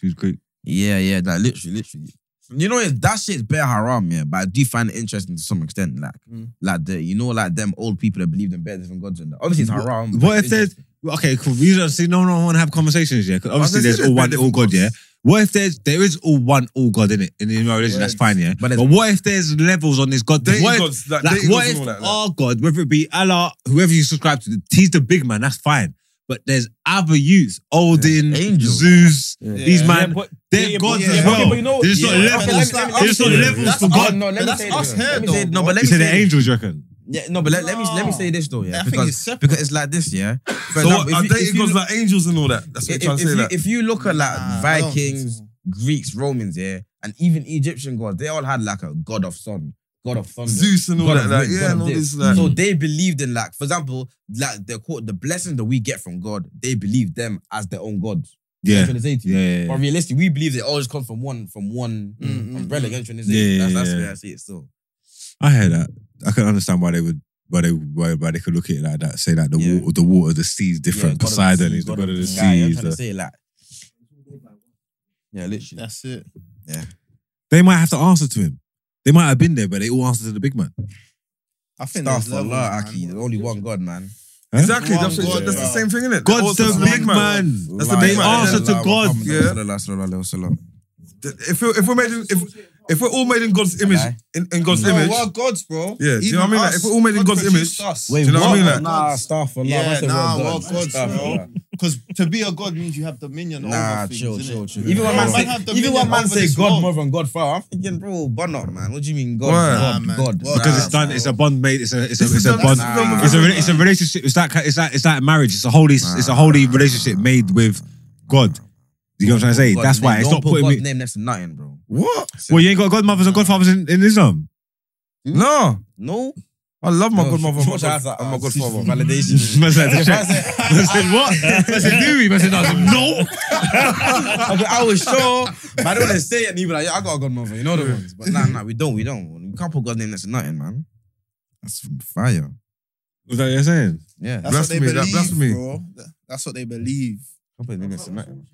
Speaker 2: She's Greek.
Speaker 1: Yeah, yeah, like literally, literally. You know, it's- that shit's bare haram, yeah. But I do find it interesting to some extent, like,
Speaker 5: Mm.
Speaker 1: like the you know, like them old people that believed in bare different gods and that. Obviously, it's
Speaker 2: What-
Speaker 1: haram.
Speaker 2: what
Speaker 1: but it's
Speaker 2: if there's-
Speaker 1: interesting.
Speaker 2: Well, Okay, cool. You don't see, no, no, I want to have conversations, yeah. 'Cause obviously,
Speaker 4: gonna say
Speaker 2: there's
Speaker 4: there's
Speaker 2: all one,
Speaker 4: many
Speaker 2: all God, yeah.
Speaker 4: different
Speaker 2: What if there's there is all one, all God in it in in my religion? That's
Speaker 5: Words.
Speaker 2: fine, yeah.
Speaker 1: But
Speaker 2: But,
Speaker 1: there's-
Speaker 2: what if there's levels on this God? thing?
Speaker 4: Dating
Speaker 2: What if,
Speaker 4: gods, like,
Speaker 2: like,
Speaker 4: dating
Speaker 2: what
Speaker 4: gods
Speaker 2: if
Speaker 4: and all that. like.
Speaker 2: our God, whether it be Allah, whoever you subscribe to, he's the big man. That's fine. But there's other youths, Odin,
Speaker 1: Angels.
Speaker 2: Zeus,
Speaker 1: Yeah.
Speaker 2: these man,
Speaker 6: but-
Speaker 2: they're
Speaker 6: yeah, but-
Speaker 2: gods
Speaker 5: yeah,
Speaker 2: as
Speaker 5: but-
Speaker 2: well.
Speaker 5: okay,
Speaker 6: but you know-
Speaker 2: There's not
Speaker 6: yeah,
Speaker 5: but
Speaker 2: levels.
Speaker 5: that's like
Speaker 2: There's
Speaker 5: us
Speaker 2: not
Speaker 5: here.
Speaker 2: levels
Speaker 5: That's
Speaker 2: for
Speaker 5: us-
Speaker 2: God.
Speaker 1: no, let me
Speaker 5: That's
Speaker 1: say
Speaker 5: us
Speaker 1: this.
Speaker 5: here,
Speaker 1: Let me
Speaker 5: though,
Speaker 1: say, no,
Speaker 5: bro.
Speaker 1: but let
Speaker 2: You
Speaker 1: me say
Speaker 2: said the
Speaker 1: this.
Speaker 2: angels, you reckon?
Speaker 1: Yeah, no, but let, let me let me say this though, yeah,
Speaker 5: I think it's
Speaker 1: because
Speaker 5: separate.
Speaker 1: because it's like this, yeah. For
Speaker 4: So
Speaker 1: example, if you-
Speaker 4: are
Speaker 1: if
Speaker 4: dating
Speaker 1: you
Speaker 4: gods
Speaker 1: look-
Speaker 4: like angels and all that? That's what
Speaker 1: if,
Speaker 4: you're trying to
Speaker 1: if
Speaker 4: say.
Speaker 1: you,
Speaker 4: Like,
Speaker 1: if you look at like
Speaker 5: Nah, I don't think
Speaker 1: Vikings,
Speaker 5: so.
Speaker 1: Greeks, Romans, yeah, and even Egyptian gods, they all had like a god of sun, god of thunder,
Speaker 4: Zeus and all
Speaker 1: God
Speaker 4: that.
Speaker 1: of
Speaker 4: Like,
Speaker 1: wind, God
Speaker 4: yeah,
Speaker 1: of
Speaker 4: and all
Speaker 1: this.
Speaker 4: this. Like,
Speaker 5: Hmm.
Speaker 1: So they believed in like, for example, like the quote, the blessings that we get from God, they believe them as their own gods.
Speaker 2: Yeah.
Speaker 1: That's what they say to you.
Speaker 2: Yeah, yeah,
Speaker 1: But
Speaker 2: yeah.
Speaker 1: realistically, we believe they always come from one from one
Speaker 5: Mm, mm,
Speaker 1: umbrella.
Speaker 5: mm.
Speaker 1: Mm, mm.
Speaker 2: Yeah, yeah,
Speaker 1: that's, that's
Speaker 2: yeah.
Speaker 1: the way I see it. Still,
Speaker 2: I hear that. I can understand why they would, why they, why, why they could look at it like that. Say like the
Speaker 1: Yeah.
Speaker 2: water, the water, the sea is different.
Speaker 1: Yeah, God of the
Speaker 2: Poseidon
Speaker 1: sea,
Speaker 2: is the god of the
Speaker 1: sky,
Speaker 2: sea.
Speaker 1: I'm
Speaker 2: he's
Speaker 1: trying to
Speaker 2: the-
Speaker 1: say like, yeah, literally.
Speaker 5: that's it.
Speaker 2: They might have to answer to him. They might have been there, but they all answer to the big man.
Speaker 5: I
Speaker 1: Stuff
Speaker 5: think that's
Speaker 1: for
Speaker 5: levels,
Speaker 1: Allah,
Speaker 5: man.
Speaker 1: Aki. There's only one God, man.
Speaker 4: exactly.
Speaker 5: One
Speaker 4: That's what-
Speaker 5: God,
Speaker 4: that's the
Speaker 5: bro.
Speaker 4: same thing, isn't it?
Speaker 2: God's the big man.
Speaker 4: That's the big
Speaker 2: They
Speaker 4: man.
Speaker 2: answer to God.
Speaker 4: Yeah.
Speaker 1: Yeah.
Speaker 4: If we're if we're making if if we're all made in God's image,
Speaker 1: Okay.
Speaker 4: in, in God's
Speaker 5: No,
Speaker 4: image,
Speaker 5: we're gods, bro.
Speaker 4: Yeah, do you
Speaker 5: Even
Speaker 4: know what I mean? Like,
Speaker 5: us,
Speaker 4: if we're all made in
Speaker 5: God
Speaker 4: God's
Speaker 5: produced
Speaker 4: image-
Speaker 5: us.
Speaker 4: Wait, Do you know what I mean? Like-
Speaker 1: Nah, stuff for
Speaker 5: Yeah,
Speaker 1: love.
Speaker 5: nah,
Speaker 1: we're
Speaker 5: we're
Speaker 1: gods.
Speaker 5: gods,
Speaker 1: Stuff,
Speaker 5: bro.
Speaker 1: yeah.
Speaker 5: Because to be a god means you have dominion
Speaker 1: Nah,
Speaker 5: over things.
Speaker 1: chill,
Speaker 5: innit?
Speaker 1: chill, chill.
Speaker 5: Bro,
Speaker 1: Even when man say,
Speaker 5: have
Speaker 1: even when
Speaker 5: dominion
Speaker 1: man
Speaker 5: over
Speaker 1: say
Speaker 5: this
Speaker 1: God
Speaker 5: world.
Speaker 1: mother and God father, I'm thinking, bro, bun up, man. What do you mean God?
Speaker 4: Why?
Speaker 1: God,
Speaker 5: Nah, man.
Speaker 1: God.
Speaker 5: Well,
Speaker 2: Because
Speaker 5: Nah,
Speaker 2: it's done.
Speaker 5: bro.
Speaker 2: It's a bond made. It's a. It's a. It's a
Speaker 4: done-
Speaker 2: bond.
Speaker 4: this is done with
Speaker 2: It's a.
Speaker 4: God.
Speaker 2: It's a relationship. It's like. It's like. It's like marriage. It's a holy. It's a holy relationship made with God. You know what I'm trying to say?
Speaker 1: God's
Speaker 2: That's why
Speaker 1: name.
Speaker 2: it's
Speaker 1: Don't
Speaker 2: not
Speaker 1: put
Speaker 2: putting
Speaker 1: God's
Speaker 2: me.
Speaker 1: name next to nothing, bro.
Speaker 4: what?
Speaker 2: Well, you ain't got godmothers and godfathers in, in Islam.
Speaker 4: No,
Speaker 1: [LAUGHS] No,
Speaker 4: I love my
Speaker 1: No,
Speaker 4: godmother. and
Speaker 1: she-
Speaker 4: My
Speaker 1: she has that,
Speaker 4: god, and
Speaker 1: uh,
Speaker 4: my
Speaker 5: [LAUGHS]
Speaker 4: godfather.
Speaker 1: Validation.
Speaker 2: Man said,
Speaker 1: If I said-
Speaker 2: man said, what? Man said, do we? Man said, no. I said, no.
Speaker 1: I was- I was sure, but I don't want to say it. And he be like, yeah, I got a godmother. You know the ones. But nah, nah, we don't. We don't. We can't put God's name next to nothing, man. That's fire.
Speaker 2: Was that what you're saying?
Speaker 1: Yeah.
Speaker 5: That's what they
Speaker 4: Blasphemy, that
Speaker 5: believe,
Speaker 4: blasphemy.
Speaker 5: bro. That's what they believe.
Speaker 1: Can't put his name next to nothing.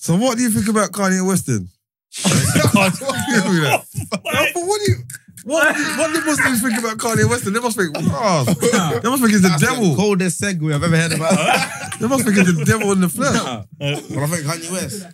Speaker 4: So, what do you think about Kanye West then? [LAUGHS] Tell me that. No, but what do you? What, what do Muslims think about Kanye West? They must think, oh, they must think he's the
Speaker 1: That's
Speaker 4: devil.
Speaker 1: the coldest segue I've ever heard [LAUGHS] about.
Speaker 4: They must think he's the devil in the flesh.
Speaker 1: but I think Kanye West,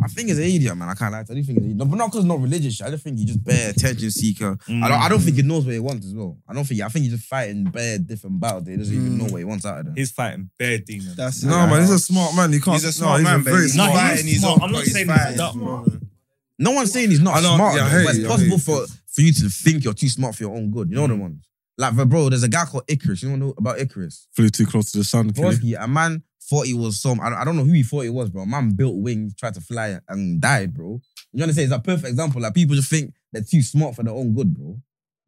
Speaker 1: I think he's an idiot, man. I can't lie. to you. I do think he's an idiot. No, but not because he's not religious. shit. I just think he just bare attention seeker. I, don't, I don't think he knows what he wants as well. I don't think. I think he's just fighting bare different battles. that He doesn't even know what he wants out of them.
Speaker 6: He's fighting bare demons.
Speaker 5: That's
Speaker 4: No, man, he's a smart man. You can't.
Speaker 5: He's a smart
Speaker 4: no,
Speaker 5: man,
Speaker 4: he's a very
Speaker 5: but
Speaker 6: No,
Speaker 4: smart.
Speaker 6: he's
Speaker 5: fighting his
Speaker 6: smart.
Speaker 5: own-
Speaker 6: I'm not
Speaker 5: he's
Speaker 6: saying he's
Speaker 5: fighting.
Speaker 6: dumb. [LAUGHS]
Speaker 1: No one's saying he's not
Speaker 4: I know,
Speaker 1: smart.
Speaker 4: yeah, I
Speaker 1: though, but
Speaker 4: hear you,
Speaker 1: it's
Speaker 4: I hear
Speaker 1: possible
Speaker 4: you.
Speaker 1: for, for you to think you're too smart for your own good. You know the ones. Like, but bro, there's a guy called Icarus. You know about Icarus?
Speaker 2: Flew too close to the sun.
Speaker 1: Broski, a man thought he was some. I don't, I don't know who he thought he was, bro. A man built wings, tried to fly, and died, bro. You understand? It's a perfect example. Like people just think they're too smart for their own good, bro.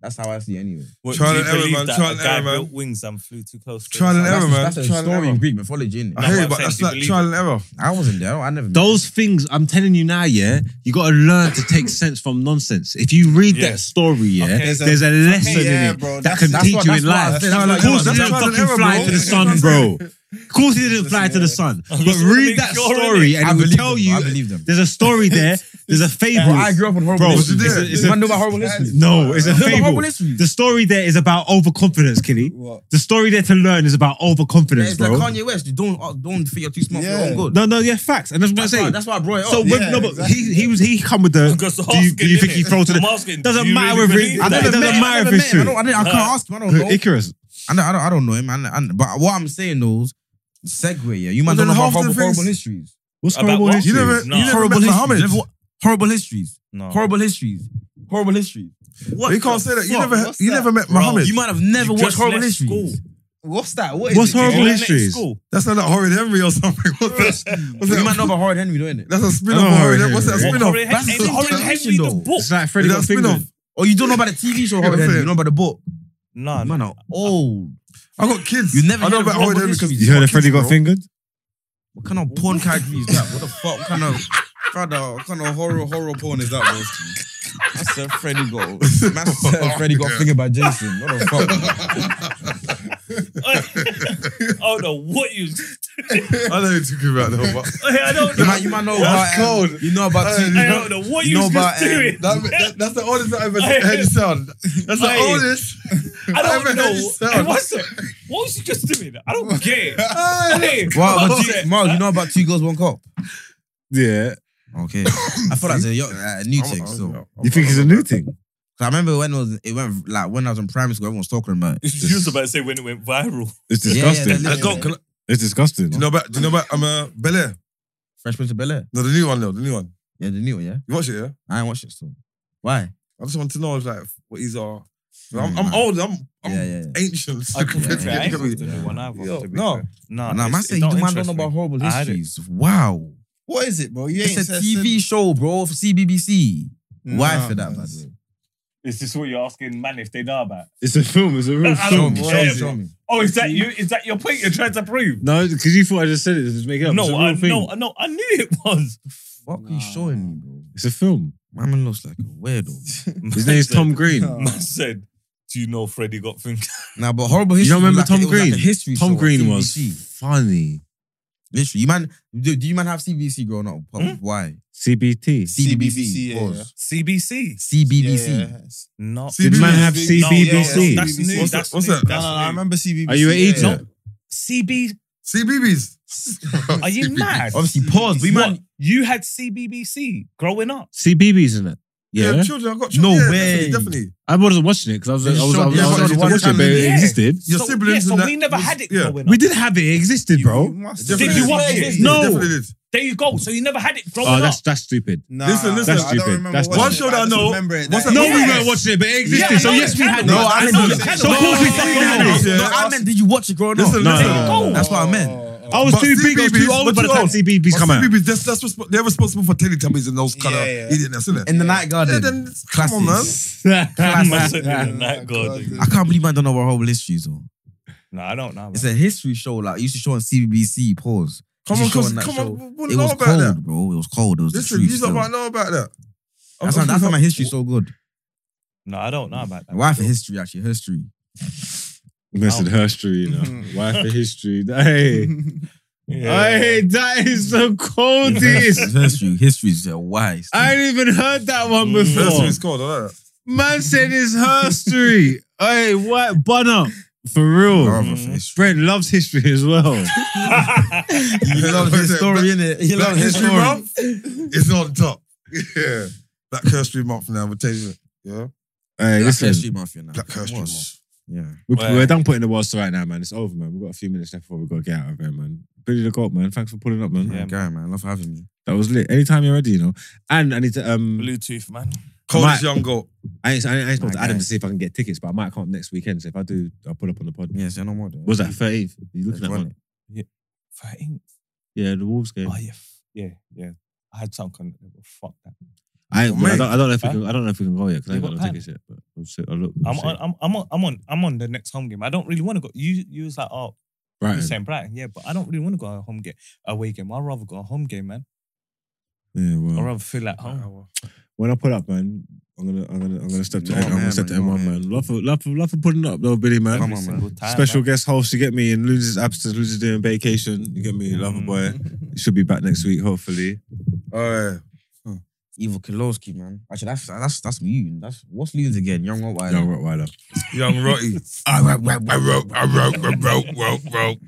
Speaker 1: That's how I see it anyway.
Speaker 6: What,
Speaker 4: Trial
Speaker 6: do you
Speaker 4: and error,
Speaker 6: believe
Speaker 4: man.
Speaker 6: that
Speaker 4: Trial and
Speaker 6: a guy
Speaker 4: error, man.
Speaker 6: built wings and flew too close? to
Speaker 4: Trial
Speaker 6: the
Speaker 4: and
Speaker 6: sun?
Speaker 4: error.
Speaker 1: That's,
Speaker 4: man.
Speaker 1: that's a
Speaker 4: Trial and
Speaker 1: story
Speaker 4: error.
Speaker 1: in Greek mythology, isn't
Speaker 4: I
Speaker 1: it?
Speaker 4: hear
Speaker 6: No, but
Speaker 4: you, but
Speaker 6: I'm
Speaker 4: that's
Speaker 6: saying,
Speaker 4: like
Speaker 6: do you
Speaker 4: trial and error.
Speaker 1: I wasn't there. I never.
Speaker 2: Those things, I'm telling you now, yeah, you got to learn to take sense from nonsense. If you read
Speaker 6: Yeah.
Speaker 2: that story, yeah,
Speaker 6: Okay.
Speaker 2: there's, a, lesson
Speaker 5: yeah,
Speaker 2: in it
Speaker 5: bro,
Speaker 2: that
Speaker 5: that's-
Speaker 2: can
Speaker 1: that's
Speaker 2: teach
Speaker 1: what-
Speaker 2: you
Speaker 1: that's
Speaker 2: in
Speaker 1: what I
Speaker 2: life.
Speaker 1: said,
Speaker 2: Of
Speaker 1: like,
Speaker 2: course,
Speaker 1: yeah,
Speaker 2: he
Speaker 1: man,
Speaker 2: didn't
Speaker 4: that's
Speaker 2: fucking
Speaker 4: trial and
Speaker 2: fly
Speaker 4: error,
Speaker 2: to the
Speaker 4: bro.
Speaker 2: sun, bro. Of course, he didn't fly to the sun. But
Speaker 6: Just wanna
Speaker 2: read
Speaker 6: make
Speaker 2: that
Speaker 6: sure,
Speaker 2: story,
Speaker 6: innit?
Speaker 2: and
Speaker 1: I
Speaker 2: it will
Speaker 1: believe
Speaker 2: tell
Speaker 1: them,
Speaker 2: you
Speaker 1: I believe them.
Speaker 2: there's
Speaker 1: [LAUGHS]
Speaker 2: a story there. There's a fable.
Speaker 1: Bro, I grew up on horrible
Speaker 2: Bro,
Speaker 1: history.
Speaker 4: it's a-
Speaker 1: It's a- man know about horrible history.
Speaker 2: No, it's a
Speaker 1: Man know about
Speaker 2: fable.
Speaker 1: horrible history.
Speaker 2: The story there is about overconfidence, Killy.
Speaker 5: What?
Speaker 2: The story there to learn is about
Speaker 1: Yeah,
Speaker 2: overconfidence,
Speaker 1: It's like
Speaker 2: bro.
Speaker 1: Kanye West. You don't uh, don't think you're too smart for
Speaker 5: Yeah.
Speaker 1: your own good.
Speaker 2: No, no, yeah, facts, and that's what I'm
Speaker 1: that's,
Speaker 2: saying.
Speaker 1: why, that's why I brought it up.
Speaker 2: So when,
Speaker 5: Yeah,
Speaker 2: no, but he
Speaker 5: exactly.
Speaker 2: he was he come with the.
Speaker 6: Because
Speaker 2: do you, do you
Speaker 6: asking,
Speaker 2: think he
Speaker 6: innit?
Speaker 2: throw to the?
Speaker 6: I'm asking,
Speaker 2: doesn't
Speaker 6: do you
Speaker 2: matter
Speaker 6: really
Speaker 2: if
Speaker 6: believe
Speaker 2: it- I
Speaker 6: that?
Speaker 2: don't- it doesn't
Speaker 1: met him,
Speaker 2: matter
Speaker 1: I
Speaker 2: if
Speaker 1: never
Speaker 2: it's
Speaker 1: met him. I
Speaker 2: true.
Speaker 1: don't- I didn't- I can't
Speaker 6: Nah.
Speaker 1: ask him. I don't know.
Speaker 2: Icarus.
Speaker 1: I don't, I don't, I don't know him, man. And- But what I'm saying though, is segue. Yeah, you man
Speaker 4: Well,
Speaker 1: don't
Speaker 4: then
Speaker 1: know about
Speaker 4: half the
Speaker 1: horrible,
Speaker 4: things-
Speaker 1: horrible histories.
Speaker 2: What's
Speaker 6: About
Speaker 2: horrible
Speaker 6: what?
Speaker 2: history?
Speaker 4: You never,
Speaker 6: No.
Speaker 4: you never
Speaker 1: Horrible
Speaker 4: met
Speaker 1: histories.
Speaker 4: Muhammad.
Speaker 1: You never- Horrible histories.
Speaker 6: No.
Speaker 1: Horrible histories. Horrible histories. What
Speaker 4: You can't
Speaker 1: the
Speaker 4: say that. You
Speaker 1: fuck?
Speaker 4: never,
Speaker 5: What's
Speaker 4: you
Speaker 5: that?
Speaker 4: never met
Speaker 6: Bro,
Speaker 4: Muhammad.
Speaker 1: You might have never
Speaker 6: You
Speaker 1: watched
Speaker 6: just
Speaker 1: horrible
Speaker 6: left
Speaker 1: histories.
Speaker 6: school.
Speaker 1: What's that? What
Speaker 2: What's
Speaker 1: it?
Speaker 2: horrible
Speaker 6: Did you learn that in
Speaker 2: histories?
Speaker 6: school?
Speaker 4: That's not like Horrid Henry or something. What's that? What's
Speaker 1: You might
Speaker 4: that?
Speaker 1: know about Horrid Henry, don't it?
Speaker 4: That's a spin
Speaker 2: I know
Speaker 4: off. Horrid
Speaker 2: Horrid
Speaker 4: Henry. What's that
Speaker 2: Henry.
Speaker 4: spin off?
Speaker 6: Horrid
Speaker 1: That's
Speaker 6: Henry,
Speaker 1: the
Speaker 6: Horrid
Speaker 1: situation,
Speaker 6: Henry, the
Speaker 1: though.
Speaker 6: book.
Speaker 2: It's like Freddie
Speaker 4: Is that
Speaker 2: got
Speaker 4: spin
Speaker 2: fingered.
Speaker 4: off?
Speaker 1: Or Oh, you don't know about the TV show Horrid
Speaker 4: Yeah,
Speaker 1: Henry.
Speaker 4: fair.
Speaker 1: You know about the book. [LAUGHS]
Speaker 6: No,
Speaker 1: Man,
Speaker 6: no.
Speaker 1: are old.
Speaker 4: I got kids.
Speaker 1: You never
Speaker 4: I know
Speaker 1: heard of
Speaker 4: about Horrid
Speaker 1: horrible
Speaker 4: Henry because
Speaker 1: histories.
Speaker 2: You heard
Speaker 4: Fuck
Speaker 2: that Freddie
Speaker 4: kids,
Speaker 2: got
Speaker 4: bro.
Speaker 2: fingered?
Speaker 1: What kind of porn category is that? What [LAUGHS] the fuck? What kind of brother? What kind of horror horror porn is that, bro? That's a Freddy [LAUGHS] got. That's a Freddy got fingered by Jason. What the fuck? man?
Speaker 6: oh no, what you?
Speaker 4: I know you're talking about that, but
Speaker 6: [LAUGHS] I don't
Speaker 1: You
Speaker 6: know.
Speaker 1: might, you might know
Speaker 4: That's
Speaker 1: about, um,
Speaker 4: cold.
Speaker 1: You know about two. You
Speaker 6: I
Speaker 1: know,
Speaker 6: don't know what
Speaker 1: you
Speaker 6: you just
Speaker 1: know about, um,
Speaker 6: doing.
Speaker 4: that, that, that's the oldest I ever heard you sound. That's the
Speaker 6: Hey.
Speaker 4: oldest.
Speaker 6: I
Speaker 4: I've
Speaker 6: don't
Speaker 4: never heard you
Speaker 6: know.
Speaker 4: sound.
Speaker 6: Hey, what's up? What was you just doing? I
Speaker 1: [LAUGHS]
Speaker 6: don't get it. Hey,
Speaker 1: Wow, but
Speaker 6: what's
Speaker 1: two,
Speaker 6: it?
Speaker 1: Miles, you know about two girls, one cup.
Speaker 2: Yeah.
Speaker 1: Okay, I thought that's a, yo- a new thing. So, 'Cause
Speaker 2: You think it's a new thing?
Speaker 1: I remember when it was it went like when I was in primary school, everyone was talking about. It.
Speaker 6: You was about to say when it went viral.
Speaker 2: It's
Speaker 1: Yeah, yeah,
Speaker 2: disgusting.
Speaker 1: that-
Speaker 4: I got, can I,
Speaker 2: It's disgusting.
Speaker 4: do you know about, do you know about, I'm a Bel Air?
Speaker 1: Fresh Prince of Bel Air.
Speaker 4: No, the new one, no, the new one.
Speaker 1: Yeah, the new one. Yeah,
Speaker 4: You watch it, yeah?
Speaker 1: I ain't watched it still. Why?
Speaker 4: I just want to know, like, what he's, uh, I'm,
Speaker 1: Mm,
Speaker 4: I'm
Speaker 1: man.
Speaker 4: old, I'm, I'm
Speaker 1: yeah, yeah. yeah.
Speaker 4: ancient.
Speaker 6: I can
Speaker 1: Yeah,
Speaker 4: compared to
Speaker 1: yeah.
Speaker 4: you.
Speaker 6: I ain't
Speaker 4: Look at me.
Speaker 6: watched the new one either.
Speaker 4: Yo,
Speaker 6: to be
Speaker 4: no.
Speaker 6: fair. no,
Speaker 1: Nah,
Speaker 6: it's-
Speaker 1: man,
Speaker 6: it
Speaker 1: say you
Speaker 6: don't
Speaker 1: do man
Speaker 6: interest
Speaker 1: don't know about
Speaker 6: me.
Speaker 1: horrible
Speaker 6: I had it.
Speaker 1: histories. Wow,
Speaker 5: What is it, bro? You ain't
Speaker 1: it's a TV show, bro, for CBBC. Why for that, by the way?
Speaker 6: Is this what you're asking, man? If they know about?
Speaker 2: It's a film. It's a real
Speaker 6: I
Speaker 2: film.
Speaker 6: don't care. Oh, is that you? Is that your point you're trying to prove?
Speaker 2: No, because you thought I just said it. Just make it up. it's a
Speaker 6: No,
Speaker 2: real
Speaker 6: I,
Speaker 2: thing.
Speaker 6: no, no, I knew it was.
Speaker 1: Fuck you showing me, bro?
Speaker 2: It's a film.
Speaker 1: My man looks like a weirdo.
Speaker 2: His name's Tom Green.
Speaker 5: No.
Speaker 6: Man said, "Do you know Freddie got [LAUGHS] fingered?"
Speaker 1: Now, but horrible
Speaker 2: You
Speaker 1: history.
Speaker 2: don't
Speaker 1: was
Speaker 2: remember
Speaker 1: like a-
Speaker 2: Tom
Speaker 1: it was like a
Speaker 2: Green?
Speaker 1: history show
Speaker 2: Tom
Speaker 1: on
Speaker 2: Green was
Speaker 1: CBBC.
Speaker 2: funny.
Speaker 1: Literally, you man, do, do you man have CBC growing up? Pop? Why?
Speaker 2: CBT.
Speaker 1: CBBC.
Speaker 5: yeah, yeah.
Speaker 1: pause.
Speaker 6: CBC.
Speaker 1: CBBC.
Speaker 6: No,
Speaker 2: Did man have
Speaker 6: No,
Speaker 2: CBBC?
Speaker 6: that's new.
Speaker 4: What's
Speaker 6: that's
Speaker 4: that- what's
Speaker 6: new,
Speaker 4: that? Uh,
Speaker 5: No, no,
Speaker 6: That's
Speaker 5: no, I
Speaker 6: new.
Speaker 5: remember CBBC.
Speaker 2: Are you an
Speaker 5: yeah,
Speaker 2: eater?
Speaker 5: yeah.
Speaker 6: CB.
Speaker 4: CBBS.
Speaker 6: Are you
Speaker 4: CBBS.
Speaker 6: mad?
Speaker 1: Obviously, pause. We
Speaker 6: What?
Speaker 1: man,
Speaker 6: You had CBBC growing up.
Speaker 2: CBBS in it.
Speaker 4: Yeah,
Speaker 5: Yeah.
Speaker 4: children. I've got children.
Speaker 1: No
Speaker 4: yeah,
Speaker 1: way.
Speaker 4: Definitely, definitely.
Speaker 5: I wasn't watching it because I was, I was, I was,
Speaker 4: Yeah,
Speaker 5: I was
Speaker 4: but
Speaker 5: trying to watch
Speaker 4: one
Speaker 5: it,
Speaker 4: time-
Speaker 5: but it
Speaker 4: Yeah.
Speaker 5: existed.
Speaker 4: Your
Speaker 3: so,
Speaker 4: siblings.
Speaker 3: Yeah, so
Speaker 4: and that
Speaker 3: we never
Speaker 4: was-
Speaker 3: had it
Speaker 4: Yeah.
Speaker 3: growing up.
Speaker 5: We did have it. It existed,
Speaker 2: Oh.
Speaker 5: bro.
Speaker 4: Definitely
Speaker 3: you watch
Speaker 4: did.
Speaker 3: it?
Speaker 4: Yeah,
Speaker 5: No.
Speaker 4: definitely did.
Speaker 3: There you go. So you never had it growing
Speaker 5: Oh,
Speaker 3: up.
Speaker 6: [LAUGHS]
Speaker 5: that's that's stupid.
Speaker 8: Nah,
Speaker 4: Listen, listen.
Speaker 8: I
Speaker 5: That's
Speaker 8: don't
Speaker 5: stupid.
Speaker 8: remember
Speaker 5: That's
Speaker 8: watching
Speaker 4: One
Speaker 8: it,
Speaker 4: show
Speaker 8: but
Speaker 4: that I
Speaker 8: just
Speaker 4: know-
Speaker 8: remember it. That-
Speaker 4: what's that-
Speaker 5: No,
Speaker 3: Yes.
Speaker 5: we weren't watching it, but it existed.
Speaker 3: Yeah,
Speaker 5: so
Speaker 3: no,
Speaker 5: yes,
Speaker 3: you
Speaker 5: we
Speaker 3: can.
Speaker 5: had
Speaker 3: No,
Speaker 5: it.
Speaker 3: I
Speaker 5: I
Speaker 3: know
Speaker 5: know.
Speaker 3: you can.
Speaker 5: So
Speaker 3: No,
Speaker 5: of course we
Speaker 3: I
Speaker 5: fucking
Speaker 3: know.
Speaker 5: had it.
Speaker 1: No, I meant, did you watch it growing up?
Speaker 4: Listen,
Speaker 5: No,
Speaker 4: listen.
Speaker 5: no,
Speaker 3: no.
Speaker 1: That's what I meant.
Speaker 8: Oh,
Speaker 5: I was
Speaker 4: But
Speaker 5: too big. I was
Speaker 4: CBeebies,
Speaker 5: too old
Speaker 4: but
Speaker 5: by the
Speaker 4: too
Speaker 5: time
Speaker 4: old.
Speaker 5: CBeebies come out.
Speaker 4: CBeebies, that's, that's resp- they're responsible for Teletubbies and those kind
Speaker 8: Yeah,
Speaker 4: of
Speaker 8: yeah.
Speaker 4: idiotness, isn't it?
Speaker 1: In the night
Speaker 4: yeah,
Speaker 1: garden.
Speaker 4: then come on, man.
Speaker 1: Classics.
Speaker 3: Massive
Speaker 8: Yeah,
Speaker 3: in that garden.
Speaker 8: God.
Speaker 1: I can't believe I don't know our whole history is. though.
Speaker 3: No, I don't know. man.
Speaker 1: It's a history show. Like, it used to show on CBBC. Pause.
Speaker 4: Come
Speaker 1: It
Speaker 4: on,
Speaker 1: used to show
Speaker 4: cause,
Speaker 1: that
Speaker 4: come
Speaker 1: show.
Speaker 4: on, we'll
Speaker 1: It
Speaker 4: know
Speaker 1: was
Speaker 4: about that.
Speaker 1: cold, bro. It was cold. It was the
Speaker 4: Listen,
Speaker 1: truth.
Speaker 4: you don't
Speaker 1: still.
Speaker 4: might know about that.
Speaker 1: That's why, that's why my
Speaker 4: [LAUGHS]
Speaker 1: history's so good.
Speaker 3: No, I don't know about that.
Speaker 1: My wife for history, actually. History.
Speaker 2: Messing
Speaker 5: Oh.
Speaker 2: history, you know.
Speaker 5: Mm-hmm.
Speaker 2: Wife
Speaker 5: [LAUGHS]
Speaker 2: of history. Hey. [LAUGHS] Hey,
Speaker 6: [LAUGHS]
Speaker 2: that is so
Speaker 4: Oh,
Speaker 2: cold.
Speaker 5: Mm-hmm.
Speaker 2: this.
Speaker 1: history. History is a wise.
Speaker 2: I ain't even heard that one
Speaker 5: Mm-hmm.
Speaker 2: before.
Speaker 4: History's cold, I like that.
Speaker 2: Man said it's
Speaker 5: [LAUGHS]
Speaker 2: history. hey, what? Bun up. For real.
Speaker 1: Love of
Speaker 5: Mm-hmm.
Speaker 1: history.
Speaker 2: Brent loves history as
Speaker 5: [LAUGHS]
Speaker 1: You
Speaker 2: well.
Speaker 4: [LAUGHS]
Speaker 1: love his story, innit? You
Speaker 4: Black
Speaker 1: love his
Speaker 4: History
Speaker 1: story.
Speaker 4: Month is on top. [LAUGHS] Yeah. Black History Month now, we're taking it. Yeah.
Speaker 1: Black
Speaker 2: Hey, listen.
Speaker 1: History Month, you know.
Speaker 4: Black History
Speaker 1: What?
Speaker 4: Month.
Speaker 1: Yeah.
Speaker 2: We're, we're done putting the world to right now, man. It's over, man. We've got a few minutes left before we've got to get out of here, man. Billy the Goat, man. Thanks for pulling up, man.
Speaker 1: Yeah, guy, man. Love having me.
Speaker 2: That was lit. Anytime you're ready, you know. And I need to um
Speaker 3: Bluetooth, man.
Speaker 2: Mike.
Speaker 4: Coldest young goat.
Speaker 2: I ain't, I ain't, I ain't spoke to
Speaker 1: Okay.
Speaker 2: Adam to see if I can get tickets, but I might come up next weekend. So if I do, I'll pull up on the pod.
Speaker 1: Yeah, say no more. dude.
Speaker 2: Was that 13th? You
Speaker 1: Let's
Speaker 2: looking at
Speaker 1: run
Speaker 2: one?
Speaker 1: it.
Speaker 3: Thirteenth.
Speaker 2: Yeah, the Wolves game.
Speaker 3: Oh yeah, f- yeah, yeah. I had some kind of fuck that.
Speaker 2: I, ain't, well, I,
Speaker 4: Mate.
Speaker 2: don't, I don't know if we
Speaker 3: Huh?
Speaker 2: can. I don't know if we can go yet because I
Speaker 3: You
Speaker 2: ain't
Speaker 3: got
Speaker 2: got no
Speaker 3: time?
Speaker 2: tickets yet. But we'll see. I'll look.
Speaker 3: I'm on, I'm, I'm on, I'm on, I'm on the next home game. I don't really want to go. You, you was like, oh,
Speaker 2: right.
Speaker 3: you're saying Brighton, yeah, but I don't really want to go to a home game, away game. I'd rather go a home game, man.
Speaker 2: Yeah,
Speaker 3: I'd
Speaker 2: well,
Speaker 3: rather feel at home.
Speaker 2: when I put up, man, I'm gonna, I'm gonna, I'm gonna step to
Speaker 1: No,
Speaker 2: everyone. I'm gonna
Speaker 1: man,
Speaker 2: step to
Speaker 1: man,
Speaker 2: everyone,
Speaker 1: no,
Speaker 2: man. Love for, love for, love for putting up though, Billy, man.
Speaker 1: Come
Speaker 3: Every
Speaker 1: on, man.
Speaker 3: single time,
Speaker 2: Special
Speaker 3: man.
Speaker 2: guest host, you get me, and loses absence, loses doing vacation, you get me, lover boy. Should be back next week, hopefully.
Speaker 4: Alright.
Speaker 1: Evil Kilowski, man. Actually, that's that's that's you. That's what's Loons again. Young Rottweiler.
Speaker 2: Young Rottweiler.
Speaker 4: Young Rotty. I wrote, I wrote, I wrote, I wrote, wrote, wrote.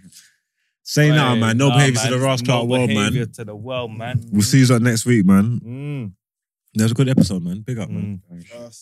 Speaker 2: Say now, man. No
Speaker 3: Nah,
Speaker 2: behavior to the
Speaker 3: it's
Speaker 2: Ross Clark
Speaker 3: no
Speaker 2: world,
Speaker 3: behaviour
Speaker 2: man.
Speaker 3: To the world, man.
Speaker 2: We'll see you on next week, man.
Speaker 3: Mm,
Speaker 2: That was a good episode, man. Big up, man.
Speaker 3: mm.
Speaker 8: Us.